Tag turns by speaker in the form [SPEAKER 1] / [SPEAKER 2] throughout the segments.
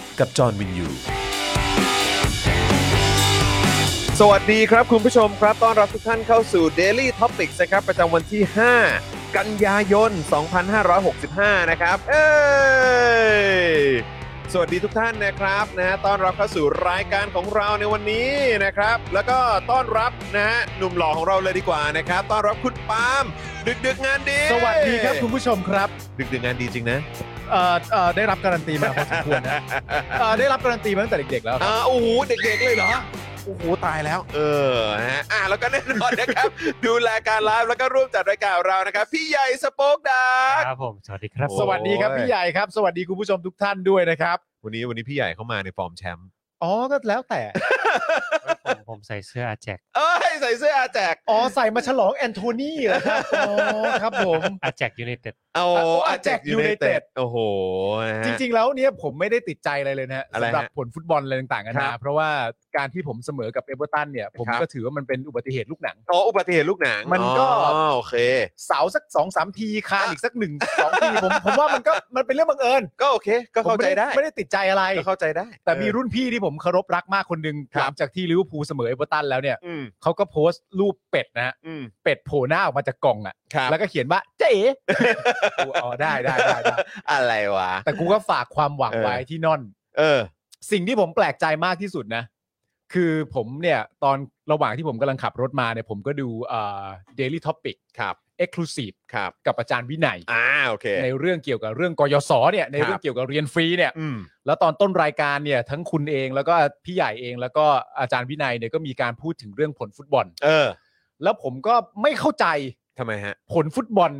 [SPEAKER 1] กับจอห์นวินยู
[SPEAKER 2] สวัสดีครับคุณผู้ชมครับต้อนรับทุกท่านเข้าสู่ Daily Topics นะครับประจำวันที่ 5 กันยายน 2565 นะครับ เอ้ยสวัสดีทุกท่านนะครับนะฮะต้อนรับเข้าสู่รายการของเราในวันนี้นะครับ แล้วก็ต้อนรับนะฮะหนุ่มหล่อของเราเลยดีกว่านะครับ ต้อนรับคุณปาล์มดึกดึกๆงานดี
[SPEAKER 3] สวัสดีครับคุณผู้ชมครับ
[SPEAKER 2] ดึกดึกๆงานดีจริงนะ
[SPEAKER 3] เอ่อเอ่อได้รับการันตีมาพอสมควรนะเอ่อได้รับการันตีมาตั้งแต่เด็กๆแล้วครับ
[SPEAKER 2] อ่าโอ้โหเด็กๆเลยเหรอ
[SPEAKER 3] โอ้โหตายแล้ว
[SPEAKER 2] เออฮะอ่ะแล้วก็แน่นอนนะครับ ดูแลการไลฟ์แล้วก็ร่วมจัดรายการเรานะครับ พี่ใหญ่สป็อกดาร์ก
[SPEAKER 4] ครับผมสวัสดีครับ
[SPEAKER 2] โอ้
[SPEAKER 3] สวัสดีครับพี่ใหญ่ครับ สวัสดีคุณผู้ชมทุกท่านด้วยนะครับ
[SPEAKER 2] วันนี้วันนี้พี่ใหญ่เข้ามาในฟอร์มแชมป์
[SPEAKER 3] อ๋อก็แล้วแต่
[SPEAKER 4] ผมผมใส่เสื้ออาแจก
[SPEAKER 2] เอ้ยใส่เสื้ออาแจก
[SPEAKER 3] อ๋อใส่มาฉลองแอนโทนีเหรอครับอ๋อครับผม
[SPEAKER 4] อาแจกยูไนเต็ด
[SPEAKER 2] เอา
[SPEAKER 3] อ่ะโอ้
[SPEAKER 2] อาแจก
[SPEAKER 3] Ajax
[SPEAKER 2] ยูไนเต็
[SPEAKER 3] United
[SPEAKER 2] ดโอ้โหนะฮะ
[SPEAKER 3] จริงๆแล้วเนี่ยผมไม่ได้ติดใจอะไรเลยนะฮะ
[SPEAKER 2] อะไรฮะ
[SPEAKER 3] สำหรับผลฟุตบอลอะไรต่างๆกันา
[SPEAKER 2] ครั
[SPEAKER 3] นะ
[SPEAKER 2] บ
[SPEAKER 3] เพราะว่าการที่ผมเสมอกับเอเวอร์ตันเนี่ยผม
[SPEAKER 2] ครับ
[SPEAKER 3] ก็ถือว่ามันเป็นอุบัติเหตุลูกหนัง
[SPEAKER 2] อ๋ออุบัติเหตุลูกหนัง
[SPEAKER 3] มันก็
[SPEAKER 2] อ๋อโอเค
[SPEAKER 3] เสาสักสองสามทีคานอีกสักหนึ่งสองทีผมผมว่ามันก็มันเป็นเรื่องบังเอิญ
[SPEAKER 2] ก็โอเค ก็เข้าใจได้
[SPEAKER 3] ผมม่ไม่ได้ติดใจอะไร
[SPEAKER 2] ก็เข้าใจได้
[SPEAKER 3] แต่
[SPEAKER 2] เออ
[SPEAKER 3] มีรุ่นพี่ที่ผมเคารพรักมากคนหนึ่ง
[SPEAKER 2] ครับ
[SPEAKER 3] หลังจากที่ลิเวอร์พูลเสมอเอเวอร์ตันแล้วเนี่ย
[SPEAKER 2] อืม
[SPEAKER 3] เขาก็โพสต์รูปเป็ดนะฮะ
[SPEAKER 2] อืม
[SPEAKER 3] เป็ดโผล่หน้าออกมาจากกล่องอ่ะ
[SPEAKER 2] ครับ
[SPEAKER 3] แล้วก็เขียนว่าเจ๊ เอ๋กูอ๋อได้ได้ได้ได้
[SPEAKER 2] อะไรวะ
[SPEAKER 3] แต่กูก็ฝากความหวัง
[SPEAKER 2] เออ
[SPEAKER 3] ไว้ที่นอน
[SPEAKER 2] เออ
[SPEAKER 3] สิ่งที่ผมแปลกใจมากที่สุดนะ คือผมเนี่ย ตอนระหว่างที่ผมกำลังขับรถมาเนี่ยผมก็ดูเดลี่ท็อปิก
[SPEAKER 2] ครับ
[SPEAKER 3] เอ็กซ์คลูซีฟ
[SPEAKER 2] ครับ
[SPEAKER 3] กับอาจารย์วินัย
[SPEAKER 2] อ่าโอเค
[SPEAKER 3] ในเรื่องเกี่ยวกับเรื่องกยศเนี่ยในเรื่
[SPEAKER 2] ค
[SPEAKER 3] อ
[SPEAKER 2] รับ
[SPEAKER 3] งเกี่ยวกับเรียนฟรีเนี่ย
[SPEAKER 2] อืม
[SPEAKER 3] แล้วตอนต้นรายการเนี่ยทั้งคุณเองแล้วก็พี่ใหญ่เองแล้วก็อาจารย์วินัยเนี่ยก็มีการพูดถึงเรื่องผลฟุตบอล
[SPEAKER 2] เออ
[SPEAKER 3] แล้วผมก็ไม่เข้าใจ
[SPEAKER 2] ทำไมฮะ
[SPEAKER 3] ผลฟุตบอล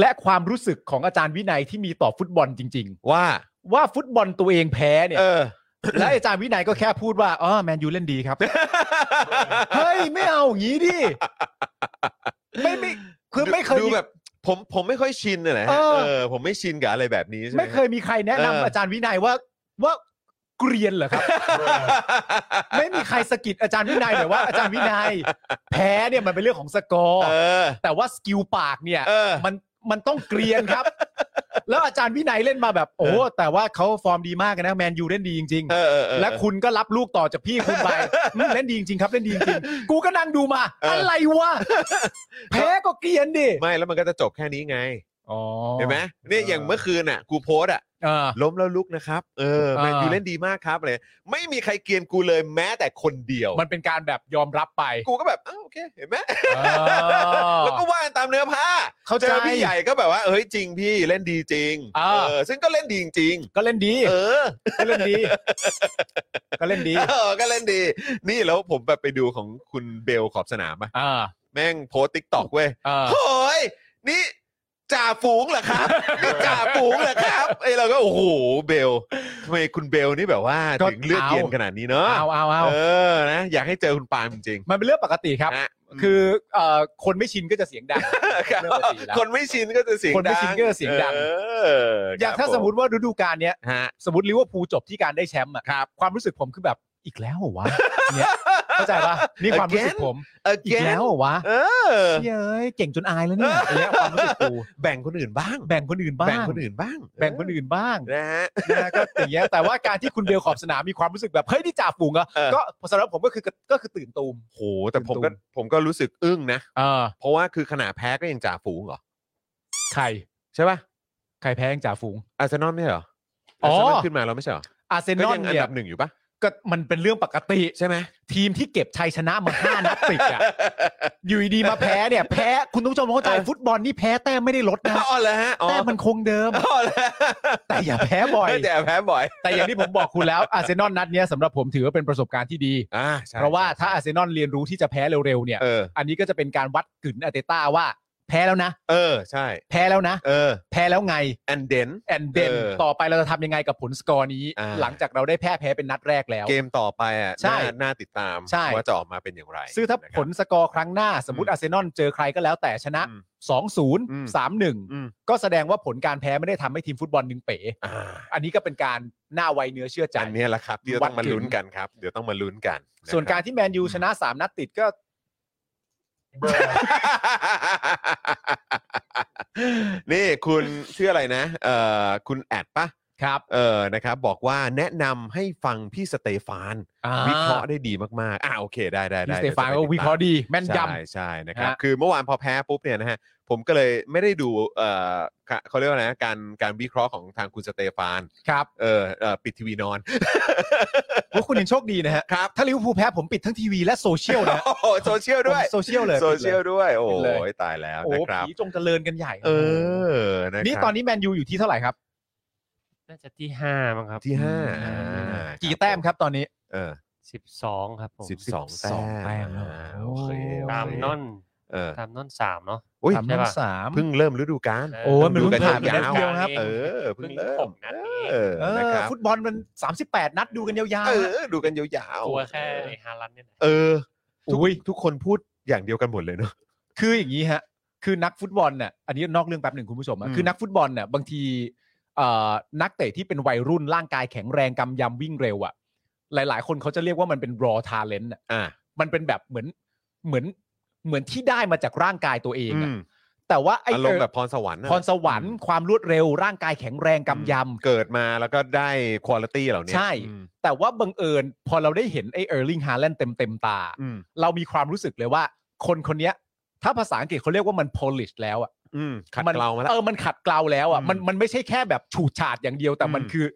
[SPEAKER 3] และความรู้สึกของอาจารย์วินัยที่มีต่อฟุตบอลจริง
[SPEAKER 2] ว่า
[SPEAKER 3] ๆ ว่าฟุตบอลตัวเองแพ้เนี่ย
[SPEAKER 2] เออ
[SPEAKER 3] และอาจารย์วินัยก็แค่พูดว่าอ๋อแมนยูเล่นดีครับ เฮ้ยไม่เอาอย่างนี้ดิไม่ไม่คือไม่เคย
[SPEAKER 2] ดู
[SPEAKER 3] มี
[SPEAKER 2] แบบผมผมไม่ค่อยชินน่ะนะ
[SPEAKER 3] เอ
[SPEAKER 2] ฮะ
[SPEAKER 3] อ
[SPEAKER 2] เออ ผมไม่ชินกับอะไรแบบนี้ใช่ไหม
[SPEAKER 3] ไม่เคยมีใครแนะนำอาจารย์วินัยว่าว่าเกรียน เหรอครับ ไม่มีใครสะกิดอาจารย์วินัยหน่อยว่าอาจารย์วินัย แพ้เนี่ยมันเป็นเรื่องของสกอร์
[SPEAKER 2] เออ
[SPEAKER 3] แต่ว่าสกิลปากเนี่ย
[SPEAKER 2] เออ
[SPEAKER 3] มันมันต้องเกรียนครับ แล้วอาจารย์วินัยเล่นมาแบบ โอ้โหแต่ว่าเขาฟอร์มดีมากนะแมนยูเล่นดีจริง
[SPEAKER 2] เออเออเออ
[SPEAKER 3] ๆ และคุณก็รับลูกต่อจากพี่คุณไปอืมเล่นดีจริงๆครับเล่นดีจริงๆกูก็นั่งดูมา
[SPEAKER 2] เอออ
[SPEAKER 3] อะไรวะแพ้ก็เกรียนดิ
[SPEAKER 2] ไม่แล้วมันก็จะจบแค่นี้ไง
[SPEAKER 3] อ๋อ
[SPEAKER 2] เห็นไหมเนี่ยอย่างเมื่อคืนน่ะ กูโพสต์อ่ะ
[SPEAKER 3] เออ
[SPEAKER 2] ล้มแล้วลุกนะครับ เออ
[SPEAKER 3] เออ
[SPEAKER 2] แมนยูเล่นดีมากครับอะไรไม่มีใครเกรียนกูเลยแม้แต่คนเดียว
[SPEAKER 3] มันเป็นการแบบยอมรับไป
[SPEAKER 2] กูก็แบบอ้าวโอเค เห็นไหม
[SPEAKER 3] เออ
[SPEAKER 2] แล้วก็ว่ากันตามเนื้อผ้า
[SPEAKER 3] เข้า
[SPEAKER 2] เจ
[SPEAKER 3] ใจ
[SPEAKER 2] อพี่ใหญ่ก็แบบว่าเอ้ยจริงพี่เล่นดีจริง
[SPEAKER 3] เออ
[SPEAKER 2] เออซึ่งก็เล่นดีจริง
[SPEAKER 3] ก็เล่นดี
[SPEAKER 2] เออ
[SPEAKER 3] ก็เล่นดี ก็เล่นดี
[SPEAKER 2] เออก็เล่นดี นี่แล้วผมแบบไปดูของคุณเบลขอบสนามปะ
[SPEAKER 3] อ่า
[SPEAKER 2] แม่งโพสติ๊กต็อกเว้ย
[SPEAKER 3] อ่า
[SPEAKER 2] โอ้ยนี่จ่าฝูงเหรอครับนี่จ่าฝูงเหรอครับไอ้เราก็โอ้โหเบลทำไมคุณเบลนี่แบบว่าถึงเลือดเย็นขนาดนี้เนาะ
[SPEAKER 3] เอาเอาเอา
[SPEAKER 2] เออนะอยากให้เจอคุณปาล์มจริง
[SPEAKER 3] มันเป็นเรื่องปกติครับ
[SPEAKER 2] ๆนะ
[SPEAKER 3] คือเอ่อคนไม่ชินก็จะเสียงดัง
[SPEAKER 2] ครับ
[SPEAKER 3] เรื่องปกติแล้ว
[SPEAKER 2] คนไม่ชินก็จะเสียงดัง
[SPEAKER 3] คนไม่ชินก็จะเสียงดัง
[SPEAKER 2] อออ
[SPEAKER 3] อย่างถ้าสมมติว่าฤดูกาลเนี้ย
[SPEAKER 2] ฮะ
[SPEAKER 3] สมมติลิเวอร์พูลจบที่การได้แชมป์อะครับความรู้สึกผมคือแบบอีกแล้วเหรอวะ เนี่ยเข้าใจปะนี่ความรู้สึกผมอีกแล้วเหรอวะ
[SPEAKER 2] เออ
[SPEAKER 3] เย้ยเก่งจนอายแล้วเนี่ยอย่างเงี้ยความรู้สึกกู
[SPEAKER 2] แบ่งคนอื่นบ้าง
[SPEAKER 3] แบ่งคนอื่นบ้าง
[SPEAKER 2] แบ่งคนอื่นบ้าง
[SPEAKER 3] แบ่งคนอื่นบ้าง
[SPEAKER 2] นะฮะ
[SPEAKER 3] นะก็อย่างเงี้ยแต่ว่าการที่คุณเบลขอบสนามมีความรู้สึกแบบเฮ้ยนี่จ่าฝูงเหรอะ
[SPEAKER 2] เออ
[SPEAKER 3] ก็สำหรับผมก็คือก็คือตื่นตูม
[SPEAKER 2] โหแต่ผมก็ผมก็รู้สึกอึ้งนะ
[SPEAKER 3] เออ
[SPEAKER 2] เพราะว่าคือขนาดแพ้ก็ยังจ่าฝูงเหรอ
[SPEAKER 3] ใคร
[SPEAKER 2] ใช่ป่ะ
[SPEAKER 3] ใครแพ้ยังจ่าฝูง
[SPEAKER 2] อาร์เซนอลไม่ใช่เหรอ อา
[SPEAKER 3] อ๋อ
[SPEAKER 2] ร์เซนอลขึ้นมาแล้วไม่ใช่เหรอ
[SPEAKER 3] อาร์เซน
[SPEAKER 2] ก็
[SPEAKER 3] อล
[SPEAKER 2] ยังอัน
[SPEAKER 3] เนี่ย
[SPEAKER 2] ดับหนึ่งอยู่ปะ
[SPEAKER 3] ก็มันเป็นเรื่องปกติ
[SPEAKER 2] ใช่ไหม
[SPEAKER 3] ทีมที่เก็บชัยชนะมา ห้านัดติดอ่ะ อยู่ดีๆมาแพ้เนี่ย แพ้คุณผู้ชมเข้าใจ
[SPEAKER 2] เออ
[SPEAKER 3] ฟุตบอลนี่แพ้แต้มไม่ได้ลดนะ
[SPEAKER 2] อ๋อเหรอฮะ อ๋อ
[SPEAKER 3] แต้มมันคงเดิ ม
[SPEAKER 2] อ๋อเหรอฮะ
[SPEAKER 3] แต่อย่าแพ้บ่อย
[SPEAKER 2] เแต่ แพ้บ่อย
[SPEAKER 3] แต่อย่างที่ผมบอกคุณแล้วอาร์เซนอลนัดเนี้ยสำหรับผมถือว่าเป็นประสบการณ์ที่ดี
[SPEAKER 2] อ่าใช่
[SPEAKER 3] เพราะว่าถ้าอาร์เซนอลเรียนรู้ที่จะแพ้เร็วๆเนี่ย
[SPEAKER 2] เออ
[SPEAKER 3] อันนี้ก็จะเป็นการวัดกึ่นอาร์เตต้าว่า แพ้แล้วนะ
[SPEAKER 2] เออใช่
[SPEAKER 3] แพ้แล้วนะ
[SPEAKER 2] เออ
[SPEAKER 3] แพ้แล้วไง
[SPEAKER 2] แอนเดน
[SPEAKER 3] แอนเดน
[SPEAKER 2] เออ
[SPEAKER 3] ต่อไปเราจะทำยังไงกับผลสกอร์นี้
[SPEAKER 2] อ่า
[SPEAKER 3] หลังจากเราได้แพ้แพ้เป็นนัดแรกแล้ว
[SPEAKER 2] เกมต่อไปอ่ะ
[SPEAKER 3] ใช่
[SPEAKER 2] น่าน่าติดตาม
[SPEAKER 3] ใช่
[SPEAKER 2] ว่าจะออกมาเป็นอย่างไร
[SPEAKER 3] ซึ่งถ้า
[SPEAKER 2] นะค
[SPEAKER 3] ผ
[SPEAKER 2] รับ
[SPEAKER 3] ลสกอร์ครั้งหน้าสมมติ
[SPEAKER 2] อืม
[SPEAKER 3] อาร์เซนอลเจอใครก็แล้วแต่ชนะ
[SPEAKER 2] อืมอืม
[SPEAKER 3] 2-0
[SPEAKER 2] อืม
[SPEAKER 3] 3-1 ก็แสดงว่าผลการแพ้ไม่ได้ทำให้ทีมฟุตบอลหนึ่งเป๋
[SPEAKER 2] อ่า
[SPEAKER 3] อันนี้ก็เป็นการหน้าไวเนื้อเชื่อใจ
[SPEAKER 2] อันเนี้ยแหละครับที่จะต้องมาลุ้นกันครับ เดี๋ยวต้องมาลุ้นกันะ
[SPEAKER 3] ส่วนการ
[SPEAKER 2] คบ
[SPEAKER 3] ที่แมนยู
[SPEAKER 2] อืม
[SPEAKER 3] ชนะ 3 นัดติดก็
[SPEAKER 2] นี่คุณชื่ออะไรนะเอ่อคุณแอดปะ
[SPEAKER 3] ครับ
[SPEAKER 2] เออนะครับบอกว่าแนะนำให้ฟังพี่สเตฟาน วิเคราะห์ได้ดีมากๆอ่าโอเคได้ได้ได้
[SPEAKER 3] สเตฟานก็วิเคราะห์ดี แม่นย
[SPEAKER 2] ใช่ใช่นะครับ
[SPEAKER 3] ฮะ
[SPEAKER 2] คือเมื่อวานพอแพ้ปุ๊บเนี่ยนะฮะผมก็เลยไม่ได้ดูเอ่อค่ะเขาเรียกว่าอะไรนะการการวิเคราะห์ของทางคุณสเตฟาน
[SPEAKER 3] ำครับ
[SPEAKER 2] เออเออปิดทีวีนอน
[SPEAKER 3] พวกคุณยังโชคดีนะฮะ
[SPEAKER 2] ครับ
[SPEAKER 3] ถ้าลิเวอร์พูลแพ้ผมปิดทั้งทีวีและโซเชียลนะ
[SPEAKER 2] โอ้โหโซเชียลด้วย
[SPEAKER 3] ผมโซเชียลเลย
[SPEAKER 2] โซเชียลด้วย โอ้
[SPEAKER 3] ปิดเลย
[SPEAKER 2] ยตายแล้ว
[SPEAKER 3] โอ้โห
[SPEAKER 2] นะครับ
[SPEAKER 3] ผีจงเจริญกันใหญ่
[SPEAKER 2] เออนะครับ
[SPEAKER 3] นี่ตอนนี้แมนยูอยู่ที่เท่าไหร่ครับ
[SPEAKER 5] น่าจะที่ห้ามั้งครับ
[SPEAKER 2] ที่ห้าอ่า
[SPEAKER 3] กี่แต้มครับตอนนี้
[SPEAKER 2] เออ
[SPEAKER 5] สิบสองครับผม
[SPEAKER 2] สิบสอง
[SPEAKER 3] 12
[SPEAKER 2] แต้ม
[SPEAKER 3] แต้ม
[SPEAKER 2] อ่าโอเคโอเค
[SPEAKER 5] ตามนอน
[SPEAKER 2] เออ
[SPEAKER 5] ตามนอนสามเนาะ
[SPEAKER 2] อุ้ย
[SPEAKER 3] สามนัด
[SPEAKER 5] ใช่ปะ
[SPEAKER 3] สาม
[SPEAKER 2] เพิ่งเริ่มฤดูกาล
[SPEAKER 3] โอ้ยมันเพิ่งผ่านไปนัดเดียวครับ
[SPEAKER 2] เออเพิ่งเริ่
[SPEAKER 5] ห
[SPEAKER 2] ม
[SPEAKER 5] กนัดเอง
[SPEAKER 2] เออ
[SPEAKER 3] เออ
[SPEAKER 2] นะครับ
[SPEAKER 3] ฟุตบอลมัน 38 นัดดูกันยาว
[SPEAKER 2] เออ
[SPEAKER 3] ๆนะ
[SPEAKER 2] ดูกันยาว
[SPEAKER 5] กลัวแค่ไอ้ฮาลันด์เนี่ยแหละ
[SPEAKER 2] เออทุก
[SPEAKER 3] อุ้ย
[SPEAKER 2] ทุกคนพูดอย่างเดียวกันหมดเลยเนอะ
[SPEAKER 3] คืออย่างนี้ฮะ คือนักฟุตบอลน่ะอันนี้นอกเรื่องแป๊บหนึ่งคุณผู้ชมอะ
[SPEAKER 2] อืม
[SPEAKER 3] คือนักฟุตบอลน่ะบางทีเอ่อนักเตะที่เป็นวัยรุ่นร่างกายแข็งแรงกำยำวิ่งเร็วอ่ะ หลายๆ คนเขาจะเรียกว่ามันเป็น raw talent อะ
[SPEAKER 2] อ่า
[SPEAKER 3] มันเป็นแบบเหมือนเหมือนเหมือนที่ได้มาจากร่างกายตัวเองอะ
[SPEAKER 2] ม
[SPEAKER 3] แต่ว่าไอ้
[SPEAKER 2] อารมณ์แบบพรสวรรค์น่ะ
[SPEAKER 3] พรสวรรค์ความรวดเร็ว ร่างกายแข็งแรงกำยำ
[SPEAKER 2] เกิดมาแล้วก็ได้คุณภาพเหล่านี้
[SPEAKER 3] ใช่
[SPEAKER 2] อืม
[SPEAKER 3] แต่ว่าบังเอิญพอเราได้เห็นไอ้เออร์ลิงฮาแลนด์เต็มเต็มๆตา
[SPEAKER 2] อืม
[SPEAKER 3] เรามีความรู้สึกเลยว่า คนคนเนี้ย ถ้าภาษาอังกฤษเขาเรียกว่ามัน polish แล้วอ่ะ
[SPEAKER 2] อืมขัด
[SPEAKER 3] มัน
[SPEAKER 2] เกลามาแล้ว
[SPEAKER 3] เออมันขัดเกลาแล้วอ่ะ
[SPEAKER 2] อืม
[SPEAKER 3] มันมันไม่ใช่แค่แบบฉูดฉาดอย่างเดียวแต่มัน
[SPEAKER 2] อืม
[SPEAKER 3] คือ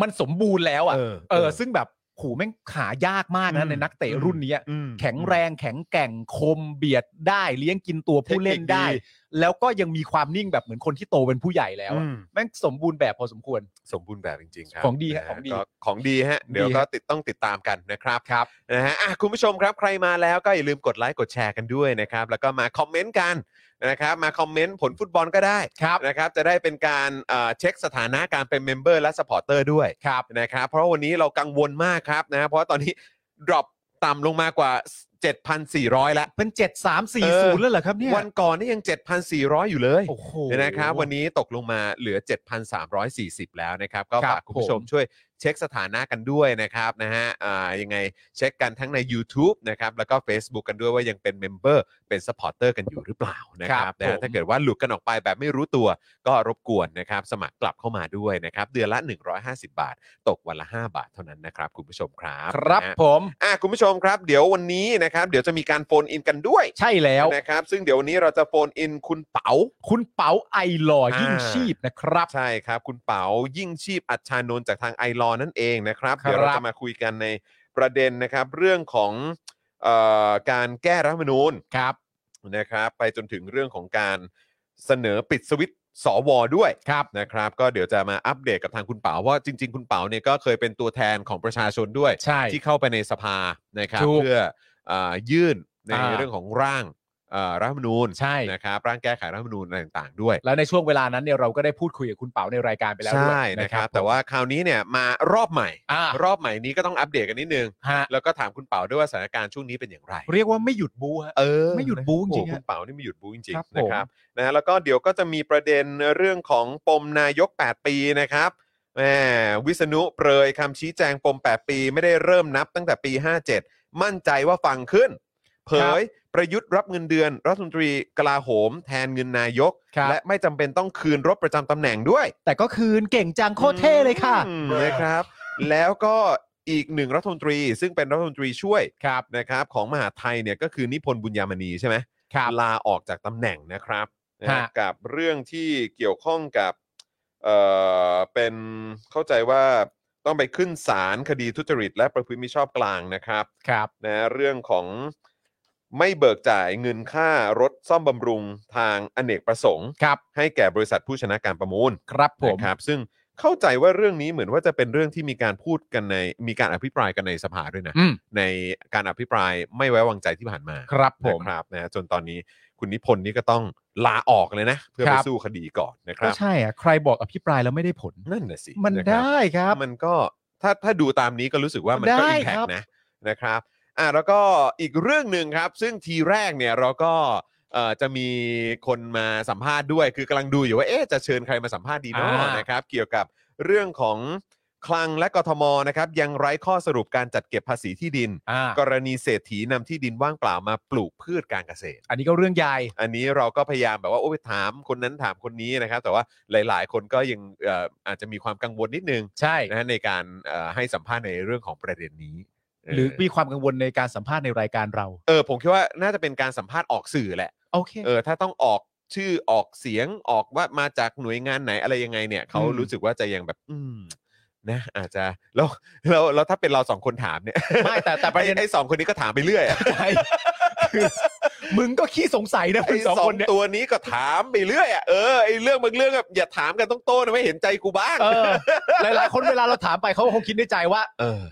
[SPEAKER 3] มันสมบูรณ์แล้วอ่ะ
[SPEAKER 2] เออ
[SPEAKER 3] เออซึ่งแบบโหูแม่งหายากมากนะ
[SPEAKER 2] อืม
[SPEAKER 3] ในนักเตะรุ่นเนี้ย
[SPEAKER 2] อืม
[SPEAKER 3] แข็งแรงแข็งแกร่งคมเบียดได้ เลี้ยงกินตัวผู้เล่นได้ แล้วก็ยังมีความนิ่งแบบเหมือนคนที่โตเป็นผู้ใหญ่แล้วอะ
[SPEAKER 2] อืม
[SPEAKER 3] แม่งสมบูรณ์แบบพอสมควร
[SPEAKER 2] สมบูรณ์แบบจริงๆครับ
[SPEAKER 3] ของดีฮะ
[SPEAKER 2] น
[SPEAKER 3] ของดี
[SPEAKER 2] ก็ของดีฮะ เดี๋ยว
[SPEAKER 3] ดี
[SPEAKER 2] ก็
[SPEAKER 3] ฮะ
[SPEAKER 2] ติดต้องติดตามกันนะครับ นะฮะอ่ะคุณผู้ชมครับใครมาแล้วก็อย่าลืมกดไลค์กดแชร์กันด้วยนะครับ แล้วก็มาคอมเมนต์กันนะครับมาคอมเมนต์ผลฟุตบอลก็ได้
[SPEAKER 3] ครับ
[SPEAKER 2] นะครับ จะได้เป็นการเอ่อเช็คสถานะการเป็นเมมเบอร์และสปอร์เตอร์ด้วย
[SPEAKER 3] ครับ
[SPEAKER 2] นะครับเพราะวันนี้เรากังวลมากครับนะฮะเพราะว่าตอนนี้ดรอปต่ำลงมากว่า 7,400 แล้ว
[SPEAKER 3] เป็นเจ็ดสามสี่
[SPEAKER 2] เอ
[SPEAKER 3] ศู
[SPEAKER 2] อ
[SPEAKER 3] นย์แล้วเหรอครับเนี่ย
[SPEAKER 2] วันก่อนนี่ยัง 7,400 อยู่เลย
[SPEAKER 3] โอ้โห
[SPEAKER 2] นะครับวันนี้ตกลงมาเหลือ 7,340 แล้วนะครับ ก็
[SPEAKER 3] ครับ
[SPEAKER 2] ฝากคุณผู้ชมช่วยเช็คสถานะกันด้วยนะครับนะฮะอ่ายังไงเช็คกันทั้งใน YouTube นะครับแล้วก็ Facebook กันด้วยว่ายังเป็นเมมเบอร์เป็นสปอร์เตอร์กันอยู่หรือเปล่านะค
[SPEAKER 3] ครั
[SPEAKER 2] รับบนะฮะ
[SPEAKER 3] ผม
[SPEAKER 2] ถ้าเกิดว่าหลุดกันออกไปแบบไม่รู้ตัวก็รบกวนนะครับ สมัครกลับเข้ามาด้วยนะครับ เดือนละ 150 บาท ตกวันละ 5 บาทเท่านั้นนะครับคุณผู้ชมครับ
[SPEAKER 3] ครับ
[SPEAKER 2] นะฮะ
[SPEAKER 3] ผม
[SPEAKER 2] อ่ะคุณผู้ชมครับ เดี๋ยววันนี้นะครับเดี๋ยวจะมีการโฟนอินกันด้วย
[SPEAKER 3] ใช่แล้ว
[SPEAKER 2] นะครับซึ่งเดี๋ยววันนี้เราจะโฟนอินคุณเป๋า
[SPEAKER 3] คุณเป๋าไอหล่อยิ่งชีพนะครับ
[SPEAKER 2] ใช่ครับ คุณเป๋ายิ่งชีพอัจฉานนท์จากทางไอรอนั่นเองนะครับ
[SPEAKER 3] ครับ
[SPEAKER 2] เดี๋ยวเราจะมาคุยกันในประเด็นนะครับ เรื่องของเออการแก้รัฐธรรมนูญ
[SPEAKER 3] ครับ
[SPEAKER 2] นะครับ ไปจนถึงเรื่องของการเสนอปิดสวิตช์สวด้วย
[SPEAKER 3] ครับ
[SPEAKER 2] นะครับ ก็เดี๋ยวจะมาอัปเดตกับทางคุณเป๋าว่าจริง ๆ คุณเป๋าเนี่ยก็เคยเป็นตัวแทนของประชาชนด้วย
[SPEAKER 3] ใช่
[SPEAKER 2] ที่เข้าไปในสภานะครับ
[SPEAKER 3] ถูก
[SPEAKER 2] เพื่อเออยื่นใน
[SPEAKER 3] อ่า
[SPEAKER 2] เรื่องของร่างเอ่อรัฐธรรมนูญ
[SPEAKER 3] ใช่
[SPEAKER 2] นะครับร่างแก้ไขรัฐธรรมนูญอะไรต่างๆด้วย
[SPEAKER 3] แล้วในช่วงเวลานั้นเนี่ยเราก็ได้พูดคุยกับคุณเป๋าในรายการไปแล้วด้วย
[SPEAKER 2] ใช่นะครับ แต่ว่าคราวนี้เนี่ยมารอบใหม่
[SPEAKER 3] อ่าร
[SPEAKER 2] อบใหม่นี้ก็ต้องอัปเดตกันนิดนึง
[SPEAKER 3] ฮะ
[SPEAKER 2] แล้วก็ถามคุณเปาด้วยว่าสถานการณ์ช่วงนี้เป็นอย่างไร
[SPEAKER 3] เรียกว่าไม่หยุดบูฮะ
[SPEAKER 2] เออ
[SPEAKER 3] ไม่หยุดบู๊จริงๆ
[SPEAKER 2] โอ้โหคุณ
[SPEAKER 3] ฮะ
[SPEAKER 2] เปานี่ไม่หยุดบู๊จริง
[SPEAKER 3] ครับ
[SPEAKER 2] ๆนะครับนะแล้วก็เดี๋ยวก็จะมีประเด็นเรื่องของปมนายก 8 ปีนะครับแหมวิษณุเปรยคำชี้แจงปม 8 ปีไม่ได้เริ่มนับตั้งแต่ปี 57 มั่นใจว่าฟังขึ้น เผ
[SPEAKER 3] ครับ
[SPEAKER 2] ยประยุทธ์รับเงินเดือน รัฐมนตรีกลาโหม แทนเงินนายก
[SPEAKER 3] ครับ
[SPEAKER 2] และไม่จำเป็นต้องคืนรถประจำตำแหน่งด้วย
[SPEAKER 3] แต่ก็คืนเก่งจังโคตรเท่เลยค่ะ
[SPEAKER 2] อืมนะครับ แล้วก็อีกหนึ่งรัฐมนตรี ซึ่งเป็นรัฐมนตรีช่วย
[SPEAKER 3] ครับ
[SPEAKER 2] นะครับ ของมหาดไทยเนี่ยก็คือนิพนธ์บุญยามณีใช่ไหม
[SPEAKER 3] ครับ
[SPEAKER 2] ลาออกจากตำแหน่งนะครับนะฮะ
[SPEAKER 3] ฮะ
[SPEAKER 2] กับเรื่องที่เกี่ยวข้องกับ เอ่อเป็นเข้าใจว่าต้องไปขึ้นศาลคดีทุจริต และประพฤติมิชอบกลางนะครับ
[SPEAKER 3] ครับ
[SPEAKER 2] นะเรื่องของไม่เบิกจ่ายเงินค่ารถซ่อมบำรุงทางอเนกประสงค์
[SPEAKER 3] ครับ
[SPEAKER 2] ให้แก่บริษัทผู้ชนะการประมูล
[SPEAKER 3] ครับผม
[SPEAKER 2] นะครับซึ่งเข้าใจว่าเรื่องนี้เหมือนว่าจะเป็นเรื่องที่มีการพูดกันในมีการอภิปรายกันในสภาด้วยนะ
[SPEAKER 3] อืม
[SPEAKER 2] ในการอภิปรายไม่ไว้วางใจที่ผ่านมา
[SPEAKER 3] ครับผม
[SPEAKER 2] นะครับนะจนตอนนี้คุณนิพนธ์นี่ก็ต้องลาออกเลยนะ เพื่อไป
[SPEAKER 3] ครับ
[SPEAKER 2] สู้คดีก่อนนะค
[SPEAKER 3] ก็
[SPEAKER 2] รับ
[SPEAKER 3] ใช่อ่ะ ใครบอกอภิปรายแล้วไม่ได้ผล
[SPEAKER 2] นั่นน่ะสิ
[SPEAKER 3] มันะครับ ได้ครับ
[SPEAKER 2] มันก็ถ้าถ้าดูตามนี้ก็รู้สึกว่ามันก็
[SPEAKER 3] ได้
[SPEAKER 2] อิมแพก
[SPEAKER 3] ครับ
[SPEAKER 2] นะนะครับอ่ะแล้วก็อีกเรื่องหนึ่งครับ ซึ่งทีแรกเนี่ยเราก็เอ่อจะมีคนมาสัมภาษณ์ด้วยคือกำลังดูอยู่ว่าเอ๊ะจะเชิญใครมาสัมภาษณ์ดีเนาะนะครับ เกี่ยวกับเรื่องของคลังและกทมนะครับ ยังไร้ข้อสรุปการจัดเก็บภาษีที่ดิน
[SPEAKER 3] อ่าก
[SPEAKER 2] รณีเศรษฐีนำที่ดินว่างเปล่ามาปลูกพืชการเกษตร
[SPEAKER 3] อันนี้ก็เรื่องใหญ่
[SPEAKER 2] อันนี้เราก็พยายามแบบว่าโอ้ยถามคนนั้นถามคนนี้นะครับ แต่ว่าหลาย ๆ คนก็ยังเอ่ออาจจะมีความกังวลนิดนึง
[SPEAKER 3] ใช่
[SPEAKER 2] นะฮะในการเอ่อให้สัมภาษณ์ในเรื่องของประเด็นนี้เห
[SPEAKER 3] รือมีความกังวลในการสัมภาษณ์ในรายการเรา
[SPEAKER 2] เออผมคิดว่าน่าจะเป็นการสัมภาษณ์ออกสื่อแหละ
[SPEAKER 3] โอเค
[SPEAKER 2] เออถ้าต้องออกชื่อออกเสียงออกว่ามาจากหน่วยงานไหนอะไรยังไงเนี่ยเขา
[SPEAKER 3] อืม
[SPEAKER 2] รู้สึกว่าจะยังแบบ อืมนะอาจจะแล้วแล้วแล้วถ้าเป็นเราสองคนถามเนี่ย
[SPEAKER 3] ไม่แต่แต่ประเด็น
[SPEAKER 2] ไอ้ไอ้สองคนนี้ก็ถามไปเรื่อยอะ
[SPEAKER 3] ใช่คือมึงก็ขี้สงสัยนะ
[SPEAKER 2] ไอ้
[SPEAKER 3] มึงสอง
[SPEAKER 2] สอ
[SPEAKER 3] ค
[SPEAKER 2] ง
[SPEAKER 3] นเนี่ย
[SPEAKER 2] ตัวนี้ก็ถามไปเรื่อยอะเออไอ้เรื่องบางเรื่องแบบอย่าถามกันต้องโต้นะไม่เห็นใจกูบ้าง
[SPEAKER 3] เออ หลาย ๆ คนเวลาเราถามไปเขาคงคิดในใจว่า
[SPEAKER 2] เออ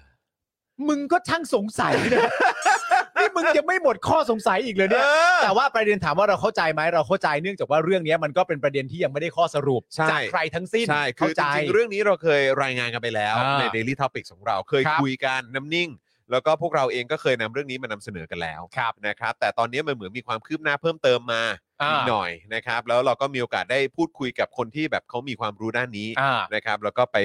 [SPEAKER 3] มึงก็ช่างสงสัยนะ นี่มึงยังไม่หมดข้อสงสัยอีกเลยเนี่ย
[SPEAKER 2] เออ
[SPEAKER 3] แต่ว่าประเด็นถามว่าเราเข้าใจไหมเราเข้าใจเนื่องจากว่าเรื่องเนี้ยมันก็เป็นประเด็นที่ยังไม่ได้ข้อสรุป
[SPEAKER 2] ใช่
[SPEAKER 3] จากใครทั้งสิ้น
[SPEAKER 2] ใช่ คื
[SPEAKER 3] เข้า
[SPEAKER 2] อจ
[SPEAKER 3] ใจ
[SPEAKER 2] ริงๆเรื่องนี้เราเคยรายงานกันไปแล้ว
[SPEAKER 3] อ่า
[SPEAKER 2] ใน Daily Topics ของเราเคย
[SPEAKER 3] ครับ
[SPEAKER 2] คุยกันน้ำนิ่ง แล้วก็พวกเราเองก็เคยนำเรื่องนี้มานำเสนอกันแล้ว
[SPEAKER 3] ครับ
[SPEAKER 2] นะครับ แต่ตอนนี้มันเหมือนมีความคืบหน้าเพิ่มเติมมา
[SPEAKER 3] อ่า
[SPEAKER 2] อีกหน่อยนะครับ แล้วเราก็มีโอกาสได้พูดคุยกับคนที่แบบเขามีความรู้ด้านนี้
[SPEAKER 3] อ่า
[SPEAKER 2] นะครับ แล้วก็ไป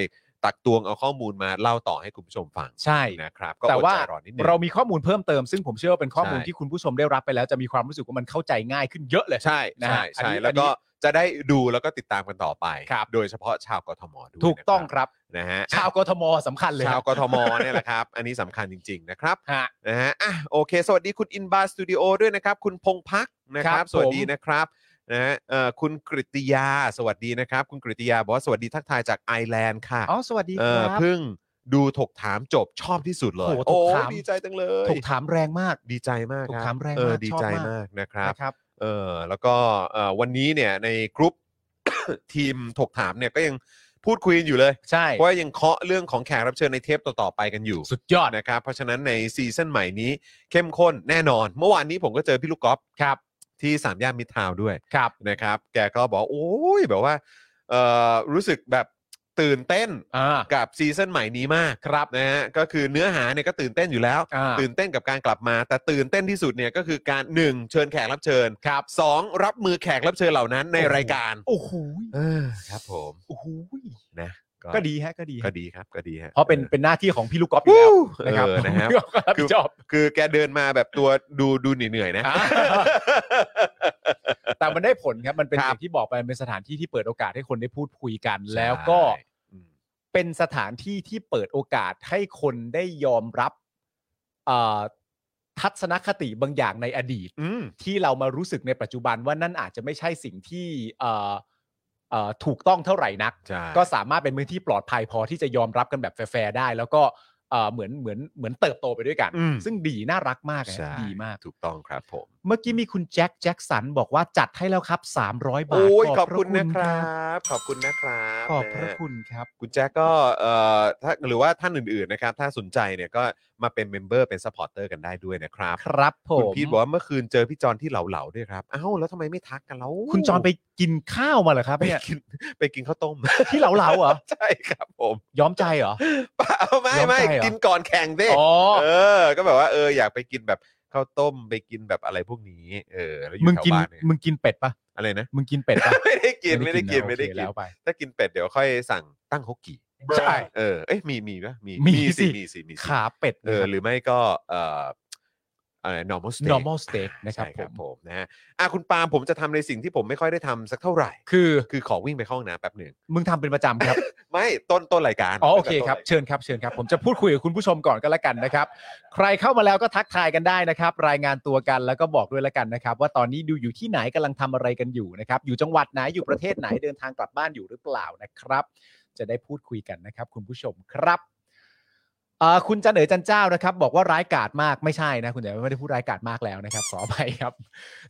[SPEAKER 2] ตักตวงเอาข้อมูลมาเล่าต่อให้คุณผู้ชมฟัง
[SPEAKER 3] ใช่
[SPEAKER 2] นะครับ ก็
[SPEAKER 3] แต่
[SPEAKER 2] อด
[SPEAKER 3] ว่า
[SPEAKER 2] ใจรอนิดนึง
[SPEAKER 3] เรามีข้อมูลเพิ่มเติม ซึ่งผมเชื่อว่าเป็นข้อมูล
[SPEAKER 2] ใช่
[SPEAKER 3] ที่คุณผู้ชมได้รับไปแล้วจะมีความรู้สึกว่ามันเข้าใจง่ายขึ้นเยอะเลย
[SPEAKER 2] ใช่
[SPEAKER 3] นะ
[SPEAKER 2] ใช่
[SPEAKER 3] ฮะอัน
[SPEAKER 2] ใช่
[SPEAKER 3] นี้
[SPEAKER 2] แล้วก็จะได้ดูแล้วก็ติดตามกันต่อไป
[SPEAKER 3] ครับ
[SPEAKER 2] โดยเฉพาะชาวกทมด้วย
[SPEAKER 3] ถูกต้อง
[SPEAKER 2] นะครับ นะฮะ
[SPEAKER 3] ชาวกทมสำคัญเลย
[SPEAKER 2] ชาวกทมเนี่ยแหละครับ อันนี้สำคัญจริง ๆ นะครับ
[SPEAKER 3] ฮะ
[SPEAKER 2] นะฮะอ่ะโอเค สวัสดีคุณอินบาร์สตูดิโอด้วยนะครับ คุณพงพักนะค
[SPEAKER 3] ค
[SPEAKER 2] รั
[SPEAKER 3] รับ บผม
[SPEAKER 2] สวัสดีนะครับนะฮะเอ่อคุณกริตยาสวัสดีนะครับ คุณกริตยาบอกว่าสวัสดีทักทายจากไอร์แลนด์ค่ะ
[SPEAKER 3] อ๋อสวัสดี
[SPEAKER 2] เอ
[SPEAKER 3] ค
[SPEAKER 2] อ
[SPEAKER 3] รับ
[SPEAKER 2] เพิ่งดูถกถามจบชอบที่สุดเลย
[SPEAKER 3] โอ้โหถกถาม
[SPEAKER 2] ดีใจจังเลย
[SPEAKER 3] ถูกถามแรงมาก
[SPEAKER 2] ดีใจมากค
[SPEAKER 3] ถ
[SPEAKER 2] รับ
[SPEAKER 3] กถามแรงมาก
[SPEAKER 2] เออดี
[SPEAKER 3] ชอบ
[SPEAKER 2] ใจ
[SPEAKER 3] มาก
[SPEAKER 2] มากนะครับ
[SPEAKER 3] นะครับ
[SPEAKER 2] เออแล้วก็เอ่อวันนี้เนี่ยในกรุ๊ป ทีมถกถามเนี่ยก็ยังพูดคุยกันอยู่เลย
[SPEAKER 3] ใช่
[SPEAKER 2] เพราะว่ายังเคาะเรื่องของแขกรับเชิญในเทปต่อ ๆ ไปกันอยู่
[SPEAKER 3] สุดยอด
[SPEAKER 2] นะครับ เพราะฉะนั้นในซีซั่นใหม่นี้เข้มข้นแน่นอน เมื่อวานนี้ผมก็เจอพี่ลูกกอล์ฟ
[SPEAKER 3] ครับ
[SPEAKER 2] ที่สามย่านมิตรทาวน์ด้วย
[SPEAKER 3] ครับ
[SPEAKER 2] นะครับ แกก็บอกโอ้ยแบบว่าเอ่อรู้สึกแบบตื่นเต้น
[SPEAKER 3] อ่า
[SPEAKER 2] กับซีซั่นใหม่นี้มาก
[SPEAKER 3] ครับ
[SPEAKER 2] นะฮะก็คือเนื้อหาเนี่ยก็ตื่นเต้นอยู่แล้ว
[SPEAKER 3] อ่า
[SPEAKER 2] ตื่นเต้นกับการกลับมา แต่ตื่นเต้นที่สุดเนี่ยก็คือการ 1 เชิญแขกรับเชิญ
[SPEAKER 3] ครับ
[SPEAKER 2] สองรับมือแขกรับเชิญเหล่านั้นในรายการ
[SPEAKER 3] โอ้โห
[SPEAKER 2] เออครับผม
[SPEAKER 3] โอ้โห
[SPEAKER 2] นะ
[SPEAKER 3] ก็ดีฮะก็ดีฮะ
[SPEAKER 2] ก็ดีครับก็ดีฮะ
[SPEAKER 3] เพราะเป็น
[SPEAKER 2] ออ
[SPEAKER 3] เป็นหน้าที่ของพี่ลูกกอล์ฟอยู่แล้วนะครับ
[SPEAKER 2] เออนะฮะ
[SPEAKER 3] พี่ลูกกอล์ฟรับผิดชอบ
[SPEAKER 2] คือแกเดินมาแบบตัวดูดูเหนื่อยๆนะ
[SPEAKER 3] อ่า แต่มันได้ผลครับ มันเป็น
[SPEAKER 2] ครับ
[SPEAKER 3] สิ่างที่บอกไปมันเป็นสถานที่ที่เปิดโอกาสให้คนได้พูดคุยกัน แล้วก็
[SPEAKER 2] อืม
[SPEAKER 3] เป็นสถานที่ที่เปิดโอกาสให้คนได้ยอมรับเอ่อทัศนคติบางอย่างในอดีต
[SPEAKER 2] อืม
[SPEAKER 3] ที่เรามารู้สึกในปัจจุบันว่านั่นอาจจะไม่ใช่สิ่งที่เอ่อเอ่อถูกต้องเท่าไหร่นัก
[SPEAKER 2] ใช่
[SPEAKER 3] ก็สามารถเป็นพื้นที่ปลอดภัยพอที่จะยอมรับกันแบบแฟร์ๆได้ แล้วก็เอ่อเหมือนเหมือนเหมือนเติบโตไปด้วยกัน
[SPEAKER 2] อืม
[SPEAKER 3] ซึ่งดีน่ารักมากอะ
[SPEAKER 2] ใช่
[SPEAKER 3] ดีมาก
[SPEAKER 2] ถูกต้องครับผม
[SPEAKER 3] เมื่อกี้มีคุณแจ็คแจ็คสันบอกว่าจัดให้แล้วครับ 300 บาท
[SPEAKER 2] โอ้ยขอบ
[SPEAKER 3] พร
[SPEAKER 2] คุณนะครับ บ ขอบคุณนะครับ
[SPEAKER 3] ขอบพระ
[SPEAKER 2] นฮ
[SPEAKER 3] คุณครับ
[SPEAKER 2] คุณแจ็คก็เอ่อถ้าหรือว่าท่านอื่นๆนะครับ ถ้าสนใจเนี่ยก็มาเป็นเมมเบอร์เป็นสปอร์เตอร์กันได้ด้วยนะครับ
[SPEAKER 3] ครับผ
[SPEAKER 2] คุณ
[SPEAKER 3] ม
[SPEAKER 2] พีทบอกว่าเมื่อคืนเจอพี่จอนที่เหลาๆด้วยครับ เอ้าแล้วทำไมไม่ทักกันแล้ว
[SPEAKER 3] คุณจอนไปกินข้าวมาเหรอครับ
[SPEAKER 2] ไป
[SPEAKER 3] เนี่ย
[SPEAKER 2] กินไปกินข้าวต้ม
[SPEAKER 3] ที่เหลาเหลาๆเหรอ
[SPEAKER 2] ใช่ครับผม
[SPEAKER 3] ย้อมใจเหรอ
[SPEAKER 2] เปล่าไม่
[SPEAKER 3] ยอม
[SPEAKER 2] ไม่
[SPEAKER 3] ใจเหรอ
[SPEAKER 2] กินก่อนแข่งเด้
[SPEAKER 3] อ๋อ
[SPEAKER 2] เออ ก็แบบว่าเอออยากไปกินแบบข้าวต้มไปกินแบบอะไรพวกนี้ เออแล้วอยู่
[SPEAKER 3] มึง
[SPEAKER 2] แถว
[SPEAKER 3] กิน
[SPEAKER 2] บ้านเนี่ย
[SPEAKER 3] มึงกินเป็ดปะ
[SPEAKER 2] อะไรนะ
[SPEAKER 3] มึงกินเป็ดปะ
[SPEAKER 2] ไม่ได้กินไม่ได้กินไม่ได้
[SPEAKER 3] โอเค
[SPEAKER 2] กิน
[SPEAKER 3] แล้วไป
[SPEAKER 2] ถ้ากินเป็ดเดี๋ยวค่อยสั่งตั้งฮกกี้
[SPEAKER 3] ใช่
[SPEAKER 2] เออเอ้ยมีมีปะมี
[SPEAKER 3] มี
[SPEAKER 2] สิ
[SPEAKER 3] สิ
[SPEAKER 2] มีสิมีสิ
[SPEAKER 3] ขาเป็ด
[SPEAKER 2] เออหรือไม่ก็เอออ อะไร normal state
[SPEAKER 3] normal state นะครับ
[SPEAKER 2] ใช่
[SPEAKER 3] ผ
[SPEAKER 2] ครับ
[SPEAKER 3] ม
[SPEAKER 2] ผมนะฮะอ่ะคุณปาล์มผมจะทำในสิ่งที่ผมไม่ค่อยได้ทำสักเท่าไหร่
[SPEAKER 3] คือ
[SPEAKER 2] คือขอวิ่งไปเข้าห้องน้ำแป๊บหนึ่ง
[SPEAKER 3] มึงทำเป็นประจำครับ
[SPEAKER 2] ไม่ต้นต้นรายการ
[SPEAKER 3] อ๋อโอเค
[SPEAKER 2] ตั้งแต่ต้
[SPEAKER 3] ครั
[SPEAKER 2] นา
[SPEAKER 3] บ
[SPEAKER 2] ยกา
[SPEAKER 3] เชิญครับเชิญครับ ผมจะพูดคุยกับคุณผู้ชมก่อนก็แล้วกันนะครับ ใครเข้ามาแล้วก็ทักทายกันได้นะครับ รายงานตัวกันแล้วก็บอกด้วยแล้วกันนะครับ ว่าตอนนี้ดูอยู่ที่ไหนกำลังทำอะไรกันอยู่นะครับ อยู่จังหวัดไหนอยู่ประเทศไหนเดินทางกลับบ้านอยู่หรือเปล่านะครับ จะได้พูดคุยกันนะครับ คุณผู้ชมครับเอ่อคุณจันเอ๋ยจันเจ้านะครับ บอกว่าร้ายกาจมากไม่ใช่นะ คุณจันเอ๋ยไม่ได้พูดร้ายกาจมากแล้วนะครับขออภัยครับ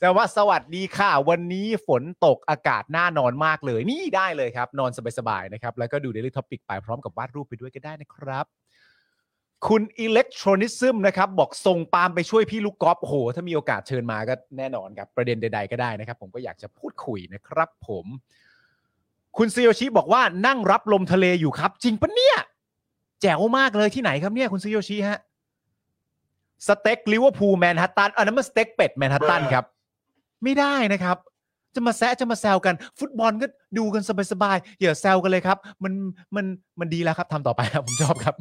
[SPEAKER 3] แต่ว่าสวัสดีค่ะ วันนี้ฝนตกอากาศน่านอนมากเลย นี่ได้เลยครับ นอนสบายๆนะครับ แล้วก็ดู Daily Topic ไปพร้อมกับวาดรูปไปด้วยก็ได้นะครับ คุณอิเล็กทรอนิซึมนะครับ บอกส่งปาล์มไปช่วยพี่ลูกกอล์ฟโอ้โห ถ้ามีโอกาสเชิญมาก็แน่นอนครับประเด็นใดๆก็ได้นะครับ ผมก็อยากจะพูดคุยนะครับผม คุณซีโยชิบอกว่านั่งรับลมทะเลอยู่ครับ จริงปะเนี่ย แจ๋วมากเลยที่ไหนครับเนี่ยคุณซีโยชิฮะสเต็กลิเวอร์พูลแมนฮัตตันอันนั้นมันสเต็กเป็ดแมนฮัตตันครับ ไม่ได้นะครับ จะมาแซะจะมาแซวกัน ฟุตบอลก็ดูกันสบายๆอย่าแซวกันเลยครับ มันมันมันดีแล้วครับทำต่อไปครับผมชอบครับ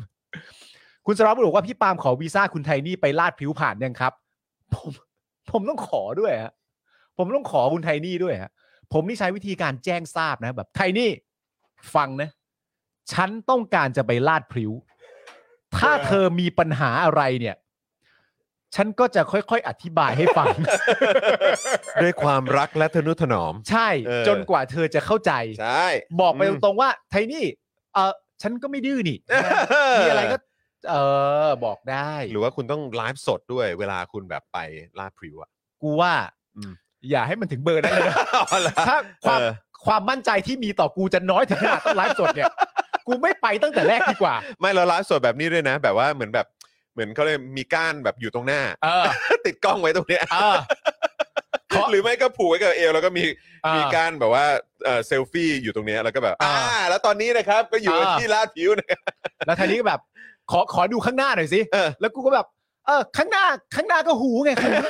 [SPEAKER 3] คุณสราวุฒิบอกว่าพี่ปาล์มขอวีซ่าคุณไทนี่ไปลาดผิวผ่านยังครับ ผมผมต้องขอด้วยฮะผมต้องขอคุณไทนี่ด้วยฮะผมนี่ใช้วิธีการแจ้งทราบนะ แบบไทนี่ฟังนะ ฉันต้องการจะไปลาดพริ้ว ถ้าเธอมีปัญหาอะไรเนี่ย ฉันก็จะค่อยๆ อธิบายให้ฟั ง
[SPEAKER 2] ด้วยความรักและทนุถนอม
[SPEAKER 3] ใช่
[SPEAKER 2] เออ
[SPEAKER 3] จนกว่าเธอจะเข้าใจ
[SPEAKER 2] ใช่
[SPEAKER 3] บอกไปตรงๆว่า ไทนี่เออฉันก็ไม่ดื้อนี่ มีอะไรก็ เออบอกได้
[SPEAKER 2] หรือว่าคุณต้องไลฟ์สดด้วยเวลาคุณแบบไปลาดพริ้วอะ
[SPEAKER 3] กูว่า
[SPEAKER 2] อืม
[SPEAKER 3] อย่าให้มันถึงเบอร์นั้นเลยนะ
[SPEAKER 2] เอาล่ะ
[SPEAKER 3] ถ้าความ
[SPEAKER 2] เออ
[SPEAKER 3] ความมั่นใจที่มีต่อกูจะน้อยถึงขนาดต้องไลฟ์สดเนี่ย กูไม่ไปตั้งแต่แรกดีกว่า
[SPEAKER 2] ไม่เราไลฟ์สดแบบนี้ด้วยนะ แบบว่าเหมือนแบบเหมือนเขาเลยกมีก้านแบบอยู่ตรงหน้า
[SPEAKER 3] เออ
[SPEAKER 2] ติดกล้องไว้ตรงเนี้ย
[SPEAKER 3] เออ ขอ
[SPEAKER 2] หรือไม่ก็ผูกไว้กับเอวแล้วก็มี
[SPEAKER 3] เออ
[SPEAKER 2] มีการแบบว่าเอ่อเซลฟี่อยู่ตรงเนี้ยแล้วก็แบบ
[SPEAKER 3] อ่า
[SPEAKER 2] อ่าแล้วตอนนี้นะครับก็อยู่
[SPEAKER 3] อ่า
[SPEAKER 2] ที่ลาดพริ้วนะครับ
[SPEAKER 3] แล้วทีนี้ก็แบบ ขอขอดูข้างหน้าหน่อยสิ
[SPEAKER 2] เออ
[SPEAKER 3] แล้วกูก็แบบ เออ ข้างหน้าข้างหน้า ก็หูไงไปเลย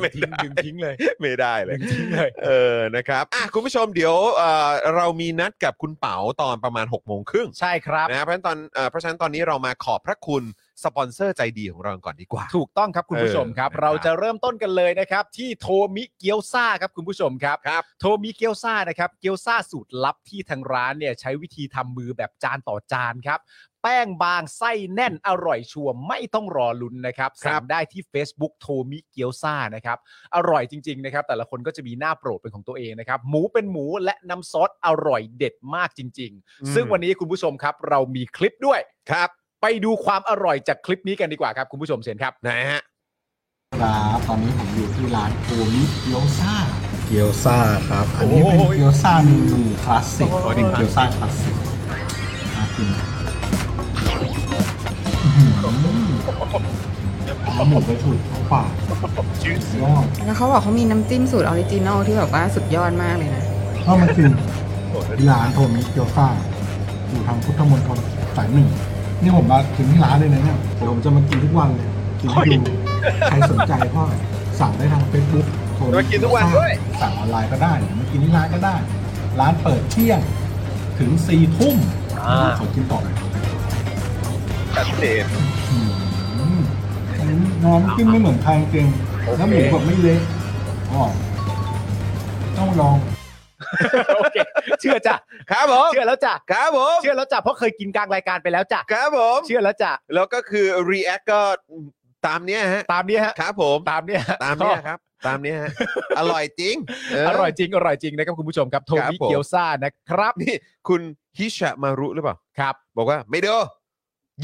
[SPEAKER 2] ไม่
[SPEAKER 3] ดึ
[SPEAKER 2] ได้
[SPEAKER 3] งทิ้งดึงทิ้ง เลย
[SPEAKER 2] ไม่ได้เลย
[SPEAKER 3] ดึงทิ้งเลย
[SPEAKER 2] เออนะครับอ่ะคุณผู้ชมเดี๋ยวเอ่อเรามีนัดกับคุณเป๋าตอนประมาณ6กโมงครึ่ง
[SPEAKER 3] ใช่ครับ
[SPEAKER 2] นะเพราะฉะนั้นตอนเอ่อเพราะฉะนั้นตอนนี้เรามาขอบพระคุณสปอนเซอร์ใจดีของเราก่อนดีกว่า
[SPEAKER 3] ถูกต้องครับคุณผู้ชมครับ
[SPEAKER 2] เออ
[SPEAKER 3] เราจะเริ่มต้นกันเลยนะครับ ที่โทมิเกียวซาครับคุณผู้ชมครับ
[SPEAKER 2] ครับ
[SPEAKER 3] โทมิเกียวซานะครับ เกียวซาสูตรลับที่ทางร้านเนี่ยใช้วิธีทำมือแบบจานต่อจานครับ แป้งบางไส้แน่นอร่อยชัวร์ไม่ต้องรอลุ้นนะครับสั่งได้ที่ Facebook โทมิเกียวซานะครับ อร่อยจริง ๆ นะครับ แต่ละคนก็จะมีหน้าโปรดเป็นของตัวเองนะครับ หมูเป็นหมูและน้ำซอสอร่อยเด็ดมากจริง
[SPEAKER 2] อืม
[SPEAKER 3] ๆ ซึ่งวันนี้คุณผู้ชมครับ เรามีคลิปด้วยครับ ไปดูความอร่อยจากคลิปนี้กันดีกว่าครับคุณผู้ชมเชิญครับ
[SPEAKER 2] ไหนฮะ
[SPEAKER 6] ครับตอนนี้ผมอยู่ที่ร้านโอมิเกียวซา
[SPEAKER 7] เกียวซ่าครับ
[SPEAKER 6] อันนี้เป็นเกียวซาเมนูคลาสสิก
[SPEAKER 2] โอ้ย
[SPEAKER 6] เป็นเกียวซาคลาสสิกน่ากินอื้อหือหมูไปถูกเข้าปากยอด
[SPEAKER 8] แล้วเขาบอกเขามีน้ำจิ้มสูตรออริจินอลที่แบบว่าสุดยอดมากเลยนะ
[SPEAKER 6] ก็มันคือที่ร้านโทมิเกียวซาอยู่ทางพุทธมณฑลสายหนึ่งนี่ผมมาถึงที่ร้านเลยนะเนี่ยเดี๋ยวผมจะมากินทุกวันเลยกินให้ดูใครสนใจก็สั่งได้ทางเฟซบุ๊กโทมิ
[SPEAKER 2] มากินทุกวันด้วย
[SPEAKER 6] สั่งออนไลน์ก็ได้หรือมากินที่ร้านก็ได้ ร้านเปิดเที่ยงถึงสี่ทุ่ม
[SPEAKER 3] อ่า
[SPEAKER 6] ขอกินต่อหน่อย
[SPEAKER 2] ชัดเจน
[SPEAKER 6] อืมอันนี้น้องกินไม่เหมือนใครจริงแล้วหมูแบบไม่เละอ๋อต้องลอง
[SPEAKER 3] โอเคเชื่อจ้ะ
[SPEAKER 2] ครับผม
[SPEAKER 3] เชื่อแล้วจ้ะ
[SPEAKER 2] ครับผม
[SPEAKER 3] เชื่อแล้วจ้ะเพราะเคยกินกลางรายการไปแล้วจ้ะ
[SPEAKER 2] ครับผม
[SPEAKER 3] เชื่อแล้วจ้ะ
[SPEAKER 2] แล้วก็คือ React ก็ตามเนี้ยฮะ
[SPEAKER 3] ตามเนี้ยฮะ
[SPEAKER 2] ครับผม
[SPEAKER 3] ตามเนี้ยฮะ
[SPEAKER 2] ตามเนี้ยครับ ตามเนี้ยฮะอร่อยจริงเ
[SPEAKER 3] อร่อยจริงอร่อยจริงนะครับคุณผู้ชมครับโท
[SPEAKER 2] ครับ
[SPEAKER 3] มิ
[SPEAKER 2] ผม
[SPEAKER 3] เกียวซ่านะครับ
[SPEAKER 2] นี่คุณฮิชะมารุหรือเปล่า
[SPEAKER 3] ครับ
[SPEAKER 2] บอกว่าไม่ดู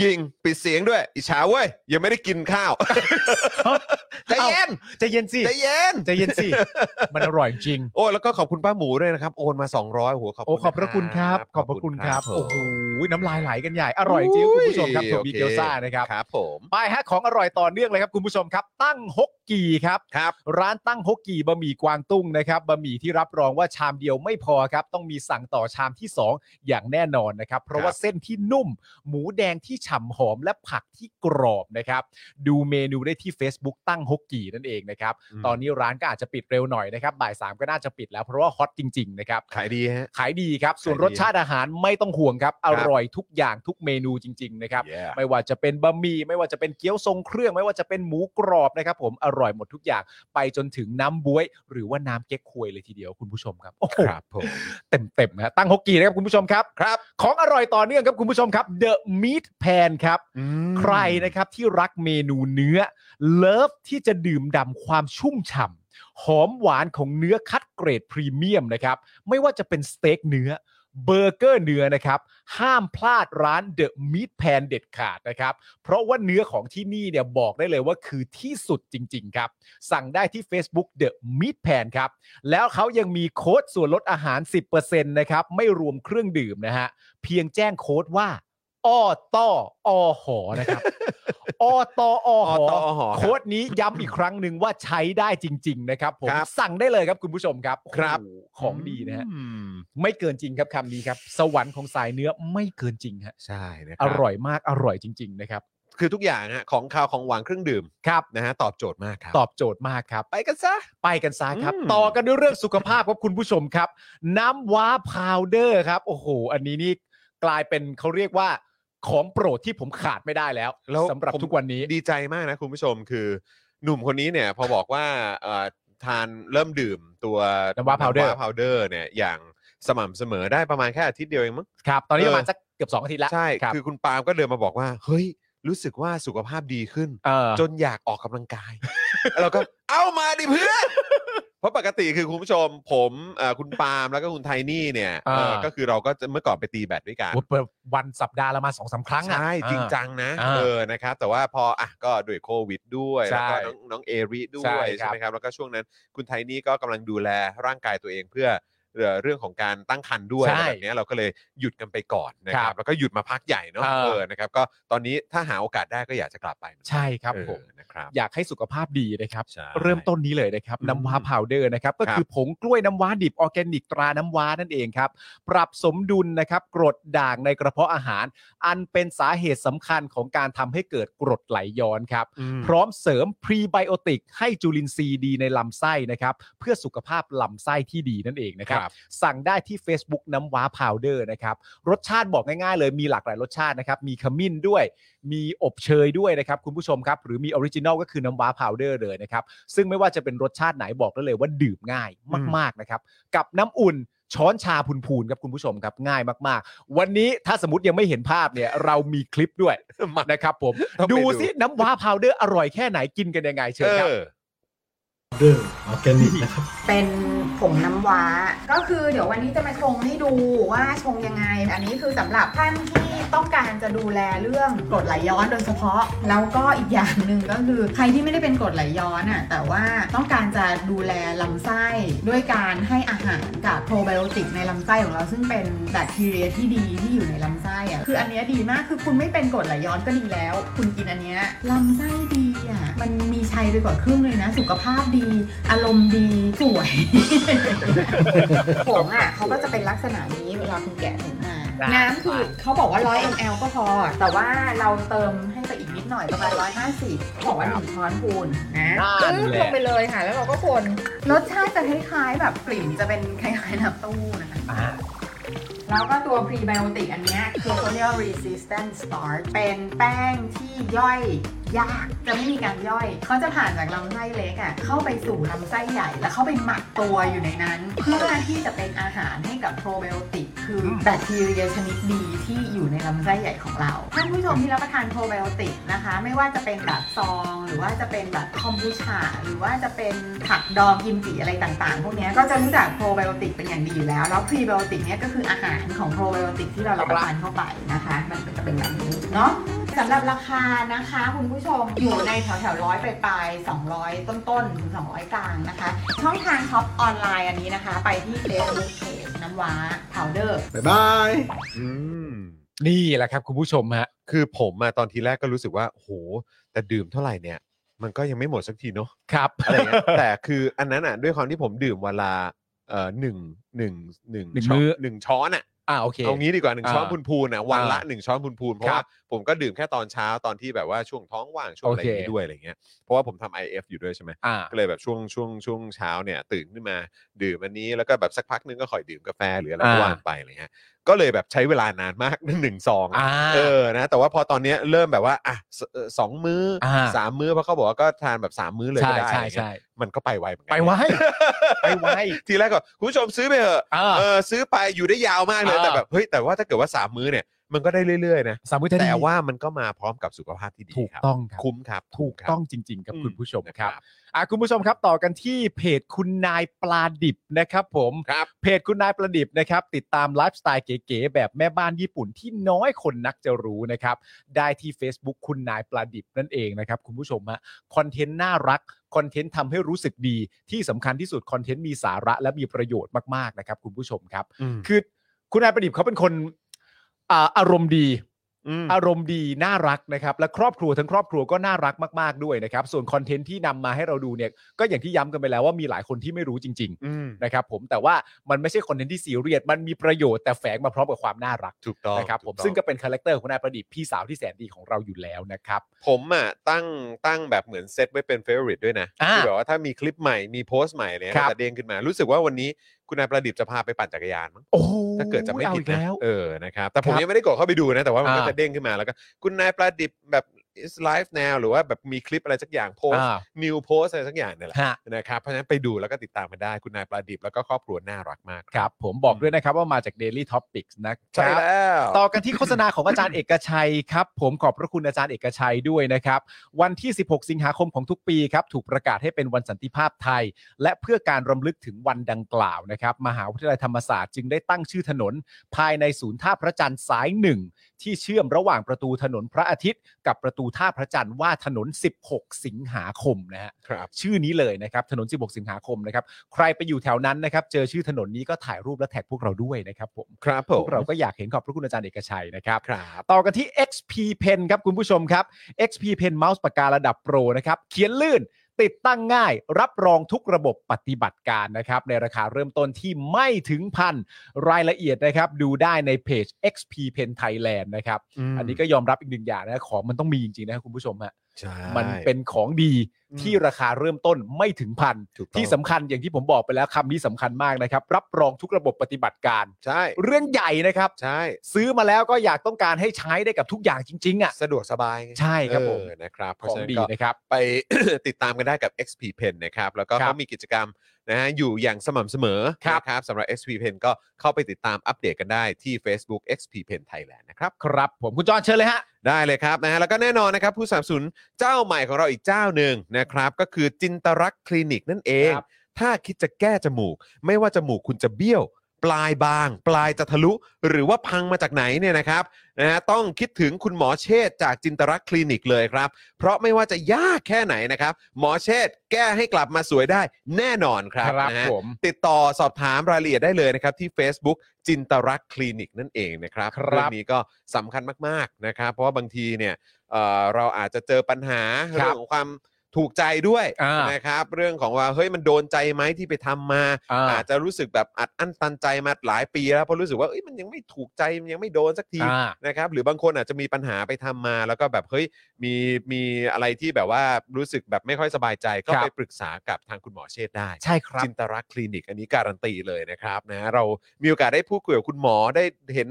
[SPEAKER 2] ยิงปิดเสียงด้วย อิจฉาเว้ยยังไม่ได้กินข้าว ใจเย็น
[SPEAKER 3] ใจเย็นสิ
[SPEAKER 2] ใจเย็น
[SPEAKER 3] ใจเย็นสิ มันอร่อยจริง
[SPEAKER 2] โอ้ยแล้วก็ขอบคุณป้าหมูด้วยนะครับ โอนมา 200หัวขอบ
[SPEAKER 3] โอ้
[SPEAKER 2] คุณ
[SPEAKER 3] ขอบพระคุณครับ ขอบพระคุณครับ
[SPEAKER 2] ผม
[SPEAKER 3] โอ้โหน้ำลายไหลกันใหญ่อร่อยจริงคุณผู้ชมครับโทมิเกียวซ่านะครับ
[SPEAKER 2] ครับผม
[SPEAKER 3] ไปฮะของอร่อยต่อเนื่องเลยครับคุณผู้ชมครับ ตั้งฮกกีครับ
[SPEAKER 2] ครับ
[SPEAKER 3] ร้านตั้งฮกกีบะหมี่กวางตุ้งนะครับบะหมี่ที่รับรองว่าชามเดียวไม่พอครับ ต้องมีสั่งต่อชามที่ 2 อย่างแน่นอนนะครับ เพราะว่าเส้นที่นุ่ม หมูแดงที่ฉ่ำหอมและผักที่กรอบนะครับ ดูเมนูได้ที่ Facebook ตั้งฮกกีนั่นเองนะครับ
[SPEAKER 2] อืม
[SPEAKER 3] ตอนนี้ร้านก็อาจจะปิดเร็วหน่อยนะครับ บ่ายสามก็น่าจะปิดแล้วเพราะว่าฮอตจริง ๆ นะครับ
[SPEAKER 2] ขายดีฮะ
[SPEAKER 3] ขายดีครับ ส่วน
[SPEAKER 2] ขายดี
[SPEAKER 3] รสชาติอาหารไม่ต้องห่วงครับ อ ร่อยทุกอย่างทุกเมนูจริงๆนะครับ
[SPEAKER 2] Yeah
[SPEAKER 3] ไม่ว่าจะเป็นบะหมี่ไม่ว่าจะเป็นเกี๊ยวทรงเครื่อง ไม่ว่าจะเป็นหมูกรอบนะครับ ผมอร่อยหมดทุกอย่างไปจนถึงน้ำบ๊วย หรือว่าน้ำเก๊กควยเลยทีเดียวคุณผู้ชมครับโอ้โห
[SPEAKER 2] ครับผม
[SPEAKER 3] เต็มเต็มๆฮะตั้งฮกกี้นะครับคุณผู้ชมครับครับ ของอร่อยต่อเนื่องครับคุณผู้ชมครับ The Meat Pan ครับ ใครนะครับที่รักเมนูเนื้อ เลิฟที่จะดื่มด่ำความชุ่มฉ่ำหอมหวานของเนื้อคัดเกรดพรีเมียมนะครับ ไม่ว่าจะเป็นสเต็กเนื้อ เบอร์เกอร์เนื้อนะครับ ห้ามพลาดร้านเดอะมิตแพนเด็ดขาดนะครับ เพราะว่าเนื้อของที่นี่เนี่ยบอกได้เลยว่าคือที่สุดจริง ๆ ครับ สั่งได้ที่ Facebook The Meat Pan ครับ แล้วเขายังมีโค้ดส่วนลดอาหาร 10%นะครับ ไม่รวมเครื่องดื่มนะฮะ เพียงแจ้งโค้ดว่าอ้อต้อออหอ นะครับอ้อต้อออห
[SPEAKER 2] อ้อต้ออ้อหอครับ
[SPEAKER 3] โค้ดนี้ย้ำอีกครั้งหนึ่งว่าใช้ได้จริง ๆ นะครับผม
[SPEAKER 2] ครับ
[SPEAKER 3] สั่งได้เลยครับคุณผู้ชมครับ
[SPEAKER 2] ครับ
[SPEAKER 3] โอ้โหของดีนะฮะ
[SPEAKER 2] อืม
[SPEAKER 3] ไม่เกินจริงครับคำนี้ครับ สวรรค์ของสายเนื้อไม่เกินจริงฮะ
[SPEAKER 2] ใช่นะค
[SPEAKER 3] อ
[SPEAKER 2] รับ
[SPEAKER 3] ร่อยมากอร่อยจริง ๆ นะครับ
[SPEAKER 2] คือทุกอย่างฮะของคาวของหวานเครื่องดื่ม
[SPEAKER 3] ครับ
[SPEAKER 2] นะฮะตอบโจทย์มากครับ
[SPEAKER 3] ตอบโจทย์มากครับ
[SPEAKER 2] ไปกันซะ
[SPEAKER 3] ไปกันซะครับ
[SPEAKER 2] อืม
[SPEAKER 3] ต่อกันด้วยเรื่องสุขภาพครับคุณผู้ชมครับ น้ำว้าพาวเดอร์ครับ โอ้โห อันนี้นี่กลายเป็นเขาเรียกว่าของโปรดที่ผมขาดไม่ได้แล้ว
[SPEAKER 2] แล้ว
[SPEAKER 3] สำหรับ
[SPEAKER 2] ผม
[SPEAKER 3] ทุกวันนี้
[SPEAKER 2] ดีใจมากนะคุณผู้ชมคือ หนุ่มคนนี้เนี่ยพอบอกว่าเอ่อทานเริ่มดื่มตัว
[SPEAKER 3] น้ำว้า powder
[SPEAKER 2] พาวเดอร์เนี่ยอย่างสม่ำเสมอได้ประมาณแค่อาทิตย์เดียวเองมั้ง
[SPEAKER 3] ครับ ตอนนี้
[SPEAKER 2] เอ
[SPEAKER 3] ป
[SPEAKER 2] อ
[SPEAKER 3] ระมาณสักเกือบ2อาทิตย์แล้ว
[SPEAKER 2] ใช่
[SPEAKER 3] ครับ
[SPEAKER 2] คือคุณปาล์มก็เดินมาบอกว่า เฮ้ย รู้สึกว่าสุขภาพดีขึ้น
[SPEAKER 3] เออ
[SPEAKER 2] จนอยากออกกำลังกาย เราก็เอามาดิเพื่อน เพราะปกติคือคุณผู้ชม ผมเอ่อคุณปาล์มแล้วก็คุณไทนี่เนี่ยเอ่อก็คือเราก็จะเมื่อก่อนไปตีแบดด้วยกัน
[SPEAKER 3] โอ้โหเปิดวันสัปดาห์ละมาสองสามครั้งอะ
[SPEAKER 2] ใช่ จริง
[SPEAKER 3] อ่า
[SPEAKER 2] จังนะ
[SPEAKER 3] อ่า
[SPEAKER 2] เออนะครับแต่ว่าพออ่ะก็ด้วยโควิดด้วย
[SPEAKER 3] ใช่
[SPEAKER 2] แล้วก็น้องน้องเอริด้ว
[SPEAKER 3] ใช่
[SPEAKER 2] ย
[SPEAKER 3] ครั
[SPEAKER 2] ใช่
[SPEAKER 3] บ
[SPEAKER 2] ไหมครับแล้วก็ช่วงนั้นคุณไทนี่ก็กำลังดูแลร่างกายตัวเองเพื่อเอ่อเรื่องของการตั้งครรภ์ด้วยอะ
[SPEAKER 3] ใช่
[SPEAKER 2] ไรแบบเนี้ยเราก็เลยหยุดกันไปก่อนนะค
[SPEAKER 3] ค
[SPEAKER 2] รั
[SPEAKER 3] รั
[SPEAKER 2] บบ แล้วก็หยุดมาพักใหญ่เนาะ
[SPEAKER 3] เออ
[SPEAKER 2] เออนะครับก็ตอนนี้ถ้าหาโอกาสได้ก็อยากจะกลับไปเหมือนกัน
[SPEAKER 3] ใช่ครับ
[SPEAKER 2] เออ
[SPEAKER 3] ผม
[SPEAKER 2] นะครับ
[SPEAKER 3] อยากให้สุขภาพดีนะครับ
[SPEAKER 2] ใช่
[SPEAKER 3] เริ่มต้นนี้เลยนะครับ
[SPEAKER 2] อืม
[SPEAKER 3] น้ำว้าพาวเดอร์นะครับ ก็
[SPEAKER 2] ครับ
[SPEAKER 3] คือผงกล้วยน้ำว้าดิบออร์แกนิกตราน้ำว้านั่นเองครับ ปรับสมดุลนะครับกรดด่างในกระเพาะอาหาร อันเป็นสาเหตุสำคัญของการทำให้เกิดกรดไหลย้อนครับ
[SPEAKER 2] อืม
[SPEAKER 3] พร้อมเสริมพรีไบโอติกให้จุลินทรีย์ดีในลำไส้นะครับ เพื่อสุขภาพลำไส้ที่ดีนั่นเองนะครับ
[SPEAKER 2] ครับ
[SPEAKER 3] สั่งได้ที่ Facebook น้ำว้าพาวเดอร์นะครับ รสชาติบอกง่ายๆเลยมีหลากหลายรสชาตินะครับ มีขมิ้นด้วย มีอบเชยด้วยนะครับ คุณผู้ชมครับ หรือมีออริจินอลก็คือน้ำว้าพาวเดอร์เลยนะครับ ซึ่งไม่ว่าจะเป็นรสชาติไหนบอกได้เลยว่าดื่มง่ายมากๆนะครับ กับน้ำอุ่นช้อนชาพูนๆครับคุณผู้ชมครับง่ายมากๆ วันนี้ถ้าสมมติยังไม่เห็นภาพเนี่ยเรามีคลิป ด้วย นะครับผม
[SPEAKER 2] ต้องไปดู
[SPEAKER 3] ดูสิน้ำว้าพาวเดอร์อร่อยแค่ไหนกินกันยังไงเชิ
[SPEAKER 2] เอ
[SPEAKER 3] ญครับ
[SPEAKER 2] อ
[SPEAKER 9] เดอร์ออร์แกนิกนะครับ
[SPEAKER 8] เป็นผงน้ำว้า ก็คือเดี๋ยววันนี้จะมาชงให้ดูว่าชงยังไง อันนี้คือสำหรับท่านที่ต้องการจะดูแลเรื่องกรดไหลย้อนโดยเฉพาะ แล้วก็อีกอย่างหนึ่งก็คือใครที่ไม่ได้เป็นกรดไหลย้อนอ่ะแต่ว่าต้องการจะดูแลลำไส้ด้วยการให้อาหารกับโปรไบโอติกในลำไส้ของเราซึ่งเป็นแบคทีเรียที่ดีที่อยู่ในลำไส้อ่ะคืออันเนี้ยดีมากคือคุณไม่เป็นกรดไหลย้อนก็ดีแล้ว คุณกินอันเนี้ยลำไส้ดีอ่ะมันมีชัยไปกว่าครึ่งเลยนะ สุขภาพดี อารมณ์ดีสวย ผงอ่ะเขาก็จะเป็นลักษณะนี้เวลาคุณแกะถุงมา น้ำคือเขาบอกว่า 100 ml ก็พอ แต่ว่าเราเติมให้ไปอีกนิดหน่อยประมาณ 150เขาบอกว่าหนึ่งช้อนพูนนะ
[SPEAKER 3] อ่า
[SPEAKER 8] ปึ๊บ
[SPEAKER 3] ดูแล
[SPEAKER 8] ลงไปเลยค่ะ แล้วเราก็คนรสชาติจะคล้ายๆ แบบกลิ่นจะเป็นคล้ายๆน้ำเต้าหู้นะคะ แล้วก็ตัวพรีไบโอติกอันเนี้ยคือเขาเรียกว่า resistant starch เป็นแป้งที่ย่อยยาก จะไม่มีการย่อย เขาจะผ่านจากลำไส้เล็กอะ่ะ เข้าไปสู่ลำไส้ใหญ่ แล้วเข้าไปหมักตัวอยู่ในนั้น เพื่อที่จะเป็นอาหารให้กับโปรไบโอติก คือแบคทีเรียชนิดดีที่อยู่ในลำไส้ใหญ่ของเรา ท่านผู้ชมที่รับประทานโปรไบโอติกนะคะ ไม่ว่าจะเป็นแบบซอง หรือว่าจะเป็นแบบคอมบูชา หรือว่าจะเป็นผักดองกิมจิอะไรต่างๆ พวกเนี้ยก็จะรู้จักโปรไบโอติกเป็นอย่างดีอยู่แล้ว แล้วพรีไบโอติกเนี้ยก็คืออาหารของโปรไบโอติกที่เรารับประทานเข้าไปนะคะ มันก็จะเป็นแบบนี้เนาะ สำหรับราคานะคะ คุณผู้ชมอยู่ในแถวแถวร้อยปลายปลาย200 ต้นต้นๆถึง200 กลางนะคะ ช่องทางช็อปออนไลน์อันนี้นะคะ ไปที่ Facebook Page น้ำว้า powder
[SPEAKER 9] บ๊ายบาย
[SPEAKER 2] อืม
[SPEAKER 3] นี่แหละครับคุณผู้ชมฮะ
[SPEAKER 2] คือผมอะตอนทีแรกก็รู้สึกว่าโอ้โห แต่ดื่มเท่าไหร่เนี่ย มันก็ยังไม่หมดสักทีเนาะ
[SPEAKER 3] ครับ
[SPEAKER 2] อะไรเงี้ยแต่คืออันนั้นอ่ะด้วยความที่ผมดื่มเวลาเอ่อหนึ่งหนึ่งหนึ่ง
[SPEAKER 3] หนึ่ง
[SPEAKER 2] ช้อ
[SPEAKER 3] มื้
[SPEAKER 2] น
[SPEAKER 3] อ
[SPEAKER 2] หนึ่งช้อนอ่ะ
[SPEAKER 3] อ่าโอเค
[SPEAKER 2] เอางี้ดีกว่าหนึ่ง
[SPEAKER 3] อ่า
[SPEAKER 2] ช้อนพูนพูนอ่ะวันละ
[SPEAKER 3] อ่า
[SPEAKER 2] หนึ่งช้อนพูนพูนเพราะ
[SPEAKER 3] ครั
[SPEAKER 2] ว่า
[SPEAKER 3] บ
[SPEAKER 2] ผมก็ดื่มแค่ตอนเช้าตอนที่แบบว่าช่วงท้องว่างช่วงอะไรอย่าง
[SPEAKER 3] โอ
[SPEAKER 2] งี้
[SPEAKER 3] เค
[SPEAKER 2] ด้วยอะไรเงี้ยเพราะว่าผมทำ IF อยู่ด้วยใช่ไหม
[SPEAKER 3] อ่า
[SPEAKER 2] ก็เลยแบบช่วงช่วงช่วงเช้าเนี่ยตื่นขึ้นมาดื่มอันนี้แล้วก็แบบสักพักนึงก็ค่อยดื่มกาแฟหรืออะไรก็
[SPEAKER 3] อ่า
[SPEAKER 2] ว่างไปอะไรเงี้ย ก็เลยแบบใช้เวลานานมาก หนึ่งซองอะ
[SPEAKER 3] อ่า
[SPEAKER 2] เออนะแต่ว่าพอตอนเนี้ยเริ่มแบบว่าอ่ะสเอ่อสองมื้ออา สามมื้อเพราะเขาบอกว่าก็ทานแบบสามมื้อเลย
[SPEAKER 3] ใช่
[SPEAKER 2] ก็ได้
[SPEAKER 3] ใช่
[SPEAKER 2] อะไรเงี้ย
[SPEAKER 3] ใช่
[SPEAKER 2] มันก็ไปไวเหมือนกั
[SPEAKER 3] ไปไวไปไว
[SPEAKER 2] ทีแรกก็คุณผู้ชมซื้อไปเถอะ
[SPEAKER 3] เออ
[SPEAKER 2] เออซื้อไปอยู่ได้ยาวมากเลย
[SPEAKER 3] เออ
[SPEAKER 2] แต่แบบเฮ้ยแต่ว่าถ้าเกิดว่าสามมื้อเนี่ยมันก็ได้เรื่อยๆนะ
[SPEAKER 3] สามวิทยา
[SPEAKER 2] แต่ว่ามันก็มาพร้อมกับสุขภาพที่ดี
[SPEAKER 3] ถูก
[SPEAKER 2] ครับ
[SPEAKER 3] ต้องครับ
[SPEAKER 2] คุ้มครับ
[SPEAKER 3] ถูก
[SPEAKER 2] ครับ
[SPEAKER 3] ต้องจริง ๆ กับ
[SPEAKER 2] อืม
[SPEAKER 3] คุณผู้ชม
[SPEAKER 2] นะค
[SPEAKER 3] ค
[SPEAKER 2] รั
[SPEAKER 3] รั
[SPEAKER 2] บบ
[SPEAKER 3] อ่ะคุณผู้ชมครับต่อกันที่เพจคุณนายปลาดิบนะครับผม
[SPEAKER 2] ครับ
[SPEAKER 3] เพจคุณนายปลาดิบนะครับติดตามไลฟ์สไตล์เก๋ๆแบบแม่บ้านญี่ปุ่นที่น้อยคนนักจะรู้นะครับ ได้ที่ Facebook คุณนายปลาดิบนั่นเองนะครับคุณผู้ชมฮะคอนเทนต์น่ารักคอนเทนต์ทำให้รู้สึกดีที่สำคัญที่สุดคอนเทนต์มีสาระและมีประโยชน์มากๆนะครับคุณผู้ชมครับ
[SPEAKER 2] อืม
[SPEAKER 3] คือคุณนายประดิษฐ์เขาเป็นคนอ่าอารมณ์ดี
[SPEAKER 2] อืม
[SPEAKER 3] อารมณ์ดีน่ารักนะครับ และครอบครัวทั้งครอบครัวก็น่ารักมากๆด้วยนะครับ ส่วนคอนเทนต์ที่นำมาให้เราดูเนี่ยก็อย่างที่ย้ำกันไปแล้วว่ามีหลายคนที่ไม่รู้จริง
[SPEAKER 2] อืม
[SPEAKER 3] ๆ นะครับ ผมแต่ว่ามันไม่ใช่คอนเทนต์ที่ซีเรียสมันมีประโยชน์แต่แฝงมาพร้อมกับความน่ารัก
[SPEAKER 2] ถูกต้อง
[SPEAKER 3] นะครับผม
[SPEAKER 2] ถูต้อง
[SPEAKER 3] ซึ่งก็เป็นคาแรคเตอร์ของนายประดิษฐ์พี่สาวที่แสนดีของเราอยู่แล้วนะครับ
[SPEAKER 2] ผมอ่ะตั้งตั้งแบบเหมือนเซตไว้เป็นเฟ v o r ริ e ด้วยนะ
[SPEAKER 3] อ่า
[SPEAKER 2] คือแบบว่าถ้ามีคลิปใหม่มีโพสต์ใหม่เนี่ย
[SPEAKER 3] ครับ
[SPEAKER 2] จะเด้งขึ้นมา รู้สึกว่าวันนี้คุณนายประดิษฐ์จะพาไปปั่นจักรยานมั้ง
[SPEAKER 3] โอ้โห
[SPEAKER 2] ถ้าเกิดจะไม่
[SPEAKER 3] อา
[SPEAKER 2] ผิด
[SPEAKER 3] อีก
[SPEAKER 2] นะ
[SPEAKER 3] แล้ว
[SPEAKER 2] เออนะครับแต่ผ
[SPEAKER 3] ค
[SPEAKER 2] ม
[SPEAKER 3] รับ
[SPEAKER 2] ยังไม่ได้กดเข้าไปดูนะ แต่ว่ามันก็
[SPEAKER 3] อ่า
[SPEAKER 2] จะเด้งขึ้นมาแล้วก็คุณนายประดิษฐ์แบบ is live now หรือว่าแบบมีคลิปอะไรสักอย่างโพสต์
[SPEAKER 3] อ่า
[SPEAKER 2] new โพสอะไรสักอย่างเนี่ยแหละ
[SPEAKER 3] ฮะ
[SPEAKER 2] นะครับเพราะฉะนั้นไปดูแล้วก็ติดตามมันได้คุณนายประดิษฐ์แล้วก็ครอบครัวน่ารักมาก
[SPEAKER 3] ครับผมบอกด้วยนะครับว่ามาจาก Daily Topics นะค
[SPEAKER 2] ใช่
[SPEAKER 3] รับ
[SPEAKER 2] แล้ว
[SPEAKER 3] ต่อกันที่โฆษณาของอาจารย์เอกชัยครับ ผมขอบพระคุณอาจารย์เอกชัยด้วยนะครับ วันที่ 16 สิงหาคมของทุกปีครับ ถูกประกาศให้เป็นวันสันติภาพไทย และเพื่อการรำลึกถึงวันดังกล่าวนะครับ มหาวิทยาลัยธรรมศาสตร์จึงได้ตั้งชื่อถนน ภายในศูนย์ท่าพระจันทร์สายหนึ่งที่เชื่อมระหว่างประตูถนนพระอาทิตย์ กับประตูท่าพระจันทร์ว่าถนน 16 สิงหาคมนะฮะ
[SPEAKER 2] ครับ
[SPEAKER 3] ชื่อนี้เลยนะครับ ถนน 16 สิงหาคมนะครับ ใครไปอยู่แถวนั้นนะครับ เจอชื่อถนนนี้ก็ถ่ายรูปและแท็กพวกเราด้วยนะครับผม
[SPEAKER 2] ครับผ
[SPEAKER 3] พ
[SPEAKER 2] ม
[SPEAKER 3] วกเราก็อยากเห็นขอบพระคุณอาจารย์เอกชัยนะครับ
[SPEAKER 2] ครับ
[SPEAKER 3] ต่อกันที่ XP Pen ครับคุณผู้ชมครับ XP Pen เมาส์ปากการะดับโปรนะครับ เขียนลื่น ติดตั้งง่าย รับรองทุกระบบปฏิบัติการนะครับ ในราคาเริ่มต้นที่ไม่ถึงพัน รายละเอียดนะครับ ดูได้ในเพจ XP Pen Thailand นะครับ อันนี้ก็ยอมรับอีกหนึ่งอย่างนะของมันต้องมีจริงๆนะครับคุณผู้ชมฮะ
[SPEAKER 2] ใช่
[SPEAKER 3] มันเป็นของดีที่ราคาเริ่มต้นไม่ถึงพัน
[SPEAKER 2] ถูกต้อง
[SPEAKER 3] ที่สำคัญอย่างที่ผมบอกไปแล้วคำนี้สำคัญมากนะครับ รับรองทุกระบบปฏิบัติการ
[SPEAKER 2] ใช่
[SPEAKER 3] เรื่องใหญ่นะครับ
[SPEAKER 2] ใช่
[SPEAKER 3] ซื้อมาแล้วก็อยากต้องการให้ใช้ได้กับทุกอย่างจริง ๆ อ่ะ
[SPEAKER 2] สะดวกสบายไง
[SPEAKER 3] ใช่ครับผม
[SPEAKER 2] เออนะครับเพ
[SPEAKER 3] ข
[SPEAKER 2] ราะ
[SPEAKER 3] อง
[SPEAKER 2] ฉะนั้น
[SPEAKER 3] ดี
[SPEAKER 2] ก็
[SPEAKER 3] นะครับ
[SPEAKER 2] ไป ติดตามกันได้กับ XP Pen นะครับ แล้วก็
[SPEAKER 3] ครับ
[SPEAKER 2] เขามีกิจกรรมนะฮะอยู่อย่างสม่ำเสมอ
[SPEAKER 3] ครับ
[SPEAKER 2] นะครับสำหรับ XP Pen ก็เข้าไปติดตามอัปเดตกันได้ที่ Facebook XP Pen Thailand นะครับ
[SPEAKER 3] ครับ ผมคุณจอห์นเชิญเลยฮะ
[SPEAKER 2] ได้เลยครับนะฮะแล้วก็แน่นอนนะครับ ผู้สนับสนุนเจ้าใหม่ของเราอีกเจ้าหนึ่งนะครับ ก็คือจินตรักษณ์คลินิกนั่นเอง
[SPEAKER 3] ครับ
[SPEAKER 2] ถ้าคิดจะแก้จมูก ไม่ว่าจมูกคุณจะเบี้ยว ปลายบาง ปลายจะทะลุ หรือว่าพังมาจากไหนเนี่ยนะครับนะฮะต้องคิดถึงคุณหมอเชษฐ์จากจินตรักษณ์คลินิกเลยครับ เพราะไม่ว่าจะยากแค่ไหนนะครับ หมอเชษฐ์แก้ให้กลับมาสวยได้แน่นอนครับนะฮะ
[SPEAKER 3] ผม
[SPEAKER 2] ติดต่อสอบถามรายละเอียดได้เลยนะครับ ที่ Facebook จินตรักษณ์คลินิกนั่นเองนะครับ
[SPEAKER 3] ครับ
[SPEAKER 2] เรื่องนี้ก็สำคัญมากๆนะครับ เพราะว่าบางทีเนี่ยเอ่อเราอาจจะเจอปัญหาเรื่องของความถูกใจด้วย
[SPEAKER 3] อ่า
[SPEAKER 2] นะครับ เรื่องของว่าเฮ้ยมันโดนใจไหมที่ไปทำมา
[SPEAKER 3] อ่า
[SPEAKER 2] อาจจะรู้สึกแบบอัดอั้นตันใจมาหลายปีแล้วเพราะรู้สึกว่าเอ้ยมันยังไม่ถูกใจมันยังไม่โดนสักที
[SPEAKER 3] อ่า
[SPEAKER 2] นะครับหรือบางคนอาจจะมีปัญหาไปทำมาแล้วก็แบบเฮ้ยมีมีอะไรที่แบบว่ารู้สึกแบบไม่ค่อยสบายใจ ก็
[SPEAKER 3] ครับ
[SPEAKER 2] ไปปรึกษากับทางคุณหมอเชษฐ์ได้
[SPEAKER 3] ใช่ครับ
[SPEAKER 2] จินตรักษณ์คลินิกอันนี้การันตีเลยนะครับนะเรามีโอกาสได้พูดคุยกับคุณหมอได้เห็น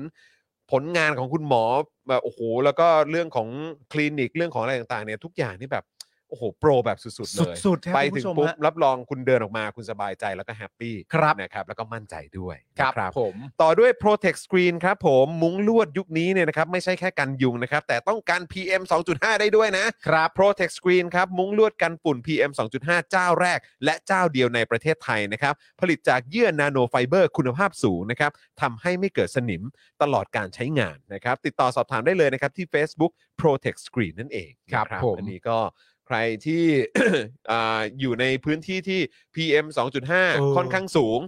[SPEAKER 2] ผลงานของคุณหมอแบบโอ้โหแล้วก็เรื่องของคลินิกเรื่องของอะไรต่างๆเนี่ยทุกอย่างนี่แบบโอ้โหโปรแบบสุดๆเลย
[SPEAKER 3] สุดๆครับ
[SPEAKER 2] ไป
[SPEAKER 3] คุณ
[SPEAKER 2] ถึง
[SPEAKER 3] ผู้ชม
[SPEAKER 2] ปุ๊บ
[SPEAKER 3] ฮะ
[SPEAKER 2] รับรองคุณเดินออกมาคุณสบายใจแล้วก็แฮปปี้
[SPEAKER 3] ครับ
[SPEAKER 2] นะครับแล้วก็มั่นใจด้วย
[SPEAKER 3] ครับ
[SPEAKER 2] นะ
[SPEAKER 3] ผม
[SPEAKER 2] ต่อด้วย Protect Screen ครับผมมุ้งลวดยุคนี้เนี่ยนะครับไม่ใช่แค่กันยุงนะครับ แต่ต้องกัน PM 2.5 ได้ด้วยนะ
[SPEAKER 3] ครับ
[SPEAKER 2] Protect Screen ครับมุ้งลวดกันฝุ่น PM 2.5 เจ้าแรก และเจ้าเดียวในประเทศไทยนะครับ ผลิตจากเยื่อนาโนไฟเบอร์คุณภาพสูงนะครับทำให้ไม่เกิดสนิมตลอดการใช้งานนะครับ ติดต่อสอบถามได้เลยนะครับ ที่ Facebook Protect Screen นั่นเอง
[SPEAKER 3] ครับ
[SPEAKER 2] นะ
[SPEAKER 3] ผม
[SPEAKER 2] อันนี้ก็ใครที่ อ่าอยู่ในพื้นที่ที่ PM 2.5 ค่อนข้างสูง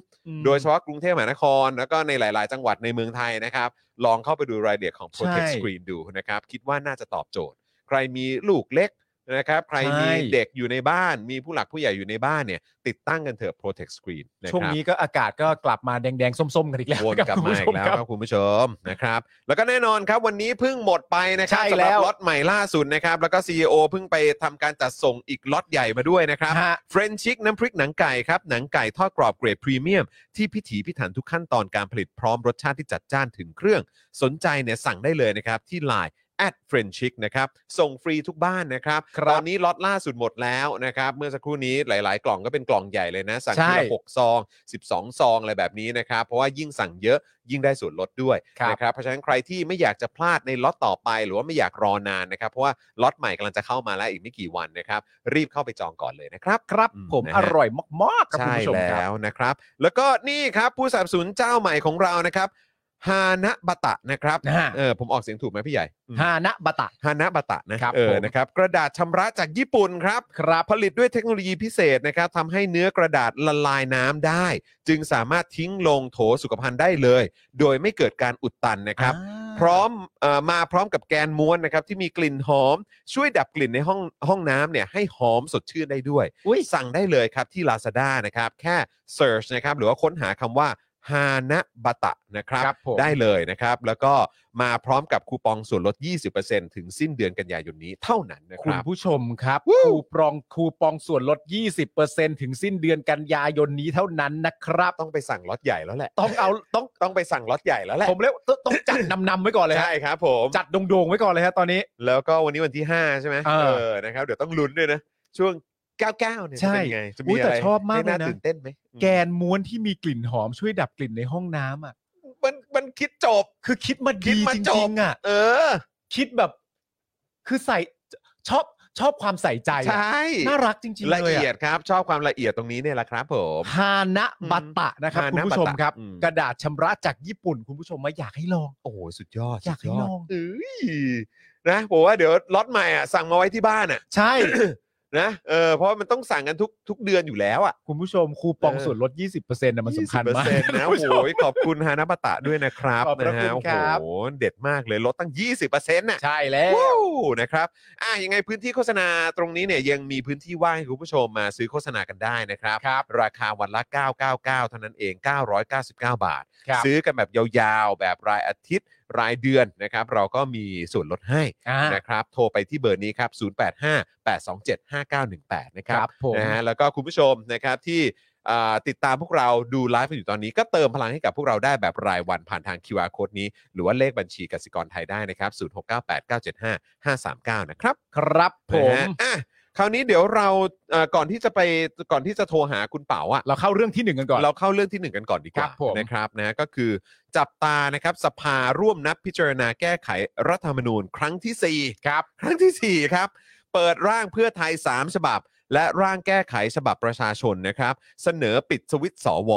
[SPEAKER 2] โดยเฉพาะกรุงเทพมหานคร แล้วก็ในหลาย ๆ จังหวัดในเมืองไทยนะครับ ลองเข้าไปดูรายละเอียดของ Protect
[SPEAKER 3] ใช่
[SPEAKER 2] Screen ดูนะครับ คิดว่าน่าจะตอบโจทย์ ใครมีลูกเล็ก นะครับใครมี
[SPEAKER 3] ใช่
[SPEAKER 2] เด็กอยู่ในบ้านมีผู้หลักผู้ใหญ่อยู่ในบ้านเนี่ย ติดตั้งกันเถอะ protect screen นะ
[SPEAKER 3] ช่วง
[SPEAKER 2] ครับ
[SPEAKER 3] นี้ก็อากาศก็กลับมาแดงๆ ส้มๆ กันอีกแล้ว
[SPEAKER 2] วนกลับ
[SPEAKER 3] คุณ
[SPEAKER 2] มา
[SPEAKER 3] ผู้ช
[SPEAKER 2] อีกแล้ว
[SPEAKER 3] ค
[SPEAKER 2] ค
[SPEAKER 3] รั
[SPEAKER 2] รับ บคุณผู้ชมนะครับ แล้วก็แน่นอนครับวันนี้เพิ่งหมดไปนะครับ
[SPEAKER 3] ใช่
[SPEAKER 2] สำห
[SPEAKER 3] แล้
[SPEAKER 2] รับ
[SPEAKER 3] ว
[SPEAKER 2] ล็อตใหม่ล่าสุดนะครับ แล้วก็ CEO เพิ่งไปทำการจัดส่งอีกล็อตใหญ่มาด้วยนะครับ
[SPEAKER 3] ฮะ
[SPEAKER 2] เฟรนชิกน้ำพริกหนังไก่ครับ หนังไก่ทอดกรอบเกรดพรีเมียม ที่พิถีพิถันทุกขั้นตอนการผลิตพร้อมรสชาติที่จัดจ้านถึงเครื่อง สนใจเนี่ยสั่งได้เลยนะครับ ที่ Line แอดเฟรนชิกนะครับ ส่งฟรีทุกบ้านนะครับ
[SPEAKER 3] ครับ
[SPEAKER 2] ตอนนี้ล็อตล่าสุดหมดแล้วนะครับ เมื่อสักครู่นี้หลาย ๆ กล่องก็เป็นกล่องใหญ่เลยนะ สั่งที
[SPEAKER 3] ใช่
[SPEAKER 2] ละหกซอง 12 ซอง อะไรแบบนี้นะครับ เพราะว่ายิ่งสั่งเยอะยิ่งได้ส่วนลดด้วย
[SPEAKER 3] ครับ
[SPEAKER 2] นะครับ เพราะฉะนั้นใครที่ไม่อยากจะพลาดในล็อตต่อไป หรือว่าไม่อยากรอนานนะครับ เพราะว่าล็อตใหม่กำลังจะเข้ามาแล้วอีกไม่กี่วันนะครับ รีบเข้าไปจองก่อนเลยนะครับ
[SPEAKER 3] ครับ
[SPEAKER 2] อืม
[SPEAKER 3] ผม
[SPEAKER 2] นะฮะ
[SPEAKER 3] อร่อยมากๆครับคุณ
[SPEAKER 2] ใช่
[SPEAKER 3] ผู้ชมค
[SPEAKER 2] แล้
[SPEAKER 3] รับ
[SPEAKER 2] วนะครับ แล้วก็นี่ครับผู้สนับสนุนเจ้าใหม่ของเรานะครับฮานะบะตะนะครับ
[SPEAKER 3] นะฮะ
[SPEAKER 2] เออผมออกเสียงถูกไหมพี่ใหญ่อืม
[SPEAKER 3] ฮานะบะตะ
[SPEAKER 2] ฮานะบะตะนะครับ เออ
[SPEAKER 3] ผม
[SPEAKER 2] นะครับกระดาษชำระจากญี่ปุ่นครับ
[SPEAKER 3] ครับ
[SPEAKER 2] ผลิตด้วยเทคโนโลยีพิเศษนะครับทำให้เนื้อกระดาษละลายน้ำได้ จึงสามารถทิ้งลงโถสุขภัณฑ์ได้เลย โดยไม่เกิดการอุดตันนะครับ พร้อมเออมาพร้อมกับแกนม้วนนะครับที่มีกลิ่นหอม ช่วยดับกลิ่นในห้องห้องน้ำเนี่ยให้หอมสดชื่นได้ด้วย
[SPEAKER 3] อุ้ย
[SPEAKER 2] สั่งได้เลยครับที่ Lazada นะครับแค่ search นะครับหรือว่าค้นหาคำว่าฮานะบะตะนะครับ
[SPEAKER 3] ครับผม
[SPEAKER 2] ได้เลยนะครับ แล้วก็มาพร้อมกับคูปองส่วนลด 20%ถึงสิ้นเดือนกันยายนนี้เท่านั้นนะค
[SPEAKER 3] คุณ
[SPEAKER 2] รับ
[SPEAKER 3] ผู้ชมครับ
[SPEAKER 2] Woo
[SPEAKER 3] คูปองคูปองส่วนลด 20%ถึงสิ้นเดือนกันยายนนี้เท่านั้นนะครับ
[SPEAKER 2] ต้องไปสั่งล็อตใหญ่แล้วแหละ
[SPEAKER 3] ต้องเอาต้อง
[SPEAKER 2] ต้องไปสั่งล็อตใหญ่แล้วแหละ
[SPEAKER 3] ผมเรียกว่าต้อง จัดนำๆไว้ก่อนเลยฮะ
[SPEAKER 2] ใช่ครับผม
[SPEAKER 3] จัดโด่งๆไว้ก่อนเลยฮะตอนนี้
[SPEAKER 2] แล้วก็วันนี้วันที่ 5 ใช่ไหม
[SPEAKER 3] เออ
[SPEAKER 2] นะครับเดี๋ยวต้องลุ้นด้วยนะ ช่วง 99เนี่ย
[SPEAKER 3] ใช่
[SPEAKER 2] จะเป็นยังไงจะมี
[SPEAKER 3] อุ๊ย
[SPEAKER 2] อะ
[SPEAKER 3] แต่
[SPEAKER 2] ไร
[SPEAKER 3] ชอบมาก
[SPEAKER 2] ให้น่า
[SPEAKER 3] เลยนะ
[SPEAKER 2] ตื่นเต้นไหม
[SPEAKER 3] แกนม้วนที่มีกลิ่นหอมช่วยดับกลิ่นในห้องน้ำอ่ะ
[SPEAKER 2] มันมันคิดจบ
[SPEAKER 3] คือคิดมา
[SPEAKER 2] คิ
[SPEAKER 3] ดี
[SPEAKER 2] ดมา
[SPEAKER 3] จ
[SPEAKER 2] จ
[SPEAKER 3] ริ
[SPEAKER 2] บ
[SPEAKER 3] งๆอ่ะ
[SPEAKER 2] เออ
[SPEAKER 3] คิดแบบ คือใส่ชอบชอบความใส่ใจ
[SPEAKER 2] ใช
[SPEAKER 3] อะ
[SPEAKER 2] ่
[SPEAKER 3] น่ารักจริงๆ
[SPEAKER 2] ละ
[SPEAKER 3] เลย
[SPEAKER 2] เอียด
[SPEAKER 3] อะ
[SPEAKER 2] ครับ ชอบความละเอียดตรงนี้เนี่ยแหละครับผม
[SPEAKER 3] ฮานะบัตตะนะครับ
[SPEAKER 2] ฮานะ
[SPEAKER 3] คุณผู้
[SPEAKER 2] บัตตะ
[SPEAKER 3] ชมครับ
[SPEAKER 2] อืม
[SPEAKER 3] กระดาษชำระจากญี่ปุ่น คุณผู้ชมมาอยากให้ลอง
[SPEAKER 2] โอ้โหสุดยอด
[SPEAKER 3] อยากให้
[SPEAKER 2] สุดด
[SPEAKER 3] ลอง
[SPEAKER 2] เอ้ยนะผมว่าเดี๋ยวล็อตใหม่อ่ะสั่งมาไว้ที่บ้านอ่ะ
[SPEAKER 3] ใช่
[SPEAKER 2] นะเออเพราะมันต้องสั่งกันทุกทุกเดือนอยู่แล้วอ่ะ
[SPEAKER 3] คุณผู้ชมคูปอง
[SPEAKER 2] เออ
[SPEAKER 3] ส่วนลด 20%นะมันสำคัญมาก
[SPEAKER 2] 20%นะโอ้โหขอบคุณฮานาปะตะด้วยนะครับ
[SPEAKER 3] ขอบพ
[SPEAKER 2] นะ
[SPEAKER 3] ระ
[SPEAKER 2] ฮะโอ้
[SPEAKER 3] คุณครับ
[SPEAKER 2] โหเด็ดมากเลยลดตั้ง 20%น่ะ
[SPEAKER 3] ใช่แล้ว
[SPEAKER 2] ว้าวนะครับอ่ะยังไงพื้นที่โฆษณาตรงนี้เนี่ยยังมีพื้นที่ว่างให้คุณผู้ชมมาซื้อโฆษณากันได้นะครับ ราคาวันละ 999 เท่านั้นเอง 999 บาท
[SPEAKER 3] ครับ
[SPEAKER 2] ซื้อกันแบบยาวๆ แบบรายอาทิตย์รายเดือนนะครับ เราก็มีส่วนลดให้
[SPEAKER 3] อ่า
[SPEAKER 2] นะครับ โทรไปที่เบอร์นี้ครับ 0858275918 นะครับ
[SPEAKER 3] ครับผม
[SPEAKER 2] นะฮะแล้วก็คุณผู้ชมนะครับที่อ่าติดตามพวกเราดูไลฟ์กันอยู่ตอนนี้ ก็เติมพลังให้กับพวกเราได้แบบรายวันผ่านทาง QR Code นี้ หรือว่าเลขบัญชีกสิกรไทยได้นะครับ 0698975539 นะครับ
[SPEAKER 3] ครับผ
[SPEAKER 2] นะ
[SPEAKER 3] ม
[SPEAKER 2] ฮะอ่ะคราวนี้เดี๋ยวเราเอ่อก่อนที่จะไปก่อนที่จะโทรหาคุณเป๋าอะ
[SPEAKER 3] เราเข้าเรื่องที่หนึ่งกันก่อน
[SPEAKER 2] เราเข้าเรื่องที่หนึ่งกันก่อนดีก
[SPEAKER 3] ครั
[SPEAKER 2] ว่า
[SPEAKER 3] บผม
[SPEAKER 2] นะครับนะก็คือจับตานะครับสภาร่วมนัดพิจารณาแก้ไขรัฐธรรมนูญ ครั้งที่ 4 ครับ ครั้งทีสี่ 4 ครับ เปิดร่างเพื่อไทย 3 ฉบับ และร่างแก้ไขฉบับประชาชนนะครับ เสนอปิดสวิตช์สว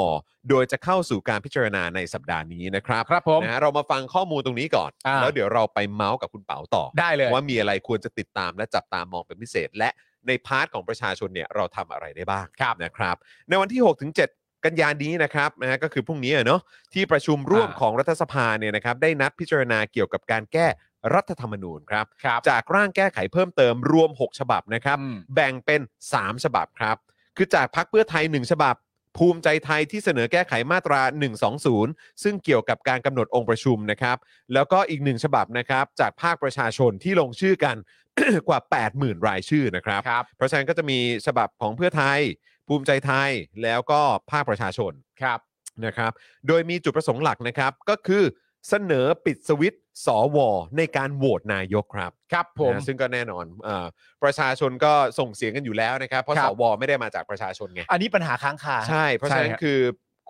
[SPEAKER 2] โดยจะเข้าสู่การพิจารณาในสัปดาห์นี้นะครับ
[SPEAKER 3] ครับผม
[SPEAKER 2] นะเรามาฟังข้อมูลตรงนี้ก่อน
[SPEAKER 3] อ่า
[SPEAKER 2] แล้วเดี๋ยวเราไปเมาส์กับคุณเป๋าต่อ
[SPEAKER 3] ได้เลย
[SPEAKER 2] ว่ามีอะไรควรจะติดตามและจับตามองเป็นพิเศษ และในพาร์ทของประชาชนเนี่ยเราทำอะไรได้บ้างนะครับ ในวันที่6ถึง7กันยานี้นะครับนะฮะก็คือพรุ่งนี้อะเนาะที่ประชุมร่วม
[SPEAKER 3] อ่า
[SPEAKER 2] ของรัฐสภาเนี่ยนะครับได้นัดพิจารณาเกี่ยวกับการแก้รัฐธรรมนูญครับ
[SPEAKER 3] ครับ
[SPEAKER 2] จากร่างแก้ไขเพิ่มเติมรวม 6 ฉบับนะครับ
[SPEAKER 3] อืม
[SPEAKER 2] แบ่งเป็น 3 ฉบับครับ คือจากพักเพื่อไทย 1 ฉบับ ภูมิใจไทยที่เสนอแก้ไขมาตรา 120 ซึ่งเกี่ยวกับการกำหนดองค์ประชุมนะครับ แล้วก็อีกหนึ่งฉบับนะครับ จากภาคประชาชนที่ลงชื่อกัน กว่า 80,000 รายชื่อนะครับ
[SPEAKER 3] ครับ
[SPEAKER 2] เพราะฉะนั้นก็จะมีฉบับของเพื่อไทย ภูมิใจไทยแล้วก็ภาคประชาชน
[SPEAKER 3] ครับ
[SPEAKER 2] นะครับ โดยมีจุดประสงค์หลักนะครับ ก็คือเสนอปิดสวิตช์สวในการโหวตนายกครับ
[SPEAKER 3] ครับผม
[SPEAKER 2] นะซึ่งก็แน่นอนเออประชาชนก็ส่งเสียงกันอยู่แล้วนะครับ เพราะ
[SPEAKER 3] ครั
[SPEAKER 2] ส
[SPEAKER 3] บ
[SPEAKER 2] วไม่ได้มาจากประชาชนไง
[SPEAKER 3] อันนี้ปัญหาค้างคา
[SPEAKER 2] ใช่ เพราะฉะนั้
[SPEAKER 3] ใช่
[SPEAKER 2] น
[SPEAKER 3] ฮะ
[SPEAKER 2] คือ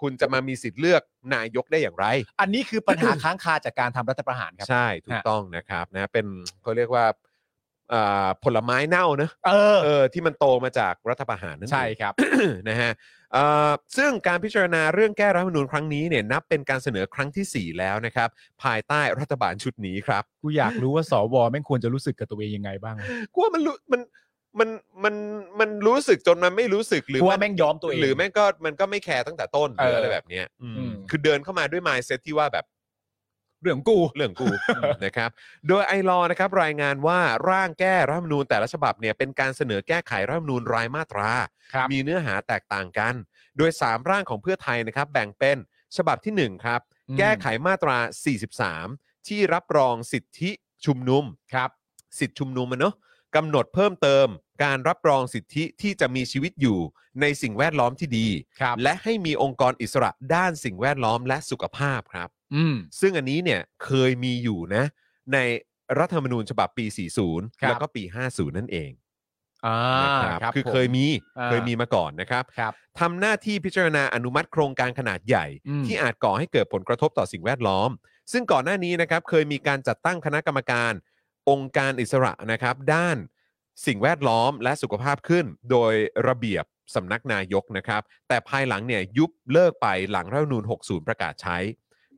[SPEAKER 2] คุณจะมามีสิทธิ์เลือกนายกได้อย่างไร
[SPEAKER 3] อันนี้คือปัญหาค้างคาจากการทำรัฐประหารครับ
[SPEAKER 2] ใช่ถูก
[SPEAKER 3] ฮะ
[SPEAKER 2] ต้องนะครับนะเป็นเขาเรียกว่าเอ่อผลไม้เน่านะ
[SPEAKER 3] เออ
[SPEAKER 2] เออที่มันโตมาจากรัฐประหารนั่นเอง
[SPEAKER 3] ใช่ครับ
[SPEAKER 2] นะฮะเอ่อซึ่งการพิจารณาเรื่องแก้รัฐธรรมนูญครั้งนี้เนี่ยนับเป็นการเสนอครั้งทีสี่4 แล้วนะครับ ภายใต้รัฐบาลชุดนี้ครับ
[SPEAKER 3] กูอยากรู้ว่าสวแม่งควรจะรู้สึกกับตัวเองยังไงบ้าง
[SPEAKER 2] กูว่ามันรู้มันมันมันมันรู้สึกจนมันไม่รู้สึกหรือ
[SPEAKER 3] กู
[SPEAKER 2] มั
[SPEAKER 3] ว่าน แม่งย้อมตัวเอง
[SPEAKER 2] หรือแม่งก็มันก็ไม่แคร์ตั้งแต่ต้นห
[SPEAKER 3] เอ
[SPEAKER 2] รือ
[SPEAKER 3] อ
[SPEAKER 2] อะไรแบบเนี้ยอืม
[SPEAKER 3] อืม
[SPEAKER 2] คือเดินเข้ามาด้วย mindset ที่ว่าแบบ
[SPEAKER 3] เรื่องกู
[SPEAKER 2] เรื่อง กู นะครับ โดยไอรอนะครับรายงานว่าร่างแก้รัฐธรรมนูญแต่ละฉบับเนี่ยเป็นการเสนอแก้ไขรัฐธรรมนูญรายมาตรา
[SPEAKER 3] ครับ
[SPEAKER 2] มีเนื้อหาแตกต่างกัน โดย 3 ร่างของเพื่อไทยนะครับแบ่งเป็นฉบับทีหนึ่1 ครับ
[SPEAKER 3] อืม
[SPEAKER 2] แก้ไขมาตรา 43 ที่รับรองสิทธิชุมนุม
[SPEAKER 3] ครับ
[SPEAKER 2] สิทธิชุมนุมอะเนอะกำหนดเพิ่มเติม การรับรองสิทธิที่จะมีชีวิตอยู่ในสิ่งแวดล้อมที่ดี
[SPEAKER 3] ครับ
[SPEAKER 2] และให้มีองค์กรอิสระด้านสิ่งแวดล้อมและสุขภาพครับ
[SPEAKER 3] อืม
[SPEAKER 2] ซึ่งอันนี้เนี่ยเคยมีอยู่นะ ในรัฐธรรมนูญฉบับปี 40
[SPEAKER 3] ครับ
[SPEAKER 2] แล้วก็ปี 50 นั่นเอง
[SPEAKER 3] อ่า
[SPEAKER 2] นะครับ
[SPEAKER 3] รับ
[SPEAKER 2] คือ
[SPEAKER 3] ผม
[SPEAKER 2] เคยมี
[SPEAKER 3] อ่า
[SPEAKER 2] เคยมีมาก่อนนะครับ
[SPEAKER 3] ครับ
[SPEAKER 2] ทำหน้าที่พิจารณาอนุมัติโครงการขนาดใหญ่
[SPEAKER 3] อืม
[SPEAKER 2] ที่อาจก่อให้เกิดผลกระทบต่อสิ่งแวดล้อม ซึ่งก่อนหน้านี้นะครับเคยมีการจัดตั้งคณะกรรมการ องค์การอิสระนะครับ ด้านสิ่งแวดล้อมและสุขภาพขึ้น โดยระเบียบสำนักนายกนะครับ แต่ภายหลังเนี่ยยุบเลิกไปหลังรัฐธรรมนูญ60 ประกาศใช้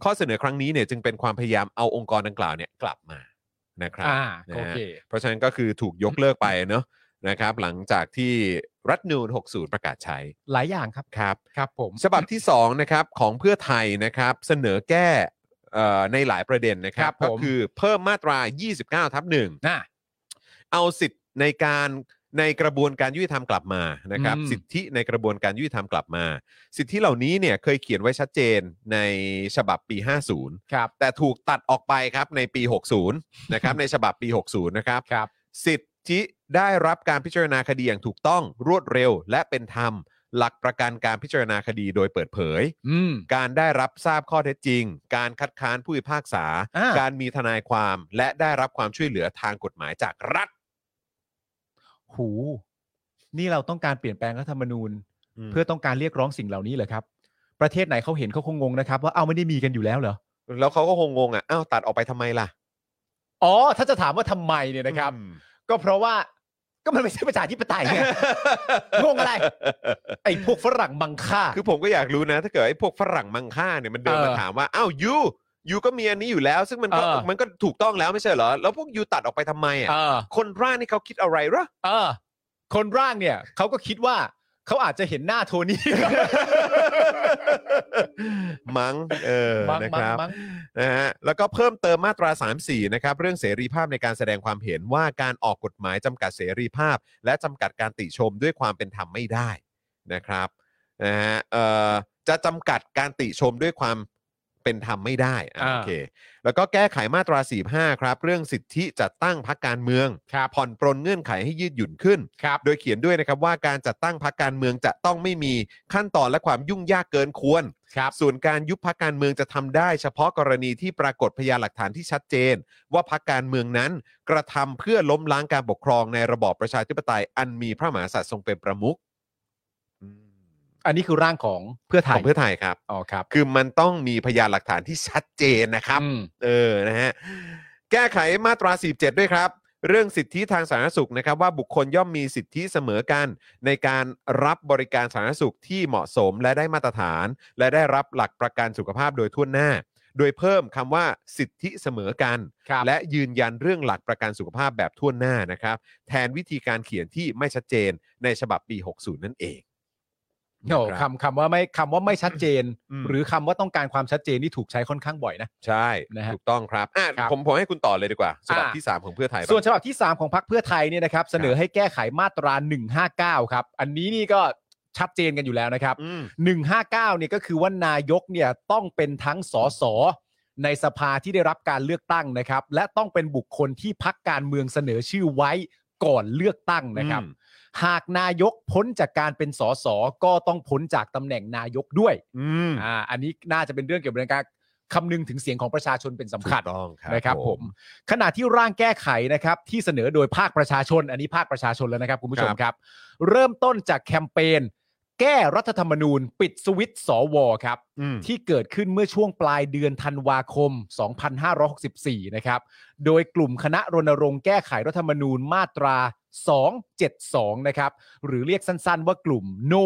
[SPEAKER 2] ข้อเสนอครั้งนี้เนี่ยจึงเป็นความพยายามเอาองค์กรดังกล่าวเนี่ยกลับมานะครับ
[SPEAKER 3] อ่า
[SPEAKER 2] นะฮะ
[SPEAKER 3] โอเค
[SPEAKER 2] เพราะฉะนั้นก็คือถูกยกเลิกไปเนาะนะครับ หลังจากที่รัฐธรรมนูญ60 ประกาศใช้
[SPEAKER 3] หลายอย่างครับ
[SPEAKER 2] ครับ
[SPEAKER 3] ครับผม
[SPEAKER 2] ฉบับที่2นะครับของเพื่อไทยนะครับเสนอแก้เอ่อในหลายประเด็นนะครั
[SPEAKER 3] ครับ บผม
[SPEAKER 2] ก็คือเพิ่มมาตรา 29 ทับหนึ่ง
[SPEAKER 3] น่ะ
[SPEAKER 2] เอาสิทธิ์ในการในกระบวนการยุติธรรมกลับมานะครับ
[SPEAKER 3] อืม
[SPEAKER 2] สิทธิในกระบวนการยุติธรรมกลับมา สิทธิเหล่านี้เนี่ยเคยเขียนไว้ชัดเจนในฉบับปี 50
[SPEAKER 3] ครับ
[SPEAKER 2] แต่ถูกตัดออกไปครับในปี 60 นะครับในฉบับปี 60 นะครับ
[SPEAKER 3] ครับ
[SPEAKER 2] สิทธิได้รับการพิจารณาคดีอย่างถูกต้องรวดเร็ว และเป็นธรรม หลักประกันการพิจารณาคดีโดยเปิดเผย
[SPEAKER 3] อืม
[SPEAKER 2] การได้รับทราบข้อเท็จจริง การคัดค้านผู้พิพากษา
[SPEAKER 3] อ่า
[SPEAKER 2] การมีทนายความ และได้รับความช่วยเหลือทางกฎหมายจากรัฐ
[SPEAKER 3] หู นี่เราต้องการเปลี่ยนแปลงรัฐธรรมนูญ เพื่อต้องการเรียกร้องสิ่งเหล่านี้เหรอครับ ประเทศไหนเขาเห็นเขาคงงงนะครับ ว่าเอ้าไม่ได้มีกันอยู่แล้วเหรอ
[SPEAKER 2] แล้วเขาก็คงงงอ่ะ อ้าวตัดออกไปทำไมล่ะ
[SPEAKER 3] อ๋อถ้าจะถามว่าทำไม เนี่ยนะครับ
[SPEAKER 2] อืม
[SPEAKER 3] ก็เพราะว่าก็มันไม่ใช่ประชาธิปไตยไง งงอะไร ไอ้พวกฝรั่งบังค่า
[SPEAKER 2] คือผมก็อยากรู้นะ ถ้าเกิดไอ้พวกฝรั่งมังค่าเนี่ยมันเดิน
[SPEAKER 3] เออ
[SPEAKER 2] มาถามว่า อ้าวยูยูก็มีอันนี้อยู่แล้ว ซึ่งมันก็
[SPEAKER 3] เออ
[SPEAKER 2] มันก็ถูกต้องแล้วไม่ใช่เหรอ แล้วพวกยูตัดออกไปทำไมอ่ะ
[SPEAKER 3] เออ
[SPEAKER 2] คนร่างนี่เขาคิดอะไร เหรอ
[SPEAKER 3] เออ คนร่างเนี่ยเขาก็คิดว่าเขาอาจจะเห็นหน้าโทนี่
[SPEAKER 2] มั้งเออ
[SPEAKER 3] มั้ง
[SPEAKER 2] นะครับ
[SPEAKER 3] มั้งมั้ง
[SPEAKER 2] นะฮะแล้วก็เพิ่มเติมมาตรา 34 นะครับ เรื่องเสรีภาพในการแสดงความเห็นว่าการออกกฎหมายจำกัดเสรีภาพ และจำกัดการติชมด้วยความเป็นธรรมไม่ได้นะครับนะฮะเอ่อจะจำกัดการติชมด้วยความเป็นธรรมไม่ได้อ่ะ
[SPEAKER 3] อ่า
[SPEAKER 2] โอเคแล้วก็แก้ไขมาตรา 45 ครับ เรื่องสิทธิจัดตั้งพรรคการเมือง
[SPEAKER 3] ครับ
[SPEAKER 2] ผ่อนปรนเงื่อนไขให้ยืดหยุ่นขึ้น
[SPEAKER 3] ครับ
[SPEAKER 2] โดยเขียนด้วยนะครับว่าการจัดตั้งพรรคการเมืองจะต้องไม่มีขั้นตอนและความยุ่งยากเกินควร
[SPEAKER 3] ครับ
[SPEAKER 2] ส่วนการยุบพรรคการเมืองจะทำได้เฉพาะกรณีที่ปรากฏพยานหลักฐานที่ชัดเจน ว่าพรรคการเมืองนั้นกระทำเพื่อล้มล้างการปกครองในระบอบประชาธิปไตย อันมีพระมหากษัตริย์ทรงเป็นประมุข
[SPEAKER 3] อันนี้คือร่างของเพื่อไท
[SPEAKER 2] ข
[SPEAKER 3] ย
[SPEAKER 2] องเพื่อไทยครับ
[SPEAKER 3] อ๋อครับ
[SPEAKER 2] คือมันต้องมีพยานหลักฐานที่ชัดเจนนะครับ
[SPEAKER 3] อืม
[SPEAKER 2] เออ นะฮะ แก้ไขมาตรา 47 ด้วยครับ เรื่องสิทธิทางสาธารณสุขนะครับ ว่าบุคคลย่อมมีสิทธิเสมอกัน ในการรับบริการสาธารณสุขที่เหมาะสมและได้มาตรฐาน และได้รับหลักประกันสุขภาพโดยทั่วหน้า โดยเพิ่มคำว่าสิทธิเสมอกัน
[SPEAKER 3] ครับ
[SPEAKER 2] และยืนยันเรื่องหลักประกันสุขภาพแบบทั่วหน้านะครับ แทนวิธีการเขียนที่ไม่ชัดเจนในฉบับปี 60 นั่นเอง
[SPEAKER 3] โอ้คำคำว่าไม่คำว่าไม่ชัดเจน
[SPEAKER 2] อืม
[SPEAKER 3] หรือคำว่าต้องการความชัดเจนนี่ถูกใช้ค่อนข้างบ่อยนะ
[SPEAKER 2] ใช่
[SPEAKER 3] นะฮะ
[SPEAKER 2] ถูกต้องครับอ่ะ
[SPEAKER 3] ครับ
[SPEAKER 2] ผมผมให้คุณต่อเลยดีกว่าฉบับ
[SPEAKER 3] อ่า
[SPEAKER 2] ที่สามของเพื่อไทยบ้าง
[SPEAKER 3] ส่วนฉบับที่ 3 ของพรรคเพื่อไทยเนี่ยนะครับ เสนอให้แก้ไขมาตรา 159 ครับ อันนี้นี่ก็ชัดเจนกันอยู่แล้วนะครับ
[SPEAKER 2] อืม
[SPEAKER 3] 159เนี่ยก็คือว่านายกเนี่ยต้องเป็นทั้งสสในสภาที่ได้รับการเลือกตั้งนะครับ และต้องเป็นบุคคลที่พักการเมืองเสนอชื่อไว้ก่อนเลือกตั้งนะครับ
[SPEAKER 2] อืม
[SPEAKER 3] หากนายกพ้นจากการเป็นสสก็ต้องพ้นจากตำแหน่งนายกด้วย
[SPEAKER 2] อืม
[SPEAKER 3] อ่าอันนี้น่าจะเป็นเรื่องเกี่ยวกับการคำนึงถึงเสียงของประชาชนเป็นสำคัญ
[SPEAKER 2] ถูกต้องครับ
[SPEAKER 3] นะครับ
[SPEAKER 2] ผ
[SPEAKER 3] ผม ม ขณะที่ร่างแก้ไขนะครับที่เสนอโดยภาคประชาชน อันนี้ภาคประชาชนแล้วนะครับคุณผู้ชม
[SPEAKER 2] ครับ
[SPEAKER 3] ครับ เริ่มต้นจากแคมเปญแก้รัฐธรรมนูญ ปิดสวิตช์สวครับ
[SPEAKER 2] อืม
[SPEAKER 3] ที่เกิดขึ้นเมื่อช่วงปลายเดือนธันวาคม 2564 นะครับ โดยกลุ่มคณะรณรงค์แก้ไขรัฐธรรมนูญมาตรา 272 นะครับ หรือเรียกสั้นๆว่ากลุ่ม NO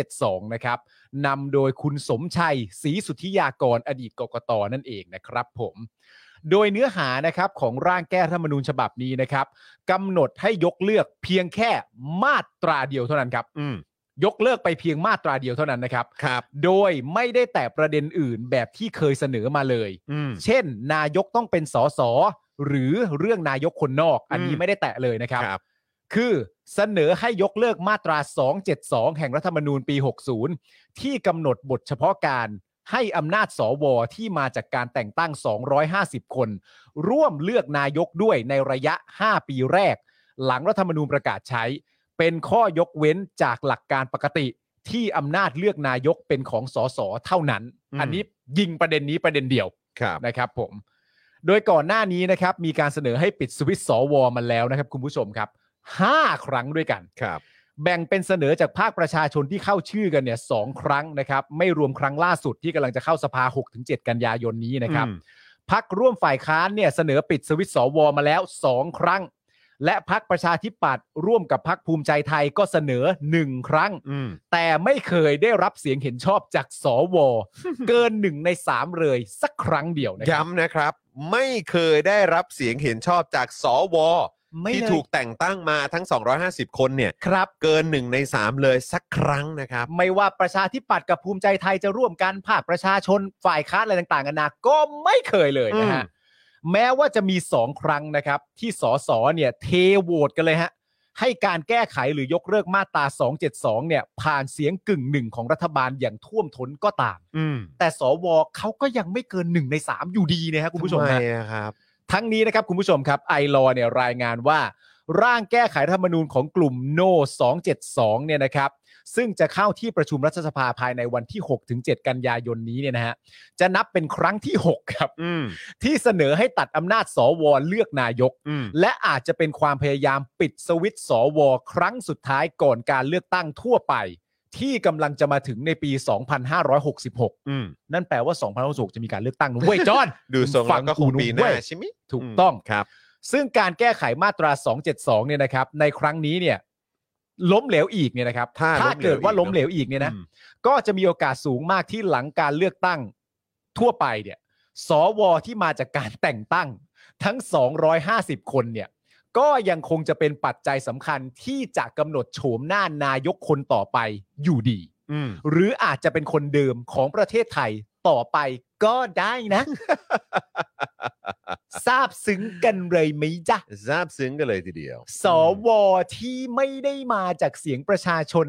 [SPEAKER 3] 272 นะครับ นำโดยคุณสมชัยศรีสุทธิยากรอดีตกกตนั่นเองนะครับผม โดยเนื้อหานะครับของร่างแก้รัฐธรรมนูญฉบับนี้นะครับกำหนดให้ยกเลือกเพียงแค่มาตราเดียวเท่านั้นครับ
[SPEAKER 2] อืม
[SPEAKER 3] ยกเลิกไปเพียงมาตราเดียวเท่านั้นนะครับ
[SPEAKER 2] ครับ
[SPEAKER 3] โดยไม่ได้แต่ประเด็นอื่นแบบที่เคยเสนอมาเลย
[SPEAKER 2] อืม
[SPEAKER 3] เช่น นายกต้องเป็นสสหรือเรื่องนายกคนนอก อันนี้
[SPEAKER 2] อืม
[SPEAKER 3] ไม่ได้แตะเลยนะครับ
[SPEAKER 2] ครับ
[SPEAKER 3] คือเสนอให้ยกเลิกมาตรา 272 แห่งรัฐธรรมนูญปี 60 ที่กำหนดบทเฉพาะการให้อำนาจสวที่มาจากการแต่งตั้ง 250 คน ร่วมเลือกนายกด้วยในระยะ 5 ปีแรก หลังรัฐธรรมนูญประกาศใช้ เป็นข้อยกเว้นจากหลักการปกติที่อำนาจเลือกนายกเป็นของสสเท่านั้น
[SPEAKER 2] อืม
[SPEAKER 3] อันนี้ยิงประเด็นนี้ประเด็นเดียว
[SPEAKER 2] ครับ
[SPEAKER 3] นะครับผม โดยก่อนหน้านี้นะครับ มีการเสนอให้ปิดสวิตช์สวมาแล้วนะครับ คุณผู้ชมครับ 5 ครั้งด้วยกัน
[SPEAKER 2] ครับ
[SPEAKER 3] แบ่งเป็นเสนอจากภาคประชาชนที่เข้าชื่อกันเนี่ยสองครั้งนะครับ ไม่รวมครั้งล่าสุดที่กำลังจะเข้าสภา 6-7 กันยายนนี้นะครับ
[SPEAKER 2] อืม
[SPEAKER 3] พักร่วมฝ่ายค้านเนี่ยเสนอปิดสวิตช์สวมาแล้ว 2 ครั้ง และพักประชาธิปัตย์ร่วมกับพักภูมิใจไทยก็เสนอ 1 ครั้ง
[SPEAKER 2] อืม
[SPEAKER 3] แต่ไม่เคยได้รับเสียงเห็นชอบจากสว เกินหนึ่งในสามเลยสักครั้งเดียวนะครับ
[SPEAKER 2] ย้ำนะครับ ไม่เคยได้รับเสียงเห็นชอบจากสว
[SPEAKER 3] ไม่
[SPEAKER 2] ที่
[SPEAKER 3] เลย
[SPEAKER 2] ถูกแต่งตั้งมาทั้ง 250 คนเนี่ย
[SPEAKER 3] ครับ
[SPEAKER 2] เกินหนึ่งใน 3 เลยสักครั้งนะครับ
[SPEAKER 3] ไม่ว่าประชาธิปัตย์กับภูมิใจไทยจะร่วมกันภาคประชาชนฝ่ายค้านอะไรต่างๆกันานาก็ไม่เคยเลยนะฮะ แม้ว่าจะมีสองครั้งนะครับ ที่สสเนี่ยเทโหวตกันเลยฮะ ให้การแก้ไขหรือยกเลิกมาตรา 272 เนี่ย ผ่านเสียงกึ่งหนึ่งของรัฐบาลอย่างท่วมท้นก็ตาม
[SPEAKER 2] อืม
[SPEAKER 3] แต่สวเขาก็ยังไม่เกินหนึ่งในสามอยู่ดีนะฮะคุณผู้ชม
[SPEAKER 2] ทำไม
[SPEAKER 3] ฮะ
[SPEAKER 2] อะครับ
[SPEAKER 3] ทั้งนี้นะครับ คุณผู้ชมครับไอรอเนี่ยรายงานว่า ร่างแก้ไขรัฐธรรมนูญของกลุ่มโน272 เนี่ยนะครับ ซึ่งจะเข้าที่ประชุมรัฐสภาภายในวันที่ 6-7 กันยายนนี้เนี่ยนะฮะจะนับเป็นครั้งที่ 6 ครับ
[SPEAKER 2] อืม
[SPEAKER 3] ที่เสนอให้ตัดอำนาจสวเลือกนายก
[SPEAKER 2] อืม
[SPEAKER 3] และอาจจะเป็นความพยายามปิดสวิตช์สว ครั้งสุดท้ายก่อนการเลือกตั้งทั่วไป ที่กำลังจะมาถึงในปี 2566
[SPEAKER 2] อืม
[SPEAKER 3] นั่นแปลว่า 2566 จะมีการเลือกตั้งนะเว้ยจอน
[SPEAKER 2] ดูทรง
[SPEAKER 3] ฟั
[SPEAKER 2] แล้วก็คง
[SPEAKER 3] ะ
[SPEAKER 2] ปีหน้า
[SPEAKER 3] เว้ย
[SPEAKER 2] ใช่ไหม
[SPEAKER 3] ถูกต้อง
[SPEAKER 2] มครับ
[SPEAKER 3] ซึ่งการแก้ไขมาตรา 272 เนี่ยนะครับ ในครั้งนี้เนี่ย ล้มเหลวอีกเนี่ยนะครับ
[SPEAKER 2] ถ้าล้มเหลวอีก
[SPEAKER 3] เกิดว่าล้มเหลวอีกเนี่ยนะ
[SPEAKER 2] อืม
[SPEAKER 3] ก็จะมีโอกาสสูงมากที่หลังการเลือกตั้งทั่วไปเนี่ย สวที่มาจากการแต่งตั้ง ทั้ง 250 คนเนี่ย ก็ยังคงจะเป็นปัจจัยสำคัญที่จะกำหนดโฉมหน้านายกคนต่อไปอยู่ดี
[SPEAKER 2] อืม
[SPEAKER 3] หรืออาจจะเป็นคนเดิมของประเทศไทยต่อไปก็ได้นะ ทราบซึ้งกันเลยไหมจ๊ะ
[SPEAKER 2] ซาบซึ้งกันเลยทีเดียว
[SPEAKER 3] สวที่ไม่ได้มาจากเสียงประชาชน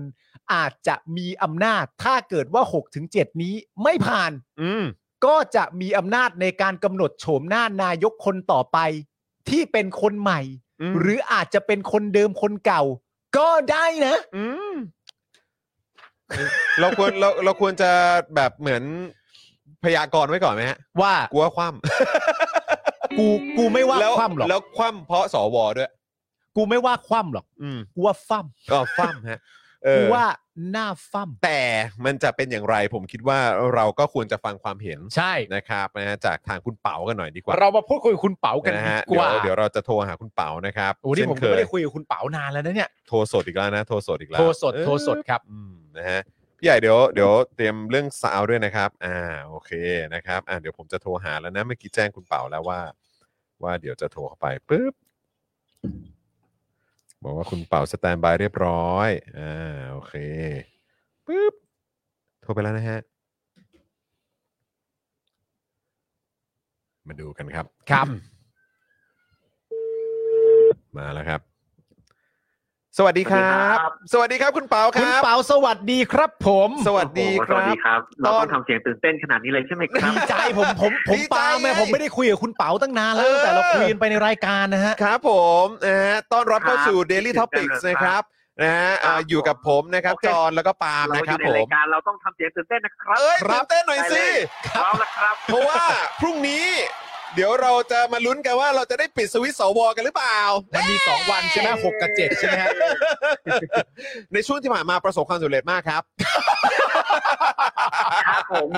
[SPEAKER 3] อาจจะมีอำนาจถ้าเกิดว่า 6-7 นี้ไม่ผ่าน
[SPEAKER 2] อืม
[SPEAKER 3] ก็จะมีอำนาจในการกำหนดโฉมหน้านายกคนต่อไป ที่เป็นคนใหม่
[SPEAKER 2] ม
[SPEAKER 3] หรืออาจจะเป็นคนเดิมคนเก่า ก็ได้นะ
[SPEAKER 2] มเราควรเราเราควรจะแบบเหมือนพยากรณ์ไว้ก่อนไหมฮะ
[SPEAKER 3] ว่าก
[SPEAKER 2] ลัวคว่ำ
[SPEAKER 3] กูกูไม่ว่า
[SPEAKER 2] แล้ว
[SPEAKER 3] คว่ำหรอก
[SPEAKER 2] แล้วคว่ำเพราะสวด้วย
[SPEAKER 3] กูไม่ว่าคว่ำหรอก
[SPEAKER 2] อืม
[SPEAKER 3] กูว่าฟั่ม
[SPEAKER 2] ก็ฟั่มฮะเอ
[SPEAKER 3] กู
[SPEAKER 2] อ
[SPEAKER 3] ว่าหน้าฟั่ม
[SPEAKER 2] แต่มันจะเป็นอย่างไรผมคิดว่าเราก็ควรจะฟังความเห็น
[SPEAKER 3] ใช่
[SPEAKER 2] นะครับนะฮะจากทางคุณเป๋ากันหน่อยดีกว่า
[SPEAKER 3] เรามาพูดคุยกับคุณเป๋ากัน
[SPEAKER 2] นะ
[SPEAKER 3] ดี
[SPEAKER 2] ฮะ
[SPEAKER 3] ก
[SPEAKER 2] เดี๋ย
[SPEAKER 3] ว่าว
[SPEAKER 2] เดี๋ยวเราจะโทรหาคุณเป๋านะครับ
[SPEAKER 3] โอ้นี่
[SPEAKER 2] เช่น
[SPEAKER 3] ผม
[SPEAKER 2] เค
[SPEAKER 3] ก็ไม่
[SPEAKER 2] ย
[SPEAKER 3] ได้คุยกับคุณเป๋านานแล้วนะเนี่ย
[SPEAKER 2] โทรสดอีกแล้วนะโทรสดอีกแล้ว
[SPEAKER 3] โทรสด
[SPEAKER 2] เออ
[SPEAKER 3] โทรสดครับ
[SPEAKER 2] อืมนะฮะพี่ใหญ่เดี๋ยวเดี๋ยวเตรียมเรื่องสาวด้วยนะครับ อ่าโอเคนะครับ อ่าเดี๋ยวผมจะโทรหาแล้วนะเมื่อกี้แจ้งคุณเป๋าแล้วว่า ว่าเดี๋ยวจะโทรเข้าไปปุ๊บบอกว่าคุณเป๋าสแตนบายเรียบร้อยอ่าโอเคปุ๊บโทรไปแล้วนะฮะ มาดูกันครับ
[SPEAKER 3] ครับ
[SPEAKER 2] มาแล้วครับ สวัสดีครับ สวัสดีครับคุณเปาค
[SPEAKER 3] คุณ
[SPEAKER 2] รับ
[SPEAKER 3] เป๋าสวัสดีครับ ผม
[SPEAKER 2] สวัสดี
[SPEAKER 10] โอ้
[SPEAKER 2] ค
[SPEAKER 10] โหสวัส
[SPEAKER 2] รั
[SPEAKER 10] ดี
[SPEAKER 2] บ
[SPEAKER 10] ครับ เรา
[SPEAKER 2] ตอ
[SPEAKER 10] ต้
[SPEAKER 2] น
[SPEAKER 10] องทำเสียงตื่นเต้นขนาดนี้เลยใช่ไหมครับ
[SPEAKER 3] ดีใจผมผมผม
[SPEAKER 2] ดีใจ
[SPEAKER 3] ปาล์มไง
[SPEAKER 2] ไง
[SPEAKER 3] ผมไม่ได้คุยกับคุณเป๋าตั้งนานแล้ว
[SPEAKER 2] เออ
[SPEAKER 3] ตั้งแต่เราคุยกันไปในรายการนะฮะ
[SPEAKER 2] ครับผมนะฮะต้อนรับเข้าสู่
[SPEAKER 10] ครับ
[SPEAKER 2] Daily Topics นะครับนะฮะอ่า
[SPEAKER 10] ครับ
[SPEAKER 2] อยู่กับผมนะครับ
[SPEAKER 10] โอเค
[SPEAKER 2] จอห์นแล้วก็ปาล์ม
[SPEAKER 10] เรา
[SPEAKER 2] นะ
[SPEAKER 10] อ
[SPEAKER 2] ครับ
[SPEAKER 10] ยู่ใน
[SPEAKER 2] ผ
[SPEAKER 10] ราม ยการเราต้องทำเสียงตื่นเต้นนะครับ
[SPEAKER 2] เอ้ย
[SPEAKER 3] ค
[SPEAKER 2] ตื่
[SPEAKER 3] รับ
[SPEAKER 2] นเต้นหน่อยสิ
[SPEAKER 10] พร้อมแล้วครับ
[SPEAKER 2] เพราะว่า พรุ่งนี้ เดี๋ยวเราจะมาลุ้นกันว่าเราจะได้ปิดสวิตช์สวกันหรือเปล่า
[SPEAKER 3] มันมี 2 วันใช่ไหมหกกับเจ็ดใช่ไหมฮะ
[SPEAKER 2] ในช่วงที่ผ่านมาประสบความสำเร็จมากครับ
[SPEAKER 10] ครับผม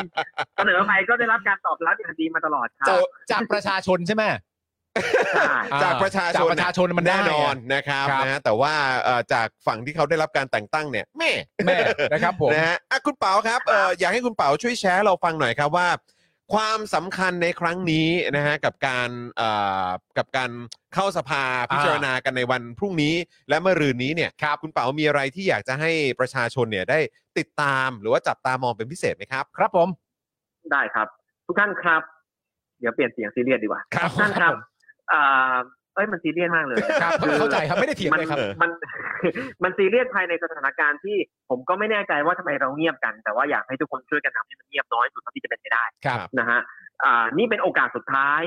[SPEAKER 10] เสนอไปก็ได้รับการตอบรับอย่างดีมาตลอดครับ
[SPEAKER 3] จากจากประชาชนใช่ไหม
[SPEAKER 10] ใช่
[SPEAKER 3] อ่
[SPEAKER 2] จากประชาชน
[SPEAKER 3] จากประชาชนมัน
[SPEAKER 2] แน่
[SPEAKER 3] ได้ะ
[SPEAKER 2] นอนนะครับ
[SPEAKER 3] ครับ
[SPEAKER 2] นะฮะแต่ว่าเอ่อจากฝั่งที่เขาได้รับการแต่งตั้งเนี่ยแม่
[SPEAKER 3] แม่นะครับผม
[SPEAKER 2] นะฮะอ่ะคุณเปาครับเอ่ออยากให้คุณเปาช่วยแชร์ให้เราฟังหน่อยครับว่า ความสำคัญในครั้งนี้นะฮะกับการเอ่อกับการเข้าสภาพิจารณากันในวันพรุ่งนี้ และเมื่อรืนนี้เนี่ยครับคุณเป๋ามีอะไรที่อยากจะให้ประชาชนเนี่ยได้ติดตามหรือว่าจับตามองเป็นพิเศษไหมครับ
[SPEAKER 3] ครับผม
[SPEAKER 10] ได้ครับ ทุกท่านครับ เดี๋ยวเปลี่ยนเสียงซีเรียสดีกว่า
[SPEAKER 2] ครับ
[SPEAKER 10] ทุกท่านครับอ่าเอ้ยมันซีเรียสมากเลย
[SPEAKER 3] ครับ
[SPEAKER 10] อ
[SPEAKER 3] เข้าใจครับไม่ได้เถียง
[SPEAKER 10] มัน
[SPEAKER 3] เลยครับ
[SPEAKER 10] มัน มันซีเรียสภายในสถานการณ์ที่ผมก็ไม่แน่ใจว่าทำไมเราเงียบกัน แต่ว่าอยากให้ทุกคนช่วยกันทำให้มันเงียบน้อยสุดเท่าที่จะเป็นไปได้
[SPEAKER 3] ครับ
[SPEAKER 10] นะฮะอ่านี่เป็นโอกาสสุดท้าย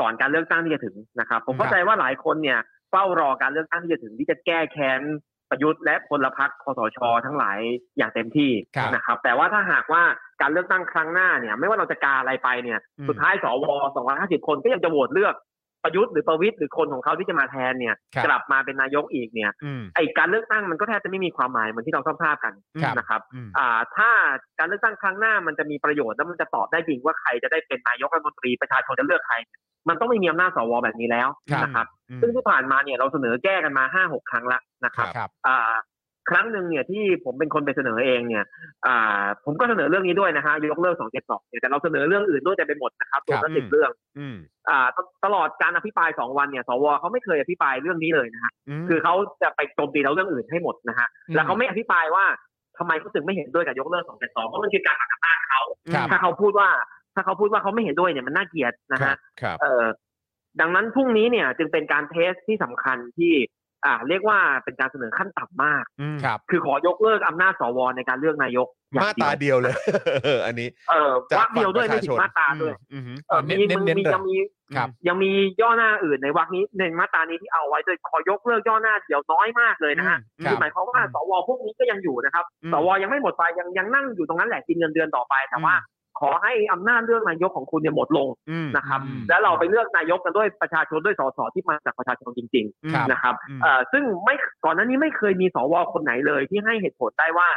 [SPEAKER 10] ก่อนการเลือกตั้งที่จะถึงนะครับ ผมเข้าใจว่าหลายคนเนี่ยเฝ้ารอการเลือกตั้งที่จะถึงที่จะแก้แค้นประยุทธ์และพลพรรคคสช ทั้งหลายอย่างเต็มที่
[SPEAKER 3] ครับ
[SPEAKER 10] นะครับ แต่ว่าถ้าหากว่าการเลือกตั้งครั้งหน้าเนี่ย ไม่ว่าเราจะกาอะไรไปเนี่ย สุดท้ายสว250 คนก็ยังจะโหวตเลือกประยุทธ์หรือประวิตยหรือคนของเขาที่จะมาแทนเนี่ย
[SPEAKER 3] ครับ
[SPEAKER 10] กลับมาเป็นนายกอีกเนี่ย
[SPEAKER 3] อืม
[SPEAKER 10] ไอการเลือกตั้งมันก็แทบจะไม่มีความหมายเหมือนที่เราทราบๆกัน
[SPEAKER 3] ครับ
[SPEAKER 10] นะครับ
[SPEAKER 3] อืม
[SPEAKER 10] อ่าถ้าการเลือกตั้งครั้งหน้ามันจะมีประโยชน์แล้วมันจะตอบได้จริงว่าใครจะได้เป็นนายกรัฐมนตรีประชาชนจะเลือกใคร มันต้องไม่มีอำนาจสวแบบนี้แล้ว
[SPEAKER 3] ครับ
[SPEAKER 10] นะครับ
[SPEAKER 3] อืม
[SPEAKER 10] ซึ่งที่ผ่านมาเนี่ยเราเสนอแก้กันมาห้าหกครั้งละนะครับ
[SPEAKER 3] ครับ
[SPEAKER 10] อ่าครั้งหนึ่งเนี่ยที่ผมเป็นคนไปเสนอเองเนี่ยอ่าผมก็เสนอเรื่องนี้ด้วยนะฮะยกเลิกสองเจ็ดสองเนี่ยแต่เราเสนอเรื่องอื่นด้วยแต่ไปหมดนะครับรวม
[SPEAKER 3] ครั
[SPEAKER 10] ทั้
[SPEAKER 3] บ
[SPEAKER 10] งสิบเรื่อง
[SPEAKER 3] อืม
[SPEAKER 10] อ่าตตลอดการอภิปรายสองวันเนี่ยสวเขาไม่เคยอภิปรายเรื่องนี้เลยนะฮะ
[SPEAKER 3] อืม
[SPEAKER 10] คือเขาจะไปโจมตีเราเรื่องอื่นให้หมดนะฮะ
[SPEAKER 3] อืม
[SPEAKER 10] แล้วเขาไม่อธิบายว่าทำไมเขาถึงไม่เห็นด้วยกับยกเลิกสองเจ็ดสองเพราะมันคือการปักอำนาจเขา
[SPEAKER 3] ครับ
[SPEAKER 10] ถ้าเขาพูดว่า ถ้าเขาพูดว่าเขาไม่เห็นด้วยเนี่ยมันน่าเกลียดนะ
[SPEAKER 2] ครั
[SPEAKER 10] ฮะ
[SPEAKER 2] บครับ
[SPEAKER 10] เอ่อดังนั้นพรุ่งนี้เนี่ยจึงเป็นการเทสที่สำคัญที่ อ่า เรียกว่าเป็นการเสนอขั้นต่ำมาก
[SPEAKER 3] ครับ
[SPEAKER 10] คือขอยกเลิกอำนาจสวในการเลือกนายกอย่ง
[SPEAKER 2] มา
[SPEAKER 10] เดียว
[SPEAKER 2] ตราเดียวเลย อันนี้
[SPEAKER 10] เออ
[SPEAKER 2] จาก
[SPEAKER 10] วักเดียวด้วย
[SPEAKER 2] ฝั่
[SPEAKER 10] ไม่
[SPEAKER 2] งป
[SPEAKER 10] ถึง
[SPEAKER 2] ระชชน
[SPEAKER 10] มาตราด้วย
[SPEAKER 2] อืมอืม
[SPEAKER 10] เออมี
[SPEAKER 3] เน้นๆ
[SPEAKER 10] มี
[SPEAKER 3] เลย
[SPEAKER 10] ยังมี
[SPEAKER 3] ครับ
[SPEAKER 10] ยังมีย่อหน้าอื่นในวรรคนี้ในมาตรานี้ที่เอาไว้โดยขอยกเลิกย่อหน้าเดียวน้อยมากเลยนะฮะ
[SPEAKER 3] ครั
[SPEAKER 10] คื
[SPEAKER 3] บ
[SPEAKER 10] อหมายความว่าสวพวกนี้ก็ยังอยู่นะครับ
[SPEAKER 2] อืม
[SPEAKER 10] สวยังไม่หมดไปยังยังนั่งอยู่ตรงนั้นแหละกินเงินเดือนต่อไป แต่ว่า ขอให้อำนาจเลือกนายกของคุณเนี่ยหมดลง
[SPEAKER 2] อืม
[SPEAKER 10] นะครับ
[SPEAKER 3] อืม
[SPEAKER 10] แล้วเราไปเลือกนายกกันด้วยประชาชนด้วยสสที่มาจากประชาชนจริง
[SPEAKER 3] ครับ
[SPEAKER 10] ๆ นะครับ
[SPEAKER 2] อืม
[SPEAKER 10] เอ่อซึ่งไม่ก่อนหน้านี้ไม่เคยมีสวคนไหนเลย ที่ให้เหตุผลได้ว่า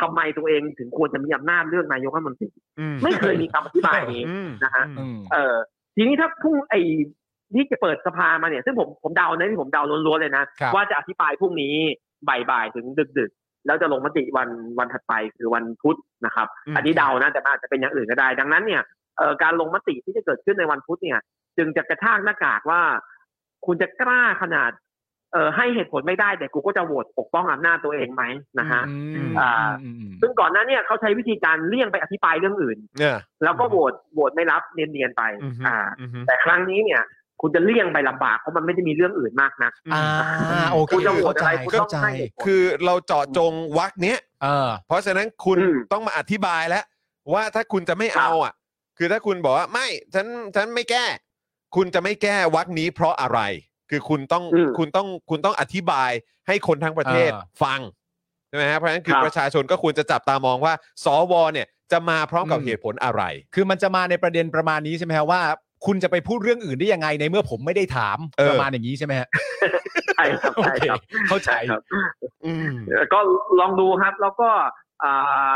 [SPEAKER 10] ทำไมตัวเองถึงควรจะมีอำนาจเลือกนายกรัฐมนตรี
[SPEAKER 2] อืม
[SPEAKER 10] ไม่เคยมีคำอธิบายนี้
[SPEAKER 2] อืม
[SPEAKER 10] นะฮะ
[SPEAKER 3] อืม
[SPEAKER 10] เออทีนี้ถ้าพรุ่งไอ้ที่จะเปิดสภามาเนี่ย ซึ่งผมผมเดานะที่ผมเดาล้วนๆเลยนะ
[SPEAKER 3] ครับ
[SPEAKER 10] ว่าจะอธิบายพรุ่งนี้บ่ายๆถึงดึกๆ แล้วจะลงมติวันวันถัดไปคือวันพุธนะครับ อันนี้เดานะแต่มันอาจจะเป็นอย่างอื่นก็ได้ ดังนั้นเนี่ยเอ่อการลงมติที่จะเกิดขึ้นในวันพุธเนี่ย จึงจะกระชากหน้ากากว่า คุณจะกล้าขนาดเอ่อให้เหตุผลไม่ได้แต่กูก็จะโหวตปกป้องอำนาจตัวเองไหมนะฮะ
[SPEAKER 3] อืม
[SPEAKER 10] อ่า
[SPEAKER 3] อืมอืม
[SPEAKER 10] ซึ่งก่อนหน้าเนี่ยเขาใช้วิธีการเลี่ยงไปอธิบายเรื่องอื่น
[SPEAKER 2] เนี่ย
[SPEAKER 10] แล้วก็โหวตโหวตไม่รับเนียนๆไป
[SPEAKER 2] อืม
[SPEAKER 10] อ่า
[SPEAKER 2] อืมอืม
[SPEAKER 10] แต่ครั้งนี้เนี่ย คุณจะเลี่ยงไปลำบากเพราะมันไม่ได้มีเรื่องอื่นมากนะ
[SPEAKER 3] อ่าโอเค
[SPEAKER 10] คุณจะโหว
[SPEAKER 3] เข้า
[SPEAKER 10] ต
[SPEAKER 3] ใจ
[SPEAKER 10] อะไรคุณต้
[SPEAKER 3] เข้า
[SPEAKER 10] อง
[SPEAKER 3] ใจ
[SPEAKER 10] ให้เหตุผล
[SPEAKER 2] คือเราเจาะจงวักเนี้ย
[SPEAKER 3] เออ
[SPEAKER 2] เพราะฉะนั้นคุณ
[SPEAKER 10] อืม
[SPEAKER 2] ต้องมาอธิบายแล้ว ว่าถ้าคุณจะไม่เอาอ่ะ คือถ้าคุณบอกว่าไม่ฉันฉันไม่แก้ คุณจะไม่แก้วักนี้เพราะอะไร คือคุณต้อง
[SPEAKER 10] อืม
[SPEAKER 2] คุณต้องคุณต้องอธิบายให้คนทั้งประเทศ
[SPEAKER 3] อ่า
[SPEAKER 2] ฟังใช่ไหมฮะเพราะฉะนั้นคือ
[SPEAKER 10] ครับ
[SPEAKER 2] ประชาชนก็ควรจะจับตามองว่า สวเนี่ยจะมาพร้อมกับ
[SPEAKER 3] อืม
[SPEAKER 2] เหตุผลอะไร
[SPEAKER 3] คือมันจะมาในประเด็นประมาณนี้ใช่ไหมฮะว่า คุณจะไปพูดเรื่องอื่นได้ยังไงในเมื่อผมไม่ได้ถาม
[SPEAKER 2] เออ
[SPEAKER 3] ประมาณอย่างนี้ใช่ไหมฮะ
[SPEAKER 10] ใช่ครับ
[SPEAKER 3] โอ
[SPEAKER 10] ใช่
[SPEAKER 3] เค
[SPEAKER 10] ครับ
[SPEAKER 3] เข้าใจ
[SPEAKER 10] ใช่ครับ
[SPEAKER 2] อืม
[SPEAKER 10] ก็ลองดูครับ แล้วก็อ่า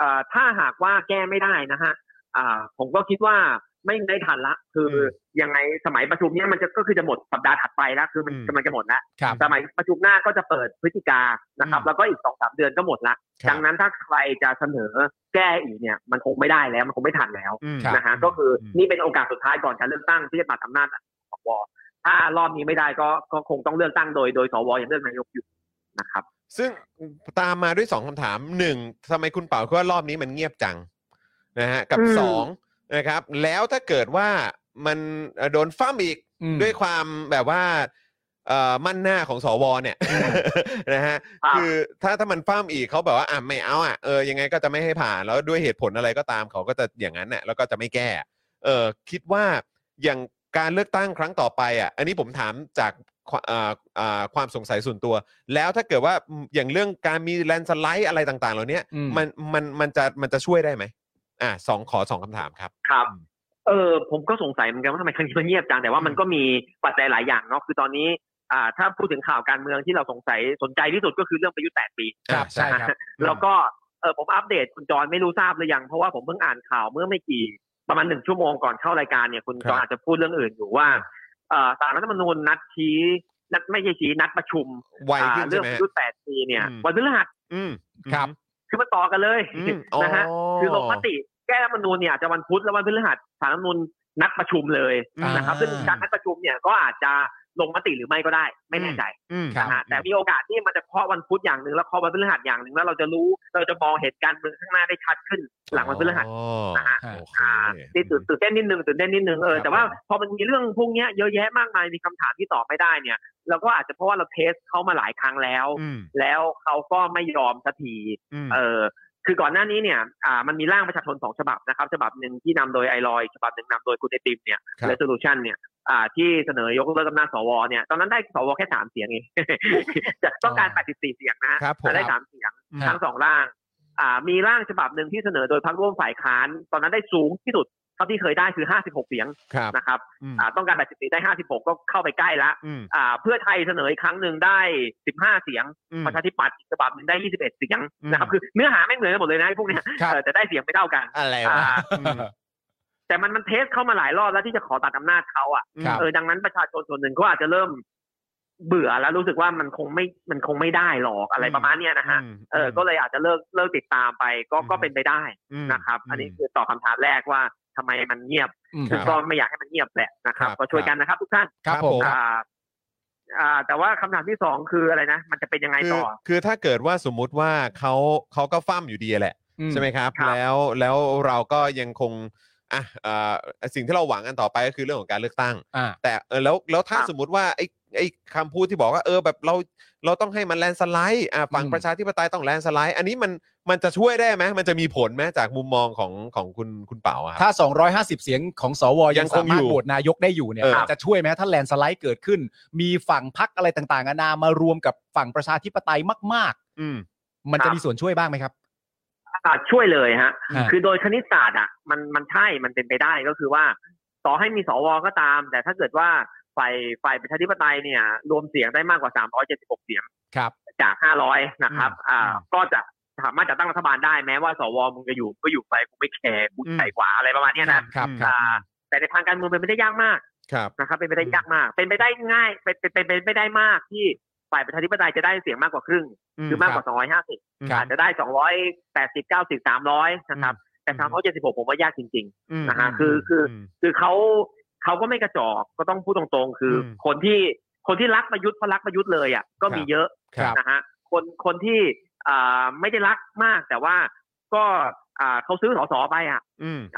[SPEAKER 10] อ่าถ้าหากว่าแก้ไม่ได้นะฮะอ่า ผมก็คิดว่าไม่ได้ทันละ คืออยังไงสมัยประชุมเนี้ยมันจะก็คือจะหมดสัปดาห์ถัดไปแล้วคือมัน
[SPEAKER 3] อืม
[SPEAKER 10] กำลังจะหมดแล้ว
[SPEAKER 3] ครับ
[SPEAKER 10] สมัยประชุมหน้าก็จะเปิดพฤศจิกานะครับ
[SPEAKER 3] อืม
[SPEAKER 10] แล้วก็อีกสองสามเดือนก็หมดละ
[SPEAKER 2] ครับ
[SPEAKER 10] ดังนั้นถ้าใครจะเสนอแก้อีกเนี่ย มันคงไม่ได้แล้ว มันคงไม่ทันแล้ว
[SPEAKER 2] อืม
[SPEAKER 3] ครับ
[SPEAKER 10] นะฮะก็คืออ
[SPEAKER 2] ม
[SPEAKER 10] นี่เป็นโอกาสสุดท้ายก่อนการเลือกตั้งที่จะตัดอำนาจสวถ้ารอบนี้ไม่ได้ก็ก็คงต้องเลือกตั้งโดยโดยสวยังเลือกนายกอยู่นะครับ
[SPEAKER 2] ซึ่งตามมาด้วยสองคำถามหนึ่งทำไมคุณเป่าคิดว่ารอบนี้มันเงียบจังนะฮะกับ
[SPEAKER 10] อืม
[SPEAKER 2] สองนะครับ แล้วถ้าเกิดว่ามันเอ่อโดนฟ้ามอีก
[SPEAKER 3] อืม
[SPEAKER 2] ด้วยความแบบว่าเอ่อมั่นหน้าของสวเนี่ยนะฮะ
[SPEAKER 10] ครับ
[SPEAKER 2] คือถ้าถ้ามันฟ้ามอีกเขาแบบว่าอ่ะไม่เอาอ่ะเออยังไงก็จะไม่ให้ผ่านแล้วด้วยเหตุผลอะไรก็ตามเขาก็จะอย่างนั้นน่ะแล้วก็จะไม่แก้เออคิดว่าอย่างการเลือกตั้งครั้งต่อไปอ่ะอันนี้ผมถามจากควเอ่อเอ่อความสงสัยส่วนตัว แล้วถ้าเกิดว่าอย่างเรื่องการมีแลนสไลด์อะไรต่างๆ เหล่านี้
[SPEAKER 3] อืม
[SPEAKER 2] มันมันมันจะมันจะช่วยได้ไหมอ่ะสองขอสองคำถามครับ
[SPEAKER 10] ครับ เออผมก็สงสัยเหมือนกันว่าทำไมครั้งนี้มันเงียบจังแต่ว่ามันก็มีปัจจัยหลายอย่างเนาะคือตอนนี้อ่าถ้าพูดถึงข่าวการเมืองที่เราสงสัยสนใจที่สุดก็คือเรื่องประยุทธ์แปดปี
[SPEAKER 3] ครับใช่ครับ
[SPEAKER 10] แล้วก็เออผมอัปเดตคุณจรไม่รู้ทราบหรือยัง เพราะว่าผมเพิ่งอ่านข่าวเมื่อไม่กี่ประมาณหนึ่งชั่วโมงก่อนเข้ารายการเนี่ยคุณจ
[SPEAKER 2] ครั
[SPEAKER 10] ร
[SPEAKER 2] บ
[SPEAKER 10] อาจจะพูดเรื่องอื่นอยู่ว่าเอ่อสารรัฐธรรมนูญนัดชี้นัดไม่ใช่ชี้นัดประชุม
[SPEAKER 2] ไว
[SPEAKER 10] อ่า
[SPEAKER 2] ขึ้น
[SPEAKER 10] เรื่
[SPEAKER 2] ใช่
[SPEAKER 10] อง
[SPEAKER 2] ไหม
[SPEAKER 10] ป
[SPEAKER 2] ฮะ
[SPEAKER 10] ระยุทธ์แปดปีเนี่ย
[SPEAKER 2] อืม
[SPEAKER 10] วันพฤหัส
[SPEAKER 2] อืม
[SPEAKER 3] ครับ
[SPEAKER 10] คือมาต่อกันเลย
[SPEAKER 2] อืมอ๋อ
[SPEAKER 10] นะฮะคือลงมติ แก้รัฐธรรมนูญเนี่ยอาจจะวันพุธและวันพฤหัสสารรัฐธรรมนูญนัดประชุมเลยนะครับ
[SPEAKER 3] อ่า
[SPEAKER 10] ซึ่งการนัดประชุมเนี่ยก็อาจจะลงมติหรือไม่ก็ได้ไม่แน่ใจนะฮะแต่มีโอกาสที่มันจะเคาะวันพุธอย่างหนึ่งแล้วเคาะวันพฤหัสอย่างหนึ่งแล้วเราจะรู้เราจะมองเหตุการณ์เมืองข้างหน้าได้ชัดขึ้นหลังวันพฤหัส
[SPEAKER 2] อ๋อ
[SPEAKER 10] นะฮะ
[SPEAKER 2] โอเค
[SPEAKER 10] อ่านี่ตื่นตื่นเต้นนิดนึงตื่นเต้นนิดนึงเออ
[SPEAKER 2] ครับ
[SPEAKER 10] แต่ว่าพอมันมีเรื่องพวกเนี้ยเยอะแยะมากมายมีคำถามที่ตอบไม่ได้เนี่ยเราก็อาจจะเพราะว่าเราเทสเขามาหลายครั้งแล้ว
[SPEAKER 11] อืม
[SPEAKER 10] แล้วเขาก็ไม่ยอมสักที
[SPEAKER 11] อืม
[SPEAKER 10] เออคือก่อนหน้านี้เนี่ยอ่ามันมีร่างประชาชนสองฉบับนะครับ ฉบับหนึ่งที่นำโดยไอรอยฉบับหนึ่งนำโดยคุณไอติมเนี่ย
[SPEAKER 2] ครับ
[SPEAKER 10] resolution เนี่ยอ่าที่เสนอยกเลิกอำนาจสวเนี่ยตอนนั้นได้สวแค่สามเสียงเอง จะต้องการ 84 เสียงนะครับ
[SPEAKER 3] ผม
[SPEAKER 10] แต่ได้สามเสียง
[SPEAKER 3] ครั
[SPEAKER 10] ทั้
[SPEAKER 3] บ
[SPEAKER 10] งสองร่างอ่ามีร่างฉบับหนึ่งที่เสนอโดยพรรคร่วมฝ่ายค้าน ตอนนั้นได้สูงที่สุดเท่าที่เคยได้คือ 56 เสียง
[SPEAKER 3] ครับ
[SPEAKER 10] นะครับ
[SPEAKER 3] อืม
[SPEAKER 10] อ่าต้องการ 84 ได้ 56 ก็เข้าไปใกล้ละ
[SPEAKER 3] อืม
[SPEAKER 10] อ่าเพื่อไทยเสนออีกครั้งหนึ่งได้ 15 เสียง
[SPEAKER 3] อืม
[SPEAKER 10] ประชาธิปัตย์อีกฉบับหนึ่งได้ 21 เสียง
[SPEAKER 3] อืม
[SPEAKER 10] นะครับ คือเนื้อหาไม่เหมือนกันหมดเลยนะไอ้พวกเนี้ย
[SPEAKER 3] ครับ
[SPEAKER 10] เออแต่ได้เสียงไม่เท่ากัน
[SPEAKER 11] อะไรวะ
[SPEAKER 10] อ่าแต่มันมันเทสเข้ามาหลายรอบแล้วที่จะขอตัดอำนาจเขาอ่ะ
[SPEAKER 3] ครับ
[SPEAKER 10] เออ ดังนั้นประชาชนส่วนหนึ่งก็อาจจะเริ่มเบื่อแล้วรู้สึกว่ามันคงไม่ มันคงไม่ได้หรอกอะไร
[SPEAKER 3] อืม
[SPEAKER 10] ประมาณเนี้ยนะฮะ
[SPEAKER 3] ม
[SPEAKER 10] เออ ก็เลยอาจจะเลิกเลิกติดตามไป ก็
[SPEAKER 3] อืม
[SPEAKER 10] ก็เป็นไปได้
[SPEAKER 3] ม
[SPEAKER 10] นะครับ อันนี้
[SPEAKER 3] ม
[SPEAKER 10] คือตอบคำถามแรกว่าทำไมมันเงียบ
[SPEAKER 12] อืม
[SPEAKER 3] ครับ
[SPEAKER 10] ก็ไม่อยากให้มันเงียบแหละนะครับ
[SPEAKER 3] ครับ
[SPEAKER 10] ก็ช่วย
[SPEAKER 3] ครับ
[SPEAKER 10] กันนะครับทุกท่าน
[SPEAKER 3] ครับผม
[SPEAKER 10] อ่า อ่า แต่ว่าคำถามที่สองคืออะไรนะ มันจะเป็นยังไง
[SPEAKER 2] คือ
[SPEAKER 10] ต่อ
[SPEAKER 2] คือถ้าเกิดว่าสมมุติว่าเขาเขาก็ฟั่มอยู่ดีแหละ ใช่ไหมครับ
[SPEAKER 10] ครับ
[SPEAKER 2] แล้วแล้วเราก็ยังคงอ่ะเอ่อสิ่งที่เราหวังกันต่อไปก็คือเรื่องของการเลือกตั้ง
[SPEAKER 3] อ่า
[SPEAKER 2] แต่เออแล้วแล้วถ้า
[SPEAKER 10] ครับ
[SPEAKER 2] สมมติว่าไอ้ไอ้คำพูดที่บอกว่าเออแบบเราเราต้องให้มันแลนสไลด์อ่ะฝั่ง
[SPEAKER 3] อืม
[SPEAKER 2] ประชาธิปไตยต้องแลนสไลด์อันนี้มันมันจะช่วยได้ไหมมันจะมีผลไหมจากมุมมองของของคุณคุณเป๋าอะครับ
[SPEAKER 3] ถ้า 250 เสียงของสว
[SPEAKER 2] ยั
[SPEAKER 3] ยัง ง
[SPEAKER 2] ค
[SPEAKER 3] สาง มาร
[SPEAKER 2] อยู่
[SPEAKER 3] ถโหวตนายกได้อยู่เนี่ย
[SPEAKER 2] เออ
[SPEAKER 3] อาจจะช่วยไหมถ้าแลนด์สไลด์เกิดขึ้น มีฝั่งพักอะไรต่างๆนานามารวมกับฝั่งประชาธิปไตยมาก
[SPEAKER 2] อืม
[SPEAKER 3] ๆ มัน
[SPEAKER 10] ครั
[SPEAKER 3] จะ
[SPEAKER 10] บ
[SPEAKER 3] มีส่วนช่วยบ้างไหมครับ
[SPEAKER 10] อ่าช่วยเลยฮะ
[SPEAKER 3] อ่า
[SPEAKER 10] คือโดยคณิตศาสตร์อ่ะมันมันใช่มันเป็นไปได้ก็คือว่า ต่อให้มีสวก็ตาม แต่ถ้าเกิดว่าฝ่ายฝ่ายประชาธิปไตยเนี่ย รวมเสียงได้มากกว่า 376 เสียง
[SPEAKER 3] ครับ
[SPEAKER 10] จาก 500 นะครับ อ่า ก็จะสามารถจัดตั้งรัฐบาลได้แม้ว่าสวมึงจะอยู่ก็อยู่ไปกูไม่แคร์กูใหญ่กว่าอะไรประมาณเนี้ยนะครับ
[SPEAKER 3] ครับ
[SPEAKER 10] อ่าแต่ในทางการเมืองเป็นไปได้ยากมาก
[SPEAKER 2] ครับ
[SPEAKER 10] นะครับเป็นไปได้ยากมาก เป็นไปได้ง่ายเป็นเป็นเป็นไปได้มากที่ฝ่ายประชาธิปไตยจะได้เสียงมากกว่าครึ่ง คือมากกว่า 250
[SPEAKER 3] ครับ
[SPEAKER 10] อาจจะได้ 280 90 300 นะครับ แต่376ผมว่ายากจริง ๆ นะฮะ คือ คือ คือเขาเขาก็ไม่กระจอกก็ต้องพูดตรงๆ คืออ
[SPEAKER 2] ม
[SPEAKER 10] คนที่ คนที่รักประยุทธ์เพราะรักประยุทธ์เลยอ่ะ ก็มี
[SPEAKER 2] ครับ
[SPEAKER 10] เยอะ
[SPEAKER 2] ครับ
[SPEAKER 10] นะฮะ คน คนที่อ่าไม่ได้รักมาก แต่ว่า ก็อ่าเขาซื้อสสไปอ่ะ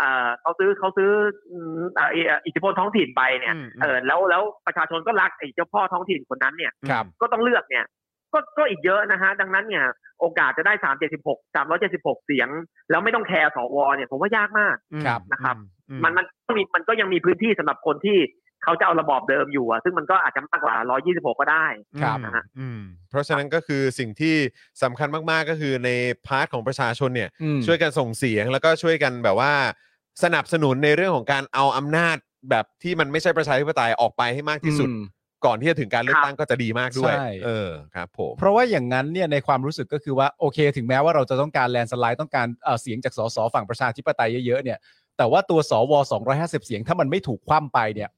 [SPEAKER 10] อ่าเขาซื้อเขาซื้ออืมอ่าอิทธิพลท้องถิ่นไปเนี่ย เออ แล้ว แล้วประชาชนก็รักไอ้เจ้าพ่อท้องถิ่นคนนั้นเนี่ย
[SPEAKER 3] ครับ
[SPEAKER 10] ก็ต้องเลือกเนี่ย ก็ก็อีกเยอะนะฮะ ดังนั้นเนี่ย โอกาสจะได้ 376 376 เสียง แล้วไม่ต้องแคร์สวเนี่ยผมว่ายากมาก
[SPEAKER 3] ครับ
[SPEAKER 10] นะครับ มันมันก็มีมันก็ยังมีพื้นที่สำหรับคนที่เขาจะเอาระบอบเดิมอยู่อะซึ่งมันก็อาจจะมากกว่า 126 ก็ได้
[SPEAKER 3] ครับ
[SPEAKER 10] นะฮะ
[SPEAKER 2] อืมเพราะฉะนั้นก็คือสิ่งที่สำคัญมากๆก็คือในพาร์ทของประชาชนเนี่ย
[SPEAKER 3] อืม
[SPEAKER 2] ช่วยกันส่งเสียงแล้วก็ช่วยกันแบบว่า สนับสนุนในเรื่องของการเอาอำนาจแบบที่มันไม่ใช่ประชาธิปไตยออกไปให้มากที่สุด ก่อนที่จะถึงการเลือกตั้งก็จะดีมากด้วย
[SPEAKER 3] ใช่
[SPEAKER 2] เออครับ ผม
[SPEAKER 3] เพราะว่าอย่างนั้นเนี่ยในความรู้สึกก็คือว่าโอเค ถึงแม้ว่าเราจะต้องการแลนสไลด์ต้องการเอ่อเสียงจากสสฝั่งประชาธิปไตยเยอะๆเนี่ย แต่ว่าตัวสว250 เสียงถ้ามันไม่ถูกคว่ำไปเนี่ย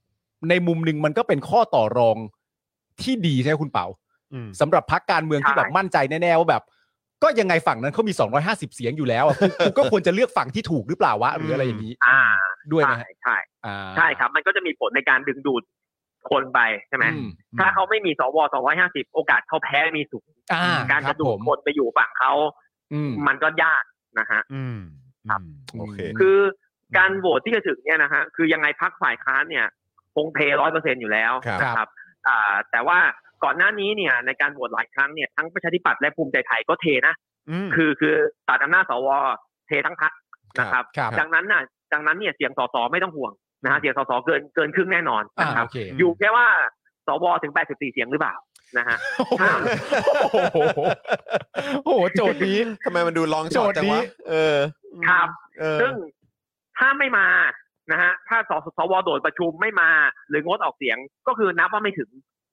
[SPEAKER 3] ในมุมหนึ่งมันก็เป็นข้อต่อรองที่ดีใช่ไหมคุณเป่า
[SPEAKER 2] อืม
[SPEAKER 3] สำหรับพักการเมืองที่
[SPEAKER 10] ใช่
[SPEAKER 3] แบบมั่นใจแน่ๆว่าแบบ ก็ยังไงฝั่งนั้นเขามี 250 เสียงอยู่แล้วอะกูกูก็ควรจะเลือกฝั่งที่ถูกหรือเปล่าวะหรืออะไรอย่างนี้
[SPEAKER 10] อ่า
[SPEAKER 3] ด้วย
[SPEAKER 10] ใช่
[SPEAKER 3] นะฮะ
[SPEAKER 10] ใช่
[SPEAKER 3] อ่า
[SPEAKER 10] ใช่ครับ มันก็จะมีผลในการดึงดูดคนไปใช่ไหม
[SPEAKER 3] อื
[SPEAKER 10] ถ้าเขาไม่มีสว250 โอกาสเขาแพ้มีสูง
[SPEAKER 3] อ่า
[SPEAKER 10] การ
[SPEAKER 3] ค
[SPEAKER 10] จะ
[SPEAKER 3] บ
[SPEAKER 10] ดู
[SPEAKER 3] ผ
[SPEAKER 10] ด
[SPEAKER 3] ม
[SPEAKER 10] คนไปอยู่ฝั่งเขา
[SPEAKER 3] อืม
[SPEAKER 10] มันก็ยากนะฮะ
[SPEAKER 2] อืม
[SPEAKER 10] ครับ
[SPEAKER 2] อืมโอเค
[SPEAKER 10] คือการโหวตที่จะถึงเนี่ยนะฮะคือยังไงพักฝ่ายค้านเนี่ยคงเทร้อยเปอร์เซ็นอยู่แล้ว
[SPEAKER 2] ครับ
[SPEAKER 3] ครับ
[SPEAKER 10] นะครับอ่าแต่ว่าก่อนหน้านี้เนี่ยในการโหวตหลายครั้งเนี่ยทั้งประชาธิปัตย์และภูมิใจไทยก็เทนะ
[SPEAKER 2] อืม
[SPEAKER 10] คือคือตัดอำนาจสวเททั้งพักนะครับ
[SPEAKER 3] ครับ
[SPEAKER 10] ดังนั้นน่ะดังนั้นเนี่ยเสียงสสไม่ต้องห่วงนะฮะเสียงสสเกินเกินครึ่งแน่นอน
[SPEAKER 3] อ่า
[SPEAKER 10] นะครับ
[SPEAKER 3] โอเค
[SPEAKER 10] อยู่แค่ว่าสวถึง 84 เสียงหรือเปล่านะฮะ
[SPEAKER 3] โอ้โหโอ้โหโจทย์นี้
[SPEAKER 2] ทำไมมันดูลอง
[SPEAKER 3] โจ
[SPEAKER 2] ช็อต
[SPEAKER 3] ทย์
[SPEAKER 2] จัง
[SPEAKER 3] นี้
[SPEAKER 2] วะเออ
[SPEAKER 10] ครับ
[SPEAKER 2] เออ
[SPEAKER 10] ซึ่งถ้าไม่มานะฮะถ้าสสวโดดประชุมไม่มา หรืองดออกเสียงก็คือนับว่าไม่ถึง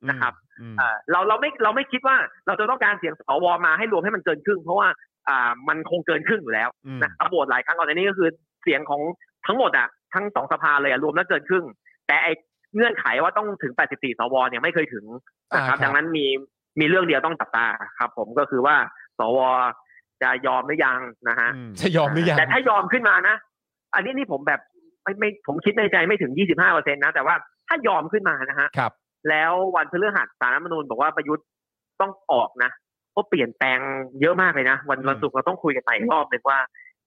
[SPEAKER 10] นะครับเอ่อเราเราไม่เราไม่คิดว่าเราจะต้องการเสียงสวมาให้รวมให้มันเกินครึ่ง เพราะว่าอ่ามันคงเกินครึ่งอยู่แล้ว
[SPEAKER 2] อืม
[SPEAKER 10] นะครับโหวตหลายครั้งก่อนอันนี้ก็คือเสียงของทั้งหมดอ่ะทั้งสองสภาเลยอะรวมแล้วเกินครึ่ง แต่ไอเงื่อนไขว่าต้องถึง 84 สวเนี่ยไม่เคยถึงนะค
[SPEAKER 3] อ่าค
[SPEAKER 10] รับ
[SPEAKER 3] รับ
[SPEAKER 10] ดังนั้นมีมีเรื่องเดียวต้องจับตาครับ ผมก็คือว่าสวจะยอมหรือยังนะฮะ
[SPEAKER 3] จะยอมหรือยัง
[SPEAKER 10] แต่ถ้ายอมขึ้นมานะ อันนี้นี่ผมแบบไม่ไม่ผมคิดในใจไม่ถึง 25เปอร์เซ็นต์นะ แต่ว่าถ้ายอมขึ้นมานะฮะ
[SPEAKER 3] ครับ
[SPEAKER 10] แล้ววันพฤหัสสารรัฐธรรมนูญบอกว่าประยุทธ์ต้องออกนะก็เปลี่ยนแปลงเยอะมากเลยนะ วันวันศุกร์เราต้องคุยกันใหม่อีกรอบหนึ่งว่า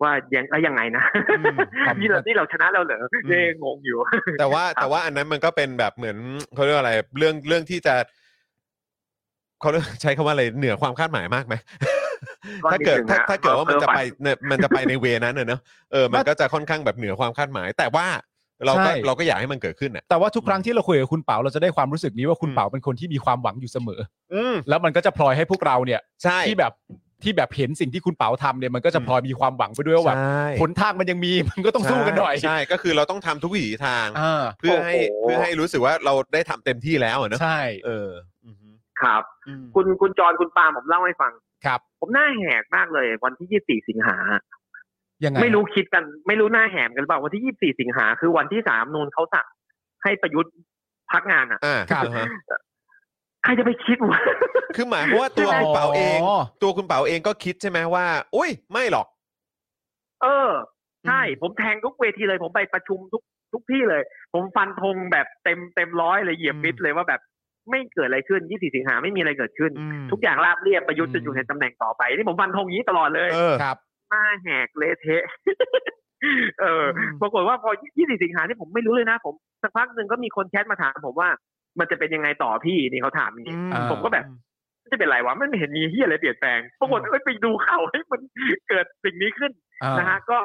[SPEAKER 10] ว่ายังเอ้ยยังไงนะ
[SPEAKER 3] ครับ
[SPEAKER 10] นี่เรานี่เราชนะแล้วเหรอเย่งงอยู่
[SPEAKER 2] แต่ว่าแต่ว่าอันนั้นมันก็เป็นแบบเหมือนเขาเรียกว่าอะไรเรื่องเรื่องที่จะเขาเรียกใช้คำว่าอะไรเหนือความคาดหมายมากไหม
[SPEAKER 10] ก็นิด
[SPEAKER 2] ถ้าเกิด
[SPEAKER 10] นึง
[SPEAKER 2] ถ้า
[SPEAKER 10] นะ
[SPEAKER 2] ถ้าเกิดว่ามันจะไป
[SPEAKER 10] เออฝัน
[SPEAKER 2] เนี่ยมันจะไปในเวนั้นเนอะเนอะเออมันก็จะค่อนข้างแบบเหนือความคาดหมาย แต่ว่าเราก็
[SPEAKER 3] ใช่
[SPEAKER 2] เราก็อยากให้มันเกิดขึ้นน่ะ
[SPEAKER 3] แต่ว่าทุกครั้งที่เราคุยกับคุณเปาเราจะได้ความรู้สึกนี้ว่าคุณ
[SPEAKER 2] อืม
[SPEAKER 3] เปาเป็นคนที่มีความหวังอยู่เสมอ
[SPEAKER 2] อืม
[SPEAKER 3] แล้วมันก็จะพลอยให้พวกเราเนี่ย
[SPEAKER 2] ใช่
[SPEAKER 3] ที่แบบที่แบบเห็นสิ่งที่คุณเปาทำเนี่ยมันก็จะพลอยมีความหวังไปด้วยว่าแบบ
[SPEAKER 2] ใช่
[SPEAKER 3] ผลทางมันยังมี มันก็ต้องสู้กันหน่อย
[SPEAKER 2] ใช่ใช่ก็คือเราต้องทำทุกวิถีทาง
[SPEAKER 3] อ่า
[SPEAKER 2] เพื่อให้
[SPEAKER 10] โอ้โห
[SPEAKER 2] เพื่อให้รู้สึกว่าเราได้ทำเต็มที่แล้วอะเนอะ
[SPEAKER 3] ใช่
[SPEAKER 2] เอออือฮึ
[SPEAKER 10] ครับ
[SPEAKER 2] อืม
[SPEAKER 10] คุณคุณจรคุณปาล์มผมเล่าให้ฟัง
[SPEAKER 3] ครับ
[SPEAKER 10] ผมหน้าแหกมากเลยวันที่ 24 สิงหา
[SPEAKER 3] ยังไง
[SPEAKER 10] ไม่รู้คิดกันไม่รู้หน้าแหมกันหรือเปล่าวันที่ 24 สิงหาคือวันที่สามนูนเขาสั่งให้ประยุทธ์พักงานอ่ะ
[SPEAKER 2] อ่า
[SPEAKER 3] ครับ
[SPEAKER 2] อ่าฮะ
[SPEAKER 10] ใครจะไปคิด วะ
[SPEAKER 2] คือหมายความว่าตัวคุณเปาเอง
[SPEAKER 3] อ
[SPEAKER 2] ตัวคุณเปาเองก็คิดใช่ไหมว่า อุ้ยไม่หรอก
[SPEAKER 10] เออ ใช่ ผมแทงทุกเวทีเลย ผมไปประชุมทุกทุกที่เลย ผมฟันธงแบบเต็มเต็มร้อยเลยเหยียบมิดเลยว่าแบบไม่เกิดอะไรขึ้น 24 สิงหาไม่มีอะไรเกิดขึ้น ทุกอย่างราบเรียบประยุทธ์จะอยู่ในตำแหน่งต่อไปนี่ผมฟันธงอย่างนี้ตลอดเลย
[SPEAKER 2] เออ
[SPEAKER 3] ครับ
[SPEAKER 10] หน้าแหกเละเทะ เอออ ปรากฏว่าพอ 24 สิงหาที่ผมไม่รู้เลยนะ ผมสักพักหนึ่งก็มีคนแชทมาถามผมว่ามันจะเป็นยังไงต่อพี่นี่เขาถามอย่างนี้
[SPEAKER 3] อ่า
[SPEAKER 10] ผมก็แบบจะเป็นไรวะมันไม่เห็นมีเฮียอะไรเปลี่ยนแปลง ปรากฏเอ้ยไปดูข่าวให้ยมันเกิดสิ่งนี้ขึ้น
[SPEAKER 3] อ่า
[SPEAKER 10] นะฮะ ก็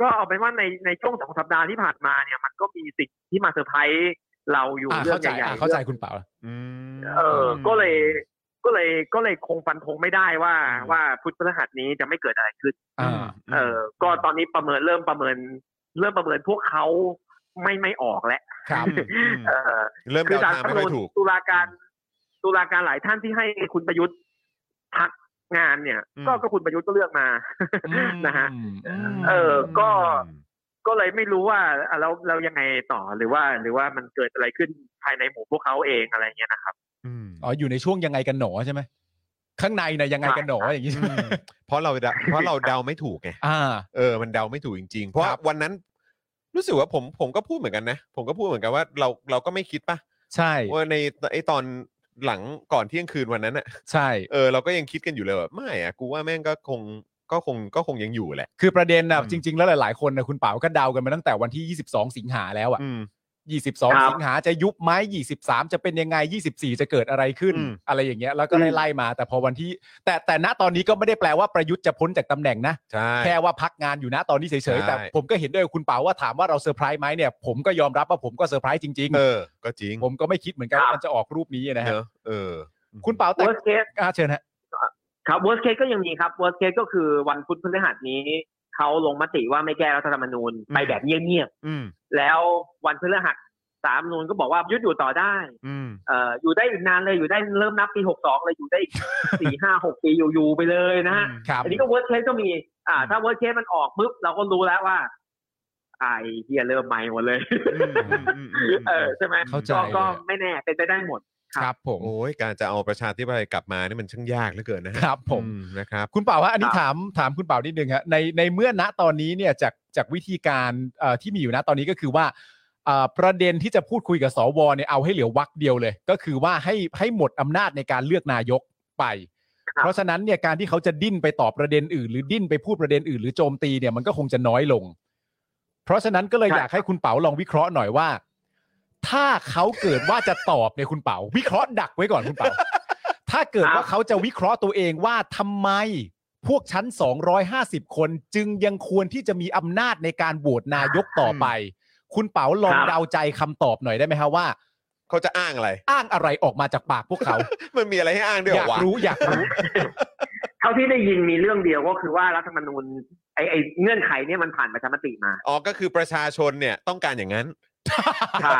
[SPEAKER 10] ก็เอาเป็นว่าในในช่วงสองสัปดาห์ที่ผ่านมาเนี่ย มันก็มีสิ่งที่มาเซอร์ไพรส์เราอยู่
[SPEAKER 3] อ่า
[SPEAKER 10] เรื่อ
[SPEAKER 3] เข้าง ใจ
[SPEAKER 10] ใหญ่
[SPEAKER 3] อ่า
[SPEAKER 10] ๆ
[SPEAKER 3] เข้าใจ
[SPEAKER 10] เรื่อง
[SPEAKER 3] คุณเปา
[SPEAKER 2] อืม
[SPEAKER 10] เออ ก็เลย ก็เลย ก็เลยคงฟันธงไม่ได้ว่า
[SPEAKER 2] อืม
[SPEAKER 10] ว่าพุทธพฤหัสนี้จะไม่เกิดอะไรขึ้น
[SPEAKER 3] อ่า
[SPEAKER 10] เออ ก็ตอนนี้ประเมินเริ่มประเมิน เริ่มประเมินพวกเขาไม่ไม่ออกแล้ว
[SPEAKER 3] ครับ
[SPEAKER 2] อืม
[SPEAKER 10] เออ
[SPEAKER 2] เริ่ม
[SPEAKER 10] คือ
[SPEAKER 2] เดา
[SPEAKER 10] สาร
[SPEAKER 2] ทาง
[SPEAKER 10] รัฐธร
[SPEAKER 2] ไม่
[SPEAKER 10] รม
[SPEAKER 2] ค่อย
[SPEAKER 10] นูญ
[SPEAKER 2] ถูก
[SPEAKER 10] ตุลาการตุลาการหลายท่านที่ให้คุณประยุทธ์พักงานเนี่ย
[SPEAKER 2] อืม
[SPEAKER 10] ก็ก็คุณประยุทธ์ก็เลือกมา นะฮะ
[SPEAKER 3] อืม
[SPEAKER 10] เออ ก็ ก็เลยไม่รู้ว่าอ่ะเราเรายังไงต่อหรือว่า หรือว่ามันเกิดอะไรขึ้นภายในหมู่พวกเขาเองอะไรเงี้ยนะครับ
[SPEAKER 2] อืม
[SPEAKER 3] อ๋ออยู่ในช่วงยังไงกันหนอใช่ไหมข้างในนะยังไงกันหนออย่างนี้ใช่ไหม
[SPEAKER 2] อืมเพราะเราเดาเพราะเราเดาไม่ถูกไง
[SPEAKER 3] อ่า
[SPEAKER 2] เออมันเดาไม่ถูกจริงๆ เพราะ
[SPEAKER 3] ครับ
[SPEAKER 2] วันนั้น รู้สึกว่าผมผมก็พูดเหมือนกันนะ ผมก็พูดเหมือนกันว่าเราเราก็ไม่คิดป่ะ
[SPEAKER 3] ใช่
[SPEAKER 2] ว่าในไอตอนหลังก่อนเที่ยงคืนวันนั้นอะ
[SPEAKER 3] ใช่
[SPEAKER 2] เออเราก็ยังคิดกันอยู่เลยแบบไม่อะกูว่าแม่งก็คงก็คงก็คงยังอยู่แหละ
[SPEAKER 3] คือประเด็นนะ
[SPEAKER 2] อืม
[SPEAKER 3] จริง ๆ แล้วหลาย ๆ คนนะคุณเป๋าก็เดากันมาตั้งแต่วันที่ 22 สิงหาแล้วอ่ะ
[SPEAKER 2] อืม
[SPEAKER 3] 22 สิ
[SPEAKER 10] ครับ
[SPEAKER 3] งหาจะยุบไหม23 จะเป็นยังไง 24 จะเกิดอะไรขึ้น
[SPEAKER 2] อืม
[SPEAKER 3] อะไรอย่างเงี้ยแล้วก็ไล่
[SPEAKER 10] อืม
[SPEAKER 3] ไล่มา แต่พอวันที่ แต่แต่ณตอนนี้ก็ไม่ได้แปลว่าประยุทธ์จะพ้นจากตำแหน่งนะ
[SPEAKER 2] ใช่
[SPEAKER 3] แค่ว่าพักงานอยู่นะตอนนี้เฉ
[SPEAKER 2] ใช่
[SPEAKER 3] ยๆแต่ผมก็เห็นด้วยกับคุณเป๋าว่าถามว่าเราเซอร์ไพรส์ไหมเนี่ยผมก็ยอมรับว่าผมก็เซอร์ไพรส์จริง
[SPEAKER 2] เออ ก็จริง
[SPEAKER 3] ๆ ผมก็ไม่คิดเหมือนกันว่ามันจะออกรูปนี้นะฮะ
[SPEAKER 2] เนอะเออ
[SPEAKER 3] คุณเป๋าแต่
[SPEAKER 10] worst case
[SPEAKER 3] อ่าเชิญฮะ
[SPEAKER 10] ครับ worst case ก็ยังมีครับ worst case ก็คือวันพุธพฤหัสนี้เขาลงมติว่าไม่แก้รัฐธรรมนูญไปแบบเงียบ
[SPEAKER 2] อืม
[SPEAKER 10] ๆแล้ววันพฤหัสสามนูนก็บอกว่ายุดอยู่ต่อได้
[SPEAKER 2] อืม
[SPEAKER 10] เอ่ออยู่ได้อีกนานเลยอยู่ได้เริ่มนับปีหกสองเลยอยู่ได้ อีก สี่ห้าหกปีอยู่ๆไปเลยนะฮะ
[SPEAKER 3] ครับ
[SPEAKER 10] อันนี้ก็เวิร์ดเคสก็มี อ่า ถ้าเวิร์ดเคสมันออกปุ๊บเราก็รู้แล้วว่าไอ้เฮียเริ่มใหม่หมดเลยเออใช่ไหม
[SPEAKER 3] เข้าใจ
[SPEAKER 10] ก็
[SPEAKER 3] เลย
[SPEAKER 10] ก็
[SPEAKER 3] อะ
[SPEAKER 10] ไม่แน่เป็นไปได้หมด
[SPEAKER 3] ครับผม
[SPEAKER 2] โอ้ยการจะเอาประชาธิปไตยกลับมานี่มันช่างยากเหลือเกินนะฮะ
[SPEAKER 3] ครับผม
[SPEAKER 2] อืนะครับ
[SPEAKER 3] คุณเป่าว่าอันนี้
[SPEAKER 10] ครับ
[SPEAKER 3] ถามถามคุณเป่านิดนึงฮะในในเมื่อณตอนนี้เนี่ยจากจากวิธีการเอ่อที่มีอยู่ณตอนนี้ก็คือว่าเอ่อประเด็นที่จะพูดคุยกับสวเนี่ยเอาให้เหลือวักเดียวเลย ก็คือว่าให้ให้หมดอำนาจในการเลือกนายกไป เพราะฉะนั้นเนี่ยการที่เขาจะดิ้นไปตอบประเด็นอื่น หรือดิ้นไปพูดประเด็นอื่น หรือโจมตีเนี่ยมันก็คงจะน้อยลง เพราะฉะนั้นก็เลยอยากให้คุณเป๋าลองวิเคราะห์หน่อยว่า ถ้าเขาเกิดว่าจะตอบเนี่ยคุณเป๋าวิเคราะห์ดักไว้ก่อนคุณเป๋า ถ้าเกิด
[SPEAKER 10] ครับ
[SPEAKER 3] ว่าเขาจะวิเคราะห์ตัวเองว่าทำไมพวกชั้น 250 คนจึงยังควรที่จะมีอำนาจในการโหวตนายกต่อไป คุณเป๋าลองเดาใจคำตอบหน่อยได้ไหมฮะว่า
[SPEAKER 2] เขาจะอ้างอะไร
[SPEAKER 3] อ้างอะไรออกมาจากปากพวกเขา
[SPEAKER 2] มันมีอะไรให้อ้างด้วย
[SPEAKER 3] อ
[SPEAKER 2] เหร
[SPEAKER 3] ยา
[SPEAKER 2] อก วะ
[SPEAKER 3] รู้อยาก รู้
[SPEAKER 10] เท่าที่ได้ยินมีเรื่องเดียวก็คือว่ารัฐธรรมนูญไอ้ไอ้เงื่อนไขเนี่ยมันผ่านประชามติมา
[SPEAKER 2] อ๋อ ก็คือประชาชนเนี่ยต้องการอย่างนั้น
[SPEAKER 10] ใช่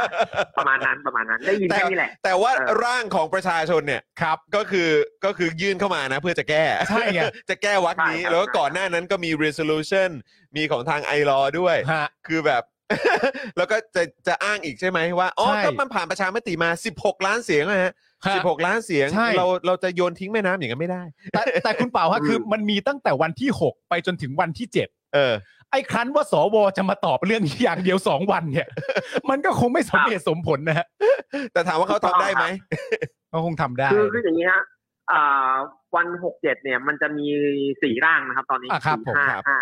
[SPEAKER 10] ประมาณนั้นประมาณนั้น ได้ยินแค่นี้แหละ
[SPEAKER 2] แต่ว่า
[SPEAKER 10] เออ
[SPEAKER 2] ร่างของประชาชนเนี่ยครับ ก็คือก็คือยื่นเข้ามานะ เพื่อจะแก้
[SPEAKER 3] ใช่ไง
[SPEAKER 2] จะแก้วักนี้
[SPEAKER 10] ใช่ครับ
[SPEAKER 2] แล้วก็ก่อนหน้านั้นก็มี resolution มีของทางไอรอด้วย
[SPEAKER 3] ฮะ
[SPEAKER 2] คือแบบ แล้วก็จะจะอ้างอีกใช่ไหมว่าอ๋อ
[SPEAKER 3] ใช่
[SPEAKER 2] ก็มันผ่านประชามติมา 16 ล้านเสียงนะฮะ
[SPEAKER 3] ฮะ
[SPEAKER 2] 16 ล้านเสียง
[SPEAKER 3] ใช่
[SPEAKER 2] เราเราจะโยนทิ้งแม่น้ำอย่างนั้นไม่ได้
[SPEAKER 3] แต่แต่คุณเป๋าฮะคือมันมีตั้งแต่วันที่ 6 ไปจนถึงวันที่ 7
[SPEAKER 2] เออ
[SPEAKER 3] ไอ้ครั้นว่าสวจะมาตอบเรื่องนี้อย่างเดียวสองวันเนี่ย มันก็คงไม่สมเหตุสมผลนะฮะ
[SPEAKER 2] แต่ถามว่าเขาทำได้ไหม
[SPEAKER 3] ก็คงทำได้
[SPEAKER 10] คือคืออย่างนี้ฮะอ่าวันหกเจ็ดเนี่ยมันจะมีสี่ร่างนะครับ ตอนนี้
[SPEAKER 3] อ่ะครับผ
[SPEAKER 10] สี่
[SPEAKER 3] ม
[SPEAKER 10] ห้า
[SPEAKER 3] ครับ
[SPEAKER 10] ห้า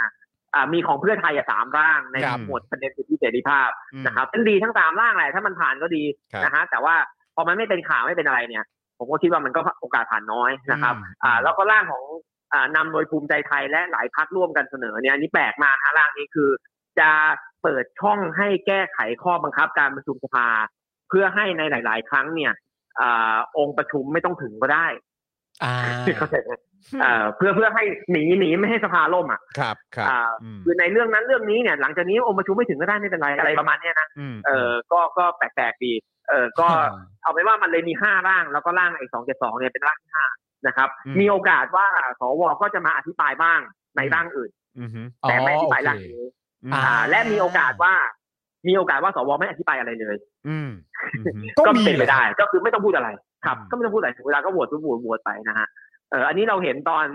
[SPEAKER 10] อ่ามีของเพื่อไทยอ่ะสามร่างใน
[SPEAKER 3] ครับ
[SPEAKER 10] หมวดประเด็นสิทธิเสรีภาพ
[SPEAKER 2] อืม
[SPEAKER 10] นะครับเป็นดีทั้งสามร่างแหละถ้ามันผ่านก็ดี
[SPEAKER 2] ครับ
[SPEAKER 10] นะฮะแต่ว่าพอมันไม่เป็นข่าวไม่เป็นอะไรเนี่ย ผมก็คิดว่ามันก็โอกาสผ่านน้อยนะครับ
[SPEAKER 3] อืม
[SPEAKER 10] อ่า แล้วก็ร่างของอ่านำโดยภูมิใจไทยและหลายพักร่วมกันเสนอเนี่ยอันนี้แปลกมากฮะร่างนี้คือ จะเปิดช่องให้แก้ไขข้อบังคับการประชุมสภา เพื่อให้ในหลาย ๆ ครั้งเนี่ย อ่าองค์ประชุมไม่ต้องถึงก็ได้
[SPEAKER 3] อ่า
[SPEAKER 10] เข้าใจไหมเอ่อเพื่อเพื่อให้หนีหนีไม่ให้สภาล่มอ่ะ
[SPEAKER 2] ครับครับ
[SPEAKER 10] อ่า
[SPEAKER 2] อืม
[SPEAKER 10] คือในเรื่องนั้นเรื่องนี้เนี่ยหลังจากนี้องค์ประชุมไม่ถึงก็ได้ไม่เป็นไรอะไรประมาณเนี้ยนะ
[SPEAKER 2] อืม
[SPEAKER 10] เออก็ก็แปลกๆดีเออก็ เอาเป็นว่ามันเลยมีห้าร่างแล้วก็ร่างไอ้สองเจ็ดสองเนี่ยเป็นร่างที่ห้านะครับ
[SPEAKER 3] อืม
[SPEAKER 10] มีโอกาสว่าสวก็จะมาอธิบายบ้างในร่างอื่น
[SPEAKER 2] อืม
[SPEAKER 10] แต่ไม่อธิบาย
[SPEAKER 3] อ๋อ
[SPEAKER 10] ร่าง
[SPEAKER 3] โอเค
[SPEAKER 10] นี้
[SPEAKER 2] อืม
[SPEAKER 10] อ่า และมีโอกาสว่า มีโอกาสว่าสวไม่อธิบายอะไรเลย
[SPEAKER 2] อืมอืม
[SPEAKER 3] ก็
[SPEAKER 10] ก็
[SPEAKER 3] มี
[SPEAKER 10] เป็นไปได้ ก็คือไม่ต้องพูดอะไร ครับ
[SPEAKER 2] อืม
[SPEAKER 10] ก็ไม่ต้องพูดอะไรถึงเวลาก็โหวตก็โหวตโหวตไปนะฮะเอออันนี้เราเห็นตอน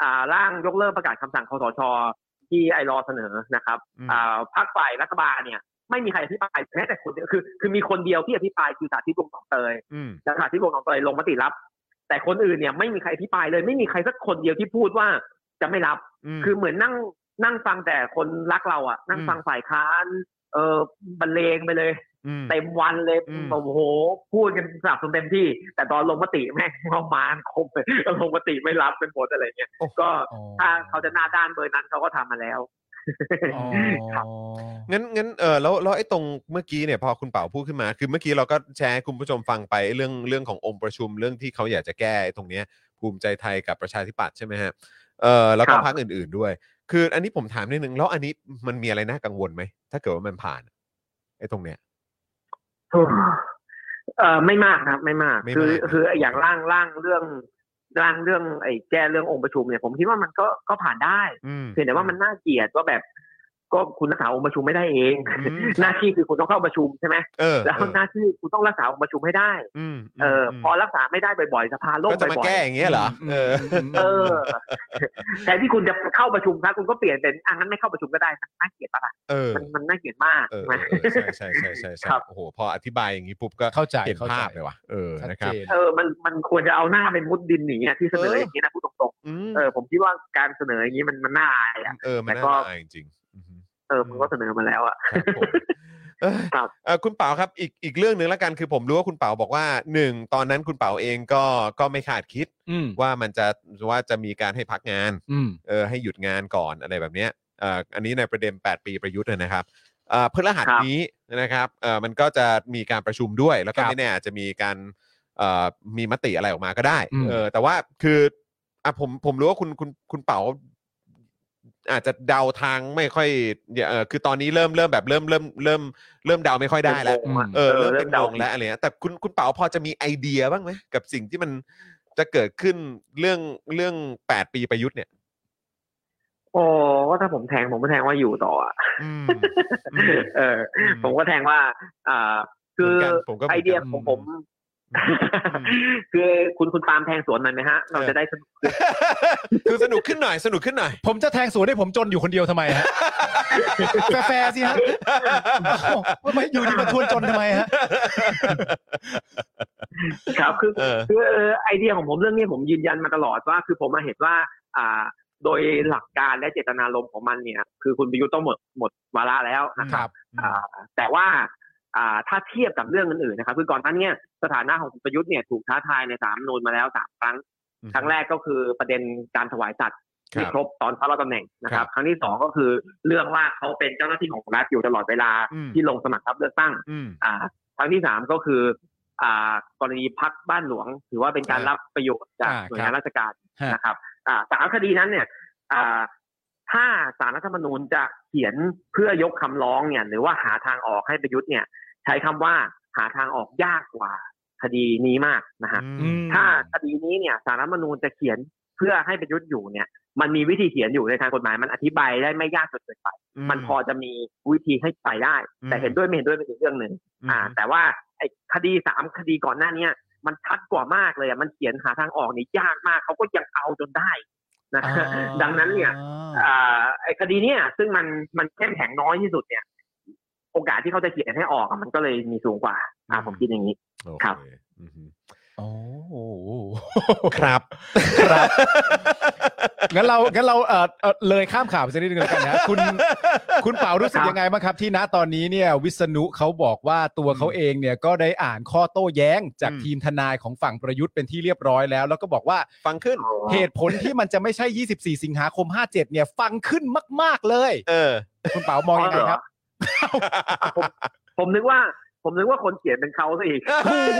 [SPEAKER 10] อ่าร่างยกเลิกประกาศคำสั่งคสช ที่ไอรอเสนอนะครับ
[SPEAKER 2] อืม
[SPEAKER 10] อ่าพักฝ่ายรัฐบาลเนี่ย ไม่มีใครอธิบายแม้แต่คนเดียวคือ คือมีคนเดียวที่อธิบายคือสาธิตวงศ์ทองเตย
[SPEAKER 2] อืม
[SPEAKER 10] สถานที่รวมของตัวเองลงมติรับ แต่คนอื่นเนี่ยไม่มีใครอธิบายเลย ไม่มีใครสักคนเดียวที่พูดว่าจะไม่รับ
[SPEAKER 2] ม
[SPEAKER 10] คือเหมือนนั่งนั่งฟังแต่คนรักเราอะนั่ง
[SPEAKER 2] อืม
[SPEAKER 10] ฟังฝ่ายค้าน เออบรรเลงไปเลย
[SPEAKER 2] อืม
[SPEAKER 10] เต็มวันเลย
[SPEAKER 2] อืม
[SPEAKER 10] โอ้โหพูดกันสนับสนุนเต็มที่ แต่ตอนลงมติแม่ง เขามาครบเลยลงมติไม่รับเป็นหมดอะไรเงี้ยก็
[SPEAKER 3] อ๋อ
[SPEAKER 10] ถ้าเขาจะหน้าด้านเบอร์นั้นเขาก็ทำมาแล้ว
[SPEAKER 3] อ๋อ
[SPEAKER 10] ครับ
[SPEAKER 2] งั้นงั้นเออแล้วแล้วไอ้ตรงเมื่อกี้เนี่ยพอคุณเป่าพูดขึ้นมา คือเมื่อกี้เราก็แชร์ให้คุณผู้ชมฟังไปเรื่องเรื่องขององค์ประชุมเรื่องที่เขาอยากจะแก้ไอ้ตรงเนี้ยภูมิใจไทยกับประชาธิปัตย์ใช่ไหมฮะเออแล้วก็
[SPEAKER 10] ครับ
[SPEAKER 2] พรรคอื่น ๆด้วย คือ อันนี้ผมถามนิดนึงแล้วอันนี้มันมีอะไรน่ากังวลไหมถ้าเกิดว่ามันผ่านไอ้ตรงเนี้ย
[SPEAKER 10] เออไม่มากนะครับไม่มาก
[SPEAKER 2] ไม่มาก
[SPEAKER 10] คือ
[SPEAKER 2] นะ
[SPEAKER 10] คืออย่างร่างร่างเรื่องร่างเรื่องไอ้แก้เรื่ององค์ประชุมเนี่ยผมคิดว่ามันก็ก็ผ่านได้
[SPEAKER 2] อืม
[SPEAKER 10] เพียงแต่ว่ามันน่าเกลียดว่าแบบ ก็คุณรักษาองค์ประชุมไม่ได้เอง
[SPEAKER 2] อืม
[SPEAKER 10] หน้าที่คือคุณต้องเข้าประชุมใช่ไหม
[SPEAKER 2] เออ
[SPEAKER 10] แล้ว
[SPEAKER 2] เออ
[SPEAKER 10] หน้าที่คุณต้องรักษาองค์ประชุมให้ได้
[SPEAKER 2] อืม
[SPEAKER 10] เออ
[SPEAKER 2] ม
[SPEAKER 10] พอรักษาไม่ได้บ่อยๆสภาล่ม
[SPEAKER 2] ก็จะมา
[SPEAKER 10] บ่อย
[SPEAKER 2] แก้อย่างเงี้ยเหรอเออ
[SPEAKER 10] ๆเออแทนที่คุณจะเข้าประชุมครับคุณก็เปลี่ยนเป็นอ่ะงั้นไม่เข้าประชุมก็ได้นะน่าเกลียดปะล่ะ
[SPEAKER 2] เออ
[SPEAKER 10] มันมันน่าเกลียดมาก
[SPEAKER 2] เออ
[SPEAKER 10] ใ
[SPEAKER 2] เออ
[SPEAKER 10] ช่ไหม
[SPEAKER 2] เออใช่ใช่ใช่ใช่ใช่
[SPEAKER 10] ครับ
[SPEAKER 2] โอ้โหพออธิบายอย่างนี้ปุ๊บก็
[SPEAKER 3] เข้าใจ
[SPEAKER 2] เห็น
[SPEAKER 3] เข้าใจ
[SPEAKER 2] ภาพเลยว่ะเออ
[SPEAKER 3] ชัด
[SPEAKER 2] นะครับ
[SPEAKER 3] เจน
[SPEAKER 10] เออมันมันควรจะเอาหน้าไปมุดดินหนีอะที่เสนออย่างนี้นะพูดตรงๆ
[SPEAKER 2] อืม
[SPEAKER 10] เออผมคิดว่าการเสนออย่างนี้มันมันน่าอายอ่ะ
[SPEAKER 2] เออมัน
[SPEAKER 10] แต่
[SPEAKER 2] น่า
[SPEAKER 10] ก็
[SPEAKER 2] อายจริงๆอือฮึ
[SPEAKER 10] เออมันก็เสนอมาแล้วอ่ะ
[SPEAKER 2] ครับผมเอ้ย
[SPEAKER 10] ครับ
[SPEAKER 2] เอ่อคุณเปาครับอีกอีกเรื่องหนึ่งละกันคือผมรู้ว่าคุณเปาบอกว่าหนึ่งตอนนั้นคุณเปาเองก็ก็ไม่คาดคิด
[SPEAKER 3] อืม
[SPEAKER 2] ว่ามันจะว่าจะมีการให้พักงาน
[SPEAKER 3] อืม
[SPEAKER 2] เออให้หยุดงานก่อนอะไรแบบเนี้ยเอ่ออันนี้ในประเด็น 8 ปีประยุทธ์นะครับเอ่อพฤหัส
[SPEAKER 10] ครับ
[SPEAKER 2] นี้นะครับเอ่อมันก็จะมีการประชุมด้วย แล้วก็
[SPEAKER 3] ครับ
[SPEAKER 2] ไม่แน่อาจจะมีการเอ่อมีมติอะไรออกมาก็ได้
[SPEAKER 3] อืม
[SPEAKER 2] เออแต่ว่าคืออ่ะผมผมรู้ว่าคุณคุณคุณเปาอาจจะเดาทางไม่ค่อยเออคือตอนนี้เริ่มเริ่มแบบเริ่มเริ่มเริ่มเริ่มเดาไม่ค่อยได้แล้ว
[SPEAKER 10] เป็นวงะ
[SPEAKER 2] เออเริ่ม
[SPEAKER 10] เริ่
[SPEAKER 2] เป็
[SPEAKER 10] ม
[SPEAKER 2] น
[SPEAKER 10] เดาว
[SPEAKER 2] งแล้วอะไรเงี้ยแต่คุณคุณเป๋าพอจะมีไอเดียบ้างไหมกับสิ่งที่มันจะเกิดขึ้นเรื่องเรื่อง 8 ปีประยุทธ์เนี่ย
[SPEAKER 10] โอ้ก็ถ้าผมแทงผมก็แทงว่าอยู่ต่ออ่ะ
[SPEAKER 2] อืม
[SPEAKER 10] เออ ผมก็แทงว่าอ่าคือ
[SPEAKER 2] เหมือนกันผมก็เหมือนกัน
[SPEAKER 10] ไอเดียของผม
[SPEAKER 2] ม
[SPEAKER 10] คือคุณคุณปาล์มแทงสวนหน่อยไหมฮะ เราจะได้สนุกขึ้น
[SPEAKER 2] คือสนุกขึ้นหน่อยสนุกขึ้นหน่อย
[SPEAKER 3] ผมจะแทงสวนให้ผมจนอยู่คนเดียวทำไมฮะ แฟร์ๆสิฮะว่าไม่อยู่ดีมาทวนจนทำไมฮะ
[SPEAKER 10] ครับ คือ
[SPEAKER 2] เออ
[SPEAKER 10] คือไอเดียของผมเรื่องนี้ผมยืนยันมาตลอดว่า คือผมมาเห็นว่า อ่า โดยหลักการและเจตนารมณ์ของมันเนี่ย คือคุณประยุทธ์ต้องหมดหมดวาระแล้วนะครับ อ่าแต่ว่าอ่าถ้าเทียบกับเรื่องอื่นๆนะครับ คือก่อนหน้าเนี้สถานะของคุณประยุทธ์เนี่ยถูกท้าทายในสามนูนมาแล้วสามครั้ง ครั้งแรกก็คือประเด็นการถวายสัตย์
[SPEAKER 2] ค
[SPEAKER 10] ที่
[SPEAKER 2] รับ
[SPEAKER 10] ครบตอนเขารับตำแหน่งนะครั
[SPEAKER 2] ครับ บ
[SPEAKER 10] ครั้งที่สองก็คือเรื่องว่าเขาเป็นเจ้าหน้าที่ของรัฐอยู่ตลอดเวลา
[SPEAKER 2] อืม
[SPEAKER 10] ที่ลงสมัครรับเลือกตั้ง
[SPEAKER 2] อืม
[SPEAKER 10] อ่า ครั้งที่สามก็คือ อ่ากรณีพักบ้านหลวง ถือว่าเป็นการ
[SPEAKER 2] ครับ
[SPEAKER 10] รับประโยชน์จาก
[SPEAKER 3] อ่า
[SPEAKER 10] หน่วย
[SPEAKER 3] ครับ
[SPEAKER 10] งานราชการ
[SPEAKER 3] ฮะ
[SPEAKER 10] นะครับอ่าสามคดีนั้นเนี่ยอ่าถ้าสารรัฐธรรมนูญจะเขียนเพื่อยกคำร้องเนี่ย หรือว่าหาทางออกให้ประยุทธ์เนี่ย ใช้คำว่าหาทางออกยากกว่าคดีนี้มากนะฮะ
[SPEAKER 2] อืม
[SPEAKER 10] ถ้าคดีนี้เนี่ยสารรัฐธรรมนูญจะเขียนเพื่อให้ประยุทธ์อยู่เนี่ย มันมีวิธีเขียนอยู่ในทางกฎหมายมันอธิบายได้ไม่ยากจนเกินไป มันพอจะมีวิธีให้ไปได้
[SPEAKER 2] อืม
[SPEAKER 10] แต่เห็นด้วยไม่เห็นด้วยเป็นอีกเรื่องหนึ่ง
[SPEAKER 2] อ่า
[SPEAKER 10] อ่าแต่ว่าไอ้คดีสามคดีก่อนหน้าเนี้ยมันชัดกว่ามากเลยอ่ะมันเขียนหาทางออกนี่ยากมากเขาก็ยังเอาจนได้ นะฮะ ดังนั้นเนี่ยอ่าไอ้คดีเนี่ยซึ่งมันมันเข้มแข็งน้อยที่สุดเนี่ย โอกาสที่เขาจะเขียนให้ออกอะมันก็เลยมีสูงกว่าอ่ะผมคิดอย่างนี้
[SPEAKER 2] โอ
[SPEAKER 10] ครับ
[SPEAKER 2] เคอือฮึ
[SPEAKER 3] โอ้โห
[SPEAKER 2] ครับ
[SPEAKER 3] ครับ งั้นเรางั้นเราเออเอ่อเลยข้ามข่าวไปสักนิดนึงแล้วกันนะคุณคุณเปารู้สึก
[SPEAKER 10] ครับ
[SPEAKER 3] ยังไงบ้างครับ ที่ณตอนนี้เนี่ย วิษณุเขาบอกว่าตัวเขาเองเนี่ยก็ได้อ่านข้อโต้แย้งจาก
[SPEAKER 2] อืม
[SPEAKER 3] ทีมทนายของฝั่งประยุทธ์เป็นที่เรียบร้อยแล้ว แล้วก็บอกว่า
[SPEAKER 2] ฟังขึ้น
[SPEAKER 3] เหตุผลที่มันจะไม่ใช่ 24 สิงหาคม 57 เนี่ย ฟังขึ้นมาก ๆ เลย
[SPEAKER 2] เออ
[SPEAKER 3] คุณเปามองยังไงครับ
[SPEAKER 10] ผมนึกว่า ผมนึกว่าคนเขียนเป็นเขาซะอีก
[SPEAKER 2] เฮ้ย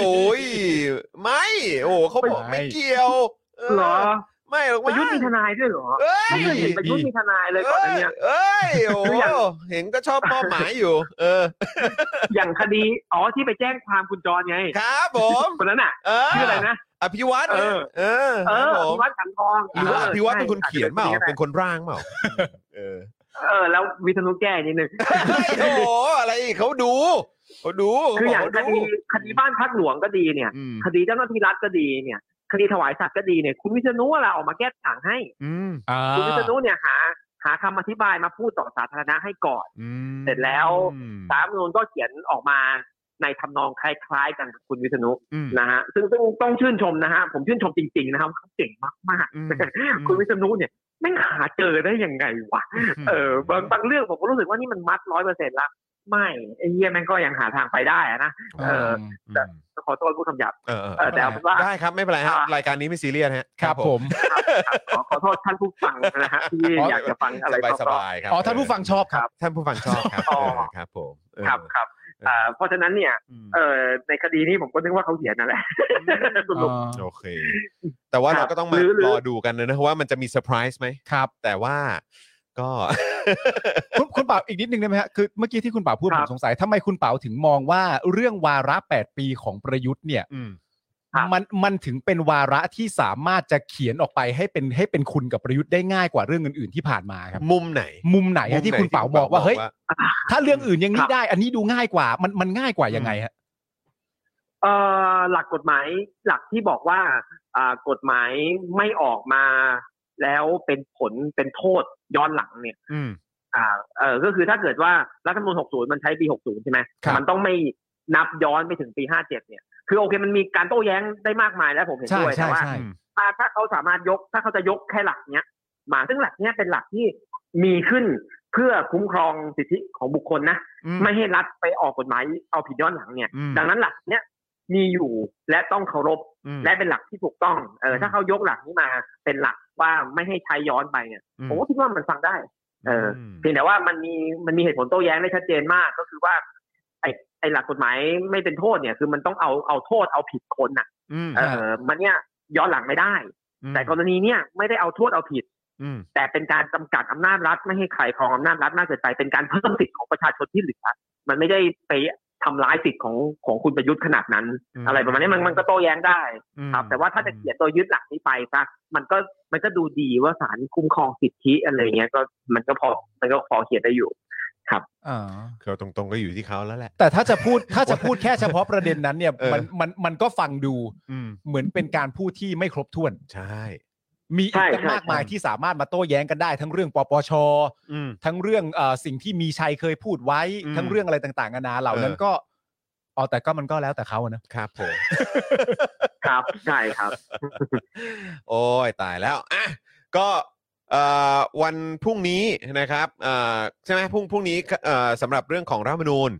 [SPEAKER 2] โอ้ยไม่โอ้เขาบอก
[SPEAKER 3] ไม่
[SPEAKER 2] ไม่เกี่ยว
[SPEAKER 10] เหรอ
[SPEAKER 2] ไม่หรอก
[SPEAKER 10] ป
[SPEAKER 2] มั้
[SPEAKER 10] ระยุทธ์มีทนายด้วยเหรอ
[SPEAKER 2] เอ้ย
[SPEAKER 10] ไม่เคยเห็นประยุทธ์มีทนายเลยก่อนอันเนี้ย
[SPEAKER 2] เอ้ยโอ้
[SPEAKER 10] คืออย่าง
[SPEAKER 2] เห็นก็ชอบมอบหมายอยู่ เออ
[SPEAKER 10] อย่างคดีอ๋อที่ไปแจ้งความคุณจรไง
[SPEAKER 2] ครับผม
[SPEAKER 10] คนนั้นอ่ะ
[SPEAKER 2] เออ
[SPEAKER 10] ชื่ออะไรนะ
[SPEAKER 2] อภิวัต
[SPEAKER 10] เออ
[SPEAKER 2] เออ
[SPEAKER 10] เอ
[SPEAKER 2] ครับผ
[SPEAKER 10] อ
[SPEAKER 2] ม
[SPEAKER 10] พิวัตรขันทอง
[SPEAKER 2] หรือว่า
[SPEAKER 10] เอ
[SPEAKER 2] อ
[SPEAKER 10] อ
[SPEAKER 2] ภิวัตเป็นคน
[SPEAKER 10] ใช่
[SPEAKER 2] เขียนเปล่า
[SPEAKER 10] อจจะ
[SPEAKER 2] เป็นคนร่างเปล่าเออ
[SPEAKER 10] เออแล้ววิทนุแก้นิดนึง
[SPEAKER 2] เฮ้ยโอ้โหอะไรอีกเขาดูเขาดูเข
[SPEAKER 10] คืออย่าง
[SPEAKER 2] บก
[SPEAKER 10] ค
[SPEAKER 2] เข
[SPEAKER 10] ดีคดีบ้านพักหลวงก็ดีเนี่ย
[SPEAKER 2] อืม
[SPEAKER 10] คดีเจ้าหน้าที่รัฐก็ดีเนี่ย คดีถวายสัตว์ก็ดีเนี่ย คุณวิษณุเราออกมาแก้ต่างให้
[SPEAKER 2] อืม
[SPEAKER 3] อ่า
[SPEAKER 10] คุณวิษณุเนี่ยหา หาคำอธิบายมาพูดต่อสาธารณะให้ก่อน
[SPEAKER 2] อืม
[SPEAKER 10] เสร็จแล้ว สามนูนก็เขียนออกมาในทำนองคล้ายๆกันกับคุณวิษณุ
[SPEAKER 2] อืม
[SPEAKER 10] นะฮะซึ่งซึ่งต้องชื่นชมนะฮะผมชื่นชมจริงๆนะครับเขาเก่งมาก
[SPEAKER 2] อืม
[SPEAKER 10] ๆ คุณวิษณุเนี่ยไม่งหาเจอได้ยังไงวะ เออบางบางเรื่องผมก็รู้สึกว่านี่มันมัดร้อยเปอร์เซ็นต์ละไม่ไอ้เหี้ยแม่งก็ยังหาทางไปได้อะนะ เออ
[SPEAKER 2] ม
[SPEAKER 10] ขอโทษผู้ทำหยาบ
[SPEAKER 2] เออเออ
[SPEAKER 10] เออแต่เอาเป็นว่า
[SPEAKER 2] ได้ครับไม่เป็นไรฮะรายการนี้ไม่ซีเรียสฮะ
[SPEAKER 3] ครับผม
[SPEAKER 10] ขอขอโทษท่านผู้ฟังนะฮะที่
[SPEAKER 3] อ๋ออ
[SPEAKER 10] ยากจะฟังอะไร
[SPEAKER 2] สบาย
[SPEAKER 10] เพ
[SPEAKER 2] ส
[SPEAKER 10] ราะ
[SPEAKER 2] บายๆครับ
[SPEAKER 3] อ๋อท่านผู้ฟังชอบครับ
[SPEAKER 2] ท่านผู้ฟังชอบครับ
[SPEAKER 10] อ๋อ
[SPEAKER 2] เออครับผมเออ
[SPEAKER 10] ๆครับครับ
[SPEAKER 2] เอ
[SPEAKER 10] อ่า
[SPEAKER 2] อ
[SPEAKER 10] เพราะฉะนั้นเนี่ย
[SPEAKER 2] อืม
[SPEAKER 10] เออในคดีนี้ผมก็นึกว่าเขาเขียนนั่น แหละสรุป
[SPEAKER 2] โอเค แต่ว่า
[SPEAKER 10] ครั
[SPEAKER 2] เรา
[SPEAKER 10] บ
[SPEAKER 2] ก็ต้องมา
[SPEAKER 10] หรือหรือ
[SPEAKER 2] รอดูกันนะว่ามันจะมีเซอร์ไพรส์ไหม
[SPEAKER 3] ครับ
[SPEAKER 2] แต่ว่าก็
[SPEAKER 3] คุณคุณเป๋าอีกนิดนึงได้ไหมฮะคือเมื่อกี้ที่คุณเป๋าพูด
[SPEAKER 10] ครั
[SPEAKER 3] ผ
[SPEAKER 10] บ
[SPEAKER 3] มสงสัยทำไมคุณเป๋าถึงมองว่าเรื่องวาระ 8 ปีของประยุทธ์เนี่ย
[SPEAKER 2] อืม
[SPEAKER 10] ครับ
[SPEAKER 3] มันมันถึงเป็นวาระที่สามารถจะเขียนออกไปให้เป็นให้เป็นคุณกับประยุทธ์ได้ง่ายกว่าเรื่องอื่นๆที่ผ่านมาครับ
[SPEAKER 2] มุมไหน
[SPEAKER 3] มุมไหนฮะที่คุณเป๋าบอกว่าเฮ้ยถ้าเรื่องอื่นยัง
[SPEAKER 10] ค
[SPEAKER 3] นี้
[SPEAKER 10] รับ
[SPEAKER 3] ได้ อันนี้ดูง่ายกว่า มันมันง่ายกว่ายังไงฮะ
[SPEAKER 10] เอ่อหลักกฎหมายหลักที่บอกว่าอ่ากฎหมายไม่ออกมา แล้วเป็นผลเป็นโทษย้อนหลังเนี่ย
[SPEAKER 2] อืม
[SPEAKER 10] อ่าเออก็คือถ้าเกิดว่ารัฐธรรมนูญ 60 มันใช้ปี 60 ใช่ไหม
[SPEAKER 3] ครับ
[SPEAKER 10] มันต้องไม่นับย้อนไปถึงปี 57 เนี่ย คือโอเคมันมีการโต้แย้งได้มากมายแล้วผมเห็น
[SPEAKER 3] ใช่
[SPEAKER 10] ด้วย
[SPEAKER 3] ใช่
[SPEAKER 10] แต่ว่า
[SPEAKER 3] ใช่
[SPEAKER 2] อืม
[SPEAKER 10] ถ้าถ้าเขาสามารถยก ถ้าเขาจะยกแค่หลักเนี้ย มาซึ่งหลักเนี้ยเป็นหลักที่มีขึ้นเพื่อคุ้มครองสิทธิของบุคคลนะ
[SPEAKER 2] อืม
[SPEAKER 10] ไม่ให้รัฐไปออกกฎหมายเอาผิดย้อนหลังเนี่ย
[SPEAKER 2] อืม
[SPEAKER 10] ดังนั้นหลักเนี้ยมีอยู่และต้องเคารพ
[SPEAKER 2] อืม
[SPEAKER 10] และเป็นหลักที่ถูกต้อง เออ ถ้าเขายกหลักนี้มาเป็นหลักว่าไม่ให้ใช้ย้อนไปเนี่ย
[SPEAKER 2] อืม
[SPEAKER 10] ผมก็คิดว่ามันฟังได้ เอออ
[SPEAKER 2] ม
[SPEAKER 10] เพียงแต่ว่ามันมีมันมีเหตุผลโต้แย้งได้ชัดเจนมากก็คือว่า ไอไอหลักกฎหมายไม่เป็นโทษเนี่ย คือมันต้องเอาเอาโทษเอาผิดคนน่ะ
[SPEAKER 2] อืม
[SPEAKER 10] เออ มันเนี่ยย้อนหลังไม่ได้ แต่กรณีเนี่ยไม่ได้เอาโทษเอาผิด
[SPEAKER 2] อืม
[SPEAKER 10] แต่เป็นการจำกัดอำนาจรัฐไม่ให้ใครครองอำนาจรัฐมากเกินไปเป็นการเพิ่มสิทธิของประชาชนที่เหลือมันไม่ได้ไปทำร้ายสิทธิของของคุณประยุทธ์ขนาดนั้น อะไรประมาณนี้มันมันก็โต้แย้งได้
[SPEAKER 2] อืม
[SPEAKER 10] ครับแต่ว่าถ้าจะเขียนโดยยึดหลักนี้ไปซะมันก็มันก็ดูดีว่าศาลคุ้มครองสิทธิอะไรเงี้ยก็มันก็พอมันก็พอเขียนได้อยู่
[SPEAKER 3] อ่า
[SPEAKER 2] เขาตรงๆก็อยู่ที่เขาแล้วแหละ
[SPEAKER 3] แต่ถ้าจะพูดถ้าจะพูดแค่เฉพาะประเด็นนั้นเนี่ย
[SPEAKER 2] เออ
[SPEAKER 3] มันมันมันก็ฟังดู
[SPEAKER 2] อืม
[SPEAKER 3] เหมือนเป็นการพูดที่ไม่ครบถ้วน
[SPEAKER 2] ใช่
[SPEAKER 3] มีอี
[SPEAKER 10] ใช่
[SPEAKER 3] กตั้ง
[SPEAKER 10] ใช่
[SPEAKER 3] มากมาย
[SPEAKER 10] ใช่
[SPEAKER 3] ที่สามารถมาโต้แย้งกันได้ ทั้งเรื่องปปช
[SPEAKER 2] อืม
[SPEAKER 3] ทั้งเรื่องเออสิ่งที่มีชัยเคยพูดไว้
[SPEAKER 2] อืม
[SPEAKER 3] ทั้งเรื่องอะไรต่างๆนานาเหล่านั้น
[SPEAKER 2] เออ
[SPEAKER 3] ก็อ๋อแต่ก็มันก็แล้วแต่เขาอะนะครับ
[SPEAKER 2] ผม
[SPEAKER 10] ครับใช่ครับ
[SPEAKER 2] โอ้ยตายแล้วอ่ะก็เอ่อวันพรุ่งนี้นะครับเอ่อใช่ไหมพรุ่งพรุ่งนี้เอ่อสำหรับเรื่องของรัฐธรรมนูญ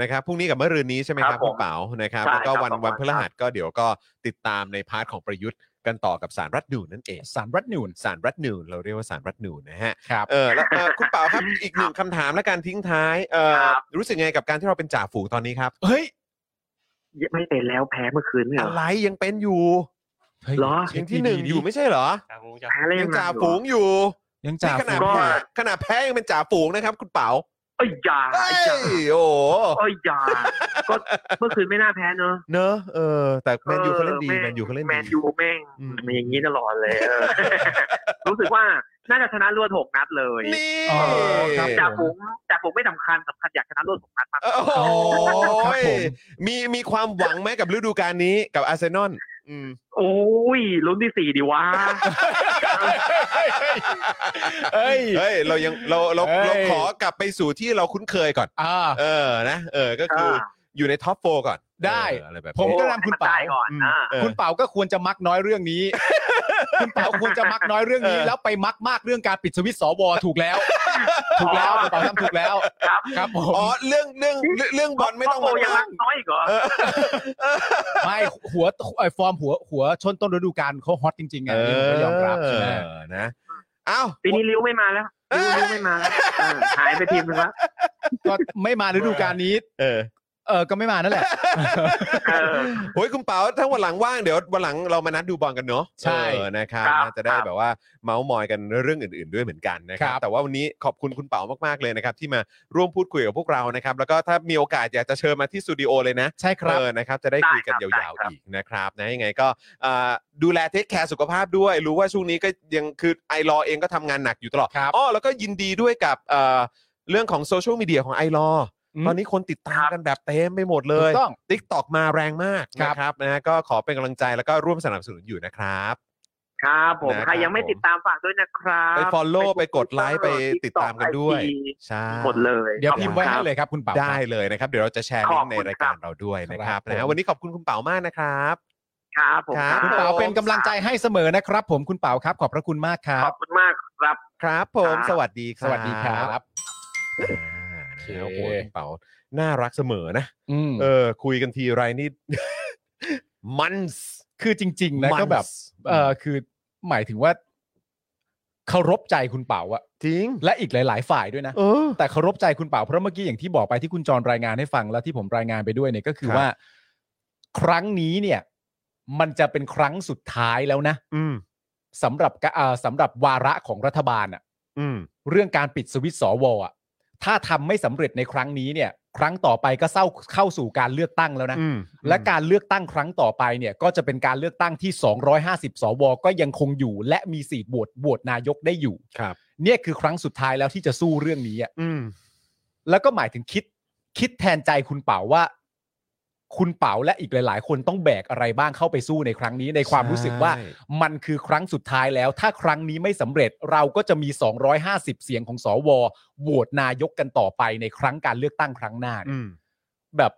[SPEAKER 2] นะครับพรุ่งนี้กับเมื่อรืนนี้ใช่ไหมค
[SPEAKER 10] ค
[SPEAKER 2] รั
[SPEAKER 10] รั
[SPEAKER 2] บบ
[SPEAKER 10] ผม
[SPEAKER 2] คุณเป๋านะครับ
[SPEAKER 10] ใช่
[SPEAKER 2] แล้วก็
[SPEAKER 10] ครับ
[SPEAKER 2] วัน
[SPEAKER 10] สองวัน
[SPEAKER 2] วันพฤ
[SPEAKER 10] ครับ
[SPEAKER 2] หัสก็เดี๋ยวก็ติดตามในพาร์ทของประยุทธ์กันต่อกับสารรัฐธรรมนูญนั่นเอง
[SPEAKER 3] สารรัฐนูน
[SPEAKER 2] สารรัฐธรรมนูญเราเรียกว่าสารรัฐธรรมนูญนะฮะ
[SPEAKER 3] ครับ
[SPEAKER 2] เออแล้วเอ่อคุณเป๋าครับอีกหนึ่งคำถามและการทิ้งท้ายเอ่อ
[SPEAKER 10] ครับ
[SPEAKER 2] รู้สึกไงกับการที่เราเป็นจ่าฝูงตอนนี้ครับ
[SPEAKER 3] เฮ้ย
[SPEAKER 10] ไม่เป็นแล้วแพ้เมื่อคืนเนี่ย
[SPEAKER 2] อะ
[SPEAKER 10] เหรอ
[SPEAKER 2] ไรยังเป็นอยู่
[SPEAKER 3] เฮ้ย
[SPEAKER 10] เหรอ
[SPEAKER 3] เช็
[SPEAKER 2] ยั
[SPEAKER 3] ค
[SPEAKER 2] งที่หนึ่งอ
[SPEAKER 3] ดีๆ
[SPEAKER 2] ยู่ไม่ใช่เหรอ
[SPEAKER 5] จ่าฝูงจ่า
[SPEAKER 10] แพ้
[SPEAKER 5] ฝูง
[SPEAKER 10] แล้ว
[SPEAKER 2] ยั
[SPEAKER 10] ยังงไง
[SPEAKER 2] จ่าว
[SPEAKER 10] ะ
[SPEAKER 2] ฝูงอยู่
[SPEAKER 3] ยัง
[SPEAKER 2] นี่
[SPEAKER 3] จ่า
[SPEAKER 2] ขนาด
[SPEAKER 3] ฝูง
[SPEAKER 10] ก็
[SPEAKER 2] แพ้ขนาดแพ้ยังเป็นจ่าฝูงนะครับ คุณเป๋า
[SPEAKER 10] เอ้ยอยา
[SPEAKER 2] เฮ้
[SPEAKER 10] ไอ้
[SPEAKER 2] ย
[SPEAKER 10] ยา
[SPEAKER 2] โอ้โห
[SPEAKER 10] เอ้ยอยาก็เมื่อคืนไม่น่าแพ้เนอะ
[SPEAKER 2] เนอะเออ แต่แมนยูเขาเล่นดี
[SPEAKER 10] ออ
[SPEAKER 2] แมนยูเขาเล่น
[SPEAKER 10] แมน
[SPEAKER 2] ดี
[SPEAKER 10] ยูแม่ง
[SPEAKER 2] อืม
[SPEAKER 10] มันอย่างนี้ตลอดเลยเอ อ รู้สึกว่าน่าจะชนะรวดหกนัดเลย
[SPEAKER 2] นี่
[SPEAKER 3] อ๋อครับ
[SPEAKER 10] จ่า
[SPEAKER 3] ผ
[SPEAKER 10] ฝู
[SPEAKER 3] ม
[SPEAKER 10] งจ่าฝูงไม่สำคัญสำคัญอยากชนะรวดหกนัดมากกว่า
[SPEAKER 2] โอ้โห
[SPEAKER 3] ครับผม
[SPEAKER 2] มีมีความหวังไหมกับฤดูกาลนี้กับอาร์เซนอลอืม
[SPEAKER 10] โอ้ยลุ้นที่สี่ดีวะ
[SPEAKER 3] เอ้ย
[SPEAKER 2] เฮ้ยเรายังเราเรา
[SPEAKER 3] เฮ้ย
[SPEAKER 2] เราขอกลับไปสู่ที่เราคุ้นเคยก่อน
[SPEAKER 3] อ่า
[SPEAKER 2] เออนะเออก็คืออยู่ในท็อปโฟก่อน
[SPEAKER 3] ได้
[SPEAKER 2] เอออะไรแบบนี้
[SPEAKER 3] ผมก็นำคุณเป๋า
[SPEAKER 10] ให้มันตายก่อน
[SPEAKER 3] อืม
[SPEAKER 10] อ่า
[SPEAKER 2] เออ
[SPEAKER 3] คุณเป๋าก็ควรจะมักน้อยเรื่องนี้ คุณเป๋าควรจะมักน้อยเรื่องนี้
[SPEAKER 2] เออ
[SPEAKER 3] แล้วไปมักมากเรื่องการปิดสวิตช์สวถูกแล้ว ถูกแล้วคุณเป๋าทำถูกแล้ว
[SPEAKER 10] ครับ
[SPEAKER 3] ครับผม
[SPEAKER 2] อ๋อเรื่องเรื่องเรื่องเรื่องบอลไม่ต้อง
[SPEAKER 10] โอ้
[SPEAKER 2] มา
[SPEAKER 10] ยังรั
[SPEAKER 2] นั่
[SPEAKER 10] ก
[SPEAKER 2] ง
[SPEAKER 10] น้อยอีกเหรอ
[SPEAKER 3] ไม่หัวไอ้ฟอร์มหัวหัวชนต้นฤดูกาลเขาฮอตจริงๆไง
[SPEAKER 2] เอ
[SPEAKER 3] นี่ผมก็ยอมรับใช่ไหม
[SPEAKER 2] อนะเอ้า
[SPEAKER 10] ปีนี้ริ้วไม่มาแล้วริ้วริ้วไม่มาแล้วเออหายไปทีมหนึงแล้ว
[SPEAKER 3] ก็ไม่มาฤดูกาลนี้
[SPEAKER 2] เออ
[SPEAKER 3] เออก็ไม่มานั่น แหละ
[SPEAKER 10] เออ
[SPEAKER 2] โอ้ยคุณเป๋าถ้าวันหลังว่างเดี๋ยววันหลังเรามานัดดูบอลกันเนาะ
[SPEAKER 3] ใช่
[SPEAKER 2] เออนะครับ
[SPEAKER 10] ครับ
[SPEAKER 2] น่าจะได้
[SPEAKER 10] ครับ
[SPEAKER 2] แบบว่าเมาส์มอยกันเรื่องอื่น ๆ ด้วยเหมือนกันนะครั
[SPEAKER 3] ครับ บ
[SPEAKER 2] แต่ว่าวันนี้ขอบคุณคุณเป๋ามากๆเลยนะครับ ที่มาร่วมพูดคุยกับพวกเรานะครับ แล้วก็ถ้ามีโอกาสอยากจะเชิญมาที่สตูดิโอเลยนะ
[SPEAKER 3] ใช่ครับ
[SPEAKER 2] เออนะครับ จะได้คุยกัน
[SPEAKER 10] ได้ครับ
[SPEAKER 2] ยาว
[SPEAKER 10] ได้ค
[SPEAKER 2] ๆ
[SPEAKER 10] รับ
[SPEAKER 2] อีกนะครับนะยังไงก็เอ่อดูแลเทคแคร์สุขภาพด้วย รู้ว่าช่วงนี้ก็ยังคือไอรอเองก็ทำงานหนักอยู่ตลอด
[SPEAKER 3] ครับ
[SPEAKER 2] อ๋อแล้วก็ยินดีด้วยกับเอ่อเรื่องของโซเชียลมีเดียของไอรอ
[SPEAKER 3] อืม
[SPEAKER 2] ตอนนี้คนติดตามกันแบบเต็มไปหมดเล
[SPEAKER 3] ถู
[SPEAKER 2] ย
[SPEAKER 3] กต้อง
[SPEAKER 2] ติ๊กตอกมาแรงมาก
[SPEAKER 3] ครับ
[SPEAKER 2] นะครับนะฮะก็ขอเป็นกำลังใจแล้วก็ร่วมสนับสนุนอยู่นะครับ
[SPEAKER 10] ครับผม
[SPEAKER 2] นะครับ
[SPEAKER 10] ใครยังไม่ติดตามฝากด้วยนะครับ
[SPEAKER 2] ไป follow ไปกดไลค์ไป
[SPEAKER 10] Facebook Twitter
[SPEAKER 2] ติดตามกันด้วย
[SPEAKER 10] IG
[SPEAKER 2] ใช่
[SPEAKER 10] หมดเลย
[SPEAKER 3] เดี๋ยวพิมพ์ไว้
[SPEAKER 10] ข
[SPEAKER 3] ให้
[SPEAKER 10] อบคุณครับ
[SPEAKER 3] เลยครับคุณเป๋าครับ
[SPEAKER 2] ได้เลยนะครับ เดี๋ยวเราจะแชร์
[SPEAKER 10] ข
[SPEAKER 2] ลิ
[SPEAKER 10] อง บ
[SPEAKER 2] ก์ใน
[SPEAKER 10] คุณ
[SPEAKER 2] ราย
[SPEAKER 10] ครั
[SPEAKER 2] การ
[SPEAKER 10] บ
[SPEAKER 2] เราด้วยนะค
[SPEAKER 3] ครั
[SPEAKER 2] รับบนะฮะ
[SPEAKER 3] ผม
[SPEAKER 2] วันนี้ขอบคุณคุณเป๋ามากนะครับ
[SPEAKER 10] ครับผม
[SPEAKER 2] ครับ
[SPEAKER 3] คุณเป๋าเป็นกำลังใจให้เสมอนะครับ ผมคุณเป๋าครับ ขอบพระคุณมากครั
[SPEAKER 10] ข
[SPEAKER 3] บ
[SPEAKER 10] อบคุณมากครับ
[SPEAKER 2] ครับผม
[SPEAKER 10] ครับ
[SPEAKER 2] สวัสดีค
[SPEAKER 3] ส
[SPEAKER 2] รับ
[SPEAKER 3] วัสดีครับ
[SPEAKER 2] อ่า
[SPEAKER 3] โอเค
[SPEAKER 2] โอ้โหคุณเป๋าน่ารักเสมอนะ
[SPEAKER 3] อืม
[SPEAKER 2] เออ คุยกันทีไรนี่ มันส์
[SPEAKER 3] คือจริงๆนะ
[SPEAKER 2] มันส์
[SPEAKER 3] ก็แบบเออคือหมายถึงว่าเคารพใจคุณเป๋าอะ
[SPEAKER 2] จริง
[SPEAKER 3] และอีกหลาย ๆ ฝ่ายด้วยนะ
[SPEAKER 2] เออ
[SPEAKER 3] แต่เคารพใจคุณเป๋าเพราะเมื่อกี้อย่างที่บอกไปที่คุณจรรายงานให้ฟังแล้วที่ผมรายงานไปด้วยเนี่ยก็คือ
[SPEAKER 2] ครับ
[SPEAKER 3] ว่า ครั้งนี้เนี่ย มันจะเป็นครั้งสุดท้ายแล้วนะ
[SPEAKER 2] อืม
[SPEAKER 3] สำหรับกะเอ่อสำหรับวาระของรัฐบาลอะ
[SPEAKER 2] อืม
[SPEAKER 3] เรื่องการปิดสวิตช์สวอ่ะ ถ้าทำไม่สำเร็จในครั้งนี้เนี่ย ครั้งต่อไปก็เศร้าเข้าสู่การเลือกตั้งแล้วนะ
[SPEAKER 2] อืม
[SPEAKER 3] และการเลือกตั้งครั้งต่อไปเนี่ย ก็จะเป็นการเลือกตั้งที่ 250 สว ก็ยังคงอยู่ และมีสีทธิ์โหวตโหวตนายกได้อยู่
[SPEAKER 2] ครับ
[SPEAKER 3] เนี่ยคือครั้งสุดท้ายแล้วที่จะสู้เรื่องนี้อ่ะ
[SPEAKER 2] อืม
[SPEAKER 3] แล้วก็หมายถึงคิดคิดแทนใจคุณเป๋าว่า คุณเป๋าและอีกหลาย ๆ คนต้องแบกอะไรบ้างเข้าไปสู้ในครั้งนี้ในความรู้สึกว่า
[SPEAKER 2] ใช่
[SPEAKER 3] มันคือครั้งสุดท้ายแล้ว ถ้าครั้งนี้ไม่สำเร็จเราก็จะมี 250 เสียงของสวโหวตนายกกันต่อไปในครั้งการเลือกตั้งครั้งหน้าเนี่ย
[SPEAKER 2] อืม
[SPEAKER 3] แบบ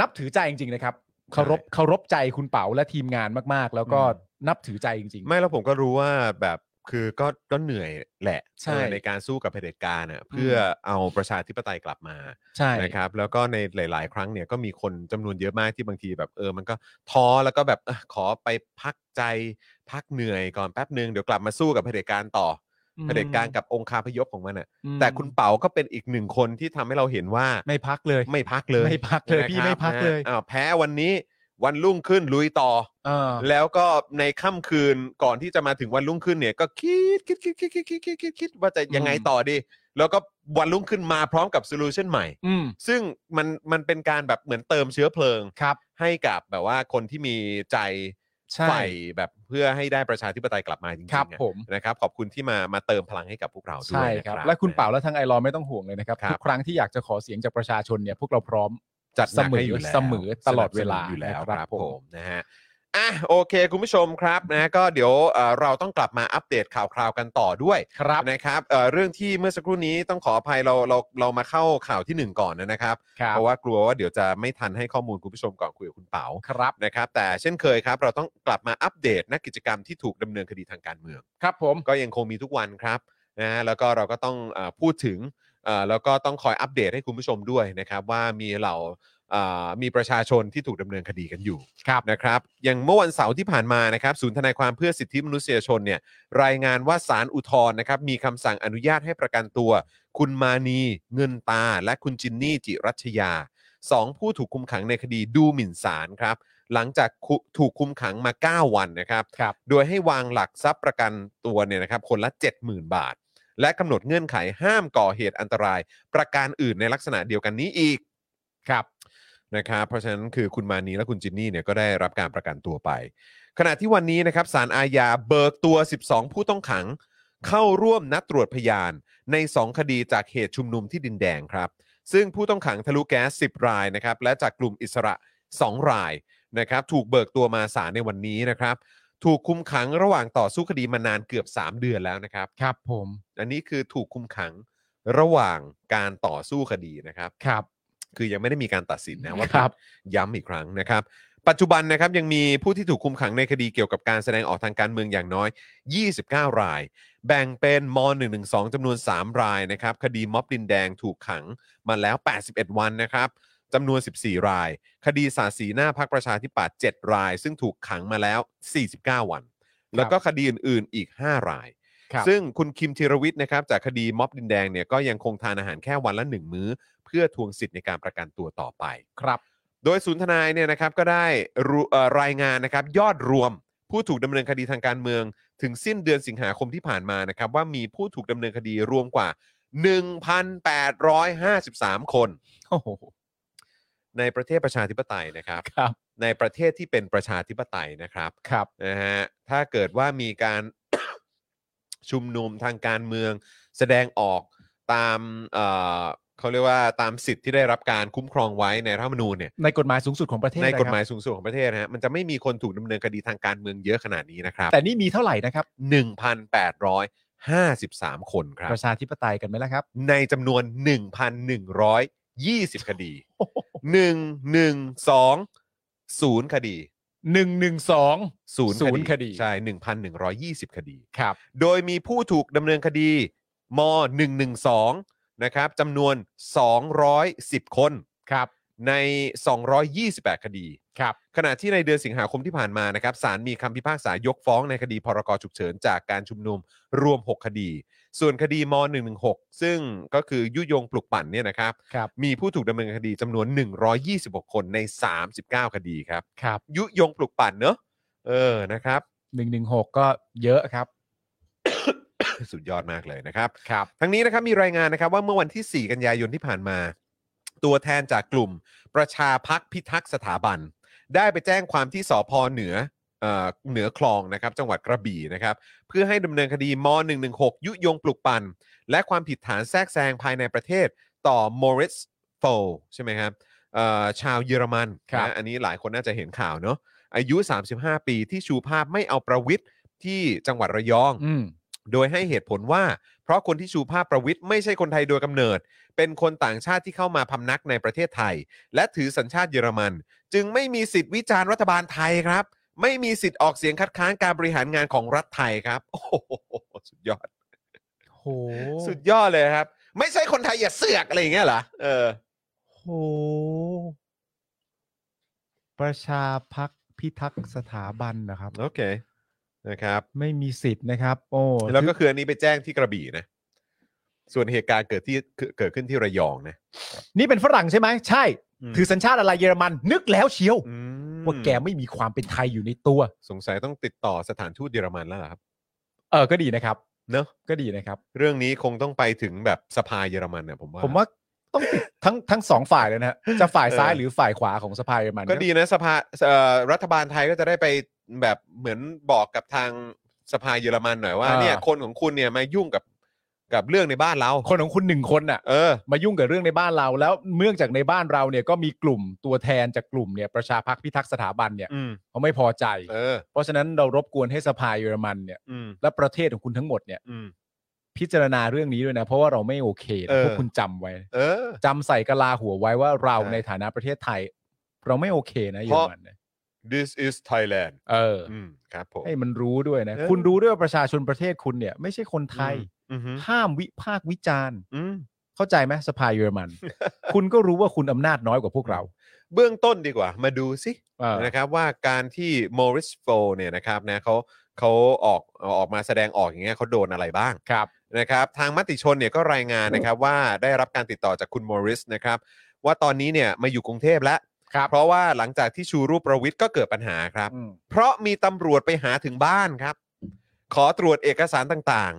[SPEAKER 3] นับถือใจจริง ๆ นะครับเคารพเคารพใจคุณเป๋าและทีมงานมาก ๆ แล้วก็
[SPEAKER 2] อื
[SPEAKER 3] นับถือใจจริง
[SPEAKER 2] ไม่แล้วผมก็รู้ว่าแบบคือก็ก็เหนื่อยแหละ
[SPEAKER 3] ใช่
[SPEAKER 2] เออในการสู้กับเผด็จการน่ะเพื่อเอาประชาธิปไตยกลับมา
[SPEAKER 3] ๆ ใช่
[SPEAKER 2] นะครับ แล้วก็ในหลาย ๆ ครั้งเนี่ยก็มีคนจำนวนเยอะมากที่บางทีแบบเออมันก็ท้อแล้วก็แบบเออขอไปพักใจพักเหนื่อยก่อนแป๊บหนึ่งเดี๋ยวกลับมาสู้กับเผด็จการต่ออเผด็จการกับองคาพยพของมันน่ะ
[SPEAKER 3] อืม
[SPEAKER 2] แต่คุณเป๋าก็เป็นอีกหนึ่งคนที่ทำให้เราเห็นว่า
[SPEAKER 3] ไม่พักเลย
[SPEAKER 2] ไม่พักเลย
[SPEAKER 3] ไม่พักเล
[SPEAKER 2] นะ
[SPEAKER 3] ย
[SPEAKER 2] ครับ
[SPEAKER 3] พี่ไม่พักเลย
[SPEAKER 2] นะอ้าวแพ้วันนี้วันรุ่งขึ้นลุยต่อ
[SPEAKER 3] เออ
[SPEAKER 2] แล้วก็ในค่ำคืนก่อนที่จะมาถึงวันรุ่งขึ้นเนี่ย ก็คิดคิดคิดคิดคิดคิดคิดคิดคิดว่าจะยังไงต่อดี แล้วก็วันรุ่งขึ้นมาพร้อมกับโซลูชันใหม่
[SPEAKER 3] อืม
[SPEAKER 2] ซึ่งมันมันเป็นการแบบเหมือนเติมเชื้อเพลิง
[SPEAKER 3] ครับ
[SPEAKER 2] ให้กับแบบว่าคนที่มีใจ
[SPEAKER 3] ใช่
[SPEAKER 2] ใฝ่แบบเพื่อให้ได้ประชาธิปไตยกลับมาจริงๆ
[SPEAKER 3] ครับ
[SPEAKER 2] อะ
[SPEAKER 3] ผม
[SPEAKER 2] นะครับ ขอบคุณที่มามาเติมพลังให้กับพวกเราด้
[SPEAKER 3] ใช่
[SPEAKER 2] วย
[SPEAKER 3] ค
[SPEAKER 2] นะค
[SPEAKER 3] รั
[SPEAKER 2] รับ บ
[SPEAKER 3] และคุณเป๋าและทางไอรอนไม่ต้องห่วงเลยนะครับ
[SPEAKER 2] ครับ
[SPEAKER 3] ทุกครั้งที่อยากจะขอเสียงจากประชาชนเนี่ยพวกเราพร้อม
[SPEAKER 2] จัดหนักให้
[SPEAKER 3] เสมอ
[SPEAKER 2] อยู่แล้ว
[SPEAKER 3] เสมอตลอดเวลา
[SPEAKER 2] สนับสนุนอยู่แล้ว
[SPEAKER 3] นะ
[SPEAKER 2] ค
[SPEAKER 3] ครั
[SPEAKER 2] รับบ ผ
[SPEAKER 3] ผม
[SPEAKER 2] มนะฮะอ่ะโอเค คุณผู้ชมครับนะก็เดี๋ยวเอ่อเราต้องกลับมาอัปเดตข่าวคราวกันต่อด้วย
[SPEAKER 3] ครับ
[SPEAKER 2] นะครับเอ่อเรื่องที่เมื่อสักครู่นี้ต้องขออภัยเราเราเรามาเข้าข่าวที่หนึ่งก่อนนะครับ
[SPEAKER 3] ครับ
[SPEAKER 2] เพราะว่ากลัวว่าเดี๋ยวจะไม่ทันให้ข้อมูลคุณผู้ชมก่อนคุยกับคุณเป๋า
[SPEAKER 3] ครับ
[SPEAKER 2] นะครับ แต่เช่นเคยครับ เราต้องกลับมาอัปเดตนักกิจกรรมที่ถูกดำเนินคดีทางการเมือง
[SPEAKER 3] ครับผม
[SPEAKER 2] ก็ยังคงมีทุกวันครับนะฮะแล้วก็เราก็ต้องเออพูดถึงเอ่อแล้วก็ต้องคอยอัปเดตให้คุณผู้ชมด้วยนะครับว่ามีเหล่าเอ่อมีประชาชนที่ถูกดำเนินคดีกันอยู่
[SPEAKER 3] ครับ
[SPEAKER 2] นะครับอย่างเมื่อวันเสาร์ที่ผ่านมานะครับศูนย์ทนายความเพื่อสิทธิมนุษยชนเนี่ยรายงานว่าสารอุทธรณ์นะครับมีคำสั่งอนุญาตให้ประกันตัว คุณมานีเงินตา และคุณจินนี่จิรัชยาสองผู้ถูกคุมขังในคดีดูหมิ่นศาลครับหลังจากคุถูกคุมขังมา 9 วันนะครับ
[SPEAKER 3] ครับ
[SPEAKER 2] โดยให้วางหลักทรัพย์ประกันตัวเนี่ยนะครับคนละ 70,000 บาท และกำหนดเงื่อนไขห้ามก่อเหตุอันตราย ประการอื่นในลักษณะเดียวกันนี้อีก
[SPEAKER 3] ครับ
[SPEAKER 2] นะครับเพราะฉะนั้นคือคุณมานีและคุณจินนี่เนี่ยก็ได้รับการประกันตัวไป ขณะที่วันนี้นะครับสารอาญาเบิกตัว 12 ผู้ต้องขัง เข้าร่วมนัดตรวจพยานใน 2 คดีจากเหตุชุมนุมที่ดินแดงครับ ซึ่งผู้ต้องขังทะลุแก๊ส 10 รายนะครับและจากกลุ่มอิสระ 2 รายนะครับถูกเบิกตัวมาศาลในวันนี้นะครับ ถูกคุมขังระหว่างต่อสู้คดีมานานเกือบ 3 เดือนแล้วนะครับ
[SPEAKER 3] ครับผม
[SPEAKER 2] อันนี้คือถูกคุมขังระหว่างการต่อสู้คดีนะครับ
[SPEAKER 3] ครับ
[SPEAKER 2] คือยังไม่ได้มีการตัดสินนะว่า
[SPEAKER 3] ครับ
[SPEAKER 2] ย้ำอีกครั้งนะครับ ปัจจุบันนะครับยังมีผู้ที่ถูกคุมขังในคดีเกี่ยวกับการแสดงออกทางการเมืองอย่างน้อย 29 ราย แบ่งเป็นม .112 จำนวน 3 รายนะครับ คดีม็อบดินแดงถูกขังมาแล้ว 81 วันนะครับจำนวน 14 ราย คดีสาดสีหน้าพักประชาธิปัตย์7ราย ซึ่งถูกขังมาแล้ว 49 วัน แล้วก็คดีอื่นๆอีก 5 ราย
[SPEAKER 3] ครับ
[SPEAKER 2] ซึ่งคุณคิมธีรวิทย์นะครับจากคดีม็อบดินแดงเนี่ยก็ยังคงทานอาหารแค่วันละหนึ่งมื้อ เพื่อทวงสิทธิ์ในการประกันตัวต่อไป
[SPEAKER 3] ครับ
[SPEAKER 2] โดยศูนย์ทนายเนี่ยนะครับก็ได้รูเอ่อรายงานนะครับยอดรวมผู้ถูกดำเนินคดีทางการเมือง ถึงสิ้นเดือนสิงหาคมที่ผ่านมานะครับว่ามีผู้ถูกดำเนินคดีรวมกว่า 1,853 คน
[SPEAKER 3] โอ้โห
[SPEAKER 2] ในประเทศประชาธิปไตยนะครับ
[SPEAKER 3] ครับ
[SPEAKER 2] ในประเทศที่เป็นประชาธิปไตยนะครับ
[SPEAKER 3] ครับ
[SPEAKER 2] นะฮะถ้าเกิดว่ามีการ ชุมนุมทางการเมือง แสดงออกตามเอ่อเขาเรียกว่าตามสิทธิ์ที่ได้รับการคุ้มครองไว้ในรัฐธรรมนูญเนี่ย
[SPEAKER 3] ในกฎหมายสูงสุดของประเทศ
[SPEAKER 2] ในกฎ
[SPEAKER 3] ะครับ
[SPEAKER 2] หมายสูงสุดของประเทศนะฮะมันจะไม่มีคนถูกดำเนินคดีทางการเมืองเยอะขนาดนี้นะครับ
[SPEAKER 3] แต่นี่มีเท่าไหร่นะครับ
[SPEAKER 2] 1,853 คนครับ
[SPEAKER 3] ประชาธิปไตยกันไหมล่ะครับ
[SPEAKER 2] ในจำนวน 1,120 ค ดี
[SPEAKER 3] โอ้โห
[SPEAKER 2] 1,120 คดี
[SPEAKER 3] หนึ่งหนึ่งสอง ศูนย์
[SPEAKER 2] 0
[SPEAKER 3] คดี
[SPEAKER 2] ใช่ 1,120 คดี
[SPEAKER 3] ครับ
[SPEAKER 2] โดยมีผู้ถูกดำเนินคดีม 112 นะครับจำนวน 210 คน
[SPEAKER 3] ครับ
[SPEAKER 2] ใน 228 คดี
[SPEAKER 3] ครับ
[SPEAKER 2] ขณะที่ในเดือนสิงหาคมที่ผ่านมานะครับศาลมีคำพิพากษายกฟ้องในคดีพรกฉุกเฉินจากการชุมนุมรวม 6 คดี ส่วนคดีม 116 ซึ่งก็คือยุยงปลุกปั่นเนี่ยนะครับ
[SPEAKER 3] ครับ
[SPEAKER 2] มีผู้ถูกดำเนินคดีจำนวน 126 คนใน 39 คดีครับ
[SPEAKER 3] ครับ
[SPEAKER 2] ยุยงปลุกปั่นเนอะเออนะครับ
[SPEAKER 3] หนึ่งหนึ่งหกก็เยอะครับ
[SPEAKER 2] สุดยอดมากเลยนะครับ
[SPEAKER 3] ครับ
[SPEAKER 2] ทั้งนี้นะครับมีรายงานนะครับว่าเมื่อวันที่ 4 กันยายนที่ผ่านมา ตัวแทนจากกลุ่มประชาพักพิทักษ์สถาบัน ได้ไปแจ้งความที่สพเหนือเอ่อเหนือคลองนะครับจังหวัดกระบี่นะครับ เพื่อให้ดำเนินคดีม .116 ยุยงปลุกปั่น และความผิดฐานแทรกแซงภายในประเทศต่อมอริสโฟใช่ไหมครับเอ่อชาวเยอรมัน
[SPEAKER 3] ครับ
[SPEAKER 2] นะอันนี้หลายคนน่าจะเห็นข่าวเนาะอายุ 35 ปีที่ชูภาพไม่เอาประวิทย์ที่จังหวัดระยอง
[SPEAKER 3] อืม
[SPEAKER 2] โดยให้เหตุผลว่า เพราะคนที่ชูภาพประวิทย์ไม่ใช่คนไทยโดยกำเนิด เป็นคนต่างชาติที่เข้ามาพำนักในประเทศไทย และถือสัญชาติเยอรมัน จึงไม่มีสิทธิ์วิจารณ์รัฐบาลไทยครับ ไม่มีสิทธิ์ออกเสียงคัดค้านการบริหารงานของรัฐไทยครับ โอ้โหสุดยอด
[SPEAKER 3] โห
[SPEAKER 2] สุดยอดเลยครับ ไม่ใช่คนไทยอย่าเสือกอะไรอย่างเงี้ยเหรอเออ
[SPEAKER 3] โหประชาพักพิทักษ์สถาบันนะครับ
[SPEAKER 2] โอเคนะครับ
[SPEAKER 3] ไม่มีสิทธิ์นะครับ โอ้
[SPEAKER 2] แล้วก็คืออันนี้ไปแจ้งที่กระบี่นะ ส่วนเหตุการณ์เกิดที่เกิดขึ้นที่ระยองนะ
[SPEAKER 3] นี่เป็นฝรั่งใช่ไหมใช่
[SPEAKER 2] อืม
[SPEAKER 3] ถือสัญชาติอะไรเยอรมันนึกแล้วเชียว
[SPEAKER 2] อืม
[SPEAKER 3] ว่าแกไม่มีความเป็นไทยอยู่ในตัว
[SPEAKER 2] สงสัยต้องติดต่อสถานทูตเยอรมันแล้วเหรอครับ
[SPEAKER 3] เออก็ดีนะครับ
[SPEAKER 2] เนอะ
[SPEAKER 3] ก็ดีนะครับ
[SPEAKER 2] เรื่องนี้คงต้องไปถึงแบบสภาเยอรมันเนี่ยผมว่า
[SPEAKER 3] ผมว่าต้องติดทั้งทั้งสองฝ่ายเลยนะฮะจะฝ่ายซ้าย
[SPEAKER 2] เออ
[SPEAKER 3] หรือฝ่ายขวาของสภาเยอรมัน
[SPEAKER 2] ก็ดีนะสภาเอ่อรัฐบาลไทยก็จะได้ไปแบบเหมือนบอกกับทางสภาเยอรมันหน่อยว่าเนี่ยคนของคุณเนี่ยมายุ่งกับกับเรื่องในบ้านเรา
[SPEAKER 3] คนของคุณหนึ่งคนน่ะ
[SPEAKER 2] เออ
[SPEAKER 3] มายุ่งกับเรื่องในบ้านเรา แล้วเนื่องจากในบ้านเราเนี่ยก็มีกลุ่มตัวแทนจากกลุ่มเนี่ยประชาพักพิทักษ์สถาบันเนี่ย
[SPEAKER 2] อืม
[SPEAKER 3] เขาไม่พอใจ
[SPEAKER 2] เออ
[SPEAKER 3] เพราะฉะนั้นเรารบกวนให้สภาเยอรมันเนี่ย
[SPEAKER 2] อืม
[SPEAKER 3] และประเทศของคุณทั้งหมดเนี่ย
[SPEAKER 2] อืม
[SPEAKER 3] พิจารณาเรื่องนี้ด้วยนะ เพราะว่าเราไม่โอเค
[SPEAKER 2] เออ
[SPEAKER 3] นะพวกคุณจำไว้
[SPEAKER 2] เออ
[SPEAKER 3] จำใส่กะลาหัวไว้ว่าเรา
[SPEAKER 2] ใช่
[SPEAKER 3] ในฐานะประเทศไทย เราไม่โอเคนะเย
[SPEAKER 2] เพ
[SPEAKER 3] อร
[SPEAKER 2] ราะ
[SPEAKER 3] มันเนี่ย
[SPEAKER 2] this is Thailand
[SPEAKER 3] เอออ
[SPEAKER 2] อืมครับผม
[SPEAKER 3] ให้มันรู้ด้วยนะ
[SPEAKER 2] เออ
[SPEAKER 3] คุณรู้ด้วยว่าประชาชนประเทศคุณเนี่ย ไม่ใช่คนไทย
[SPEAKER 2] อืมอืม
[SPEAKER 3] ห้ามวิพากษ์วิจารณ์
[SPEAKER 2] อืม
[SPEAKER 3] เข้าใจไหมสภาเยอรมัน คุณก็รู้ว่าคุณอำนาจน้อยกว่าพวกเรา
[SPEAKER 2] เบื้องต้นดีกว่า มาดูสิ
[SPEAKER 3] เออ
[SPEAKER 2] นะครับว่าการที่มอริสโฟเนี่ยนะครับนะเขาเขาออกออกมาแสดงออกอย่างเงี้ยเขาโดนอะไรบ้าง
[SPEAKER 3] ครับ
[SPEAKER 2] นะครับ ทางมติชนเนี่ยก็รายงานนะครับว่าได้รับการติดต่อจากคุณมอริสนะครับ ว่าตอนนี้เนี่ยมาอยู่กรุงเทพแล้ว
[SPEAKER 3] ครับ
[SPEAKER 2] เพราะว่าหลังจากที่ชูรูปประวิทย์ก็เกิดปัญหาครับ
[SPEAKER 3] อืม
[SPEAKER 2] เพราะมีตำรวจไปหาถึงบ้านครับ ขอตรวจเอกสารต่าง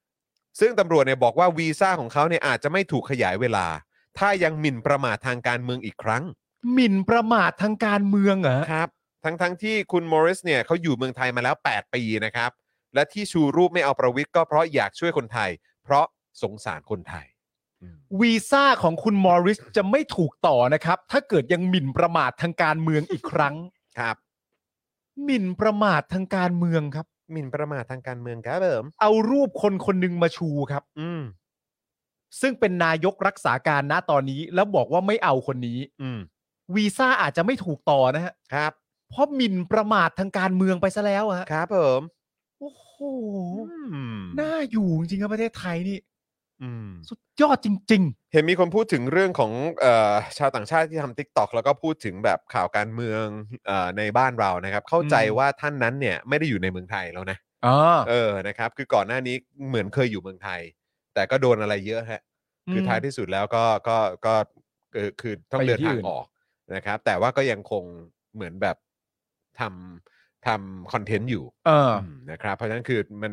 [SPEAKER 2] ๆ ซึ่งตำรวจเนี่ยบอกว่าวีซ่าของเขาเนี่ยอาจจะไม่ถูกขยายเวลา ถ้ายังหมิ่นประมาททางการเมืองอีกครั้ง
[SPEAKER 3] หมิ่นประมาททางการเมืองเหรอ
[SPEAKER 2] ครับทั้งทั้งที่คุณมอริสเนี่ยเขาอยู่เมืองไทยมาแล้ว 8 ปีนะครับ และที่ชูรูปไม่เอาประวิทย์ก็เพราะอยากช่วยคนไทย เพราะสงสารคนไทย
[SPEAKER 3] วีซ่าของคุณมอริสจะไม่ถูกต่อนะครับ ถ้าเกิดยังหมิ่นประมาททางการเมืองอีกครั้ง
[SPEAKER 2] ครับ
[SPEAKER 3] หมิ่นประมาททางการเมืองครับ
[SPEAKER 2] หมิ่นประมาททางการเมืองครับเบิม
[SPEAKER 3] เอารูปคนคนหนึ่งมาชูครับ
[SPEAKER 2] อืม
[SPEAKER 3] ซึ่งเป็นนายกรักษาการณตอนนี้ แล้วบอกว่าไม่เอาคนนี้
[SPEAKER 2] อืม
[SPEAKER 3] วีซ่าอาจจะไม่ถูกต่อนะฮะ
[SPEAKER 2] ครับ
[SPEAKER 3] เพราะหมิ่นประมาททางการเมืองไปซะแล้วอะฮะ
[SPEAKER 2] ครับผม
[SPEAKER 3] โอ้โห
[SPEAKER 2] อืม
[SPEAKER 3] น่าอยู่จริงๆครับประเทศไทยนี่
[SPEAKER 2] อืม
[SPEAKER 3] สุดยอดจริง
[SPEAKER 2] เห็นมีคนพูดถึงเรื่องของเออชาวต่างชาติที่ทำ t ิ k t o k แล้วก็พูดถึงแบบข่าวการเมืองเออในบ้านเรานะครับ เข้าใจ
[SPEAKER 3] อืม
[SPEAKER 2] ว่าท่านนั้นเนี่ยไม่ได้อยู่ในเมืองไทยแล้วนะ
[SPEAKER 3] ๆอ่า
[SPEAKER 2] เออนะครับ คือก่อนหน้านี้เหมือนเคยอยู่เมืองไทย แต่ก็โดนอะไรเยอะฮะคือท้ายที่สุดแล้วก็ก็ก็คือคือต้อง
[SPEAKER 3] ไปอยู่
[SPEAKER 2] เดิน
[SPEAKER 3] ที่
[SPEAKER 2] ทา
[SPEAKER 3] อื่
[SPEAKER 2] ง
[SPEAKER 3] น
[SPEAKER 2] ออกนะครับ แต่ว่าก็ยังคงเหมือนแบบทำทำคอนเทนต์อยู่
[SPEAKER 3] เออ
[SPEAKER 2] มนะครับ เพราะฉะนั้นคือมัน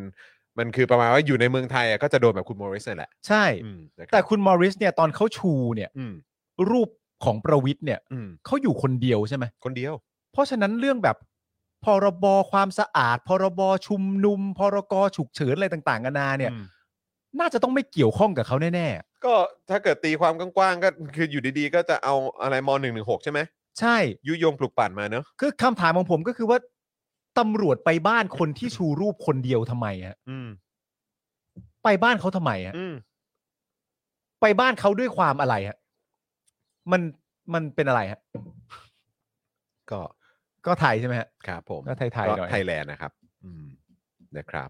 [SPEAKER 2] มันคือประมาณว่าอยู่ในเมืองไทยอะก็จะโดนแบบคุณโมริสนั่นแหละ
[SPEAKER 3] ใช่
[SPEAKER 2] อืมนะรับ
[SPEAKER 3] แต่คุณมอริสเนี่ยตอนเขาชูเนี่ย
[SPEAKER 2] อืม
[SPEAKER 3] รูปของประวิทย์เนี่ย
[SPEAKER 2] อืม
[SPEAKER 3] เขาอยู่คนเดียวใช่ไหม
[SPEAKER 2] คนเดียว
[SPEAKER 3] เพราะฉะนั้นเรื่องแบบพรบความสะอาด พรบชุมนุม พรกฉุกเฉินอะไรต่างๆนานาเนี่ย
[SPEAKER 2] อืม
[SPEAKER 3] น่าจะต้องไม่เกี่ยวข้องกับเขาแน่
[SPEAKER 2] ก็ถ้าเกิดตีความกว้างๆก็คืออยู่ดีๆ ก็จะเอาอะไรม .116 ใช่ไหม
[SPEAKER 3] ๆ ใช่
[SPEAKER 2] ยุยงปลุกปั่นมาเนอะ
[SPEAKER 3] คือคำถามของผมก็คือว่าตำรวจไปบ้านคนที่ชูรูปคนเดียวทำไมฮะ
[SPEAKER 2] อืม
[SPEAKER 3] ไปบ้านเขาทำไมฮะ
[SPEAKER 2] อืม
[SPEAKER 3] ไปบ้านเขาด้วยความอะไรฮะมันมันเป็นอะไรฮะ
[SPEAKER 2] ก็
[SPEAKER 3] ก็ไทยใช่ไหมฮะ
[SPEAKER 2] ครับผม
[SPEAKER 3] ก็ไทยๆหน่อย
[SPEAKER 2] ไทยแลนด์นะครับ อืมนะครับ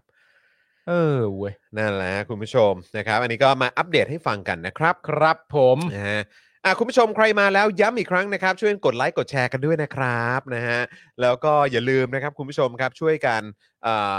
[SPEAKER 3] เออเว้ย
[SPEAKER 2] นั่นแหละคุณผู้ชมนะครับ อันนี้ก็มาอัปเดตให้ฟังกันนะครับ
[SPEAKER 3] ครับผม
[SPEAKER 2] นะฮะอ่ะคุณผู้ชมใครมาแล้วย้ำอีกครั้งนะครับ ช่วยกดไลค์กดแชร์กันด้วยนะครับนะฮะแล้วก็อย่าลืมนะครับคุณผู้ชมครับช่วยกันเอ่อ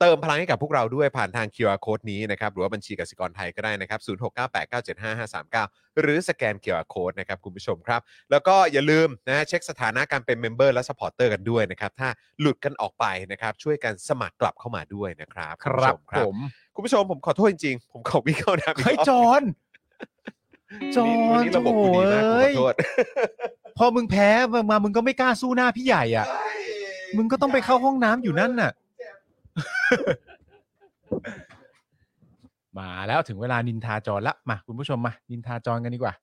[SPEAKER 2] เติมพลังให้กับพวกเราด้วยผ่านทาง QR Code นี้นะครับหรือว่าบัญชีกสิกรไทยก็ได้นะครับ 0698975539 หรือสแกน QR Code นะครับคุณผู้ชมครับ แล้วก็อย่าลืมนะเช็คสถานะการเป็นเมมเบอร์และสปอร์เตอร์กันด้วยนะครับถ้าหลุดกันออกไปนะครับช่วยกันสมัครกลับเข้ามาด้วยนะครับ
[SPEAKER 3] ค
[SPEAKER 2] ณ
[SPEAKER 3] รั
[SPEAKER 2] ผู้
[SPEAKER 3] บ
[SPEAKER 2] ชม
[SPEAKER 3] ผม
[SPEAKER 2] คุณผู้ชมผมขอโทษจริงๆ ผมขอวิ่งเข้าน้ำอีก
[SPEAKER 3] เฮ้ย
[SPEAKER 2] รอบ
[SPEAKER 3] จอห์นจอ
[SPEAKER 2] วันนี้วัน น
[SPEAKER 3] ห์
[SPEAKER 2] นี้ระบบกูดีมากผมขอ
[SPEAKER 3] โถ่
[SPEAKER 2] โท
[SPEAKER 3] เอ้ย
[SPEAKER 2] ษ
[SPEAKER 3] พอมึงแพ้มา มึงก็ไม่กล้าสู้หน้าพี่ใหญ่อ่ะ มึงก็ต้องไปเข้าห้องน้ำอยู่นั่นน่ะ มาแล้วถึงเวลานินทาจรละ มา คุณผู้ชมมา นินทาจรกันดีกว่า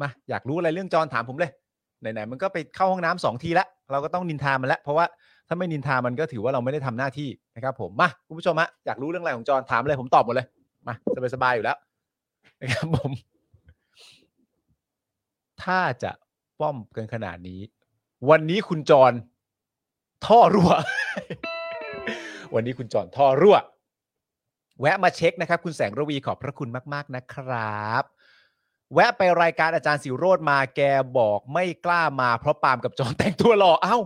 [SPEAKER 3] มา อยากรู้อะไรเรื่องจรถามผมเลย ไหนๆมันก็ไปเข้าห้องน้ำสองทีละ เราก็ต้องนินทามันละ เพราะว่าถ้าไม่นินทามันก็ถือว่าเราไม่ได้ทำหน้าที่นะครับผม มา คุณผู้ชมฮะ อยากรู้เรื่องอะไรของจรถามเลย ผมตอบหมดเลย มา สบายๆอยู่แล้วนะครับผม ถ้าจะป้อมเกินขนาดนี้ วันนี้คุณจร ท่อรั่ว วันนี้คุณจรท่อรั่ว แวะมาเช็คนะครับ คุณแสงระวีขอบพระคุณมาก ๆ นะครับ แวะไปรายการอาจารย์สิโรธมาแกบอกไม่กล้ามาเพราะปาล์มกับจอนแต่งตัวหล่อเอ้า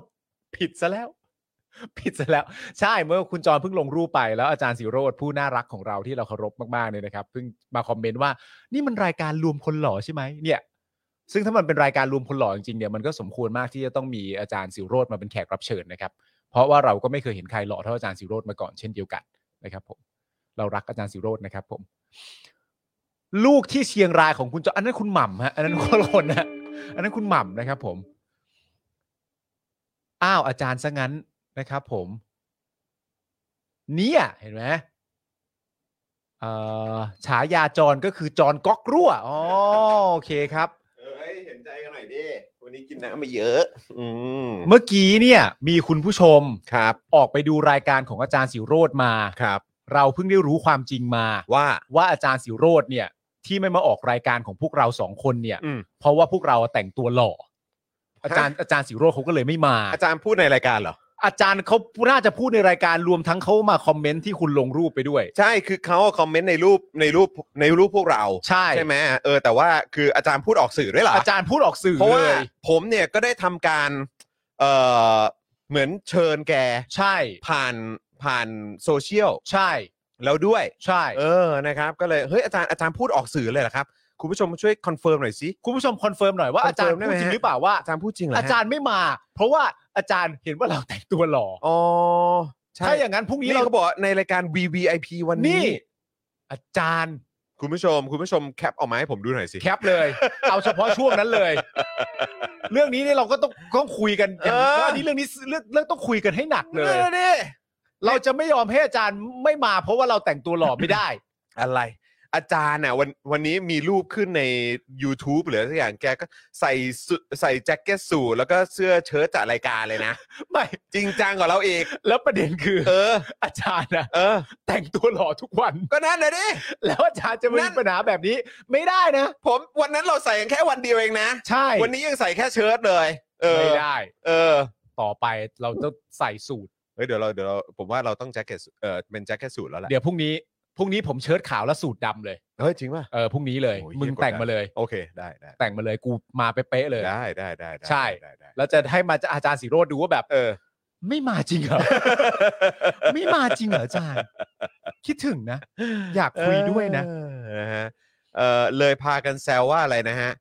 [SPEAKER 3] ผิดซะแล้ว ผิดซะแล้ว ใช่เมื่อคุณจรเพิ่งลงรูปไปแล้วอาจารย์สิโรธผู้น่ารักของเราที่เราเคารพมากๆเนี่ยนะครับเพิ่งมาคอมเมนต์ว่า นี่มันรายการรวมคนหล่อใช่ไหมเนี่ย ซึ่งถ้ามันเป็นรายการรวมคนหล่อจริงๆเนี่ยมันก็สมควรมากที่จะต้องมีอาจารย์สิโรธมาเป็นแขกรับเชิญนะครับ เพราะว่าเราก็ไม่เคยเห็นใครหล่อเท่าอาจารย์สิโรธมาก่อนเช่นเดียวกันนะครับผมเรารักอาจารย์สิโรธนะครับผม ลูกที่เชียงรายของคุณจออันนั้นคุณหม่ำฮะอันนั้นคนละคนนะอันนั้นคุณหม่ำนะครับผม อ้าวอาจารย์ซะงั้นนะครับผมเนี่ยเห็นไหมเอ่อฉายาจรก็คือจรก๊อกรั่วอ๋อโอเคครับ
[SPEAKER 2] เอ้ยเห็นใจกันหน่อยดิวันนี้กินน้ำมาเยอะ อืม
[SPEAKER 3] เมื่อกี้เนี่ยมีคุณผู้ชม
[SPEAKER 2] ครับ
[SPEAKER 3] ออกไปดูรายการของอาจารย์สิโรธมา
[SPEAKER 2] ครับ
[SPEAKER 3] เราเพิ่งได้รู้ความจริงมา
[SPEAKER 2] ว่า
[SPEAKER 3] ว่าอาจารย์สิโรธเนี่ยที่ไม่มาออกรายการของพวกเราสองคนเนี่ย
[SPEAKER 2] อืม
[SPEAKER 3] เพราะว่าพวกเราแต่งตัวหล่อ อาจารย์อาจารย์สิโรธเขาก็เลยไม่มา
[SPEAKER 2] อาจารย์พูดในรายการเหรอ
[SPEAKER 3] อาจารย์เขาน่าจะพูดในรายการรวมทั้งเขามาคอมเมนต์ที่คุณลงรูปไปด้วย
[SPEAKER 2] ใช่คือเขาคอมเมนต์ในรูปในรูปในรูปพวกเรา
[SPEAKER 3] ใช่
[SPEAKER 2] ไหมเออแต่ว่าคืออาจารย์พูดออกสื่อด้วยเหรอ
[SPEAKER 3] อาจารย์พูดออกสื่อ
[SPEAKER 2] เพราะว่า
[SPEAKER 3] เลย
[SPEAKER 2] ผมเนี่ยก็ได้ทำการเอ่อเหมือนเชิญแก
[SPEAKER 3] ใช่
[SPEAKER 2] ผ่านผ่านโซเชียล
[SPEAKER 3] ใช่
[SPEAKER 2] แล้วด้วย
[SPEAKER 3] ใช่
[SPEAKER 2] เออ นะครับ ก็เลย เฮ้ย อาจารย์ อาจารย์พูดออกสื่อเลยเหรอครับ คุณผู้ชมช่วยคอนเฟิร์มหน่อยสิ
[SPEAKER 3] คุณผู้ชมคอนเฟิร์มหน่อยว่าอาจารย์พูดจริงหรือเปล่าว่า
[SPEAKER 2] อาจารย์พูดจริงเหรอฮะ
[SPEAKER 3] อาจารย์ไม่มา เพราะว่าอาจารย์เห็นว่าเราแต่งตัวหล่อ
[SPEAKER 2] อ๋อ ใช่
[SPEAKER 3] ถ้าอย่างนั้นพรุ่งนี้
[SPEAKER 2] นี่
[SPEAKER 3] เรา
[SPEAKER 2] เขาบอกในรายการ VVIP วันนี้
[SPEAKER 3] นี่ อาจารย์
[SPEAKER 2] คุณผู้ชม คุณผู้ชมแคปออกมาให้ผมดูหน่อยสิ
[SPEAKER 3] แคปเลย เอาเฉพาะช่วงนั้นเลย เรื่องนี้เนี่ยเราก็ต้องต้องคุยกันอย่าง
[SPEAKER 2] เออ
[SPEAKER 3] เพราะอันนี้เรื่องนี้เรื่องเรื่องต้องคุยกันให้หนักเลย
[SPEAKER 2] นั่นน่ะดิ
[SPEAKER 3] เราจะไม่ยอมให้อาจารย์ไม่มา เพราะว่าเราแต่งตัวหล่อไม่ได้
[SPEAKER 2] อะไร อ อาจารย์น่ะวันวันนี้มีรูปขึ้นใน YouTube หรืออะไรสักอย่างแกก็ใส่สุใส่แจ็คเก็ตสูทแล้วก็เสื้อเชิ้ตจัดรายการเลยนะ
[SPEAKER 3] ไม่
[SPEAKER 2] จริงจังกว่าเราอีก
[SPEAKER 3] แล้วประเด็นคือ
[SPEAKER 2] เออ
[SPEAKER 3] อาจารย์นะ
[SPEAKER 2] เออ
[SPEAKER 3] แต่งตัวหล่อทุกวัน
[SPEAKER 2] ก็นั่นนะดิ
[SPEAKER 3] แล้วอาจารย์จะมา
[SPEAKER 2] นั่
[SPEAKER 3] มี
[SPEAKER 2] น
[SPEAKER 3] ปัญหาแบบนี้ไม่ได้นะ
[SPEAKER 2] ผมวันนั้นเราใส่กันแค่วันเดียวเองนะ
[SPEAKER 3] ใช่
[SPEAKER 2] วันนี้ยังใส่แค่เชิ้ตเลย เออ
[SPEAKER 3] ไม่ได้
[SPEAKER 2] เออ
[SPEAKER 3] ต่อไปเราต้องใส่สูท
[SPEAKER 2] เฮ้ยเดี๋ยวเราเดี๋ยวเราผมว่าเราต้องแจ็คเก็ตเออเป็นแจ็คเก็ตสูทแล้วแหละ
[SPEAKER 3] เดี๋ยวพรุ่งนี้พรุ่งนี้ผมเชิ้ตขาวและสูทดำเลย
[SPEAKER 2] เฮ้ยจริงป่ะ
[SPEAKER 3] เออพรุ่งนี้เลย
[SPEAKER 2] โอ้ย
[SPEAKER 3] มึง
[SPEAKER 2] เหี้ยกด
[SPEAKER 3] แต่ง
[SPEAKER 2] ดัน
[SPEAKER 3] มาเลย
[SPEAKER 2] โอเคได้ได้
[SPEAKER 3] แต่งมาเลยกูมาเป๊ะๆเลย
[SPEAKER 2] ได้ได้ได้ได้
[SPEAKER 3] ใช่
[SPEAKER 2] ได้ได้
[SPEAKER 3] แล้วจะให้มาอาจารย์สีโรดดูว่าแบบ
[SPEAKER 2] เออ
[SPEAKER 3] ไม่มาจริง เหรอ ไม่มาจริงเหรออาจารย์ คิดถึงนะ อยากคุยด้วยนะ
[SPEAKER 2] เออนะฮะเออเลยพากันแซวว่าอะไรนะฮะ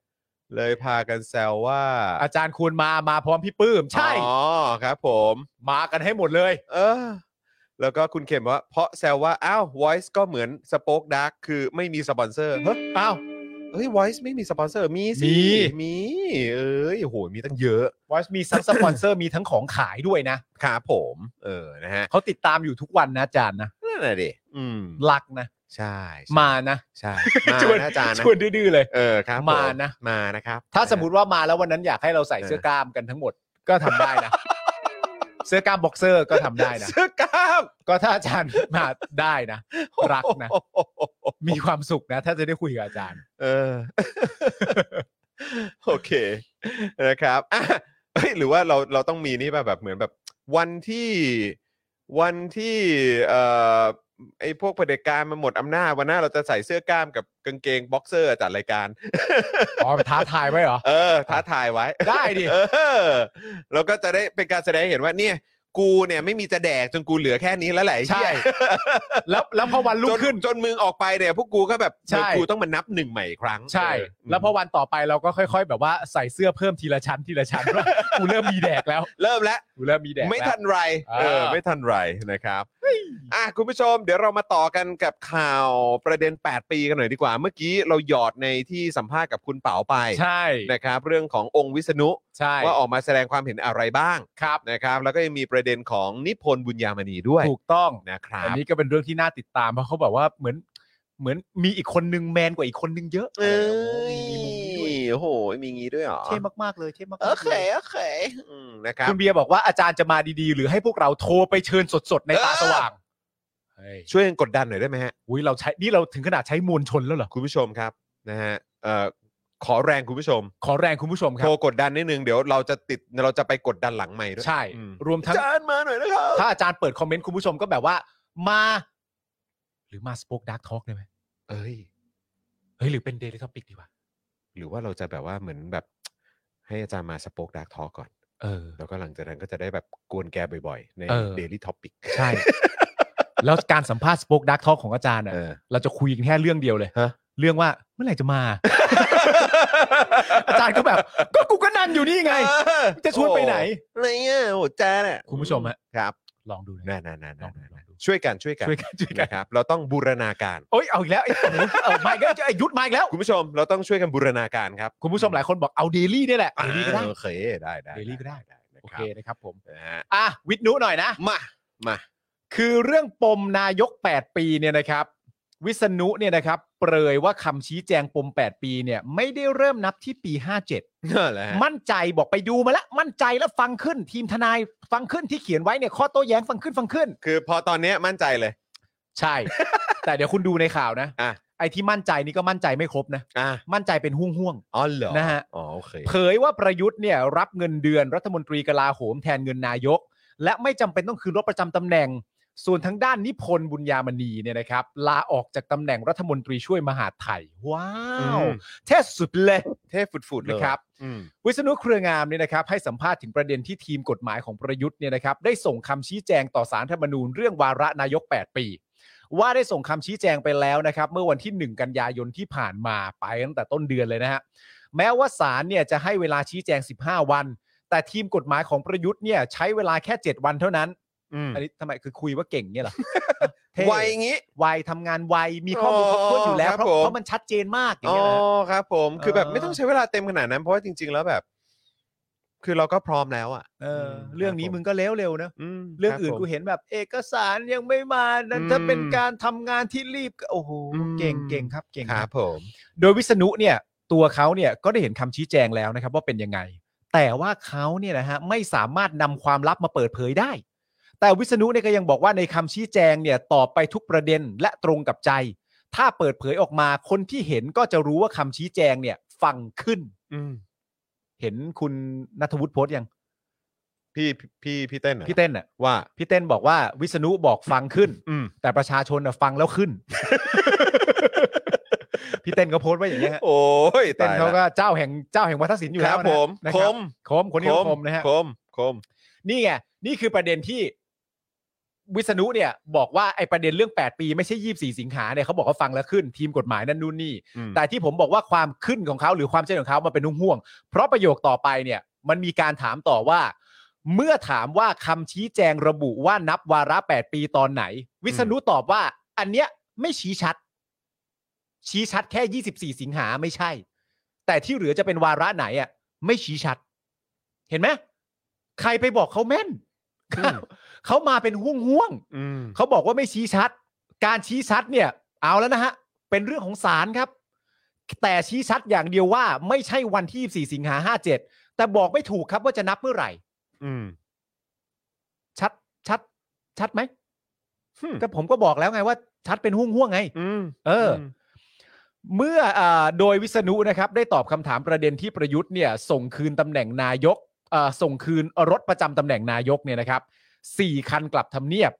[SPEAKER 2] เลยพากันแซวว่า
[SPEAKER 3] อาจารย์ควรมามาพร้อมพี่ปื้ม ใช่
[SPEAKER 2] อ๋อครับผม
[SPEAKER 3] มากันให้หมดเลย
[SPEAKER 2] เออ แล้วก็คุณเข็มว่า เพราะแซวว่า อ้าว voice ก็เหมือนสป็อคดักคือไม่มีสปอนเซอร์เฮ้ย
[SPEAKER 3] อ้าว
[SPEAKER 2] เฮ้ย voice ไม่มีสปอนเซอร์มีสิ
[SPEAKER 3] มี
[SPEAKER 2] มีเอ้ยโหมีตั้งเยอะ
[SPEAKER 3] วอชมีซับสปอนเซอร์มีทั้งของขายด้วยนะครับ
[SPEAKER 2] ผม เออนะฮะ
[SPEAKER 3] เขาติดตามอยู่ทุกวันนะอาจารย์นะ
[SPEAKER 2] นั่นแหละดิอืม
[SPEAKER 3] รักนะ
[SPEAKER 2] ใช่ใช่
[SPEAKER 3] มานะ
[SPEAKER 2] ใช่มา
[SPEAKER 3] ชวน
[SPEAKER 2] นะอาจารย์นะ
[SPEAKER 3] ชวนดื้อๆเลย
[SPEAKER 2] เออครับผ
[SPEAKER 3] มานะ
[SPEAKER 2] มานะครับ
[SPEAKER 3] ถ้าสมมติว่ามาแล้ววันนั้นอยากให้เราใส่เสื้อกล้ามกันทั้งหมดก็ทำได้ นะ เสื้อกล้ามบ็อกเซอร์ก็ทำได้นะ
[SPEAKER 2] เสื้อกล้าม
[SPEAKER 3] ก็ถ้าอาจารย์มาได้นะ รักนะ มีความสุขนะ ถ้าจะได้คุยกับอาจารย์
[SPEAKER 2] เอ อ โอเค นะครับอ่ะเฮ้ยหรือว่าเราเราต้องมีนี่ป่ะแบบเหมือนแบบ วันที่วันที่เอ่อไอ้พวกเผด็จการมันหมดอำนาจวันหน้าเราจะใส่เสื้อกล้ามกับกางเกงบ็อกเซอร์จัดรายการ
[SPEAKER 3] อ๋อท้าทายไว้เหรอ
[SPEAKER 2] เออท้าทายไว้
[SPEAKER 3] ได้ดิ
[SPEAKER 2] เออแล้วก็จะได้เป็นการแสดงให้เห็นว่าเนี่ย กูเนี่ยไม่มีจะแดกจนกูเหลือแค่นี้แล้วแหละไอ้เหี้
[SPEAKER 3] ใช่
[SPEAKER 2] ย
[SPEAKER 3] แล้วแล้วพอวันลุกขึ้น
[SPEAKER 2] จจนมึงออกไปเนี่ยพวกกูก็แบบ
[SPEAKER 3] ใช่
[SPEAKER 2] เออกูต้องมานับหนึ่งใหม่อีกครั้ง
[SPEAKER 3] ใช่
[SPEAKER 2] เออ
[SPEAKER 3] แล้วพอวันต่อไปเราก็ค่อย ๆ แบบว่าใส่เสื้อเพิ่มทีละชั้นทีละชั้น ว่ากูเริ่มมีแดกแล้ว
[SPEAKER 2] เริ่มแล้ว
[SPEAKER 3] กูเริ่มมีแดก
[SPEAKER 2] ไม่
[SPEAKER 3] แล้ว
[SPEAKER 2] ทันไรเออ
[SPEAKER 3] อ่า
[SPEAKER 2] ไม่ทันไรนะครับอ่ะคุณผู้ชม เดี๋ยวเรามาต่อกันกับข่าวประเด็น 8 ปีกันหน่อยดีกว่า เมื่อกี้เราหยอดในที่สัมภาษณ์กับคุณเป๋าไป
[SPEAKER 3] ใช่
[SPEAKER 2] นะครับ เรื่องขององค์วิษณุ
[SPEAKER 3] ใช่
[SPEAKER 2] ว่าออกมาแสดงความเห็นอะไรบ้าง
[SPEAKER 3] ครับ
[SPEAKER 2] นะครับ แล้วก็ยังมีประเด็นของนิพนธ์บุญญามณีด้วย
[SPEAKER 3] ถูกต้อง
[SPEAKER 2] นะครับ
[SPEAKER 3] อันนี้ก็เป็นเรื่องที่น่าติดตามเพราะเขาแบบว่าเหมือนเหมือนมีอีกคนนึงแมนกว่าอีกคนนึงเยอะ
[SPEAKER 2] เอ้ย
[SPEAKER 3] มีมุมนี้ด้วย
[SPEAKER 2] โอ้โหมีงี้ด้วยเหรอ
[SPEAKER 3] เท่มากๆเลยเท่มากๆ
[SPEAKER 2] โอเค
[SPEAKER 3] ลย
[SPEAKER 2] โอเคอืมนะครับ
[SPEAKER 3] คุณเบียร์บอกว่าอาจารย์จะมาดีๆ หรือให้พวกเราโทรไปเชิญสดๆ ในตาสว่างเฮ้ย
[SPEAKER 2] ช่วยกันกดดันหน่อยได้ไหมฮะ
[SPEAKER 3] อุ้ยเราใช้นี่เราถึงขนาดใช้มวลชนแล้วเหรอ
[SPEAKER 2] คุณผู้ชมครับนะฮะเอ่อขอแรงคุณผู้ชม
[SPEAKER 3] ขอแรงคุณผู้ชมครั
[SPEAKER 2] โทร
[SPEAKER 3] บ
[SPEAKER 2] กดดันนิดนึง เดี๋ยวเราจะติดเราจะไปกดดันหลังใหม่ด้วย
[SPEAKER 3] ใช่
[SPEAKER 2] อืม
[SPEAKER 3] รวมทั้ง
[SPEAKER 2] จานมาหน่อยนะครับ
[SPEAKER 3] ถ้าอาจารย์เปิดคอมเมนต์คุณผู้ชมก็แบบว่ามา หรือมาสป o อ e ด a r k กทอ k ได้ไหม
[SPEAKER 2] เอ้ย
[SPEAKER 3] เฮ้ย หรือเป็นเดลิทอปิกดีวะ
[SPEAKER 2] หรือว่าเราจะแบบว่าเหมือนแบบ ให้อาจารย์มาสป o อ e ดักทอก่อน
[SPEAKER 3] เออ
[SPEAKER 2] แล้วก็หลังจากนั้นก็จะได้แบบกวนแกบ่อยๆ ใน
[SPEAKER 3] เออ
[SPEAKER 2] เดลี่ท็อปิก
[SPEAKER 3] ใช่ แล้วการสัมภาษณ์สป o อ e ด a r k กทอ k ของอาจารย์อ่ะ
[SPEAKER 2] เออ
[SPEAKER 3] เราจะคุยกันแค่เรื่องเดียวเลย
[SPEAKER 2] ฮะ
[SPEAKER 3] เรื่องว่าเมื่อไหร่จะมา อาจารย์ก็แบบ ก็กูก็นั่งอยู่นี่ไง จะชวนไปไหน
[SPEAKER 2] อะไรเงี้ยโอ้จานอ่ะ
[SPEAKER 3] คุณผู้ชมฮะ
[SPEAKER 2] ครับ
[SPEAKER 3] ลองดูนะ
[SPEAKER 2] นั่นนั่นนั่น
[SPEAKER 3] ลองดูลองดู
[SPEAKER 2] ช่วยกันช่วยกัน
[SPEAKER 3] ช่วยกันช่วยกัน
[SPEAKER 2] นะครับเราต้องบูรณาการ
[SPEAKER 3] โอ้ยเอาอีกแล้ว ไอ้หนูเอามาอีกแล้วไอ้ยุทธมาอีกแล้ว
[SPEAKER 2] คุณผู้ชมเราต้องช่วยกันบูรณาการครับ
[SPEAKER 3] คุณผู้ชมหลายคนบอกเอาเดลี่นี่แหละ
[SPEAKER 2] อ่า
[SPEAKER 3] เดลี่ก็ได้
[SPEAKER 2] โอเคได้ได้
[SPEAKER 3] Daily ก็ได้
[SPEAKER 2] นะ
[SPEAKER 3] โอ
[SPEAKER 2] ครั
[SPEAKER 3] เค
[SPEAKER 2] บ
[SPEAKER 3] นะครับผม
[SPEAKER 2] นะฮะ
[SPEAKER 3] อ่ะวิทนุหน่อยนะ
[SPEAKER 2] มามา
[SPEAKER 3] คือเรื่องปมนายก 8 ปีเนี่ยนะครับ วิษณุเนี่ยนะครับ เปรยว่าคำชี้แจงปม 8 ปีเนี่ยไม่ได้เริ่มนับที่ปี
[SPEAKER 2] นั่นแหละฮะ
[SPEAKER 3] 57 มั่นใจบอกไปดูมาแล้ว มั่นใจแล้วฟังขึ้น ทีมทนายฟังขึ้นที่เขียนไว้เนี่ยข้อโต้แย้งฟังขึ้นฟังขึ้น
[SPEAKER 2] คือพอตอนเนี้ยมั่นใจเลย
[SPEAKER 3] ใช่ แต่เดี๋ยวคุณดูในข่าวนะ
[SPEAKER 2] อ่ะ
[SPEAKER 3] ไอ้ที่มั่นใจนี่ก็มั่นใจไม่ครบนะ
[SPEAKER 2] อ่ะ
[SPEAKER 3] มั่นใจเป็นห่วงห่วง
[SPEAKER 2] อ๋อเหรอ
[SPEAKER 3] นะฮะ
[SPEAKER 2] อ๋อโอเค
[SPEAKER 3] ๆเผยว่าประยุทธ์เนี่ยรับเงินเดือนรัฐมนตรีกลาโหมแทนเงินนายก และไม่จำเป็นต้องคืนรถประจำตำแหน่ง ส่วนทางด้านนิพนธ์บุญญามณีเนี่ยนะครับ ลาออกจากตำแหน่งรัฐมนตรีช่วยมหาดไทย ว้าว
[SPEAKER 2] อืม
[SPEAKER 3] เท่สุดเลย
[SPEAKER 2] เท่ฟุดๆเลย
[SPEAKER 3] นะครับ
[SPEAKER 2] อืม
[SPEAKER 3] วิษณุเครืองามเนี่ยนะครับให้สัมภาษณ์ถึงประเด็นที่ทีมกฎหมายของประยุทธ์เนี่ยนะครับได้ส่งคำชี้แจงต่อสารธรรมนูญเรื่องวาระนายก 8 ปี ว่าได้ส่งคำชี้แจงไปแล้วนะครับเมื่อวันที่ 1 กันยายนที่ผ่านมาไปตั้งแต่ต้นเดือนเลยนะฮะแม้ว่าสารเนี่ยจะให้เวลาชี้แจง 15 วัน แต่ทีมกฎหมายของประยุทธ์เนี่ยใช้เวลาแค่ 7 วันเท่านั้น
[SPEAKER 2] อืม
[SPEAKER 3] อันนี้ทำไมคือคุยว่าเก่งเนี่ ยเหรอ เท่
[SPEAKER 2] ไวอย่างงี้
[SPEAKER 3] วัยทำงานไวัยมีข้อมูลครบถ้วนอยู่แล้ว
[SPEAKER 2] อ๋อ
[SPEAKER 3] เพ
[SPEAKER 2] ครับ
[SPEAKER 3] ราะ
[SPEAKER 2] ผม
[SPEAKER 3] เพราะมันชัดเจนมากอย่าง
[SPEAKER 2] อ๋อ
[SPEAKER 3] เงี้ยนะฮะ
[SPEAKER 2] ครับ ผมคือแบบ
[SPEAKER 3] เออ
[SPEAKER 2] ไม่ต้องใช้เวลาเต็มขนาดนั้น เพราะว่าจริง ๆ แล้วแบบ คือเราก็พร้อมแล้วอ่ะ
[SPEAKER 3] เอออ
[SPEAKER 2] ม
[SPEAKER 3] เรื่องนี้
[SPEAKER 2] ครับผม
[SPEAKER 3] มึงก็เร็วเร็วๆนะ
[SPEAKER 2] ม
[SPEAKER 3] เรื่อง
[SPEAKER 2] คบ
[SPEAKER 3] อื่น
[SPEAKER 2] ผม
[SPEAKER 3] กูเห็นแบบเอกสารยังไม่มานั่น
[SPEAKER 2] อืม
[SPEAKER 3] ถ้าเป็นการทำงานที่รีบก็โอ้โห
[SPEAKER 2] อืม
[SPEAKER 3] เก่งเก่งครับเก่ง
[SPEAKER 2] ค
[SPEAKER 3] ค
[SPEAKER 2] รั
[SPEAKER 3] รั
[SPEAKER 2] บบ ผม
[SPEAKER 3] โดยวิษณุเนี่ยตัวเขาเนี่ยก็ได้เห็นคำชี้แจงแล้วนะครับว่าเป็นยังไง แต่ว่าเขาเนี่ยนะฮะไม่สามารถนำความลับมาเปิดเผยได้ แต่วิษณุเนี่ยก็ยังบอกว่าในคำชี้แจงเนี่ยตอบไปทุกประเด็นและตรงกับใจ ถ้าเปิดเผยออกมาคนที่เห็นก็จะรู้ว่าคำชี้แจงเนี่ยฟังขึ้น
[SPEAKER 2] อืม
[SPEAKER 3] เห็นคุณนัทวุฒิโพสต์ยัง
[SPEAKER 2] พี่พี่พี่พี่เต้นเหรอ
[SPEAKER 3] พี่เต้นอ่ะ
[SPEAKER 2] ว่า
[SPEAKER 3] พี่เต้นบอกว่าวิษณุบอกฟังขึ้น
[SPEAKER 2] อืม
[SPEAKER 3] แต่ประชาชนน่ะฟังแล้วขึ้น พี่เต้นก็โพสต์ไว้อย่างเงี้ยฮะ
[SPEAKER 2] โอ้ย
[SPEAKER 3] เต้น
[SPEAKER 2] ตาย
[SPEAKER 3] เขา
[SPEAKER 2] ละ
[SPEAKER 3] ก็เจ้าแห่งเจ้าแห่งวัฒนศิลป์อยู่
[SPEAKER 2] ค
[SPEAKER 3] แล้
[SPEAKER 2] รั
[SPEAKER 3] ว
[SPEAKER 2] บ
[SPEAKER 3] นะ
[SPEAKER 2] ผม
[SPEAKER 3] นะ
[SPEAKER 2] ค
[SPEAKER 3] ครับ
[SPEAKER 2] ม
[SPEAKER 3] คมคนนี้ก็คมนะฮะ
[SPEAKER 2] คมคม
[SPEAKER 3] นี่ไงนี่คือประเด็นที่วิษณุเนี่ย บอกว่าไอ้ประเด็นเรื่อง 8 ปีไม่ใช่ 24 สิงหาเนี่ยเขาบอกเขาฟังแล้วขึ้น ทีมกฎหมายนั่นนู่นนี่
[SPEAKER 2] อืม
[SPEAKER 3] แต่ที่ผมบอกว่าความขึ้นของเขาหรือความเช่นของเขามันเป็นนุ่งห่วงๆเพราะประโยคต่อไปเนี่ย มันมีการถามต่อว่า เมื่อถามว่าคำชี้แจงระบุว่านับวาระ 8 ปีตอนไหน วิษณุตอบว่า อันเนี้ยไม่ชี้ชัด ชี้ชัดแค่ 24 สิงหาไม่ใช่ แต่ที่เหลือจะเป็นวาระไหนอ่ะ ไม่ชี้ชัด เห็นไหมใครไปบอกเขาแม่นเขาเขามาเป็นห่วงห่วงๆ
[SPEAKER 2] อืม
[SPEAKER 3] เขาบอกว่าไม่ชี้ชัด การชี้ชัดเนี่ยเอาแล้วนะฮะ เป็นเรื่องของศาลครับ แต่ชี้ชัดอย่างเดียวว่าไม่ใช่วันที่ 24 สิงหา 57 แต่บอกไม่ถูกครับว่าจะนับเมื่อไหร่
[SPEAKER 2] อืม
[SPEAKER 3] ชัด ชัด ชัดไหม
[SPEAKER 2] หึ
[SPEAKER 3] ก็ผมก็บอกแล้วไงว่า ชัดเป็นห่วงห่วงๆไง
[SPEAKER 2] อืม
[SPEAKER 3] เอออ
[SPEAKER 2] ม
[SPEAKER 3] เมื่ออาโดยวิษณุนะครับ ได้ตอบคำถามประเด็นที่ประยุทธ์เนี่ย ส่งคืนตำแหน่งนายกเอ่อส่งคืนรถประจำตำแหน่งนายกเนี่ยนะครับสี่คันกลับทำเนียบ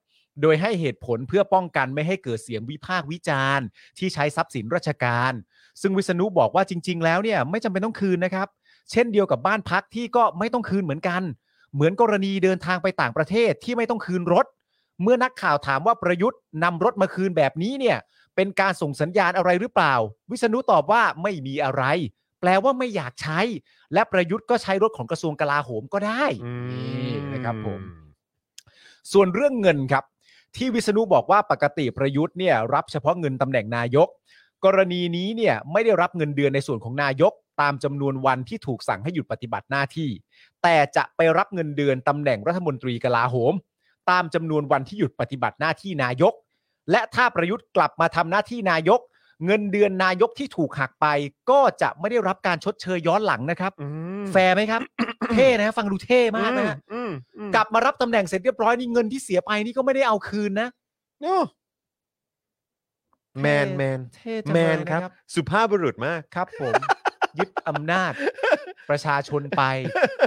[SPEAKER 3] โดยให้เหตุผลเพื่อป้องกันไม่ให้เกิดเสียงวิพากษ์วิจารณ์ ที่ใช้ทรัพย์สินราชการ ซึ่งวิษณุบอกว่าจริง ๆ แล้วเนี่ยไม่จำเป็นต้องคืนนะครับ เช่นเดียวกับบ้านพักที่ก็ไม่ต้องคืนเหมือนกัน เหมือนกรณีเดินทางไปต่างประเทศที่ไม่ต้องคืนรถ เมื่อนักข่าวถามว่าประยุทธ์นำรถมาคืนแบบนี้เนี่ย เป็นการส่งสัญญาณอะไรหรือเปล่า วิษณุตอบว่าไม่มีอะไร แปลว่าไม่อยากใช้ และประยุทธ์ก็ใช้รถของกระทรวงกลาโหมก็ได้
[SPEAKER 2] อืม
[SPEAKER 3] นี่นะครับผม ส่วนเรื่องเงินครับ ที่วิษณุบอกว่าปกติประยุทธ์เนี่ยรับเฉพาะเงินตำแหน่งนายก กรณีนี้เนี่ยไม่ได้รับเงินเดือนในส่วนของนายก ตามจำนวนวันที่ถูกสั่งให้หยุดปฏิบัติหน้าที่ แต่จะไปรับเงินเดือนตำแหน่งรัฐมนตรีกลาโหม ตามจำนวนวันที่หยุดปฏิบัติหน้าที่นายก และถ้าประยุทธ์กลับมาทำหน้าที่นายก เงินเดือนนายกที่ถูกหักไป ก็จะไม่ได้รับการชดเชยย้อนหลังนะครับ
[SPEAKER 2] อืม
[SPEAKER 3] แฟร์ไหม ครับ เท่นะฟังดูเท่มากนะฮะ
[SPEAKER 2] อืมอืม
[SPEAKER 3] กลับมารับตำแหน่งเสร็จเรียบร้อยนี่เงินที่เสียไปนี่ก็ไม่ได้เอาคืนนะ
[SPEAKER 2] โอ้แมนแมน
[SPEAKER 3] เท่จัง
[SPEAKER 2] แม
[SPEAKER 3] เลย
[SPEAKER 2] น
[SPEAKER 3] นะ
[SPEAKER 2] ค
[SPEAKER 3] ค
[SPEAKER 2] รั
[SPEAKER 3] รับ บ
[SPEAKER 2] สุภาพบุรุษมาก
[SPEAKER 3] ครับผม ยึดอำนาจประชาชน ไป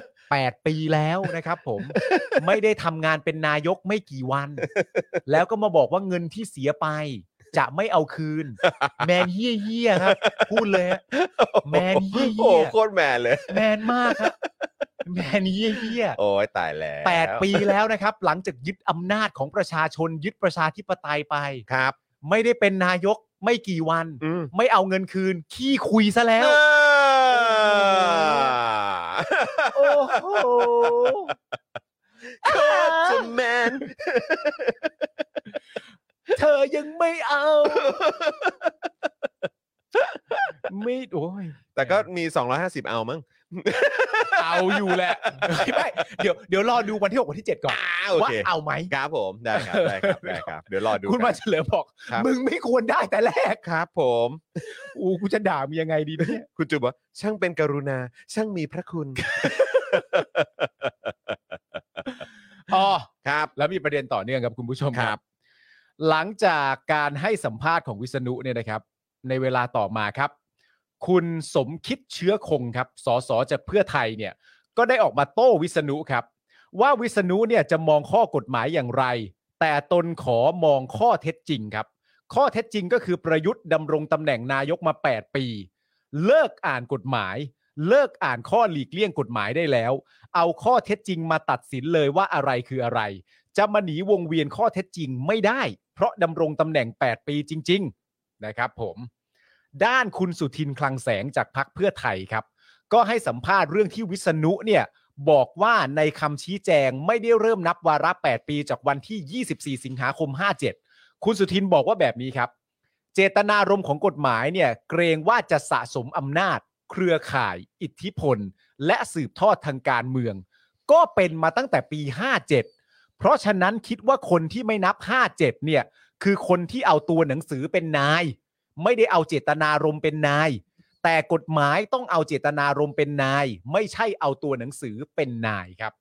[SPEAKER 3] 8 ปีแล้วนะครับผม ไม่ได้ทำงานเป็นนายกไม่กี่วัน แล้วก็มาบอกว่าเงินที่เสียไป จะไม่เอาคื น แมนเฮี้ยเฮี้ยๆครับ พูดเลยฮะ แมนเหี้ย
[SPEAKER 2] โอ้โหโคตรแมนเลย
[SPEAKER 3] แมนมากครับแมนเฮี้ยเฮี้ยๆ
[SPEAKER 2] โอ้ยตายแล้ว
[SPEAKER 3] แปดปีแล้วนะครับ หลังจากยึดอำนาจของประชาชนยึดประชาธิปไตยไป
[SPEAKER 2] ครับ
[SPEAKER 3] ไม่ได้เป็นนายกไม่กี่วัน
[SPEAKER 2] อืม
[SPEAKER 3] ไม่เอาเงินคืน ขี้คุยซะแล้ว
[SPEAKER 2] อ่า
[SPEAKER 3] โอ้โห
[SPEAKER 2] โคตรจะแมน
[SPEAKER 3] เธอยังไม่เอา ไม่โอ้ย
[SPEAKER 2] แต่ก็มี 250 เอามั้ง
[SPEAKER 3] เอาอยู่แหละไม่เดี๋ยวเดี๋ยวรอดูวันที่6วันที่ 7 ก่อน
[SPEAKER 2] อ่าโอ
[SPEAKER 3] ว่า
[SPEAKER 2] เค
[SPEAKER 3] เอาไหม
[SPEAKER 2] ครับผมได้ครับได้ครับได้ครับ เดี๋ยวรอดู
[SPEAKER 3] คุณ
[SPEAKER 2] กั
[SPEAKER 3] มาน เฉลิมบอก
[SPEAKER 2] ครับ
[SPEAKER 3] มึงไม่ควรได้แต่แรก
[SPEAKER 2] ครับผม
[SPEAKER 3] อูกูจะด่ามึงยังไงดีเนี่ย
[SPEAKER 2] คุณจุบบอกว่าช่างเป็นกรุณา ช่างมีพระคุณ
[SPEAKER 3] อ๋อ
[SPEAKER 2] ครับ
[SPEAKER 3] แล้วมีประเด็นต่อเนื่องครับคุณผู้ชม
[SPEAKER 2] ครับ
[SPEAKER 3] หลังจากการให้สัมภาษณ์ของวิษณุเนี่ยนะครับ ในเวลาต่อมาครับ คุณสมคิดเชื้อคงครับสสจากเพื่อไทยเนี่ย ก็ได้ออกมาโต้วิษณุครับ ว่าวิษณุเนี่ยจะมองข้อกฎหมายอย่างไร แต่ตนขอมองข้อเท็จจริงครับ ข้อเท็จจริงก็คือประยุทธ์ดำรงตำแหน่งนายกมา 8 ปี เลิกอ่านกฎหมาย เลิกอ่านข้อหลีกเลี่ยงกฎหมายได้แล้ว เอาข้อเท็จจริงมาตัดสินเลยว่าอะไรคืออะไร จะมาหนีวงเวียนข้อเท็จจริงไม่ได้ เพราะดำรงตำแหน่ง 8 ปีจริง ๆ นะครับผม ด้านคุณสุทินคลังแสงจากพักเพื่อไทยครับ ก็ให้สัมภาษณ์เรื่องที่วิษณุเนี่ย บอกว่าในคำชี้แจงไม่ได้เริ่มนับวาระ 8 ปีจากวันที่ 24 สิงหาคม 57 คุณสุทินบอกว่าแบบนี้ครับ เจตนารมณ์ของกฎหมายเนี่ย เกรงว่าจะสะสมอำนาจ เครือข่าย อิทธิพล และสืบทอดทางการเมือง ก็เป็นมาตั้งแต่ปี 57 เพราะฉะนั้นคิดว่าคนที่ไม่นับ 57 เนี่ย คือคนที่เอาตัวหนังสือเป็นนาย ไม่ได้เอาเจตนารมณ์เป็นนาย แต่กฎหมายต้องเอาเจตนารมณ์เป็นนาย ไม่ใช่เอาตัวหนังสือเป็นนายครับ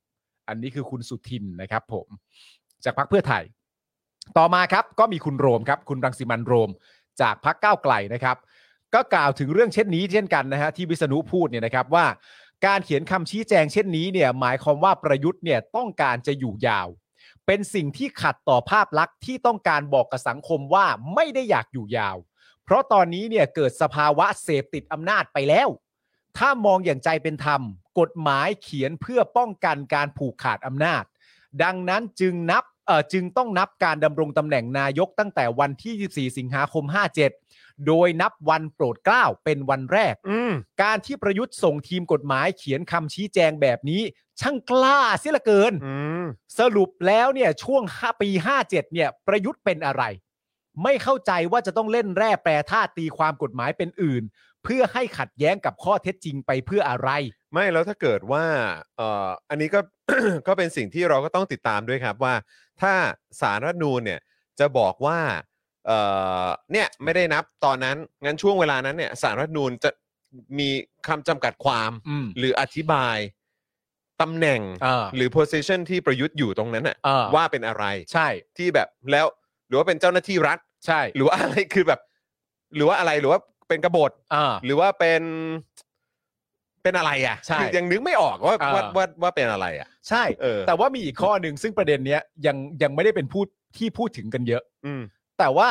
[SPEAKER 3] อันนี้คือคุณสุทินนะครับ ผม จากพรรคเพื่อไทย ต่อมาครับก็มีคุณโรมครับ คุณรังสิมันต์โรม จากพรรคก้าวไกลนะครับ ก็กล่าวถึงเรื่องเช่นนี้เช่นกันนะฮะที่วิษณุพูดเนี่ยนะครับว่า การเขียนคำชี้แจงเช่นนี้เนี่ยหมายความว่าประยุทธ์เนี่ยต้องการจะอยู่ยาว เป็นสิ่งที่ขัดต่อภาพลักษณ์ที่ต้องการบอกกับสังคมว่าไม่ได้อยากอยู่ยาว เพราะตอนนี้เนี่ยเกิดสภาวะเสพติดอำนาจไปแล้ว ถ้ามองอย่างใจเป็นธรรม กฎหมายเขียนเพื่อป้องกันการผูกขาดอำนาจ ดังนั้นจึงนับเอ่อจึงต้องนับการดำรงตำแหน่งนายกตั้งแต่วันที่ 24 สิงหาคม 57 โดยนับวันโปรดเกล้าเป็นวันแรก
[SPEAKER 2] อืม
[SPEAKER 3] การที่ประยุทธ์ส่งทีมกฎหมายเขียนคำชี้แจงแบบนี้ ช่างกล้าเสียเหลือเกิน
[SPEAKER 2] อืม
[SPEAKER 3] สรุปแล้วเนี่ยช่วง5ปี 57 เนี่ย ประยุทธ์เป็นอะไร ไม่เข้าใจว่าจะต้องเล่นแร่แปรธาตุตีความกฎหมายเป็นอื่น เพื่อให้ขัดแย้งกับข้อเท็จจริงไปเพื่ออะไร
[SPEAKER 2] ไม่แล้วถ้าเกิดว่าเอ่ออันนี้ก็ ก็เป็นสิ่งที่เราก็ต้องติดตามด้วยครับว่า ถ้าสารรัฐธรรมนูนเนี่ยจะบอกว่าเอ่อเนี่ยไม่ได้นับตอนนั้นงั้นช่วงเวลานั้นเนี่ยสารรัฐธรรมนูนจะมีคำจำกัดความ
[SPEAKER 3] อืม
[SPEAKER 2] หรืออธิบายตำแหน่ง
[SPEAKER 3] เออ
[SPEAKER 2] หรือ position ที่ประยุทธ์อยู่ตรงนั้นน่ะ
[SPEAKER 3] เออ
[SPEAKER 2] ว่าเป็นอะไร
[SPEAKER 3] ใช่
[SPEAKER 2] ที่แบบแล้วหรือว่าเป็นเจ้าหน้าที่รัฐ
[SPEAKER 3] ใช่
[SPEAKER 2] หรือว่าอะไร คือแบบ หรือว่าอะไรหรือว่าเป็นกบฏ
[SPEAKER 3] อ่า
[SPEAKER 2] หรือว่าเป็นเป็นอะไรอ่ะ
[SPEAKER 3] ใช่
[SPEAKER 2] คือยังนึกไม่ออกว่า
[SPEAKER 3] อ่า
[SPEAKER 2] ว่าว่าว่าเป็นอะไรอ่ะ
[SPEAKER 3] ใช่
[SPEAKER 2] เออ
[SPEAKER 3] แต่ว่ามีอีกข้อหนึ่งซึ่งประเด็นเนี้ยยังยังไม่ได้เป็นพูดที่พูดถึงกันเยอะ
[SPEAKER 2] อืม
[SPEAKER 3] แต่ว่า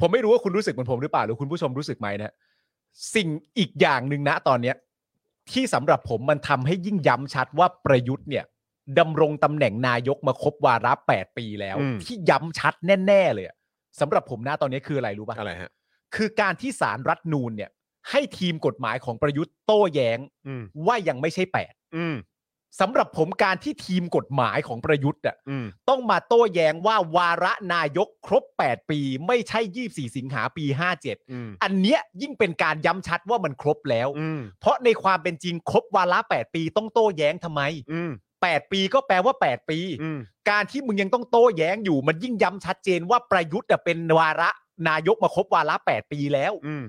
[SPEAKER 3] ผมไม่รู้ว่าคุณรู้สึกเหมือนผมหรือเปล่าหรือคุณผู้ชมรู้สึกไหมนะสิ่งอีกอย่างหนึ่งนะตอนเนี้ย ที่สำหรับผมมันทำให้ยิ่งย้ำชัดว่าประยุทธ์เนี่ยดำรงตำแหน่งนายกมาครบวาระแปดปีแล้ว
[SPEAKER 2] อืม
[SPEAKER 3] ที่ย้ำชัดแน่ ๆ เลยอะสำหรับผมนะตอนนี้คืออะไรรู้ป่ะ
[SPEAKER 2] อะไรฮะ
[SPEAKER 3] คือการที่สารรัฐธรรมนูนเนี่ย ให้ทีมกฎหมายของประยุทธ์โต้แย้ง
[SPEAKER 2] อืม
[SPEAKER 3] ว่ายังไม่ใช่แปด
[SPEAKER 2] อืม
[SPEAKER 3] สำหรับผมการที่ทีมกฎหมายของประยุทธ์อะ
[SPEAKER 2] อืม
[SPEAKER 3] ต้องมาโต้แย้งว่าวาระนายกครบ 8 ปี ไม่ใช่ 24 สิงหาปี
[SPEAKER 2] อืม
[SPEAKER 3] 57 อันเนี้ยยิ่งเป็นการย้ำชัดว่ามันครบแล้ว
[SPEAKER 2] อืม
[SPEAKER 3] เพราะในความเป็นจริงครบวาระ 8 ปีต้องโต้แย้งทำไม
[SPEAKER 2] อืม
[SPEAKER 3] 8 ปีก็แปลว่า 8 ปี
[SPEAKER 2] อืม
[SPEAKER 3] การที่มึงยังต้องโต้แย้งอยู่ มันยิ่งย้ำชัดเจนว่าประยุทธ์อะเป็นวาระนายกมาครบวาระ 8 ปีแล้ว
[SPEAKER 2] อืม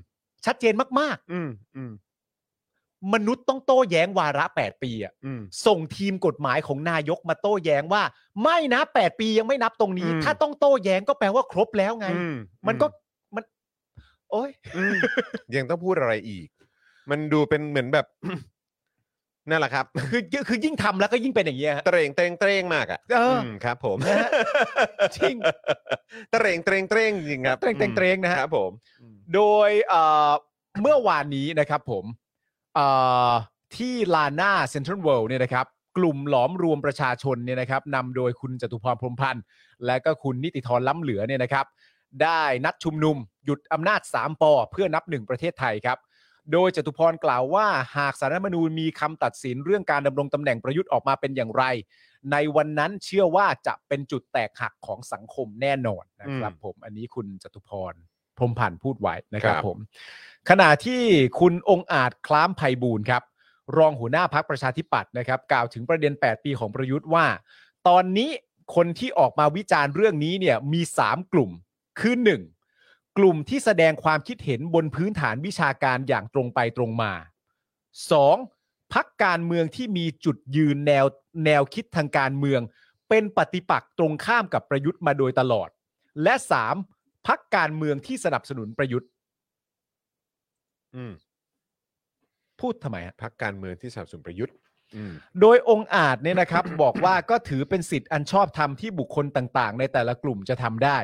[SPEAKER 3] ชัดเจนมาก
[SPEAKER 2] อืม อืม
[SPEAKER 3] ๆ มนุษย์ต้องโต้แย้งวาระ 8 ปีอะ
[SPEAKER 2] อืม
[SPEAKER 3] ส่งทีมกฎหมายของนายกมาโต้แย้งว่า ไม่นะ 8 ปียังไม่นับตรงนี้
[SPEAKER 2] อืม
[SPEAKER 3] ถ้าต้องโต้แย้งก็แปลว่าครบแล้วไง
[SPEAKER 2] อืม
[SPEAKER 3] มันก็มัน โอ้ย
[SPEAKER 2] อืมยังต้องพูดอะไรอีก มันดูเป็นเหมือนแบบ นั่นแหละครับ
[SPEAKER 3] คือคือยิ่งทำแล้วก็ยิ่งเป็นอย่างเงี้ยฮะ
[SPEAKER 2] เตรงเตรงเตรงมากอ่ะ
[SPEAKER 3] เออ
[SPEAKER 2] มครับ ผม
[SPEAKER 3] นะ ฮะจริง
[SPEAKER 2] เตรงเตรงเตรงจริงครับ
[SPEAKER 3] เตรงเตรงเตรงนะฮะ
[SPEAKER 2] ครับผม
[SPEAKER 3] โดยเอ่อเมื่อวานนี้นะครับผมเอ่อที่ลาน่าเซ็นทรัลเวิลด์เนี่ยนะครับ กลุ่มหลอมรวมประชาชนเนี่ยนะครับนำโดยคุณจตุพรพรหมพันธ์ และก็คุณนิติธรล้ำเหลือเนี่ยนะครับ ได้นัดชุมนุม หยุดอำนาจ 3 ปอ เพื่อนับหนึ่งประเทศไทยครับ โดยจตุพรกล่าวว่าหากสารรัฐธรรมนูญมีคำตัดสินเรื่องการดำรงตำแหน่งประยุทธ์ออกมาเป็นอย่างไร ในวันนั้นเชื่อว่าจะเป็นจุดแตกหักของสังคมแน่นอนนะครับผม อันนี้คุณจตุพร พรหมพันธ์พูดไว้นะครับ
[SPEAKER 2] ครับ
[SPEAKER 3] ผม ขณะที่คุณองค์อาจคล้ามไพบูลย์ครับ รองหัวหน้าพักประชาธิปัตย์นะครับ กล่าวถึงประเด็น 8 ปีของประยุทธ์ว่า ตอนนี้คนที่ออกมาวิจารณ์เรื่องนี้เนี่ยมี 3 กลุ่มคือ 1. กลุ่มที่แสดงความคิดเห็นบนพื้นฐานวิชาการอย่างตรงไปตรงมา 2. พักการเมืองที่มีจุดยืนแนวแนวคิดทางการเมือง เป็นปฏิปักษ์ตรงข้ามกับประยุทธ์มาโดยตลอด และ 3. พักการเมืองที่สนับสนุนประยุทธ์
[SPEAKER 2] อืม
[SPEAKER 3] พูดทำไมฮะ
[SPEAKER 2] พักการเมืองที่สนับสนุนประยุทธ์ อืม
[SPEAKER 3] โดยองค์อาจเนี่ยนะครับ บอกว่าก็ถือเป็นสิทธิ์อันชอบธรรมที่บุคคลต่างๆ ในแต่ละกลุ่มจะทำได้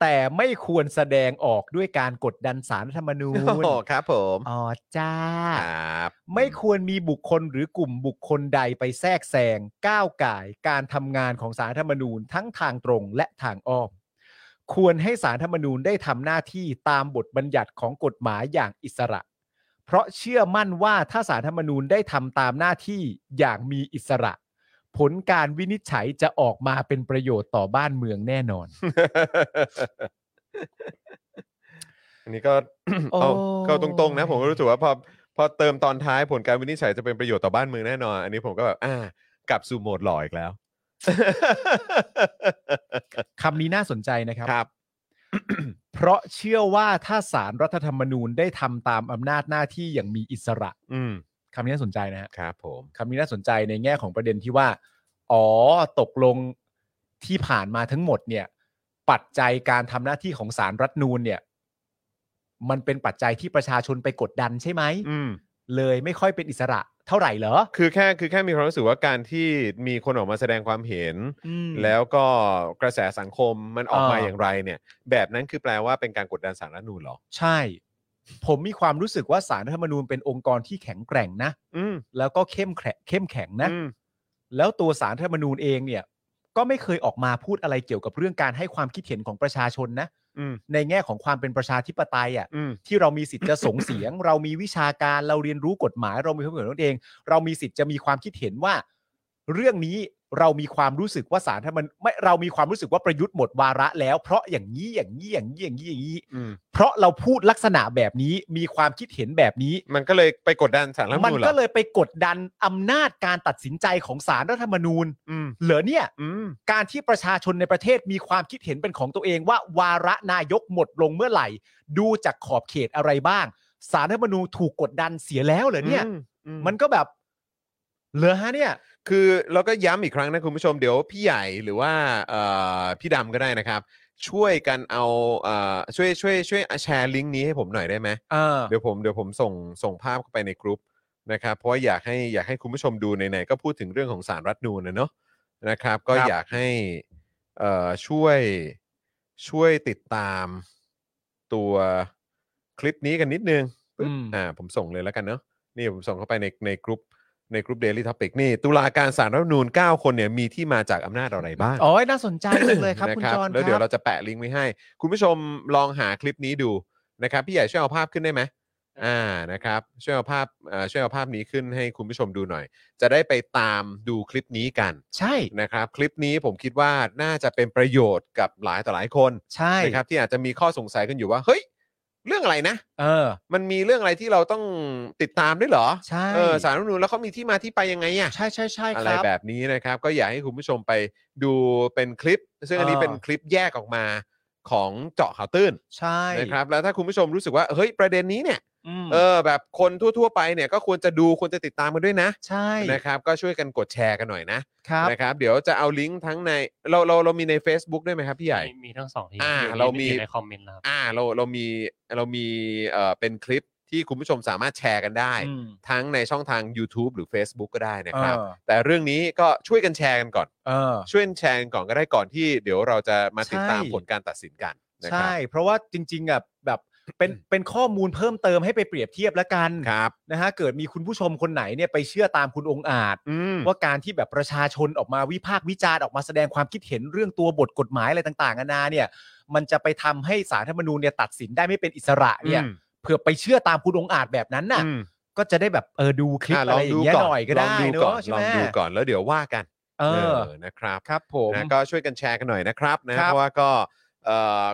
[SPEAKER 3] แต่ไม่ควรแสดงออกด้วยการกดดันสารรัฐธรรมนูญ
[SPEAKER 2] โอ้ครับผม
[SPEAKER 3] อ๋อจ้า
[SPEAKER 2] ครับ
[SPEAKER 3] ไม่ควรมีบุคคลหรือกลุ่มบุคคลใดไปแทรกแซงก้าวก่ายการทำงานของสารรัฐธรรมนูญทั้งทางตรงและทางอ้อม ควรให้สารรัฐธรรมนูญได้ทำหน้าที่ตามบทบัญญัติของกฎหมายอย่างอิสระ เพราะเชื่อมั่นว่าถ้าสารรัฐธรรมนูญได้ทำตามหน้าที่อย่างมีอิสระ ผลการวินิจฉัยจะออกมาเป็นประโยชน์ต่อบ้านเมืองแน่นอน
[SPEAKER 2] อันนี้ก็ เอา
[SPEAKER 3] โอ ้
[SPEAKER 2] ก็ตรงๆนะ ผมก็รู้สึกว่าพอ พอเติมตอนท้ายผลการวินิจฉัยจะเป็นประโยชน์ต่อบ้านเมืองแน่นอน อันนี้ผมก็แบบอ่ากลับสู่โหมดหล่ออีกแล้ว
[SPEAKER 3] คำนี้น่าสนใจนะครับ
[SPEAKER 2] ครับ
[SPEAKER 3] เพราะเชื่อว่าถ้าสารรัฐธรรมนูญได้ทำตามอำนาจหน้าที่อย่างมีอิสระ
[SPEAKER 2] อืม
[SPEAKER 3] คำนี้น่าสนใจนะฮะ
[SPEAKER 2] ครับผม
[SPEAKER 3] คำนี้น่าสนใจในแง่ของประเด็นที่ว่า อ๋อตกลงที่ผ่านมาทั้งหมดเนี่ย ปัจจัยการทำหน้าที่ของสารรัฐนูนเนี่ย มันเป็นปัจจัยที่ประชาชนไปกดดันใช่ไหม
[SPEAKER 2] อืม
[SPEAKER 3] เลยไม่ค่อยเป็นอิสระเท่าไหร่เหรอ
[SPEAKER 2] คือแค่คือแค่มีความรู้สึกว่าการที่มีคนออกมาแสดงความเห็น
[SPEAKER 3] อืม
[SPEAKER 2] แล้วก็กระแสสังคมมันออกมา
[SPEAKER 3] อ่า
[SPEAKER 2] อย่างไรเนี่ย แบบนั้นคือแปลว่าเป็นการกดดันสารรัฐธรรมนูญเหรอ
[SPEAKER 3] ใช่ ผมมีความรู้สึกว่าสารรัฐธรรมนูญเป็นองค์กรที่แข็งแกร่งนะ
[SPEAKER 2] อืม
[SPEAKER 3] แล้วก็เข้มแข็งเข้มแข็งนะ
[SPEAKER 2] อืม
[SPEAKER 3] แล้วตัวสารรัฐธรรมนูญเองเนี่ย ก็ไม่เคยออกมาพูดอะไรเกี่ยวกับเรื่องการให้ความคิดเห็นของประชาชนนะ
[SPEAKER 2] อืม
[SPEAKER 3] ในแง่ของความเป็นประชาธิปไตยอ่ะ
[SPEAKER 2] อืม
[SPEAKER 3] ที่เรามีสิทธิ์จะส่งเสียง เรามีวิชาการเราเรียนรู้กฎหมาย เรามีความเห็นของตัวเอง เรามีสิทธิ์จะมีความคิดเห็นว่า เรื่องนี้เรามีความรู้สึกว่าสารถ้ามันไม่เรามีความรู้สึกว่าประยุทธ์หมดวาระแล้ว เพราะอย่างนี้อย่างนี้อย่างนี้อย่างนี้อย่างนี้
[SPEAKER 2] อืม
[SPEAKER 3] เพราะเราพูดลักษณะแบบนี้มีความคิดเห็นแบบนี้
[SPEAKER 2] มันก็เลยไปกดดันสารรัฐธรรม
[SPEAKER 3] มัน
[SPEAKER 2] นูญเหรอ
[SPEAKER 3] ก็เลยไปกดดันอำนาจการตัดสินใจของสารรัฐธรรมนูญ
[SPEAKER 2] อืม
[SPEAKER 3] เหลือเนี่ย
[SPEAKER 2] อืม
[SPEAKER 3] การที่ประชาชนในประเทศมีความคิดเห็นเป็นของตัวเองว่าวาระนายกหมดลงเมื่อไหร่ ดูจากขอบเขตอะไรบ้าง สารรัฐธรรมนูญถูกกดดันเสียแล้วเหรอเนี่ย
[SPEAKER 2] อืมอื
[SPEAKER 3] มันก็แบบเหลือฮะเนี่ย
[SPEAKER 2] คือแล้วก็ย้ำอีกครั้งนะคุณผู้ชมเดี๋ยวพี่ใหญ่หรือว่าเอ่อพี่ดำก็ได้นะครับ ช่วยกันเอาเอ่อช่วยช่วยช่วยแชร์ลิงก์นี้ให้ผมหน่อยได้ไหม
[SPEAKER 3] เออ
[SPEAKER 2] เดี๋ยวผมเดี๋ยวผมส่งส่งภาพเข้าไปในกรุ๊ปนะครับเพราะว่าอยากให้อยากให้คุณผู้ชมดูไหนๆก็พูดถึงเรื่องของสารรัฐธรรมนูญนะเนาะนะครับ ก็
[SPEAKER 3] ครับ
[SPEAKER 2] อยากให้เอ่อช่วยช่วยติดตามตัวคลิปนี้กันนิดนึงปึ๊บ
[SPEAKER 3] อืม
[SPEAKER 2] อ่าผมส่งเลยแล้วกันเนาะนี่ผมส่งเข้าไปในในกรุ๊ปในกรุ๊ป Daily Topic นี่ ตุลาการสารรัฐธรรมนูญ9คนเนี่ยมีที่มาจากอำนาจอะไรบ้าง
[SPEAKER 3] อ๋อน่าสนใจจังเลยครับ คุณ
[SPEAKER 2] นะ
[SPEAKER 3] จอน
[SPEAKER 2] แล้วเดี๋ยว
[SPEAKER 3] ค
[SPEAKER 2] เรา
[SPEAKER 3] บ
[SPEAKER 2] จะแปะลิงก์ไว้ให้ คุณผู้ชมลองหาคลิปนี้ดูนะครับพี่ใหญ่ช่วยเอาภาพขึ้นได้ไหมอ่านะครับช่วยเอาภาพเอ่อช่วยเอาภาพนี้ขึ้นให้คุณผู้ชมดูหน่อย จะได้ไปตามดูคลิปนี้กัน
[SPEAKER 3] ใช่
[SPEAKER 2] นะครับ คลิปนี้ผมคิดว่าน่าจะเป็นประโยชน์กับหลายต่อหลายคน
[SPEAKER 3] ใช่
[SPEAKER 2] นะครับที่อาจจะมีข้อสงสัยกันอยู่ว่าเฮ้ยเรื่องอะไรนะ
[SPEAKER 3] เออ
[SPEAKER 2] มันมีเรื่องอะไรที่เราต้องติดตามด้วยเหรอ
[SPEAKER 3] ใช่
[SPEAKER 2] เออสารรัฐธรรมนูญแล้วเขามีที่มาที่ไปยังไงอะ
[SPEAKER 3] ใช่ใช่ใช่
[SPEAKER 2] อะ
[SPEAKER 3] ค
[SPEAKER 2] ไร
[SPEAKER 3] รับ
[SPEAKER 2] แบบนี้นะครับ ก็อยากให้คุณผู้ชมไปดูเป็นคลิป ซึ่งอันนี้
[SPEAKER 3] เออ
[SPEAKER 2] เป็นคลิปแยกออกมาของเจาะข่าวตื้น
[SPEAKER 3] ใช่
[SPEAKER 2] นะครับแล้วถ้าคุณผู้ชมรู้สึกว่าเฮ้ยประเด็นนี้เนี่ย
[SPEAKER 3] ม
[SPEAKER 2] เออแบบคนทั่ว ๆ ไปเนี่ยก็ควรจะดูควรจะติดตามกันด้วยนะ
[SPEAKER 3] ใช่
[SPEAKER 2] นะครับ ก็ช่วยกันกดแชร์กันหน่อยนะครับ นะครับเดี๋ยวจะเอาลิงก์ทั้งในเราเราเรามีใน Facebook ด้วยไหมครับพี่ใหญ่
[SPEAKER 5] มีมีทั้งสองที่
[SPEAKER 2] อ่า
[SPEAKER 5] อยู่ใน
[SPEAKER 2] เรามี
[SPEAKER 5] อยู่ในคอมเมนต์แล้วครับ
[SPEAKER 2] อ่าเราเรามีเรามีเอ่อเป็นคลิปที่คุณผู้ชมสามารถแชร์กันได้
[SPEAKER 3] อืม
[SPEAKER 2] ทั้งในช่องทาง YouTube หรือ Facebook ก็ได้นะ
[SPEAKER 3] เอ
[SPEAKER 2] ครับ
[SPEAKER 3] อ
[SPEAKER 2] แต่เรื่องนี้ก็ช่วยกันแชร์กันก่อน
[SPEAKER 3] เออ
[SPEAKER 2] ช่วยแชร์กันก่อนก็ได้ก่อนที่เดี๋ยวเราจะมาติดตาม
[SPEAKER 3] ใช่
[SPEAKER 2] ผลการตัดสินกันนะค
[SPEAKER 3] ใช่
[SPEAKER 2] รับ
[SPEAKER 3] เพราะว่าจริงๆอ่ะแบบ เป็นเป็นข้อมูลเพิ่มเติมให้ไปเปรียบเทียบแล้วกัน
[SPEAKER 2] ครับ
[SPEAKER 3] นะฮะเกิดมีคุณผู้ชมคนไหนเนี่ยไปเชื่อตามคุณองค์อาจ
[SPEAKER 2] อืม
[SPEAKER 3] ว่าการที่แบบประชาชนออกมาวิพากษ์วิจารณ์ออกมาแสดงความคิดเห็นเรื่องตัวบทกฎหมายอะไรต่างๆนานาเนี่ย มันจะไปทำให้สารรฐธรรมนูญเนี่ยตัดสินได้ไม่เป็นอิสระเนี่ย
[SPEAKER 2] อืม
[SPEAKER 3] เผื่อไปเชื่อตามคุณองค์อาจแบบนั้นน่ะ
[SPEAKER 2] อืม
[SPEAKER 3] ก็จะได้แบบเออดูคลิป
[SPEAKER 2] อ่ะ
[SPEAKER 3] อะไรอย่างเงี้ยหน่อยก็
[SPEAKER 2] ลอง
[SPEAKER 3] ได้
[SPEAKER 2] ดู
[SPEAKER 3] เน
[SPEAKER 2] ก่อน
[SPEAKER 3] อะใช่
[SPEAKER 2] ลอ
[SPEAKER 3] ไหม
[SPEAKER 2] งดูก่อนแล้วเดี๋ยวว่ากัน
[SPEAKER 3] เออ
[SPEAKER 2] นะครับ
[SPEAKER 3] ครับผม
[SPEAKER 2] นะก็ช่วยกันแชร์กันหน่อยนะครับนะครับ เพราะว่าก็เอ่อ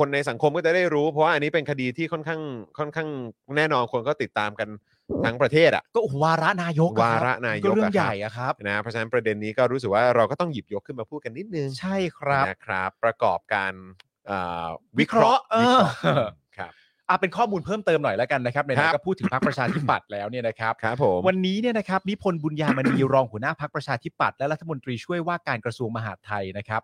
[SPEAKER 2] คนในสังคมก็จะได้รู้ เพราะว่าอันนี้เป็นคดีที่ค่อนข้างค่อนข้างแน่นอนคนก็ติดตามกันทั้งประเทศอ่ะ
[SPEAKER 3] ก็โอ้โหวาระนายกอคว
[SPEAKER 2] า
[SPEAKER 3] บ
[SPEAKER 2] ระนายก
[SPEAKER 3] ก็เรื่อ
[SPEAKER 2] อะครับ
[SPEAKER 3] งใหญ่อะครับ
[SPEAKER 2] นะเพราะฉะนั้นประเด็นนี้ก็รู้สึกว่าเราก็ต้องหยิบยกขึ้นมาพูดกันนิดนึง
[SPEAKER 3] ใช่ครับ
[SPEAKER 2] นะครับ ประกอบการเอ่อ
[SPEAKER 3] วิเคราะห์
[SPEAKER 2] วิเคราะห์
[SPEAKER 3] เออ
[SPEAKER 2] ครับ
[SPEAKER 3] อ่ะเป็นข้อมูลเพิ่มเติมหน่อยแล้วกันนะครับใน
[SPEAKER 2] ครั
[SPEAKER 3] นั้
[SPEAKER 2] บ
[SPEAKER 3] นก็พูดถึงพรรคประชาธิปัตย์แล้วเนี่ยนะครับ
[SPEAKER 2] ครับผม
[SPEAKER 3] วันนี้เนี่ยนะครับนิพนธ์บุญญามณี รองหัวหน้าพักประชาธิปัตย์และรัฐมนตรีช่วยว่าการกระทรวงมหาดไทยนะครับ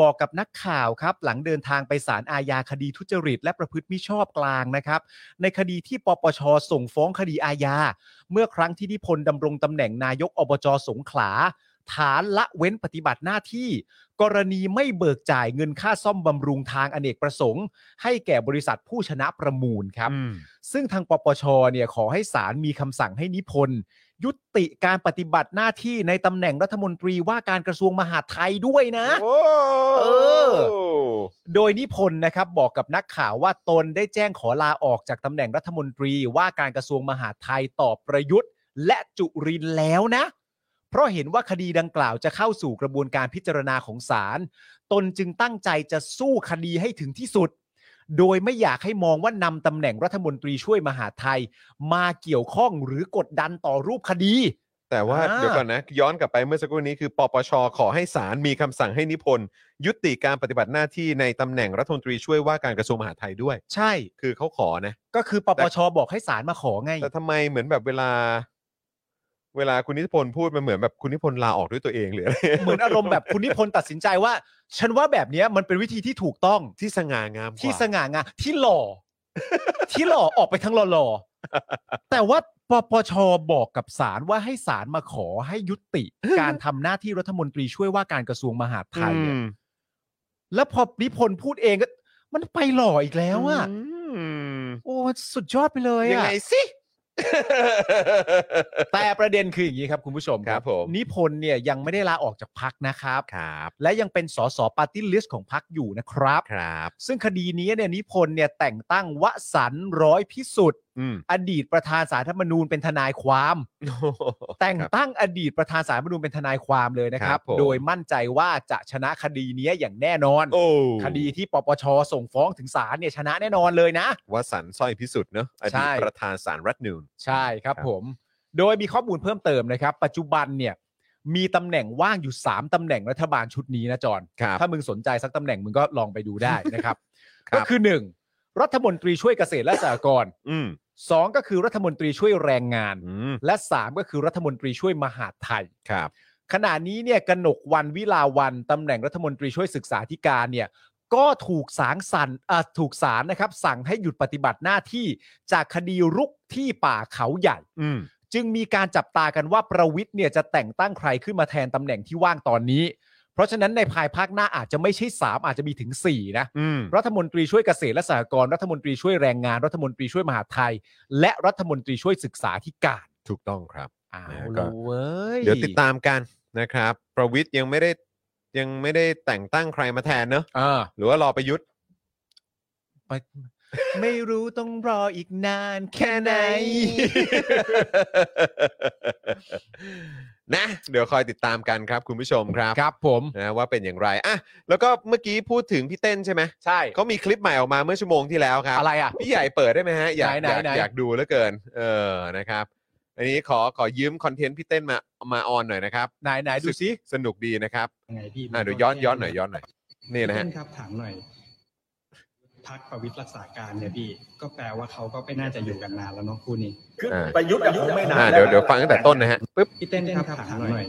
[SPEAKER 3] บอกกับนักข่าวครับ หลังเดินทางไปศาลอาญาคดีทุจริต และประพฤติมิชอบกลางนะครับ ในคดีที่ปปชส่งฟ้องคดีอาญา เมื่อครั้งที่นิพนธ์ดำรงตำแหน่งนายกอบจสงขลา ฐานละเว้นปฏิบัติหน้าที่ กรณีไม่เบิกจ่ายเงินค่าซ่อมบำรุงทางอเนกประสงค์ ให้แก่บริษัทผู้ชนะประมูลครับ ซึ่งทางปปชเนี่ยขอให้ศาลมีคำสั่งให้นิพนธ์ยุติการปฏิบัติหน้าที่ในตำแหน่งรัฐมนตรีว่าการกระทรวงมหาดไทยด้วยนะ
[SPEAKER 2] โอ้
[SPEAKER 3] เออ โดยนิพนธ์นะครับบอกกับนักข่าวว่าตนได้แจ้งขอลาออกจากตำแหน่งรัฐมนตรีว่าการกระทรวงมหาดไทยต่อประยุทธ์ และจุรินทร์แล้วนะ เพราะเห็นว่าคดีดังกล่าวจะเข้าสู่กระบวนการพิจารณาของศาลตนจึงตั้งใจจะสู้คดีให้ถึงที่สุด โดยไม่อยากให้มองว่านำตำแหน่งรัฐมนตรีช่วยมหาดไทย มาเกี่ยวข้องหรือกดดันต่อรูปคดี
[SPEAKER 2] แต่ว่า
[SPEAKER 3] อ่า
[SPEAKER 2] เดี๋ยวก่อนนะ ย้อนกลับไปเมื่อสักครู่นี้คือปปชขอให้ศาลมีคำสั่งให้นิพนธ์ยุติการปฏิบัติหน้าที่ในตำแหน่งรัฐมนตรีช่วยว่าการกระทรวงมหาดไทยด้วย
[SPEAKER 3] ใช่
[SPEAKER 2] คือเขาขอนะ
[SPEAKER 3] ก็คือปปชบอกให้ศาลมาขอไง
[SPEAKER 2] แต่ทำไมเหมือนแบบเวลา เวลาคุณนิพนธ์พูดมันเหมือนแบบคุณนิพนธ์ลาออกด้วยตัวเองหรืออะไร
[SPEAKER 3] เหมือนอารมณ์แบบคุณนิพนธ์ตัดสินใจว่า ฉันว่าแบบเนี้ยมันเป็นวิธีที่ถูกต้อง
[SPEAKER 2] ที่สง่างามกว่า
[SPEAKER 3] ที่สง่างามที่หล่อ ที่หล่อออกไปทั้งหล่อ ๆแต่ว่าปปชบอกกับศาลว่าให้ศาลมาขอให้ยุติ การทำหน้าที่รัฐมนตรีช่วยว่าการกระทรวงมหาดไทย
[SPEAKER 2] อื
[SPEAKER 3] อะ
[SPEAKER 2] ม
[SPEAKER 3] แล้วพอนิพนธ์พูดเองก็มันไปหล่ออีกแล้วอ่ะ
[SPEAKER 2] อืม
[SPEAKER 3] โอ้สุดยอดไปเลย
[SPEAKER 2] ยัง
[SPEAKER 3] อ่ะ
[SPEAKER 2] ไงสิ
[SPEAKER 3] แต่ประเด็นคืออย่างนี้ครับคุณผู้ชม
[SPEAKER 2] ครับผม
[SPEAKER 3] นิพนธ์เนี่ยยังไม่ได้ลาออกจากพักนะครับ
[SPEAKER 2] ครับ
[SPEAKER 3] และยังเป็นสสปาร์ตี้ลิสต์ของพักอยู่นะครับ
[SPEAKER 2] ครับ
[SPEAKER 3] ซึ่งคดีนี้เนี่ยนิพนธ์เนี่ยแต่งตั้งวสันต์ร้อยพิสุทธิ์
[SPEAKER 2] อืม
[SPEAKER 3] อดีตประธานสารรัฐธรรมนูญเป็นทนายความ แต่ง
[SPEAKER 2] ครับ
[SPEAKER 3] ตั้งอดีตประธานสารรัฐธรรมนูญเป็นทนายความเลยนะครั
[SPEAKER 2] ครับ บผม
[SPEAKER 3] โดยมั่นใจว่าจะชนะคดีนี้อย่างแน่นอน
[SPEAKER 2] โอ้
[SPEAKER 3] คดีที่ปปชส่งฟ้องถึงศาลเนี่ยชนะแน่นอนเลยนะ
[SPEAKER 2] วสันต์สร้อยพิสุทธิ์เนอะอ
[SPEAKER 3] ใช่
[SPEAKER 2] ดีตประธานสารรัฐนูน
[SPEAKER 3] ใช่ครับ
[SPEAKER 2] ครับ
[SPEAKER 3] ผม โดยมีข้อมูลเพิ่มเติมนะครับ ปัจจุบันเนี่ยมีตำแหน่งว่างอยู่ 3ตำแหน่งรัฐบาลชุดนี้นะจอน
[SPEAKER 2] ครับ
[SPEAKER 3] ถ้ามึงสนใจสักตำแหน่งมึงก็ลองไปดูได้นะครับ
[SPEAKER 2] ครับ
[SPEAKER 3] ก็คือ 1. รัฐมนตรีช่วยเกษตรและสหกรณ์
[SPEAKER 2] อืม
[SPEAKER 3] 2. ก็คือรัฐมนตรีช่วยแรงงาน
[SPEAKER 2] อืม
[SPEAKER 3] และ 3 ก็คือรัฐมนตรีช่วยมหาดไทย
[SPEAKER 2] ครับ
[SPEAKER 3] ขณะนี้เนี่ยกนกวันวิลาวันตำแหน่งรัฐมนตรีช่วยศึกษาธิการเนี่ยก็ถูกสารสั่นอ่ะถูกสารนะครับ สั่งให้หยุดปฏิบัติหน้าที่จากคดีรุกที่ป่าเขาใหญ่
[SPEAKER 2] อืม
[SPEAKER 3] จึงมีการจับตากันว่าประวิทย์เนี่ยจะแต่งตั้งใครขึ้นมาแทนตำแหน่งที่ว่างตอนนี้ เพราะฉะนั้นในภายภาคหน้าอาจจะไม่ใช่ 3 อาจจะมีถึง 4 นะ
[SPEAKER 2] อืม
[SPEAKER 3] รัฐมนตรีช่วยเกษตรและสหกรณ์รัฐมนตรีช่วยแรงงาน รัฐมนตรีช่วยมหาดไทย และรัฐมนตรีช่วยศึกษาธิการ
[SPEAKER 2] ถูกต้องครับ
[SPEAKER 3] อ้า
[SPEAKER 2] นะ
[SPEAKER 3] ว
[SPEAKER 2] ก็
[SPEAKER 3] เว้ย
[SPEAKER 2] เดี๋ยวติดตามกันนะครับ ประวิทย์ยังไม่ได้ยังไม่ได้แต่งตั้งใครมาแทนเนอะ
[SPEAKER 3] เออ
[SPEAKER 2] หรือว่ารอประยุทธ์
[SPEAKER 3] ไปไม่รู้ต้องรออีกนานแค่ไหน
[SPEAKER 2] นะ เดี๋ยวคอยติดตามกันครับคุณผู้ชมครับ
[SPEAKER 3] ครับผม
[SPEAKER 2] นะว่าเป็นอย่างไรอ่ะแล้วก็เมื่อกี้พูดถึงพี่เต้นใช่ไหม
[SPEAKER 3] ใช่
[SPEAKER 2] เขามีคลิปใหม่ออกมาเมื่อชั่วโมงที่แล้วครับ
[SPEAKER 3] อะไรอ่ะ
[SPEAKER 2] พี่ใหญ่เปิดได้ไหมฮะอยาก
[SPEAKER 3] ไหน
[SPEAKER 2] อยาก
[SPEAKER 3] ไหนไหน
[SPEAKER 2] อยากดูเหลือเกิน เออนะครับ อันนี้ขอขอยืมคอนเทนต์พี่เต้นมามาออนหน่อยนะครับ
[SPEAKER 3] ไหนไหนดูสิ
[SPEAKER 2] สนุกดีนะครับ
[SPEAKER 12] ยังไงพี่
[SPEAKER 2] อ่ะเดี๋ยวย้อนย้อนหน่อยย้อนหน่อยนี่นะฮะ
[SPEAKER 12] ครับถามหน่อยพักประวิตรรักษาการเนี่ยพี่ ก็แปลว่าเขาก็ไม่น่าจะอยู่กันนานแล้วเนาะคู่นี้
[SPEAKER 2] อ่า
[SPEAKER 12] ประยุทธ์คงไม่นาน
[SPEAKER 2] อ่ะเดี๋ยวเดี๋ยวฟังตั้งแต่ต้นนะฮะปึ๊บ
[SPEAKER 12] พี่เต้นครับถามหน่อย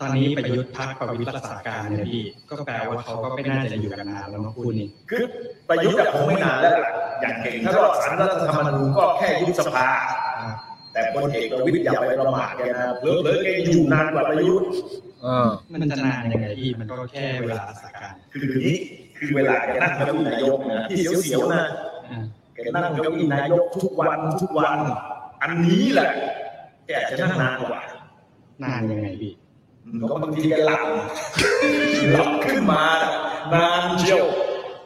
[SPEAKER 12] ตอนนี้ประยุทธ์พักประวิตรรักษาการเนี่ยพี่ ก็แปลว่าเขาก็ไม่น่าจะอยู่กันนานแล้วเนาะคู่นี้
[SPEAKER 13] คือประยุทธ์อะคงไม่นานแล้วล่ะอย่างเก่งถ้ารอดสารรัฐธรรมนูญก็แค่ยุบสภา แต่พลเอกประวิตยอย่าไปประมาทแกนะเผลอเผลอๆแกอยู่นานกว่าประยุทธ์
[SPEAKER 12] มันจะนานยังไงพี่ มันก็แค่เวลาราชการ
[SPEAKER 13] คืออย่างนี้คือเวลาแกนั่งเก้าอี้นายกนะที่เสียวๆนะ
[SPEAKER 12] อ่า
[SPEAKER 13] แกนั่งเก้าอี้นายกทุกวันทุกวัน อันนี้แหละแกอาจจะนั่งนานกว่าน
[SPEAKER 12] านยังไงพี่
[SPEAKER 13] ก็บางทีแกหลับ หลับขึ้นมานานเชียว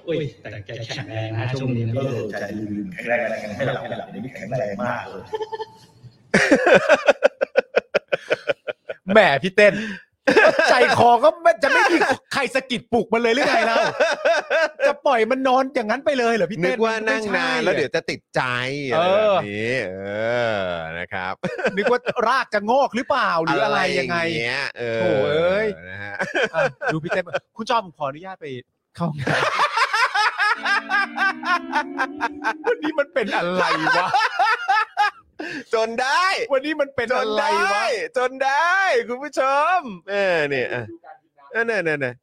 [SPEAKER 12] อุ้ย แต่แกแข็งแรงนะช่วงนี้นะ
[SPEAKER 13] เอ
[SPEAKER 12] พี่
[SPEAKER 13] อใจแข็งแรงๆให้หลับให้หลับเดี๋ยวนี้แข็งแรงมากเลย
[SPEAKER 3] แหมพี่เต้น ใจคอก็ไม่จะไม่มีใครสะกิดปลุกมันเลยหรือไงเราจะปล่อยมันนอนอย่างนั้นไปเลยเหรอพี่
[SPEAKER 2] นึ
[SPEAKER 3] เต้
[SPEAKER 2] ก
[SPEAKER 3] น
[SPEAKER 2] ว่านั่งนานแล้วเดี๋ยวจะติดใจอะไรแบบนี้เออนะครับ
[SPEAKER 3] นึกว่ารากจะงอกหรือเปล่าหรืออะไรยังไง
[SPEAKER 2] อะรเงี้ยเออ
[SPEAKER 3] โถ่เอ้ย
[SPEAKER 2] นะฮะ
[SPEAKER 3] อ่ะดูพี่เต้นคุณจอมผมขออนุญาตไปเข้าห้องน้ำวันนี้มันเป็นอะไรวะ
[SPEAKER 2] จนได้
[SPEAKER 3] วันนี้มันเป็น
[SPEAKER 2] จ
[SPEAKER 3] อะ
[SPEAKER 2] น
[SPEAKER 3] ไร
[SPEAKER 2] ได้
[SPEAKER 3] วะ
[SPEAKER 2] จนได้คุณผู้ชมเออเนี่ยอ่ะเออเนี่ยเนี่ยเนี่ย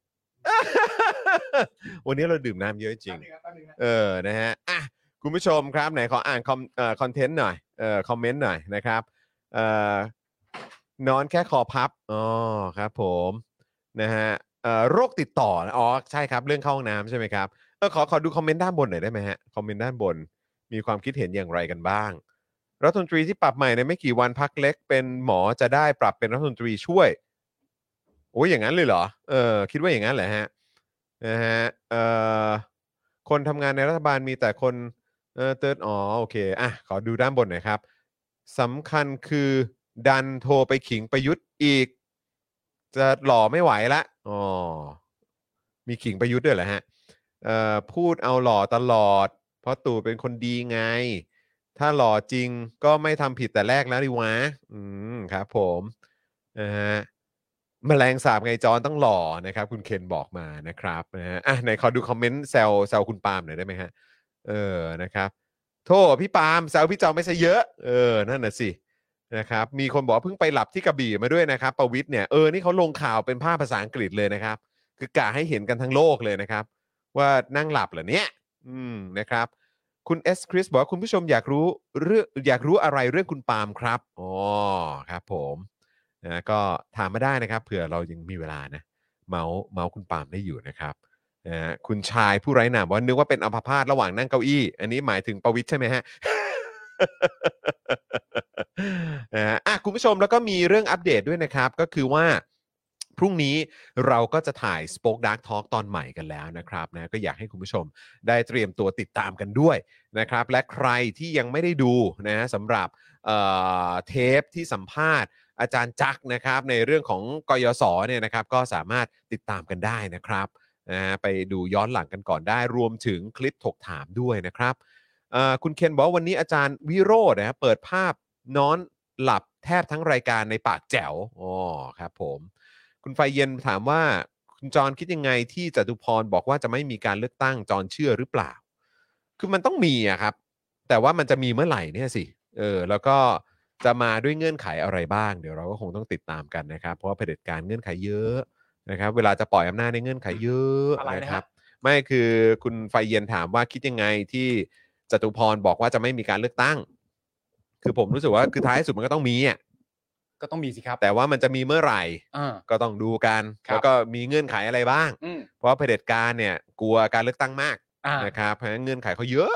[SPEAKER 2] วันนี้เราดื่มน้ำเยอะจริง เออ นะฮะ อ่ะ คุณผู้ชมครับ ไหนขออ่านคอมเอ่อคอนเทนต์หน่อย เอ่อ คอมเมนต์หน่อยนะครับ เอ่อ นอนแค่คอพับ อ๋อ ครับผม นะฮะ เอ่อ โรคติดต่อ อ๋อ ใช่ครับ เรื่องเข้าห้องน้ำใช่ไหมครับ เออ ขอ ขอดูคอมเมนต์ด้านบนหน่อยได้ไหมฮะ คอมเมนต์ด้านบน มีความคิดเห็นอย่างไรกันบ้าง รัฐมนตรีที่ปรับใหม่ในไม่กี่วันพักเล็กเป็นหมอจะได้ปรับเป็นรัฐมนตรีช่วย โอ้ยอย่างนั้นเลยเหรอ เออ คิดว่าอย่างนั้นเหรอฮะ นะฮะ เอ่อ คนทำงานในรัฐบาลมีแต่คนเออเติร์ดอ๋อโอเค อ่ะ ขอดูด้านบนหน่อยครับสำคัญคือดันโทรไปขิงประยุทธ์อีก จะหล่อไม่ไหวละอ๋อมีขิงประยุทธ์ด้วยเหรอฮะ เอ่อพูดเอาหล่อตลอด เพราะตู่เป็นคนดีไง ถ้าหล่อจริงก็ไม่ทำผิดแต่แรกแล้วดิวะอืมครับผมนะฮะแมลงสาบไงจอนต้องหล่อนะครับ คุณเคนบอกมานะครับนะฮะอ่ะไหนขอดูคอมเมนต์แซวแซวคุณปาล์มหน่อยได้ไหมฮะ เออนะครับ โทษพี่ปาล์มแซวพี่จอมไม่ใช่เยอะ เออ นั่นน่ะสินะครับมีคนบอกว่าเพิ่งไปหลับที่กระบี่มาด้วยนะครับประวิทย์เนี่ยเออนี่เขาลงข่าวเป็นภาพภาษาอังกฤษเลยนะครับ คือกะให้เห็นกันทั้งโลกเลยนะครับ ว่านั่งหลับเหรอเนี่ย อืมนะครับ คุณเอสคริสบอกว่าคุณผู้ชมอยากรู้เรื่องอยากรู้อะไรเรื่องคุณปาล์มครับอ๋อครับผมนะก็ถามมาได้นะครับ เผื่อเรายังมีเวลานะ เมาส์เมาส์คุณปาล์มได้อยู่นะครับ นะฮะคุณชายผู้ไร้นามว่านึกว่าเป็นอัมพาตระหว่างนั่งเก้าอี้ อันนี้หมายถึงประวิทย์ใช่ไหมฮะ นะฮะอ่ะคุณผู้ชมแล้วก็มีเรื่องอัปเดตด้วยนะครับ ก็คือว่าพรุ่งนี้เราก็จะถ่าย Spoke Dark Talk ตอนใหม่กันแล้วนะครับนะก็อยากให้คุณผู้ชมได้เตรียมตัวติดตามกันด้วยนะครับ และใครที่ยังไม่ได้ดูนะฮะสำหรับเอ่อเทปที่สัมภาษณ์ อาจารย์จักรนะครับ ในเรื่องของกยศเนี่ยนะครับ ก็สามารถติดตามกันได้นะครับ นะฮะไปดูย้อนหลังกันก่อนได้รวมถึงคลิปถกถามด้วยนะครับเอ่อคุณเคนบอกว่าวันนี้อาจารย์วิโรจน์นะครับเปิดภาพนอนหลับแทบทั้งรายการในปากแจ๋วอ๋อครับผม คุณไฟเย็นถามว่าคุณจรคิดยังไงที่จตุพรบอกว่าจะไม่มีการเลือกตั้งจรเชื่อหรือเปล่า คือมันต้องมีอะครับ แต่ว่ามันจะมีเมื่อไหร่เนี่ยสิเออแล้วก็จะมาด้วยเงื่อนไขอะไรบ้าง เดี๋ยวเราก็คงต้องติดตามกันนะครับ เพราะว่าเผด็จการเงื่อนไขเยอะ นะครับเวลาจะปล่อยอำนาจในเงื่อนไขเยอะ
[SPEAKER 3] อะไรนะฮะ
[SPEAKER 2] นะครับ ไม่คือคุณไฟเย็นถามว่าคิดยังไงที่จตุพรบอกว่าจะไม่มีการเลือกตั้ง คือผมรู้สึกว่าคือท้ายสุดมันก็ต้องมีอ่ะ
[SPEAKER 3] ก็ต้องมีสิครับ
[SPEAKER 2] แต่ว่ามันจะมีเมื่อไหร่
[SPEAKER 3] อ่า
[SPEAKER 2] ก็ต้องดูกัน
[SPEAKER 3] ครับ
[SPEAKER 2] แล้วก็มีเงื่อนไขอะไรบ้าง
[SPEAKER 3] อืม
[SPEAKER 2] เพราะว่าเผด็จการเนี่ยกลัวการเลือกตั้งมาก
[SPEAKER 3] อ่า
[SPEAKER 2] นะครับเพราะฉะนั้นเงื่อนไขเขาเยอะ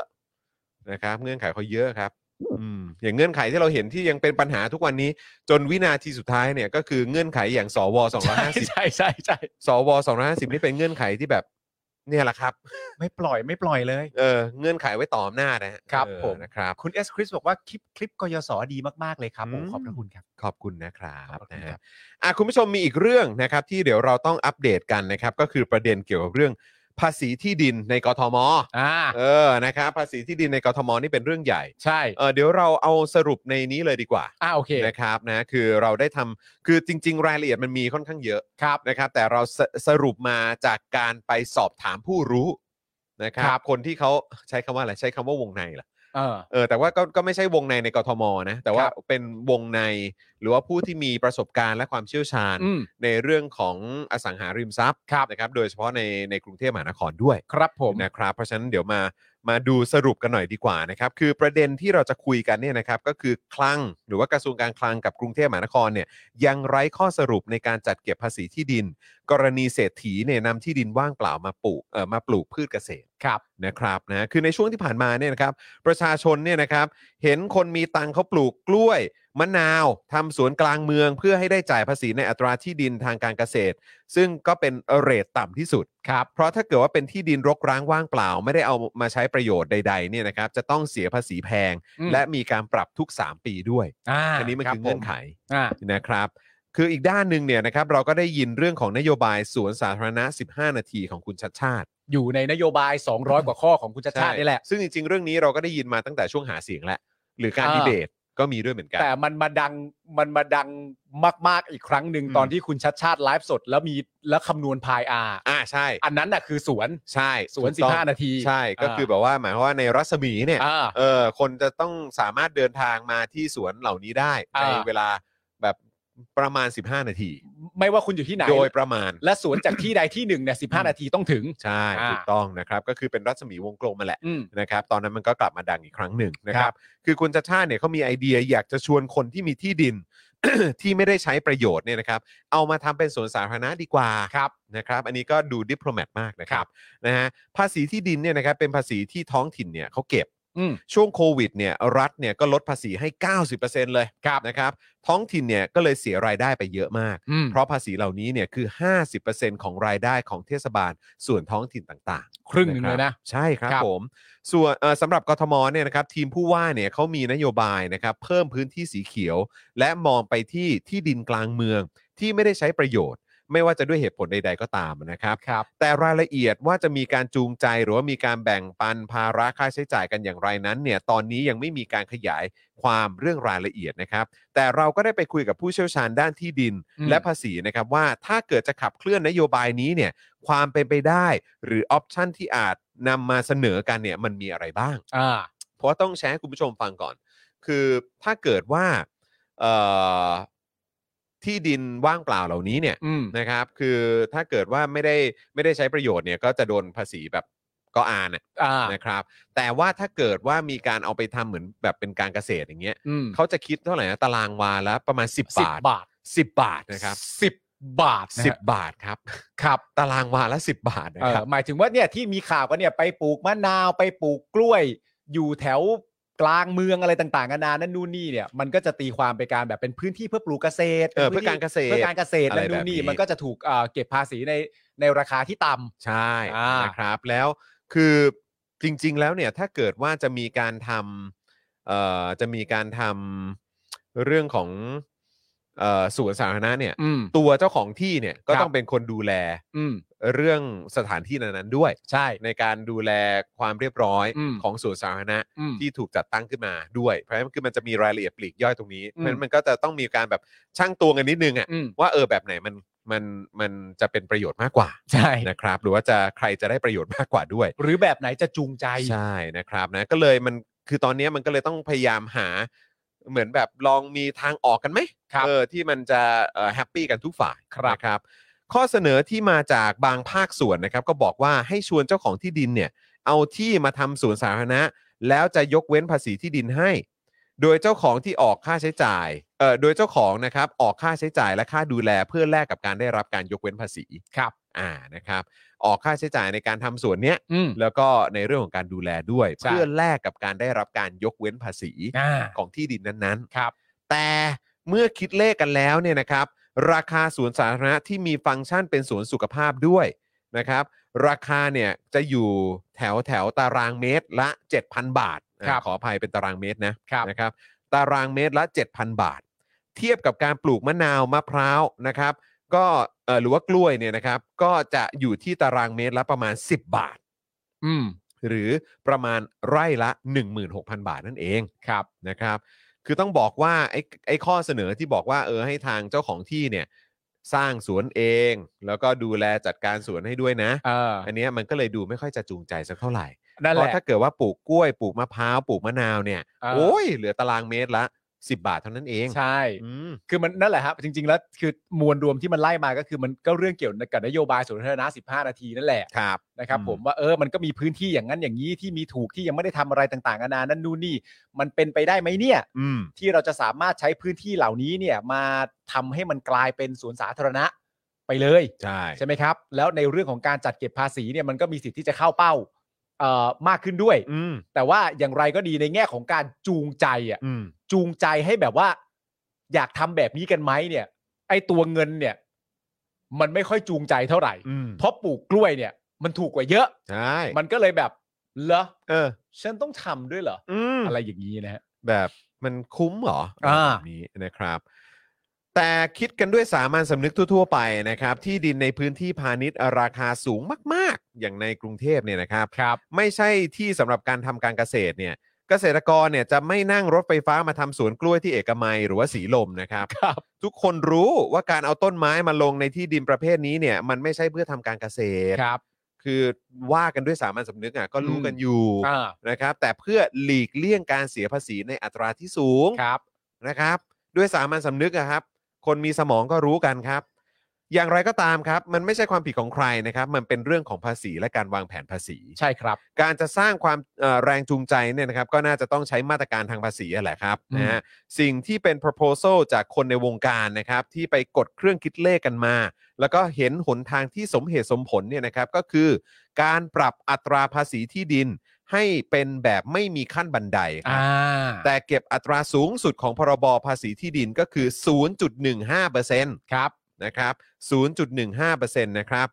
[SPEAKER 2] นะครับ เงื่อนไขเขาเยอะครับ อืมอย่างเงื่อนไขที่เราเห็นที่ยังเป็นปัญหาทุกวันนี้ จนวินาทีสุดท้ายเนี่ยก็คือเงื่อนไขอย่างสวสองร้อยห้า สิบ
[SPEAKER 3] ใช่ใช่ใช่
[SPEAKER 2] สวสองร้อยห้าสิบนี่เป็นเงื่อนไขที่แบบ เนี่ยแหละครับ
[SPEAKER 3] ไม่ปล่อยไม่ปล่อยเลย
[SPEAKER 2] เออเงื่อนไขไว้ต่ออำนาจนะฮะ
[SPEAKER 3] ครับ
[SPEAKER 2] เออ
[SPEAKER 3] ผม
[SPEAKER 2] นะครับ
[SPEAKER 3] คุณเอสคริสบอกว่าคลิปคลิปกยศดีมากๆเลยครับผม
[SPEAKER 2] อืม
[SPEAKER 3] ขอบพระคุณครับ
[SPEAKER 2] ขอบคุณนะครับ
[SPEAKER 3] ขอบคุณ
[SPEAKER 2] นะ
[SPEAKER 3] ครั
[SPEAKER 2] ฮะ
[SPEAKER 3] บ
[SPEAKER 2] อ่ะคุณผู้ชมมีอีกเรื่องนะครับ ที่เดี๋ยวเราต้องอัปเดตกันนะครับ ก็คือประเด็นเกี่ยวกับเรื่องภาษีที่ดินในกทม
[SPEAKER 3] อ่า
[SPEAKER 2] เออนะครับภาษีที่ดินในกทมนี่เป็นเรื่องใหญ่
[SPEAKER 3] ใช่
[SPEAKER 2] เออเดี๋ยวเราเอาสรุปในนี้เลยดีกว่า
[SPEAKER 3] อ่าโอเค
[SPEAKER 2] นะครับนะคือเราได้ทำคือจริง ๆ รายละเอียดมันมีค่อนข้างเยอะ
[SPEAKER 3] ครับ
[SPEAKER 2] นะครับแต่เราสสรุปมาจากการไปสอบถามผู้รู้นะครับ
[SPEAKER 3] ครับ
[SPEAKER 2] คนที่เขาใช้คำว่าอะไรใช้คำว่าวงในเหรอ
[SPEAKER 3] เออ
[SPEAKER 2] เออแต่ว่าก็ก็ไม่ใช่วงในในกทมนะแต่ว่า
[SPEAKER 3] ครับ
[SPEAKER 2] เป็นวงในหรือว่าผู้ที่มีประสบการณ์และความเชี่ยวชาญ
[SPEAKER 3] อืม
[SPEAKER 2] ในเรื่องของอสังหาริมทรัพย์
[SPEAKER 3] ครับ
[SPEAKER 2] นะครับ โดยเฉพาะในในกรุงเทพมหานครด้วย
[SPEAKER 3] ครับผม
[SPEAKER 2] นะครับเพราะฉะนั้นเดี๋ยวมามาดูสรุปกันหน่อยดีกว่านะครับคือประเด็นที่เราจะคุยกันเนี่ยนะครับก็คือคลังหรือว่ากระทรวงการคลังกับกรุงเทพมหานครเนี่ย ยังไร้ข้อสรุปในการจัดเก็บภาษีที่ดิน กรณีเศรษฐีเนี่ยนำที่ดินว่างเปล่ามาปลูกเอ่อมาปลูกพืชเกษตร
[SPEAKER 3] ครับ
[SPEAKER 2] นะครับนะคือในช่วงที่ผ่านมาเนี่ยนะครับ ประชาชนเนี่ยนะครับ เห็นคนมีตังค์เขาปลูกกล้วย มะนาวทำสวนกลางเมือง เพื่อให้ได้จ่ายภาษีในอัตราที่ดินทางการเกษตร ซึ่งก็เป็นเรทต่ำที่สุด
[SPEAKER 3] ครับ
[SPEAKER 2] เพราะถ้าเกิดว่าเป็นที่ดินรกร้างว่างเปล่า ไม่ได้เอามาใช้ประโยชน์ใดๆเนี่ยนะครับจะต้องเสียภาษีแพง
[SPEAKER 3] อืม
[SPEAKER 2] และมีการปรับทุก 3 ปีด้วย
[SPEAKER 3] อ่า
[SPEAKER 2] อันนี้มันคือเงื่อนไข
[SPEAKER 3] อ่า
[SPEAKER 2] นะครับ คืออีกด้านหนึ่งเนี่ยนะครับเราก็ได้ยินเรื่องของนโยบายสวนสาธารณะ 15 นาทีของคุณชัดชาติ
[SPEAKER 3] อยู่ในนโยบาย 200 กว่าข้อของคุณชาติชาติ
[SPEAKER 2] ใช่
[SPEAKER 3] นี่แหละ
[SPEAKER 2] ซึ่งจริงๆ เรื่องนี้เราก็ได้ยินมาตั้งแต่ช่วงหาเสียงแล้วหรือการ
[SPEAKER 3] อ่า
[SPEAKER 2] ดีเบตก็มีด้วยเหมือนกัน
[SPEAKER 3] แต่มันมาดังมันมาดังมาก ๆ อีกครั้งหนึ่ง
[SPEAKER 2] อืม
[SPEAKER 3] ตอนที่คุณชัดชาติไลฟ์สด แล้วมีแล้วคำนวณพายอา
[SPEAKER 2] อ่าใช่
[SPEAKER 3] อันนั้นน่ะคือสวน
[SPEAKER 2] ใช่
[SPEAKER 3] สวน
[SPEAKER 2] ถูกต้อง
[SPEAKER 3] 15นาที
[SPEAKER 2] ใช่ก็
[SPEAKER 3] อ่า
[SPEAKER 2] คือแบบว่าหมายความว่าในรัศมีเนี่ย
[SPEAKER 3] อ่า
[SPEAKER 2] เออคนจะต้องสามารถเดินทางมาที่สวนเหล่านี้ได้
[SPEAKER 3] อ่า
[SPEAKER 2] ในเวลาแบบประมาณ 15 นาที
[SPEAKER 3] ไม่ว่าคุณอยู่ที่ไหน
[SPEAKER 2] โดยประมาณ
[SPEAKER 3] และสวนจากที่ใดที่หนึ่งเนี่ยสิ นาทีต้องถึง
[SPEAKER 2] ใช่
[SPEAKER 3] อ่า
[SPEAKER 2] ถูกต้องนะครับก็คือเป็นรัศมีวงกลมมาแหละ
[SPEAKER 3] อืม
[SPEAKER 2] นะครับตอนนั้นมันก็กลับมาดังอีกครั้งหนึ่งนะค
[SPEAKER 3] ครั
[SPEAKER 2] รับ
[SPEAKER 3] บ
[SPEAKER 2] คือคุณชาชาติเนี่ยเขามีไอเดียอยากจะชวนคนที่มีที่ดิน ที่ไม่ได้ใช้ประโยชน์เนี่ยนะครับ เอามาทำเป็นสวนสาธารณะดีกว่า
[SPEAKER 3] ครับ
[SPEAKER 2] นะครับ อันนี้ก็ดูดิปโลแมตมากนะครับนะฮะภาษีที่ดินเนี่ยนะครับเป็นภาษีที่ท้องถิ่นเนี่ยเขาเก็บ
[SPEAKER 3] อืม
[SPEAKER 2] ช่วงโควิดเนี่ยรัฐเนี่ยก็ลดภาษีให้ 90%เลยนะครับท้องถิ่นเนี่ยก็เลยเสียรายได้ไปเยอะมาก
[SPEAKER 3] อืม
[SPEAKER 2] เพราะภาษีเหล่านี้เนี่ยคือ 50%ของรายได้ของเทศบาลส่วนท้องถิ่นต่าง ๆ
[SPEAKER 3] ครึ่งหนึ่งเลยนะ
[SPEAKER 2] ใช่ครับ
[SPEAKER 3] ครับ
[SPEAKER 2] ผมส่วนเอ่อสำหรับกทมเนี่ยนะครับทีมผู้ว่าเนี่ยเขามีนโยบายนะครับเพิ่มพื้นที่สีเขียว และมองไปที่ที่ดินกลางเมืองที่ไม่ได้ใช้ประโยชน์ ไม่ว่าจะด้วยเหตุผลใด ๆ ก็ตามนะครับ แต่รายละเอียดว่าจะมีการจูงใจหรือว่ามีการแบ่งปันภาระค่าใช้จ่ายกันอย่างไรนั้นเนี่ยตอนนี้ยังไม่มีการขยายความเรื่องรายละเอียดนะครับ แต่เราก็ได้ไปคุยกับผู้เชี่ยวชาญด้านที่ดิน
[SPEAKER 3] อืม
[SPEAKER 2] และภาษีนะครับว่าถ้าเกิดจะขับเคลื่อนนโยบายนี้เนี่ยความเป็นไปได้หรือออปชันที่อาจนำมาเสนอกันเนี่ยมันมีอะไรบ้าง
[SPEAKER 3] อ่า
[SPEAKER 2] เพราะว่าต้องแชร์ให้คุณผู้ชมฟังก่อน คือถ้าเกิดว่าเอ่อที่ดินว่างเปล่าเหล่านี้เนี่ย
[SPEAKER 3] อืม
[SPEAKER 2] นะครับ คือถ้าเกิดว่าไม่ได้ไม่ได้ใช้ประโยชน์เนี่ย ก็จะโดนภาษีแบบก็อานอะ
[SPEAKER 3] อ่า
[SPEAKER 2] นะครับ แต่ว่าถ้าเกิดว่ามีการเอาไปทำเหมือนแบบเป็นการเกษตรอย่างเงี้ย
[SPEAKER 3] อืม
[SPEAKER 2] เขาจะคิดเท่าไหร่นะตารางวาละประมาณ 10
[SPEAKER 3] สิบบ
[SPEAKER 2] าท
[SPEAKER 3] บาท
[SPEAKER 2] 10 บาทนะครับ
[SPEAKER 3] สิบบาทนะฮะ
[SPEAKER 2] สิบบาทครับ
[SPEAKER 3] ครับ
[SPEAKER 2] ตารางวาละ 10 บาทนะ
[SPEAKER 3] เอ
[SPEAKER 2] ครั
[SPEAKER 3] อบ หมายถึงว่าเนี่ยที่มีข่าวกันเนี่ยไปปลูกมะนาวไปปลูกกล้วย อยู่แถวกลางเมืองอะไรต่างๆนานานั่นนู่นนี่เนี่ยมันก็จะตีความไปการแบบเป็นพื้นที่เพื่อปลูกเกษตร
[SPEAKER 2] เออ
[SPEAKER 3] ป็น
[SPEAKER 2] เพื่อการเกษตร
[SPEAKER 3] เพื่อการเกษตร
[SPEAKER 2] อะไร
[SPEAKER 3] นั่นนู่นนี่
[SPEAKER 2] แบบนี้
[SPEAKER 3] มันก็จะถูกเอ่อเก็บภาษีในในราคาที่ต่ำ
[SPEAKER 2] ใช่
[SPEAKER 3] อ่าน
[SPEAKER 2] นะครับแล้วคือจริง ๆ แล้วเนี่ยถ้าเกิดว่าจะมีการทำเอ่อจะมีการทำเรื่องของเอ่อสวนสาธารณะเนี่ย
[SPEAKER 3] อืม
[SPEAKER 2] ตัวเจ้าของที่เนี่ยก็
[SPEAKER 3] ครับ
[SPEAKER 2] ต้องเป็นคนดูแล
[SPEAKER 3] อืม
[SPEAKER 2] เรื่องสถานที่นั้นๆด้วย
[SPEAKER 3] ใช่
[SPEAKER 2] ในการดูแลความเรียบร้อย
[SPEAKER 3] อืม
[SPEAKER 2] ของสวนสาธารณะ
[SPEAKER 3] อืม
[SPEAKER 2] ที่ถูกจัดตั้งขึ้นมาด้วย เพราะฉะนั้นคือมันจะมีรายละเอียดปลีกย่อยตรงนี้เพราะ
[SPEAKER 3] อืม
[SPEAKER 2] ฉะนั้นมันก็จะต้องมีการแบบช่างตวงกันนิดนึงอะ
[SPEAKER 3] อืม
[SPEAKER 2] ว่าเออแบบไหนมันมันมันจะเป็นประโยชน์มากกว่า
[SPEAKER 3] ใช่
[SPEAKER 2] นะครับหรือว่าจะใครจะได้ประโยชน์มากกว่าด้วย
[SPEAKER 3] หรือแบบไหนจะจูงใจ
[SPEAKER 2] ใช่นะครับนะก็เลยมันคือตอนนี้มันก็เลยต้องพยายามหา เหมือนแบบลองมีทางออกกันไหม
[SPEAKER 3] ครับ
[SPEAKER 2] เออที่มันจะแฮปปี้กันทุกฝ่าย
[SPEAKER 3] ครับ
[SPEAKER 2] นะครับ ข้อเสนอที่มาจากบางภาคส่วนนะครับ ก็บอกว่าให้ชวนเจ้าของที่ดินเนี่ยเอาที่มาทำสวนสาธารณะ แล้วจะยกเว้นภาษีที่ดินให้ โดยเจ้าของที่ออกค่าใช้จ่ายเอ่อโดยเจ้าของนะครับออกค่าใช้จ่ายและค่าดูแลเพื่อแลกกับการได้รับการยกเว้นภาษี
[SPEAKER 3] ครับ
[SPEAKER 2] อ่านะครับ ออกค่าใช้จ่ายในการทำสวนเนี้ย
[SPEAKER 3] อืม
[SPEAKER 2] แล้วก็ในเรื่องของการดูแลด้วย
[SPEAKER 3] ใช่
[SPEAKER 2] เพื่อแลกกับการได้รับการยกเว้นภาษี
[SPEAKER 3] อ่า
[SPEAKER 2] ของที่ดินนั้น
[SPEAKER 3] ครับ
[SPEAKER 2] ๆ แต่เมื่อคิดเลขกันแล้วเนี่ยนะครับ ราคาสวนสาธารณะที่มีฟังก์ชันเป็นสวนสุขภาพด้วยนะครับ ราคาเนี่ยจะอยู่แถวแถวตารางเมตรละ 7,000 บาทอ่ะ
[SPEAKER 3] ครับ
[SPEAKER 2] ขออภัยเป็นตารางเมตรนะครับ นะครับ ตารางเมตรละ 7,000 บาท เทียบกับการปลูกมะนาวมะพร้าวนะครับ ก็เอ่อหรือว่ากล้วยเนี่ยนะครับ ก็จะอยู่ที่ตารางเมตรละประมาณ 10 บาท
[SPEAKER 3] อืม
[SPEAKER 2] หรือประมาณไร่ละ 16,000 บาทนั่นเอง
[SPEAKER 3] ครับ
[SPEAKER 2] นะครับ คือต้องบอกว่าไอ้ไอ้ข้อเสนอที่บอกว่าเออให้ทางเจ้าของที่เนี่ยสร้างสวนเอง แล้วก็ดูแลจัดการสวนให้ด้วยนะ
[SPEAKER 3] เออ
[SPEAKER 2] อันเนี้ยมันก็เลยดูไม่ค่อยจะจูงใจสักเท่าไหร่
[SPEAKER 3] นั่น
[SPEAKER 2] เพ
[SPEAKER 3] แห
[SPEAKER 2] ราะ
[SPEAKER 3] ละ
[SPEAKER 2] ถ้าเกิดว่าปลูกกล้วยปลูกมะพร้าวปลูกมะนาวเนี่ย
[SPEAKER 3] เออ
[SPEAKER 2] โอ้ยเหลือตารางเมตรละ 10 บาทเท่านั้นเอง
[SPEAKER 3] ใช่
[SPEAKER 2] อืม
[SPEAKER 3] คือมันนั่นแหละครับจริง ๆ แล้วคือมวลรวมที่มันไล่มาก็คือมันก็เรื่องเกี่ยวกับนโยบายสวนสาธารณะ15 นาทีนั่นแหละ
[SPEAKER 2] ครับ
[SPEAKER 3] นะครับ
[SPEAKER 2] อืม
[SPEAKER 3] ผมว่าเออมันก็มีพื้นที่อย่างนั้นอย่างนี้ที่มีถูกที่ยังไม่ได้ทำอะไรต่างๆนานานั่นนู่นนี่ มันเป็นไปได้ไหมเนี่ย
[SPEAKER 2] อืม
[SPEAKER 3] ที่เราจะสามารถใช้พื้นที่เหล่านี้เนี่ยมาทำให้มันกลายเป็นสวนสาธารณะไปเลย
[SPEAKER 2] ใช่
[SPEAKER 3] ใช่ไหมครับ แล้วในเรื่องของการจัดเก็บภาษีเนี่ยมันก็มีสิทธิ์ที่จะเข้าเป้าเอ่อมากขึ้นด้วย
[SPEAKER 2] อืม
[SPEAKER 3] แต่ว่าอย่างไรก็ดีในแง่ของการจูงใจอ่ะ
[SPEAKER 2] อืม
[SPEAKER 3] จูงใจให้แบบว่า อยากทำแบบนี้กันไหมเนี่ย ไอตัวเงินเนี่ย มันไม่ค่อยจูงใจเท่าไหร่
[SPEAKER 2] อืม
[SPEAKER 3] เพราะปลูกกล้วยเนี่ย มันถูกกว่าเยอะ
[SPEAKER 2] ใช่
[SPEAKER 3] มันก็เลยแบบเหรอ
[SPEAKER 2] เออ
[SPEAKER 3] ฉันต้องทำด้วยเหรอ
[SPEAKER 2] อืม
[SPEAKER 3] อะไรอย่างนี้นะฮะ
[SPEAKER 2] แบบมันคุ้มเหรอ
[SPEAKER 3] อ่า
[SPEAKER 2] แบบนี้นะครับ แต่คิดกันด้วยสามัญสำนึกทั่ว ๆ ไปนะครับ ที่ดินในพื้นที่พาณิชย์ราคาสูงมาก ๆ อย่างในกรุงเทพเนี่ยนะครับ
[SPEAKER 3] ครับ
[SPEAKER 2] ไม่ใช่ที่สำหรับการทำการเกษตรเนี่ย เกษตรกรเนี่ยจะไม่นั่งรถไฟฟ้ามาทำสวนกล้วยที่เอกมัยหรือว่าสีลมนะครับ
[SPEAKER 3] ครับ
[SPEAKER 2] ทุกคนรู้ว่าการเอาต้นไม้มาลงในที่ดินประเภทนี้เนี่ย มันไม่ใช่เพื่อทำการเกษตร
[SPEAKER 3] ครับ
[SPEAKER 2] คือว่ากันด้วยสามัญสำนึกอ่ะก็รู้กันอยู่
[SPEAKER 3] อ่า
[SPEAKER 2] นะครับ แต่เพื่อหลีกเลี่ยงการเสียภาษีในอัตราที่สูง
[SPEAKER 3] ครับ
[SPEAKER 2] นะครับด้วยสามัญสำนึกอะครับ คนมีสมองก็รู้กันครับ อย่างไรก็ตามครับ มันไม่ใช่ความผิดของใครนะครับ มันเป็นเรื่องของภาษีและการวางแผนภาษี
[SPEAKER 3] ใช่ครับ
[SPEAKER 2] การจะสร้างความเอ่อแรงจูงใจเนี่ยนะครับ ก็น่าจะต้องใช้มาตรการทางภาษีอะแหละครับ
[SPEAKER 3] อืม
[SPEAKER 2] นะฮะสิ่งที่เป็น proposal จากคนในวงการนะครับ ที่ไปกดเครื่องคิดเลขกันมา แล้วก็เห็นหนทางที่สมเหตุสมผลเนี่ยนะครับก็คือ การปรับอัตราภาษีที่ดิน ให้เป็นแบบไม่มีขั้นบันไดครับ
[SPEAKER 3] อ่า
[SPEAKER 2] แต่เก็บอัตราสูงสุดของพรบภาษีที่ดินก็คือ 0.15%
[SPEAKER 3] ครับ
[SPEAKER 2] นะครับ 0.15%นะครับ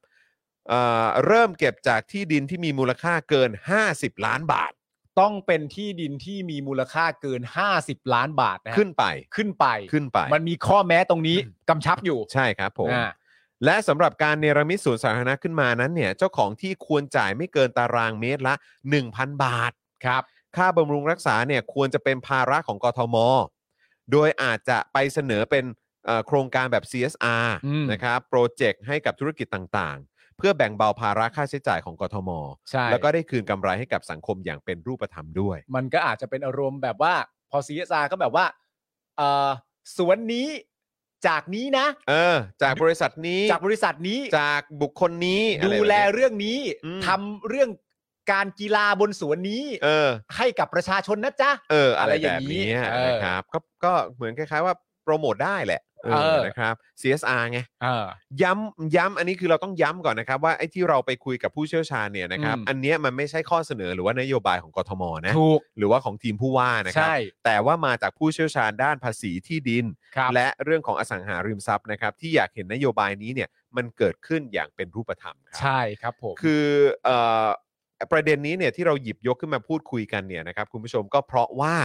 [SPEAKER 2] เอ่อเริ่มเก็บจากที่ดินที่มีมูลค่าเกิน 50 ล้านบาท
[SPEAKER 3] ต้องเป็นที่ดินที่มีมูลค่าเกิน 50 ล้านบาทนะฮะ
[SPEAKER 2] ขึ้นไป
[SPEAKER 3] ขึ้นไป
[SPEAKER 2] ขึ้นไป
[SPEAKER 3] มันมีข้อแม้ตรงนี้กำชับอยู่
[SPEAKER 2] ใช่ครับผม
[SPEAKER 3] อ่า
[SPEAKER 2] และสำหรับการเนรมิตสวนสาธารณะขึ้นมานั้นเนี่ยเจ้าของที่ควรจ่ายไม่เกินตารางเมตรละ 1,000 บาท
[SPEAKER 3] ครับ
[SPEAKER 2] ค่าบำรุงรักษาเนี่ยควรจะเป็นภาระของกทม โดยอาจจะไปเสนอเป็นเอ่อโครงการแบบ CSR
[SPEAKER 3] อืม
[SPEAKER 2] นะครับโปรเจกต์ให้กับธุรกิจต่างๆ เพื่อแบ่งเบาภาระค่าใช้จ่ายของกทม
[SPEAKER 3] ใช่
[SPEAKER 2] แล้วก็ได้คืนกำไรให้กับสังคมอย่างเป็นรูปธรรมด้วย
[SPEAKER 3] มันก็อาจจะเป็นอารมณ์แบบว่าพอซีซาก็แบบว่าเอ่อสวนนี้จากนี้นะ
[SPEAKER 2] เออ จากบริษัทนี้
[SPEAKER 3] จากบริษัทนี้
[SPEAKER 2] จากบุคคลนี้อะไร
[SPEAKER 3] ดู
[SPEAKER 2] แบบ
[SPEAKER 3] แล
[SPEAKER 2] นี้
[SPEAKER 3] เรื่องนี้
[SPEAKER 2] อืม
[SPEAKER 3] ทำเรื่องการกีฬาบนสวนนี้
[SPEAKER 2] เออ
[SPEAKER 3] ให้กับประชาชนนะจ๊ะ
[SPEAKER 2] เอออะไร
[SPEAKER 3] อะไรอ
[SPEAKER 2] แบ
[SPEAKER 3] ย่าง
[SPEAKER 2] บ
[SPEAKER 3] นี้
[SPEAKER 2] นี้
[SPEAKER 3] เออ
[SPEAKER 2] นะครับก็ก็เหมือนคล้าย ๆ ว่าโปรโมทได้แหละเออ
[SPEAKER 3] เออ
[SPEAKER 2] นะครับ CSR ไง
[SPEAKER 3] เออ
[SPEAKER 2] ย้ำย้ำอันนี้คือเราต้องย้ำก่อนนะครับว่าไอ้ที่เราไปคุยกับผู้เชี่ยวชาญเนี่ยนะครับ
[SPEAKER 3] อืม
[SPEAKER 2] อันเนี้ยมันไม่ใช่ข้อเสนอหรือว่านโยบายของกทมนะ
[SPEAKER 3] ถูก
[SPEAKER 2] หรือว่าของทีมผู้ว่านะครั
[SPEAKER 3] ใช่
[SPEAKER 2] แต่ว่ามาจากผู้เชี่ยวชาญด้านภาษีที่ดิน
[SPEAKER 3] ครับ
[SPEAKER 2] และเรื่องของอสังหาริมทรัพย์นะครับที่อยากเห็นนโยบายนี้เนี่ยมันเกิดขึ้นอย่างเป็นรูปธรรมครับ
[SPEAKER 3] ใช่ครับผม
[SPEAKER 2] คือเอ่อประเด็นนี้เนี่ยที่เราหยิบยกขึ้นมาพูดคุยกันเนี่ยนะครับคุณผู้ชมก็เพราะว่า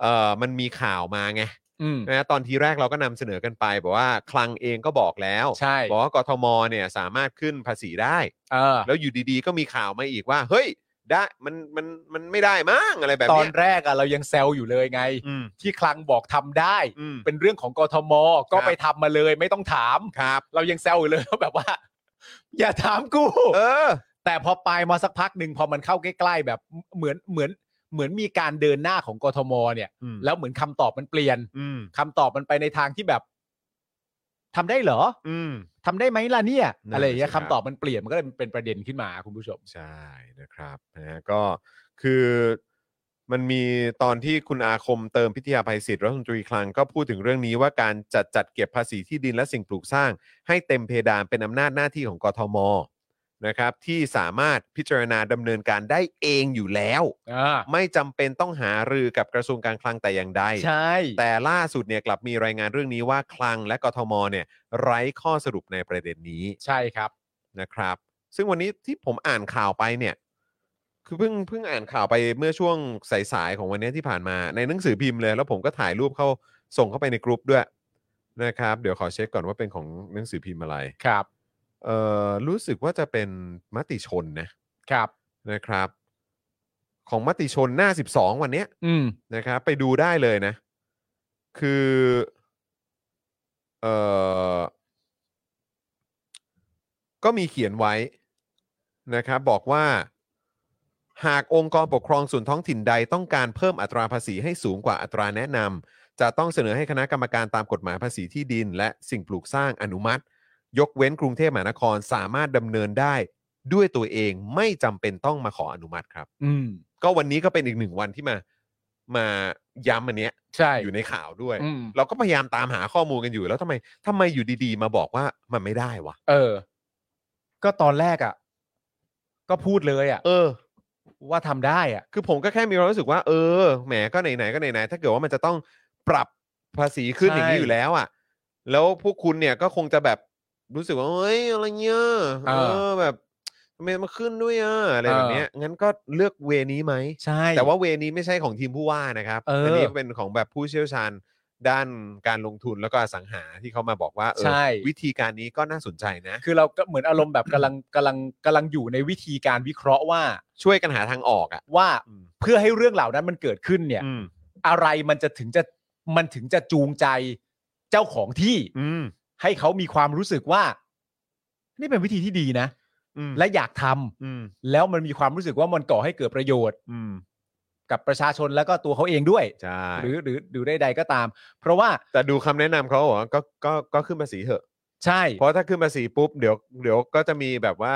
[SPEAKER 2] เอ่อมันมีข่าวมาไง
[SPEAKER 3] อืม
[SPEAKER 2] นะตอนทีแรกเราก็นำเสนอกันไปบอกว่าคลังเองก็บอกแล้ว
[SPEAKER 3] ใช่
[SPEAKER 2] บอกว่ากทมเนี่ยสามารถขึ้นภาษีได้
[SPEAKER 3] เออ
[SPEAKER 2] แล้วอยู่ดีๆ ก็มีข่าวมาอีกว่า เฮ้ยได้มันมันมันไม่ได้มั้งอะไรแบบ
[SPEAKER 3] ตอน
[SPEAKER 2] เนี้ย
[SPEAKER 3] แรกอะเรายังแซวอยู่เลยไง
[SPEAKER 2] อืม
[SPEAKER 3] ที่คลังบอกทำได้
[SPEAKER 2] อืม
[SPEAKER 3] เป็นเรื่องของกทม ก็
[SPEAKER 2] ครับ
[SPEAKER 3] ไปทำมาเลยไม่ต้องถาม
[SPEAKER 2] ครับ
[SPEAKER 3] เรายังแซวอยู่เลยว่าแบบ ว่า อย่าถามกู
[SPEAKER 2] เออ
[SPEAKER 3] แต่พอไปมาสักพักหนึ่งพอมันเข้าใกล้ๆแบบเหมือนเหมือนเหมือนมีการเดินหน้าของกทม เนี่ย
[SPEAKER 2] อืม
[SPEAKER 3] แล้วเหมือนคำตอบมันเปลี่ยน
[SPEAKER 2] อืม
[SPEAKER 3] คำตอบมันไปในทางที่แบบทำได้เหรอ
[SPEAKER 2] อืม
[SPEAKER 3] ทำได้ไหมล่ะเนี่ย
[SPEAKER 2] นั่น
[SPEAKER 3] อะไรอย่างเงี้ย
[SPEAKER 2] สิครับ
[SPEAKER 3] คำตอบมันเปลี่ยนมันก็เลยเป็นประเด็นขึ้นมาคุณผู้ชม
[SPEAKER 2] ใช่นะครับนะฮะก็คือมันมีตอนที่คุณอาคมเติมพิทยาภัยศิษย์รัฐมนตรีคลังก็พูดถึงเรื่องนี้ว่าการจัดจัดเก็บภาษีที่ดินและสิ่งปลูกสร้าง ให้เต็มเพดานเป็นอำนาจหน้าที่ของกทมนะครับ ที่สามารถพิจารณาดำเนินการได้เองอยู่แล้ว
[SPEAKER 3] อ่า
[SPEAKER 2] ไม่จำเป็นต้องหารือกับกระทรวงการคลังแต่อย่างใด
[SPEAKER 3] ใช่
[SPEAKER 2] แต่ล่าสุดเนี่ยกลับมีรายงานเรื่องนี้ว่าคลังและกทมเนี่ยไร้ข้อสรุปในประเด็นนี้
[SPEAKER 3] ใช่ครับ
[SPEAKER 2] นะครับซึ่งวันนี้ที่ผมอ่านข่าวไปเนี่ยคือเพิ่งเพิ่งอ่านข่าวไปเมื่อช่วงสายๆของวันนี้ที่ผ่านมาในหนังสือพิมพ์เลย แล้วผมก็ถ่ายรูปเข้าส่งเข้าไปในกรุ๊ปด้วยนะครับ เดี๋ยวขอเช็คก่อนว่าเป็นของหนังสือพิมพ์อะไร
[SPEAKER 3] ครับ
[SPEAKER 2] เอ่อรู้สึกว่าจะเป็นมติชนนะครับ นะครับ ของมติชนหน้า 12 วันเนี้ย
[SPEAKER 3] อืม
[SPEAKER 2] นะครับไปดูได้เลยนะ คือเอ่อ ก็มีเขียนไว้นะครับบอกว่า หากองค์กรปกครองส่วนท้องถิ่นใดต้องการเพิ่มอัตราภาษีให้สูงกว่าอัตราแนะนำจะต้องเสนอให้คณะกรรมการตามกฎหมายภาษีที่ดิน และสิ่งปลูกสร้างอนุมัติ ยกเว้นกรุงเทพมหานครสามารถดำเนินได้ด้วยตัวเองไม่จำเป็นต้องมาขออนุมัติครับ
[SPEAKER 3] อืม
[SPEAKER 2] ก็วันนี้ก็เป็นอีกหนึ่งวันที่มามาย้ำอันเนี้ย
[SPEAKER 3] ใช่
[SPEAKER 2] อยู่ในข่าวด้วย
[SPEAKER 3] อืม
[SPEAKER 2] เราก็พยายามตามหาข้อมูลกันอยู่แล้วทำไมทำไมอยู่ดีๆ มาบอกว่ามันไม่ได้วะ
[SPEAKER 3] เออ ก็ตอนแรกอ่ะ ก็พูดเลยอ่ะ
[SPEAKER 2] เออ
[SPEAKER 3] ว่าทำได้อ่ะ
[SPEAKER 2] คือผมก็แค่มีความรู้สึกว่าเออแหมก็ไหนๆก็ไหนๆถ้าเกิดว่ามันจะต้องปรับภาษีขึ้น
[SPEAKER 3] ใช่
[SPEAKER 2] อย่างนี้อยู่แล้วอะ่ะ แล้วพวกคุณเนี่ยก็คงจะแบบรู้สึกว่าเอ้ยอะไรเงี้ยเออแบบทำไมมาขึ้นด้วยอะ่ะอะไรแบบเนี้ยงั้นก็เลือกเวนี้ไหม
[SPEAKER 3] ใช่
[SPEAKER 2] แต่ว่าเวนี้ไม่ใช่ของทีมผู้ว่านะครับ
[SPEAKER 3] เอออั
[SPEAKER 2] นี้เป็นของแบบผู้เชี่ยวชาญด้านการลงทุนแล้วก็อสังหาที่เขามาบอกว่าเออ
[SPEAKER 3] ใช่
[SPEAKER 2] วิธีการนี้ก็น่าสนใจนะ
[SPEAKER 3] คือเราก็เหมือนอารมณ์ แบบกำลังกำลังกำลังอยู่ในวิธีการวิเคราะห์ว่า
[SPEAKER 2] ช่วยกันหาทางออกอะ
[SPEAKER 3] ว่า
[SPEAKER 2] อืม
[SPEAKER 3] เพื่อให้เรื่องเหล่านั้นมันเกิดขึ้นเนี่ย
[SPEAKER 2] อืม
[SPEAKER 3] อะไรมันจะถึงจะมันถึงจะจูงใจเจ้าของที่
[SPEAKER 2] อืม
[SPEAKER 3] ให้เขามีความรู้สึกว่า นี่เป็นวิธีที่ดีนะ
[SPEAKER 2] อืม
[SPEAKER 3] และอยากทำ
[SPEAKER 2] อืม
[SPEAKER 3] แล้วมันมีความรู้สึกว่ามันก่อให้เกิดประโยชน์
[SPEAKER 2] อืม
[SPEAKER 3] กับประชาชนแล้วก็ตัวเขาเองด้วย
[SPEAKER 2] ใช่
[SPEAKER 3] หรือหรือหรือใดๆก็ตาม เพราะว่า
[SPEAKER 2] แต่ดูคำแนะนำเขาบอกว่าก็ก็ก็ขึ้นภาษีเถอะ
[SPEAKER 3] ใช่
[SPEAKER 2] เพราะถ้าขึ้นภาษีปุ๊บเดี๋ยวเดี๋ยวก็จะมีแบบว่า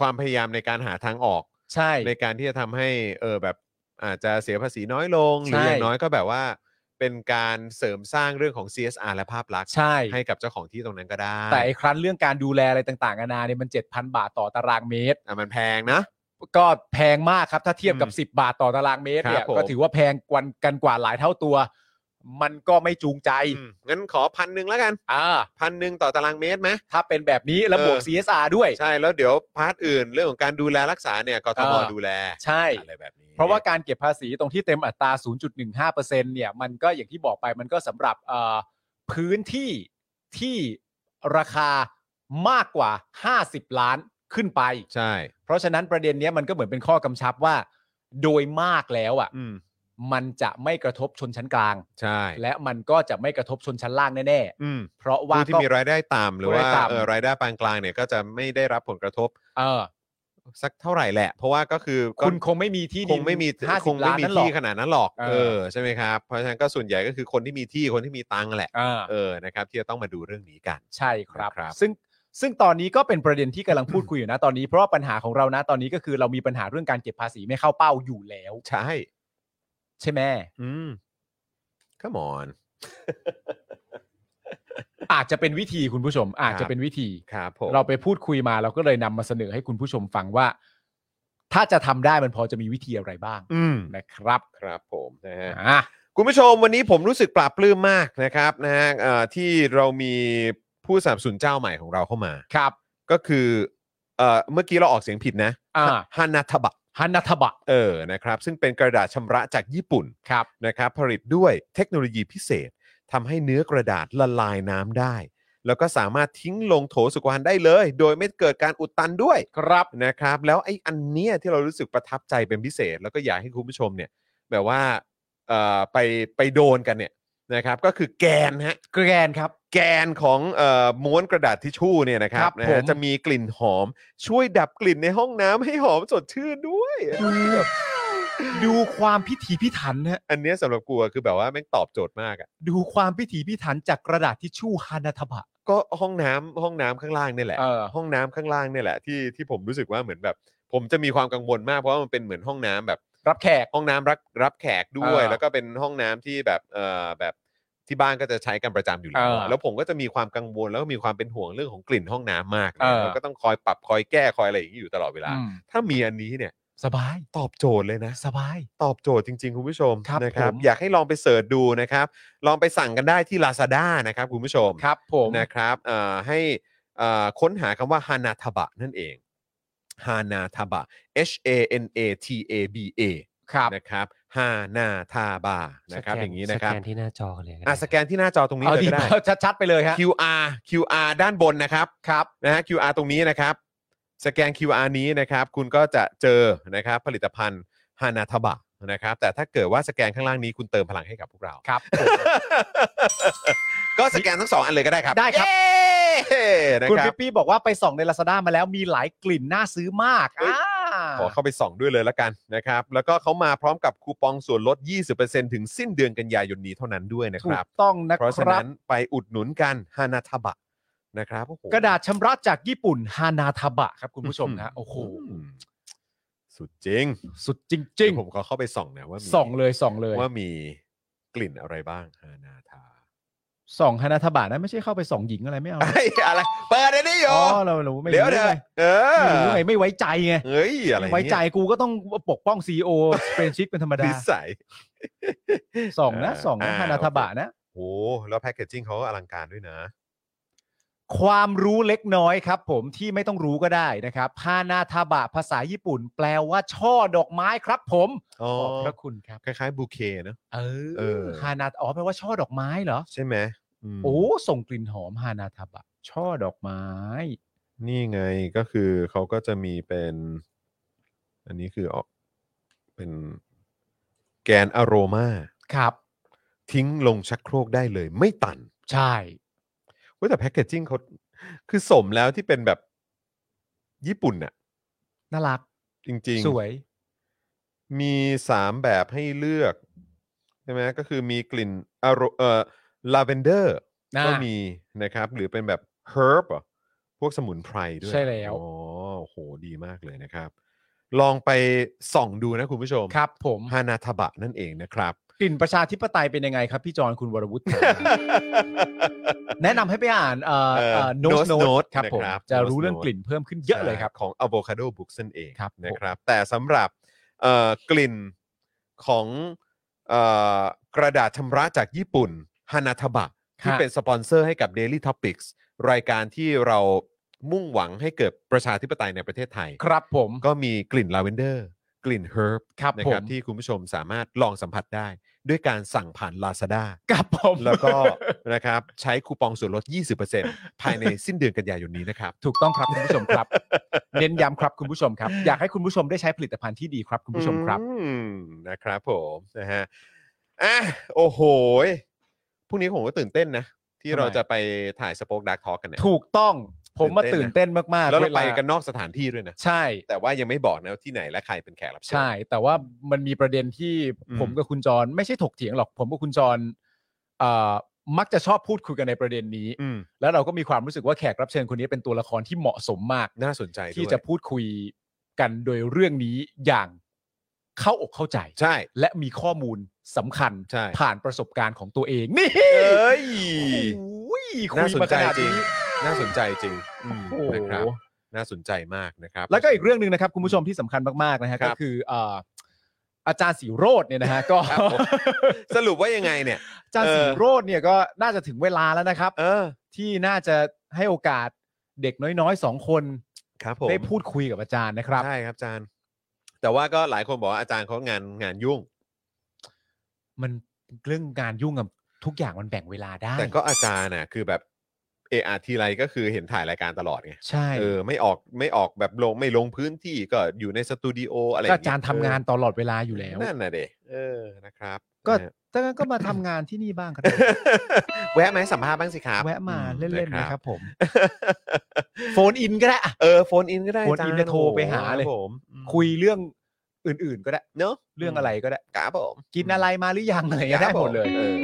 [SPEAKER 2] ความพยายามในการหาทางออก
[SPEAKER 3] ใช่
[SPEAKER 2] ในการที่จะทำให้เออแบบอาจจะเสียภาษีน้อยลง ห
[SPEAKER 3] ใช่
[SPEAKER 2] รืออย่างน้อยก็แบบว่า เป็นการเสริมสร้างเรื่องของ CSR และภาพลักษณ์
[SPEAKER 3] ใช่
[SPEAKER 2] ให้กับเจ้าของที่ตรงนั้นก็ได้
[SPEAKER 3] แต่ไอ้ครั้นเรื่องการดูแลอะไรต่างๆนานาเนี่ยมัน 7,000 บาทต่อตารางเมตร
[SPEAKER 2] อ่ะมันแพงนะ
[SPEAKER 3] ก็แพงมากครับ ถ้าเทียบกับ
[SPEAKER 2] อืม
[SPEAKER 3] 10 บาทต่อตารางเมตร
[SPEAKER 2] ค
[SPEAKER 3] เนี่
[SPEAKER 2] รั
[SPEAKER 3] ย
[SPEAKER 2] บผม
[SPEAKER 3] ก็ถือว่าแพงกว่ากันกว่าหลายเท่าตัว มันก็ไม่จูงใจ
[SPEAKER 2] อืมงั้นขอพันหนึ่งแล้วกัน
[SPEAKER 3] อ่า
[SPEAKER 2] พันหนึ่งต่อตารางเมตรไหม
[SPEAKER 3] ถ้าเป็นแบบนี้แล้ว
[SPEAKER 2] เออ
[SPEAKER 3] บวก CSR ด้วย
[SPEAKER 2] ใช่แล้วเดี๋ยวพาร์ทอื่นเรื่องของการดูแลรักษาเนี่ยกทม
[SPEAKER 3] เออ
[SPEAKER 2] ดูแล
[SPEAKER 3] ใช่
[SPEAKER 2] อะไรแบบนี้
[SPEAKER 3] เพราะว่าการเก็บภาษีตรงที่เต็มอัตรา 0.15%เนี่ย มันก็อย่างที่บอกไปมันก็สำหรับเอ่อพื้นที่ที่ราคา มากกว่า 50 ล้านขึ้นไป
[SPEAKER 2] ใช่
[SPEAKER 3] เพราะฉะนั้นประเด็นเนี้ยมันก็เหมือนเป็นข้อกำชับว่า โดยมากแล้วอ่ะมันจะไม่กระทบชนชั้นกลาง
[SPEAKER 2] ใช่
[SPEAKER 3] และมันก็จะไม่กระทบชนชั้นล่างแน่
[SPEAKER 2] อืม
[SPEAKER 3] ๆ เพราะว่า
[SPEAKER 2] ผู้ที่
[SPEAKER 3] ก็
[SPEAKER 2] มีรายได้ต่ำหรือว่า
[SPEAKER 3] ผู้รายได้ต่ำ
[SPEAKER 2] เออรายได้ปานกลางเนี่ยก็จะไม่ได้รับผลกระทบ
[SPEAKER 3] เออ
[SPEAKER 2] สักเท่าไหร่แหละ เพราะว่าก็คือก็
[SPEAKER 3] คุณคงไม่มีที่ดิ
[SPEAKER 2] คน งไม่มี
[SPEAKER 3] ห้า
[SPEAKER 2] ค
[SPEAKER 3] สิบ
[SPEAKER 2] ง
[SPEAKER 3] ล้า
[SPEAKER 2] ไม่มี
[SPEAKER 3] นนั่นหรอก
[SPEAKER 2] ที่ขนาดนั้นหรอก
[SPEAKER 3] เออ
[SPEAKER 2] เออใช่ไหมครับเพราะฉะนั้นก็ส่วนใหญ่ก็คือคนที่มีที่คนที่มีตังค์แหละ
[SPEAKER 3] เออ
[SPEAKER 2] เออนะครับ ที่จะต้องมาดูเรื่องนี้กัน
[SPEAKER 3] ใช่ครับ
[SPEAKER 2] นะครับ
[SPEAKER 3] ซึ่งซึ่งตอนนี้ก็เป็นประเด็นที่กำลังพูดคุยอยู่นะตอนนี้ เพราะว่าปัญหาของเรานะตอนนี้ก็คือเรามีปัญหาเรื่องการเก็บภาษีไม่เข้าเป้าอยู่แล้ว
[SPEAKER 2] ใช่
[SPEAKER 3] ใช่ไหม
[SPEAKER 2] อืม come on
[SPEAKER 3] อาจจะเป็นวิธีคุณผู้ชม อาจจะเป็นวิธี
[SPEAKER 2] ครับผม
[SPEAKER 3] เราไปพูดคุยมาเราก็เลยนำมาเสนอให้คุณผู้ชมฟังว่า ถ้าจะทำได้มันพอจะมีวิธีอะไรบ้าง
[SPEAKER 2] อืม
[SPEAKER 3] นะครับ
[SPEAKER 2] ครับผมนะฮะ
[SPEAKER 3] อ่ะ
[SPEAKER 2] คุณผู้ชมวันนี้ผมรู้สึกปลาบปลื้มมากนะครับนะฮะเอ่อที่เรามีผู้สนับสนุนเจ้าใหม่ของเราเข้ามา
[SPEAKER 3] ครับ
[SPEAKER 2] ก็คือเอ่อเมื่อกี้เราออกเสียงผิดนะ
[SPEAKER 3] อ่า
[SPEAKER 2] ฮานาทบะ
[SPEAKER 3] ฮันนัทบะ
[SPEAKER 2] เออนะครับซึ่งเป็นกระดาษชำระจากญี่ปุ่น
[SPEAKER 3] ครับ
[SPEAKER 2] นะครับผลิตด้วยเทคโนโลยีพิเศษทำให้เนื้อกระดาษละลายน้ำได้ แล้วก็สามารถทิ้งลงโถสุขภัณฑ์ได้เลย โดยไม่เกิดการอุดตันด้วย
[SPEAKER 3] ครับ
[SPEAKER 2] นะครับแล้วไอ้อันเนี้ยที่เรารู้สึกประทับใจเป็นพิเศษ แล้วก็อยากให้คุณผู้ชมเนี่ยแบบว่าเอ่อไปไปโดนกันเนี่ยนะครับก็คือแกนฮะ
[SPEAKER 3] แกรนครับ
[SPEAKER 2] แกนของเอ่อม้วนกระดาษทิชชู่เนี่ยนะครั
[SPEAKER 3] ครับ บ
[SPEAKER 2] นะ
[SPEAKER 3] ผ
[SPEAKER 2] ฮะ
[SPEAKER 3] ม
[SPEAKER 2] จะมีกลิ่นหอม ช่วยดับกลิ่นในห้องน้ำให้หอมสดชื่นด้วย
[SPEAKER 3] ดูความพิถีพิถันนะ
[SPEAKER 2] อันเนี้ยสำหรับกูอะคือแบบว่าแม่งตอบโจทย์มากอะ
[SPEAKER 3] ดูความพิถีพิถันจากกระดาษทิชชู่ฮันนัทบะ
[SPEAKER 2] ก็ห้องน้ำห้องน้ำข้างล่างเนี่ยแหละ
[SPEAKER 3] เออ
[SPEAKER 2] ห้องน้ำข้างล่างเนี่ยแหละที่ที่ผมรู้สึกว่าเหมือนแบบ ผมจะมีความกังวลมากเพราะว่ามันเป็นเหมือนห้องน้ำแบบ
[SPEAKER 3] รับแขก
[SPEAKER 2] ห้องน้ำรับรับแขกด้วย
[SPEAKER 3] เออ
[SPEAKER 2] แล้วก็เป็นห้องน้ำที่แบบเอ่อแบบที่บ้านก็จะใช้กันประจำอยู่แล้ว
[SPEAKER 3] เออ
[SPEAKER 2] แล้วผมก็จะมีความกังวลแล้วก็มีความเป็นห่วงเรื่องของกลิ่นห้องน้ำมาก
[SPEAKER 3] เออ
[SPEAKER 2] แล้วก็ต้องคอยปรับคอยแก้คอยอะไรอย่างนี้อยู่ตลอดเวลา
[SPEAKER 3] อืม
[SPEAKER 2] ถ้ามีอันนี้เนี่ย
[SPEAKER 3] สบาย
[SPEAKER 2] ตอบโจทย์เลยนะ
[SPEAKER 3] สบาย
[SPEAKER 2] ตอบโจทย์จริง ๆ คุณผู้ชม
[SPEAKER 3] ครับ
[SPEAKER 2] นะครับ
[SPEAKER 3] ผม
[SPEAKER 2] อยากให้ลองไปเสิร์ชดูนะครับ ลองไปสั่งกันได้ที่ Lazada นะครับคุณผู้ชม
[SPEAKER 3] ครับผม
[SPEAKER 2] นะครับเอ่อให้เอ่อค้นหาคำว่าฮานาทบะนั่นเองฮานาทบะ H A N A T A B A
[SPEAKER 3] ครับ
[SPEAKER 2] นะครับฮานาทาบานะครับ
[SPEAKER 5] สแก
[SPEAKER 2] อย่างนี้นะครับ
[SPEAKER 5] สแกนที่หน้าจอเลยก็ได้
[SPEAKER 2] อ่ะสแกนที่หน้าจอตรงนี้
[SPEAKER 3] เอา
[SPEAKER 2] เลย
[SPEAKER 3] ดี
[SPEAKER 2] ก็ได้
[SPEAKER 3] ชัดๆไปเลยฮะ
[SPEAKER 2] QR QR ด้านบนนะครับ
[SPEAKER 3] ครับ
[SPEAKER 2] นะฮะ QR ตรงนี้นะครับ สแกน QR นี้นะครับ คุณก็จะเจอนะครับผลิตภัณฑ์ฮานาทาบะนะครับ แต่ถ้าเกิดว่าสแกนข้างล่างนี้คุณเติมพลังให้กับพวกเรา
[SPEAKER 3] ครับ
[SPEAKER 2] ก็สแกนทั้งสองอันเลยก็ได้ครับ
[SPEAKER 3] ได้ครับ
[SPEAKER 2] เย้นะ
[SPEAKER 3] คุณ
[SPEAKER 2] ครับ
[SPEAKER 3] ปิ๊ปปี้บอกว่าไปส่องใน Lazada มาแล้วมีหลายกลิ่นน่าซื้อมาก
[SPEAKER 2] เฮ้ย
[SPEAKER 3] อ่า
[SPEAKER 2] ขอเข้าไปส่องด้วยเลยละกันนะครับ แล้วก็เขามาพร้อมกับคูปองส่วนลด 20%ถึงสิ้นเดือนกันยายนนี้เท่านั้นด้วยนะค
[SPEAKER 3] ถู
[SPEAKER 2] รับ
[SPEAKER 3] กต้องนะ
[SPEAKER 2] เพราะ
[SPEAKER 3] ค
[SPEAKER 2] ฉะ
[SPEAKER 3] รั
[SPEAKER 2] นั้
[SPEAKER 3] บ
[SPEAKER 2] นไปอุดหนุนกันฮานาทบะนะครับโอ้โห
[SPEAKER 3] กระดาษชำระจากญี่ปุ่นฮานาทาบะครับคุณผู้ชมนะโอ้โห
[SPEAKER 2] อืมสุดจริง
[SPEAKER 3] สุดจริง
[SPEAKER 2] ผมขอเข้าไปส่องหนะว่ามี
[SPEAKER 3] ๆ ส่องเลยส่องเลย
[SPEAKER 2] ว่ามีกลิ่นอะไรบ้างฮานาทา
[SPEAKER 3] ส่องฮานาทาบะนะไม่ใช่เข้าไปส่องหญิงอะไรไม่เอา
[SPEAKER 2] ไอ้ยอะไร เปิดได้ดิโย
[SPEAKER 3] อ๋อเราเราไม่
[SPEAKER 2] เดี๋ยว
[SPEAKER 3] รู้
[SPEAKER 2] เดี๋ยว
[SPEAKER 3] ไง
[SPEAKER 2] เอ
[SPEAKER 3] ไม่รู้
[SPEAKER 2] อ
[SPEAKER 3] ไงไม่ไว้ใจไง
[SPEAKER 2] เฮ้ยอะไร
[SPEAKER 3] ไว้ใจ
[SPEAKER 2] เนี่ย
[SPEAKER 3] กูก็ต้องปกป้องซีโอเป็นชิปเป็นธรรมดา
[SPEAKER 2] นิสัย
[SPEAKER 3] ส่องนะส่องนะ
[SPEAKER 2] า
[SPEAKER 3] ฮานาทาบะนะ
[SPEAKER 2] โอ้โหแล้วแพคเกจจิ้งเขาอลังการด้วยนะ
[SPEAKER 3] ความรู้เล็กน้อยครับผมที่ไม่ต้องรู้ก็ได้นะครับฮานาทาบะภาษาญี่ปุ่น แปลว่าช่อดอกไม้ครับผม
[SPEAKER 2] อ๋อ
[SPEAKER 3] ขอบพระคุณครับ
[SPEAKER 2] คล้ายๆบูเคเนอะ
[SPEAKER 3] เออ
[SPEAKER 2] เออ
[SPEAKER 3] ฮานาอ๋อแปลว่าช่อดอกไม้เหรอ
[SPEAKER 2] ใช่ไหมม
[SPEAKER 3] โอ้ ส่งกลิ่นหอมฮานาทาบะ ช่อดอกไม้
[SPEAKER 2] นี่ไงก็คือเขาก็จะมีเป็น อันนี้คือออกเป็นแกนอโรมา
[SPEAKER 3] ครับ
[SPEAKER 2] ทิ้งลงชักโครกได้เลย ไม่ตัน
[SPEAKER 3] ใช่
[SPEAKER 2] เว้ยแต่แพคเกจจิ้งเขาคือสมแล้วที่เป็นแบบญี่ปุ่นน่ะ
[SPEAKER 3] น่ารัก
[SPEAKER 2] จริง
[SPEAKER 3] สวย
[SPEAKER 2] มีสามแบบให้เลือก ใช่ไหมก็คือมีกลิ่นอโรเอ่อลาเวนเดอร์
[SPEAKER 3] น่า
[SPEAKER 2] ก็มีนะครับ หรือเป็นแบบเฮิร์บพวกสมุนไพรด้วย
[SPEAKER 3] ใช่แล้ว
[SPEAKER 2] อ๋อโอ้โหดีมากเลยนะครับ ลองไปส่องดูนะคุณผู้ชม
[SPEAKER 3] ครับผม
[SPEAKER 2] ฮานาทบะนั่นเองนะครับ
[SPEAKER 3] กลิ่นประชาธิปไตยเป็นยังไงครับพี่จอนคุณวรวุฒิ แนะนำให้ไปอ่านเอ่อ
[SPEAKER 2] เอ่อ
[SPEAKER 3] โน้ต
[SPEAKER 2] Nose
[SPEAKER 3] โน้ต
[SPEAKER 2] Note
[SPEAKER 3] ครับผม
[SPEAKER 2] นะครับ
[SPEAKER 3] จะ
[SPEAKER 2] Nose
[SPEAKER 3] รู้เรื่อง
[SPEAKER 2] Note
[SPEAKER 3] กลิ่นเพิ่ม ขึ้นเยอะเลยครับ
[SPEAKER 2] ของ Avocado Books นั่นเอง
[SPEAKER 3] ครับผม
[SPEAKER 2] นะครับ แต่สำหรับเอ่อกลิ่นของเอ่อกระดาษชำระจากญี่ปุ่นฮานาทบะ ที่
[SPEAKER 3] ฮะ
[SPEAKER 2] เป็นสปอนเซอร์ให้กับ Daily Topics รายการที่เรามุ่งหวังให้เกิดประชาธิปไตยในประเทศไทย
[SPEAKER 3] ครับผม
[SPEAKER 2] ก็มีกลิ่นลาเวนเดอร์กลิ่นเฮิร์บ
[SPEAKER 3] ครับ
[SPEAKER 2] นะครับ
[SPEAKER 3] ผม
[SPEAKER 2] ที่คุณผู้ชมสามารถลองสัมผัสได้ ด้วยการสั่งผ่าน Lazada
[SPEAKER 3] กับผม
[SPEAKER 2] แล้วก็ นะครับใช้คูปองส่วนลด 20%ภายในสิ้นเดือนกันยายนนี้นะครับ
[SPEAKER 3] ถูกต้องครับคุณผู้ชม ครับ เน้นย้ำครับคุณผู้ชมครับ อยากให้คุณผู้ชมได้ใช้ผลิตภัณฑ์ที่ดีครับคุณผู้ชมครับ
[SPEAKER 2] อืมนะครับผมนะฮะอ่ะโอ้โหยพรุ่งนี้ผมก็ตื่นเต้นนะ ที่
[SPEAKER 3] ทำไม
[SPEAKER 2] เราจะไปถ่ายสปอคดักทอกันเนี่ย
[SPEAKER 3] ถูกต้องผมมาตื่นเต้นมากๆ
[SPEAKER 2] แล้วเรา
[SPEAKER 3] เว
[SPEAKER 2] ไปกันนอกสถานที่ด้วยนะ
[SPEAKER 3] ใช่
[SPEAKER 2] แต่ว่ายังไม่บอกนะว่าที่ไหนและใครเป็นแขกรับเชิญ
[SPEAKER 3] ใช่ แต่ว่ามันมีประเด็นที่ผมกับคุณจรไม่ใช่ถกเถียงหรอก ผมกับคุณจรเอ่อมักจะชอบพูดคุยกันในประเด็นนี้
[SPEAKER 2] อืม
[SPEAKER 3] แล้วเราก็มีความรู้สึกว่าแขกรับเชิญคนนี้เป็นตัวละครที่เหมาะสมมาก
[SPEAKER 2] น่าสนใจด้วย
[SPEAKER 3] ที่จะพูดคุยกันโดยเรื่องนี้อย่างเข้าอกเข้าใจ
[SPEAKER 2] ใช่
[SPEAKER 3] และมีข้อมูลสำคัญ
[SPEAKER 2] ใช่
[SPEAKER 3] ผ่านประสบการณ์ของตัวเองนี่
[SPEAKER 2] เอ้ย
[SPEAKER 3] โอ้ยคุ
[SPEAKER 2] น่าย สน
[SPEAKER 3] มา
[SPEAKER 2] ใจ
[SPEAKER 3] ขนาด
[SPEAKER 2] จริง
[SPEAKER 3] นี้
[SPEAKER 2] น่าสนใจจริงอืม
[SPEAKER 3] โอ้โห
[SPEAKER 2] นะครับน่าสนใจมากนะครับ
[SPEAKER 3] แล้วก็อีกเรื่องหนึ่งนะครับคุณผู้ชมที่สำคัญมากๆนะฮะ
[SPEAKER 2] ครั
[SPEAKER 3] ก็
[SPEAKER 2] บ
[SPEAKER 3] คือเอ่ออาจารย์สีโรดเนี่ยนะฮะก็
[SPEAKER 2] ครับผมสรุปว่ายังไงเนี่ย
[SPEAKER 3] อาจารย์
[SPEAKER 2] เออ
[SPEAKER 3] สีโรดเนี่ยก็น่าจะถึงเวลาแล้วนะครับ
[SPEAKER 2] เออ
[SPEAKER 3] ที่น่าจะให้โอกาสเด็กน้อยๆสองคน
[SPEAKER 2] ครับผม
[SPEAKER 3] ได้พูดคุยกับอาจารย์นะครับ
[SPEAKER 2] ใช่ครับอาจารย์ แต่ว่าก็หลายคนบอกว่าอาจารย์เขางานงานยุ่ง
[SPEAKER 3] มันเรื่องงานยุ่งกับทุกอย่างมันแบ่งเวลาได้
[SPEAKER 2] แต่ก็อาจารย์น่ะคือแบบเออาทีไรก็คือเห็นถ่ายรายการตลอดไง
[SPEAKER 3] ใช่
[SPEAKER 2] เออไม่ออกไม่ออกแบบลงไม่ลงพื้นที่ก็อยู่ในสตูดิโออะไร
[SPEAKER 3] ก็อาจารย์ทำงานตลอดเวลาอยู่
[SPEAKER 2] เอ
[SPEAKER 3] แล้
[SPEAKER 2] อ
[SPEAKER 3] ว
[SPEAKER 2] นั่นน่ะเด็เออนะครับ
[SPEAKER 3] ก็
[SPEAKER 2] นะฮะ
[SPEAKER 3] ถ้างั้นก็มาทำงานที่นี่บ้างครับ
[SPEAKER 2] แวะไหมาให้สัมภาษณ์บ้างสิครับ
[SPEAKER 3] แวะมา
[SPEAKER 2] อื
[SPEAKER 3] เล่นๆนะครับผม
[SPEAKER 2] นะครับ
[SPEAKER 3] โฟนอินก็ได้อะ
[SPEAKER 2] เออโฟนอินก็ได้
[SPEAKER 3] โฟนอินเนี่ย
[SPEAKER 2] าจาย์
[SPEAKER 3] โทรไปหาเลย
[SPEAKER 2] ครับผม
[SPEAKER 3] คุยเรื่องอื่นๆก็ได้
[SPEAKER 2] เนอะ
[SPEAKER 3] เรื่องอะไรก็ได้
[SPEAKER 2] ครับผม
[SPEAKER 3] กินอะไรมาหรือยังอะไรอย่างเงี้ย
[SPEAKER 2] ค
[SPEAKER 3] ได้
[SPEAKER 2] รับ
[SPEAKER 3] หมดเลย
[SPEAKER 2] ออ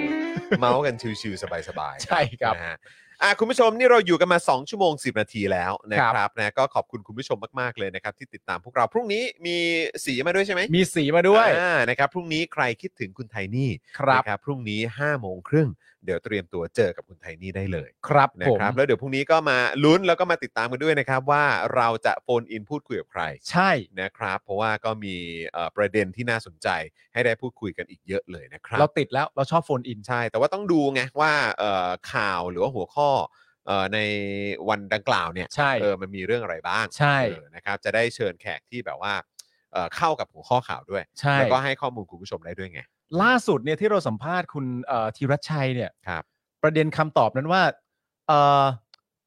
[SPEAKER 2] เมาส์กันชิวๆสบายๆ
[SPEAKER 3] ใช่ครับ
[SPEAKER 2] นะฮะอ่ะคุณผู้ชมนี่เราอยู่กันมา 2 ชั่วโมง 10 นาทีแล้วนะค
[SPEAKER 3] ครั
[SPEAKER 2] รับบ นะก็ขอบคุณคุณผู้ชมมาก ๆ เลยนะครับ ที่ติดตามพวกเราพรุ่งนี้มีสีมาด้วยใช่ไหม
[SPEAKER 3] มีสีมาด้วย
[SPEAKER 2] อ่านะครับพรุ่งนี้ใครคิดถึงคุณไทนี่
[SPEAKER 3] ครับ
[SPEAKER 2] นะครับพรุ่งนี้5โมงครึ่งเดี๋ยวเตรียมตัวเจอกับคุณไทนี่ได้เลย
[SPEAKER 3] ครับ
[SPEAKER 2] นะ
[SPEAKER 3] ผม
[SPEAKER 2] ครับแล้วเดี๋ยวพรุ่งนี้ก็มาลุ้นแล้วก็มาติดตามกันด้วยนะครับ ว่าเราจะโฟนอินพูดคุยกับใคร
[SPEAKER 3] ใช่
[SPEAKER 2] นะครับ เพราะว่าก็มีเอ่อประเด็นที่น่าสนใจให้ได้พูดคุยกันอีกเยอะเลยนะครับ
[SPEAKER 3] เราติดแล้วเราชอบโฟนอิน
[SPEAKER 2] ใช่ แต่ว่าต้องดูไงว่าเอ่อข่าวหรือว่าหัวข้อเอ่อในวันดังกล่าวเนี่ย
[SPEAKER 3] ใช่
[SPEAKER 2] เออมันมีเรื่องอะไรบ้าง
[SPEAKER 3] ใช่
[SPEAKER 2] เออนะครับจะได้เชิญแขกที่แบบว่าเอ่อเข้ากับหัวข้อข่าวด้วย
[SPEAKER 3] ใช่
[SPEAKER 2] แล้วก็ให้ข้อมูลคุณผู้ชมได้ด้วยไง
[SPEAKER 3] ล่าสุดเนี่ยที่เราสัมภาษณ์คุณเอ่อธีรชชัยเนี่ย
[SPEAKER 2] ครับ
[SPEAKER 3] ประเด็นคำตอบนั้นว่าเอ่อ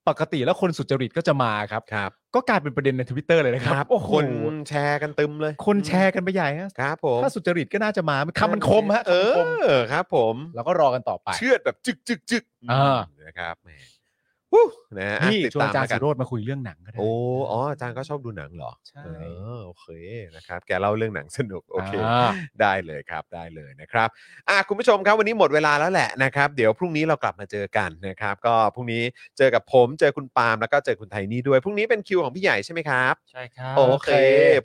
[SPEAKER 3] ปกติแล้วคนสุจริตก็จะมาครับ
[SPEAKER 2] ครับ
[SPEAKER 3] ก็กลายเป็นประเด็นในทวิตเตอร์เลยนะครับโอ้โห
[SPEAKER 2] คนแชร์กันตึมเลย
[SPEAKER 3] คนแชร์กันไปใหญ่ฮะ
[SPEAKER 2] ครับผม
[SPEAKER 3] ถ้าสุจริตก็น่าจะมาคำมันคมฮะ
[SPEAKER 2] เอ
[SPEAKER 3] คำมันคม
[SPEAKER 2] อครับผม
[SPEAKER 3] เราก็รอกันต่อไป
[SPEAKER 2] เชื่อดแบบจึกจึกจึก
[SPEAKER 3] อ่า
[SPEAKER 2] นะครับแหมวู้นะฮะอ่ะ
[SPEAKER 3] นี่
[SPEAKER 2] ติด
[SPEAKER 3] ชวน
[SPEAKER 2] ตาม
[SPEAKER 3] อาจารย์
[SPEAKER 2] กั
[SPEAKER 3] สิ
[SPEAKER 2] น
[SPEAKER 3] โรดมาคุยเรื่องหนังก็ได้
[SPEAKER 2] โอ้ อ๋อ อาจารย์ก็ชอบดูหนังเหรอ
[SPEAKER 3] ใช่
[SPEAKER 2] เออโอเค นะครับ แกเล่าเรื่องหนังสนุก โอเค
[SPEAKER 3] า
[SPEAKER 2] ได้เลยครับ ได้เลยนะครับ อ่ะคุณผู้ชมครับ วันนี้หมดเวลาแล้วแหละนะครับ เดี๋ยวพรุ่งนี้เรากลับมาเจอกันนะครับ ก็พรุ่งนี้เจอกับผม เจอคุณปาล์ม แล้วก็เจอคุณไทนี่ด้วย พรุ่งนี้เป็นคิวของพี่ใหญ่ใช่ไหมครับ
[SPEAKER 5] ใช่ครับ
[SPEAKER 2] โอเค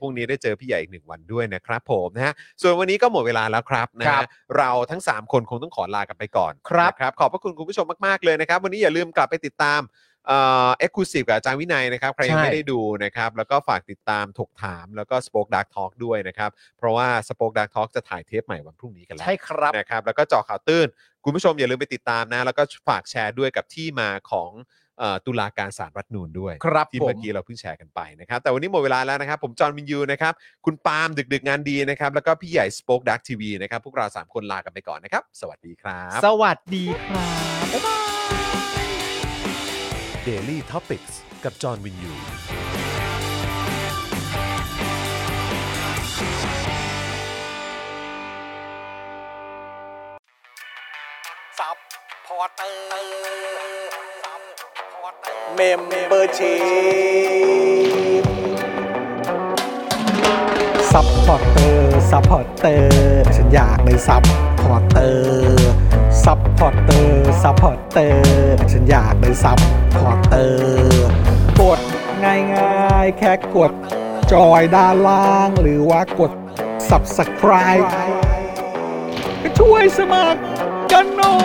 [SPEAKER 2] พรุ่งนี้ได้เจอพี่ใหญ่อีกหนึ่งวันด้วยนะครับผมนะฮะ ส่วนวันนี้ก็หมดเวลาแล้วครับนะ
[SPEAKER 3] ครั
[SPEAKER 2] ฮะ
[SPEAKER 3] บ
[SPEAKER 2] เราทั้ง 3 คนคงต้องขอลากันไปก่อน
[SPEAKER 3] ครับ
[SPEAKER 2] นะครับ ขอบพระคุณคุณผู้ชมมาก ๆ เลยนะครับ วันนี้อย่าลืมกลับไปติดตามเอ่อ็กซ์คลูซีฟกับอาจารย์วินัยนะครับ ใครยัง
[SPEAKER 3] ใช่
[SPEAKER 2] ไม่ได้ดูนะครับ แล้วก็ฝากติดตามถกถามแล้วก็ Spoke Dark Talk ด้วยนะครับ เพราะว่า Spoke Dark Talk จะถ่ายเทปใหม่วันพรุ่งนี้กันแล้ว
[SPEAKER 3] ใช่ครับ
[SPEAKER 2] นะครับแล้วก็เจาะข่าวตื้น คุณผู้ชมอย่าลืมไปติดตามนะ แล้วก็ฝากแชร์ด้วยกับที่มาของเอ่อตุลาการสารรัฐธรรมนูนด้วย
[SPEAKER 3] ครับ
[SPEAKER 2] ที่
[SPEAKER 3] ผม
[SPEAKER 2] เมื่อกี้เราเพิ่งแชร์กันไปนะครับ แต่วันนี้หมดเวลาแล้วนะครับ ผมจอห์นวินยูนะครับ คุณปาล์มดึกดึกๆงานดีนะครับ แล้วก็พี่ใหญ่สป็อคดักทีวีนะครับ พวกเราสามคนลากันไปก่อนนะครับ สวัสดีครับ
[SPEAKER 3] สวัสดีครับ
[SPEAKER 2] Daily Topics กับจอห์นวินยู
[SPEAKER 11] ซับพอร์เตอร์ซับพอร์เตอร์
[SPEAKER 6] เมมเบอร์ชีซัพพอร์เตอร์ซัพพอร์เตอร์ฉันอยากได้ซัพพอร์เตอร์ซัพพอร์เตอร์ซัพพอร์เตอร์ฉันอยากได้ซัพพอร์เตอร์กดง่ายง่ายๆ แค่กด จอยด้านล่าง หรือว่ากด subscribe ก็ช่วยสมัครกันหน่อ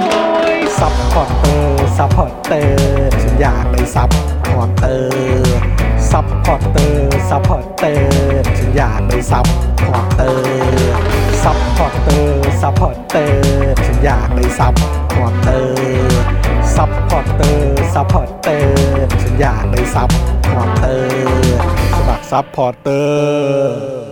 [SPEAKER 6] ยซัพพอร์เตอร์ซัพพอร์เตอร์ฉันอยากได้ซัพพอร์เตอร์ซัพพอร์เตอร์ซัพพอร์เตอร์ฉันอยากได้ซัพพอร์เตอร์ซัพพอร์เตอร์ซัพพอร์เตอร์ฉันอยากได้ซัพพอร์เตอร์ซัพพอร์เตอร์ซัพพอร์เตอร์ฉันอยากได้ซัพพอร์เตอร์สมัครซัพพอร์เตอร์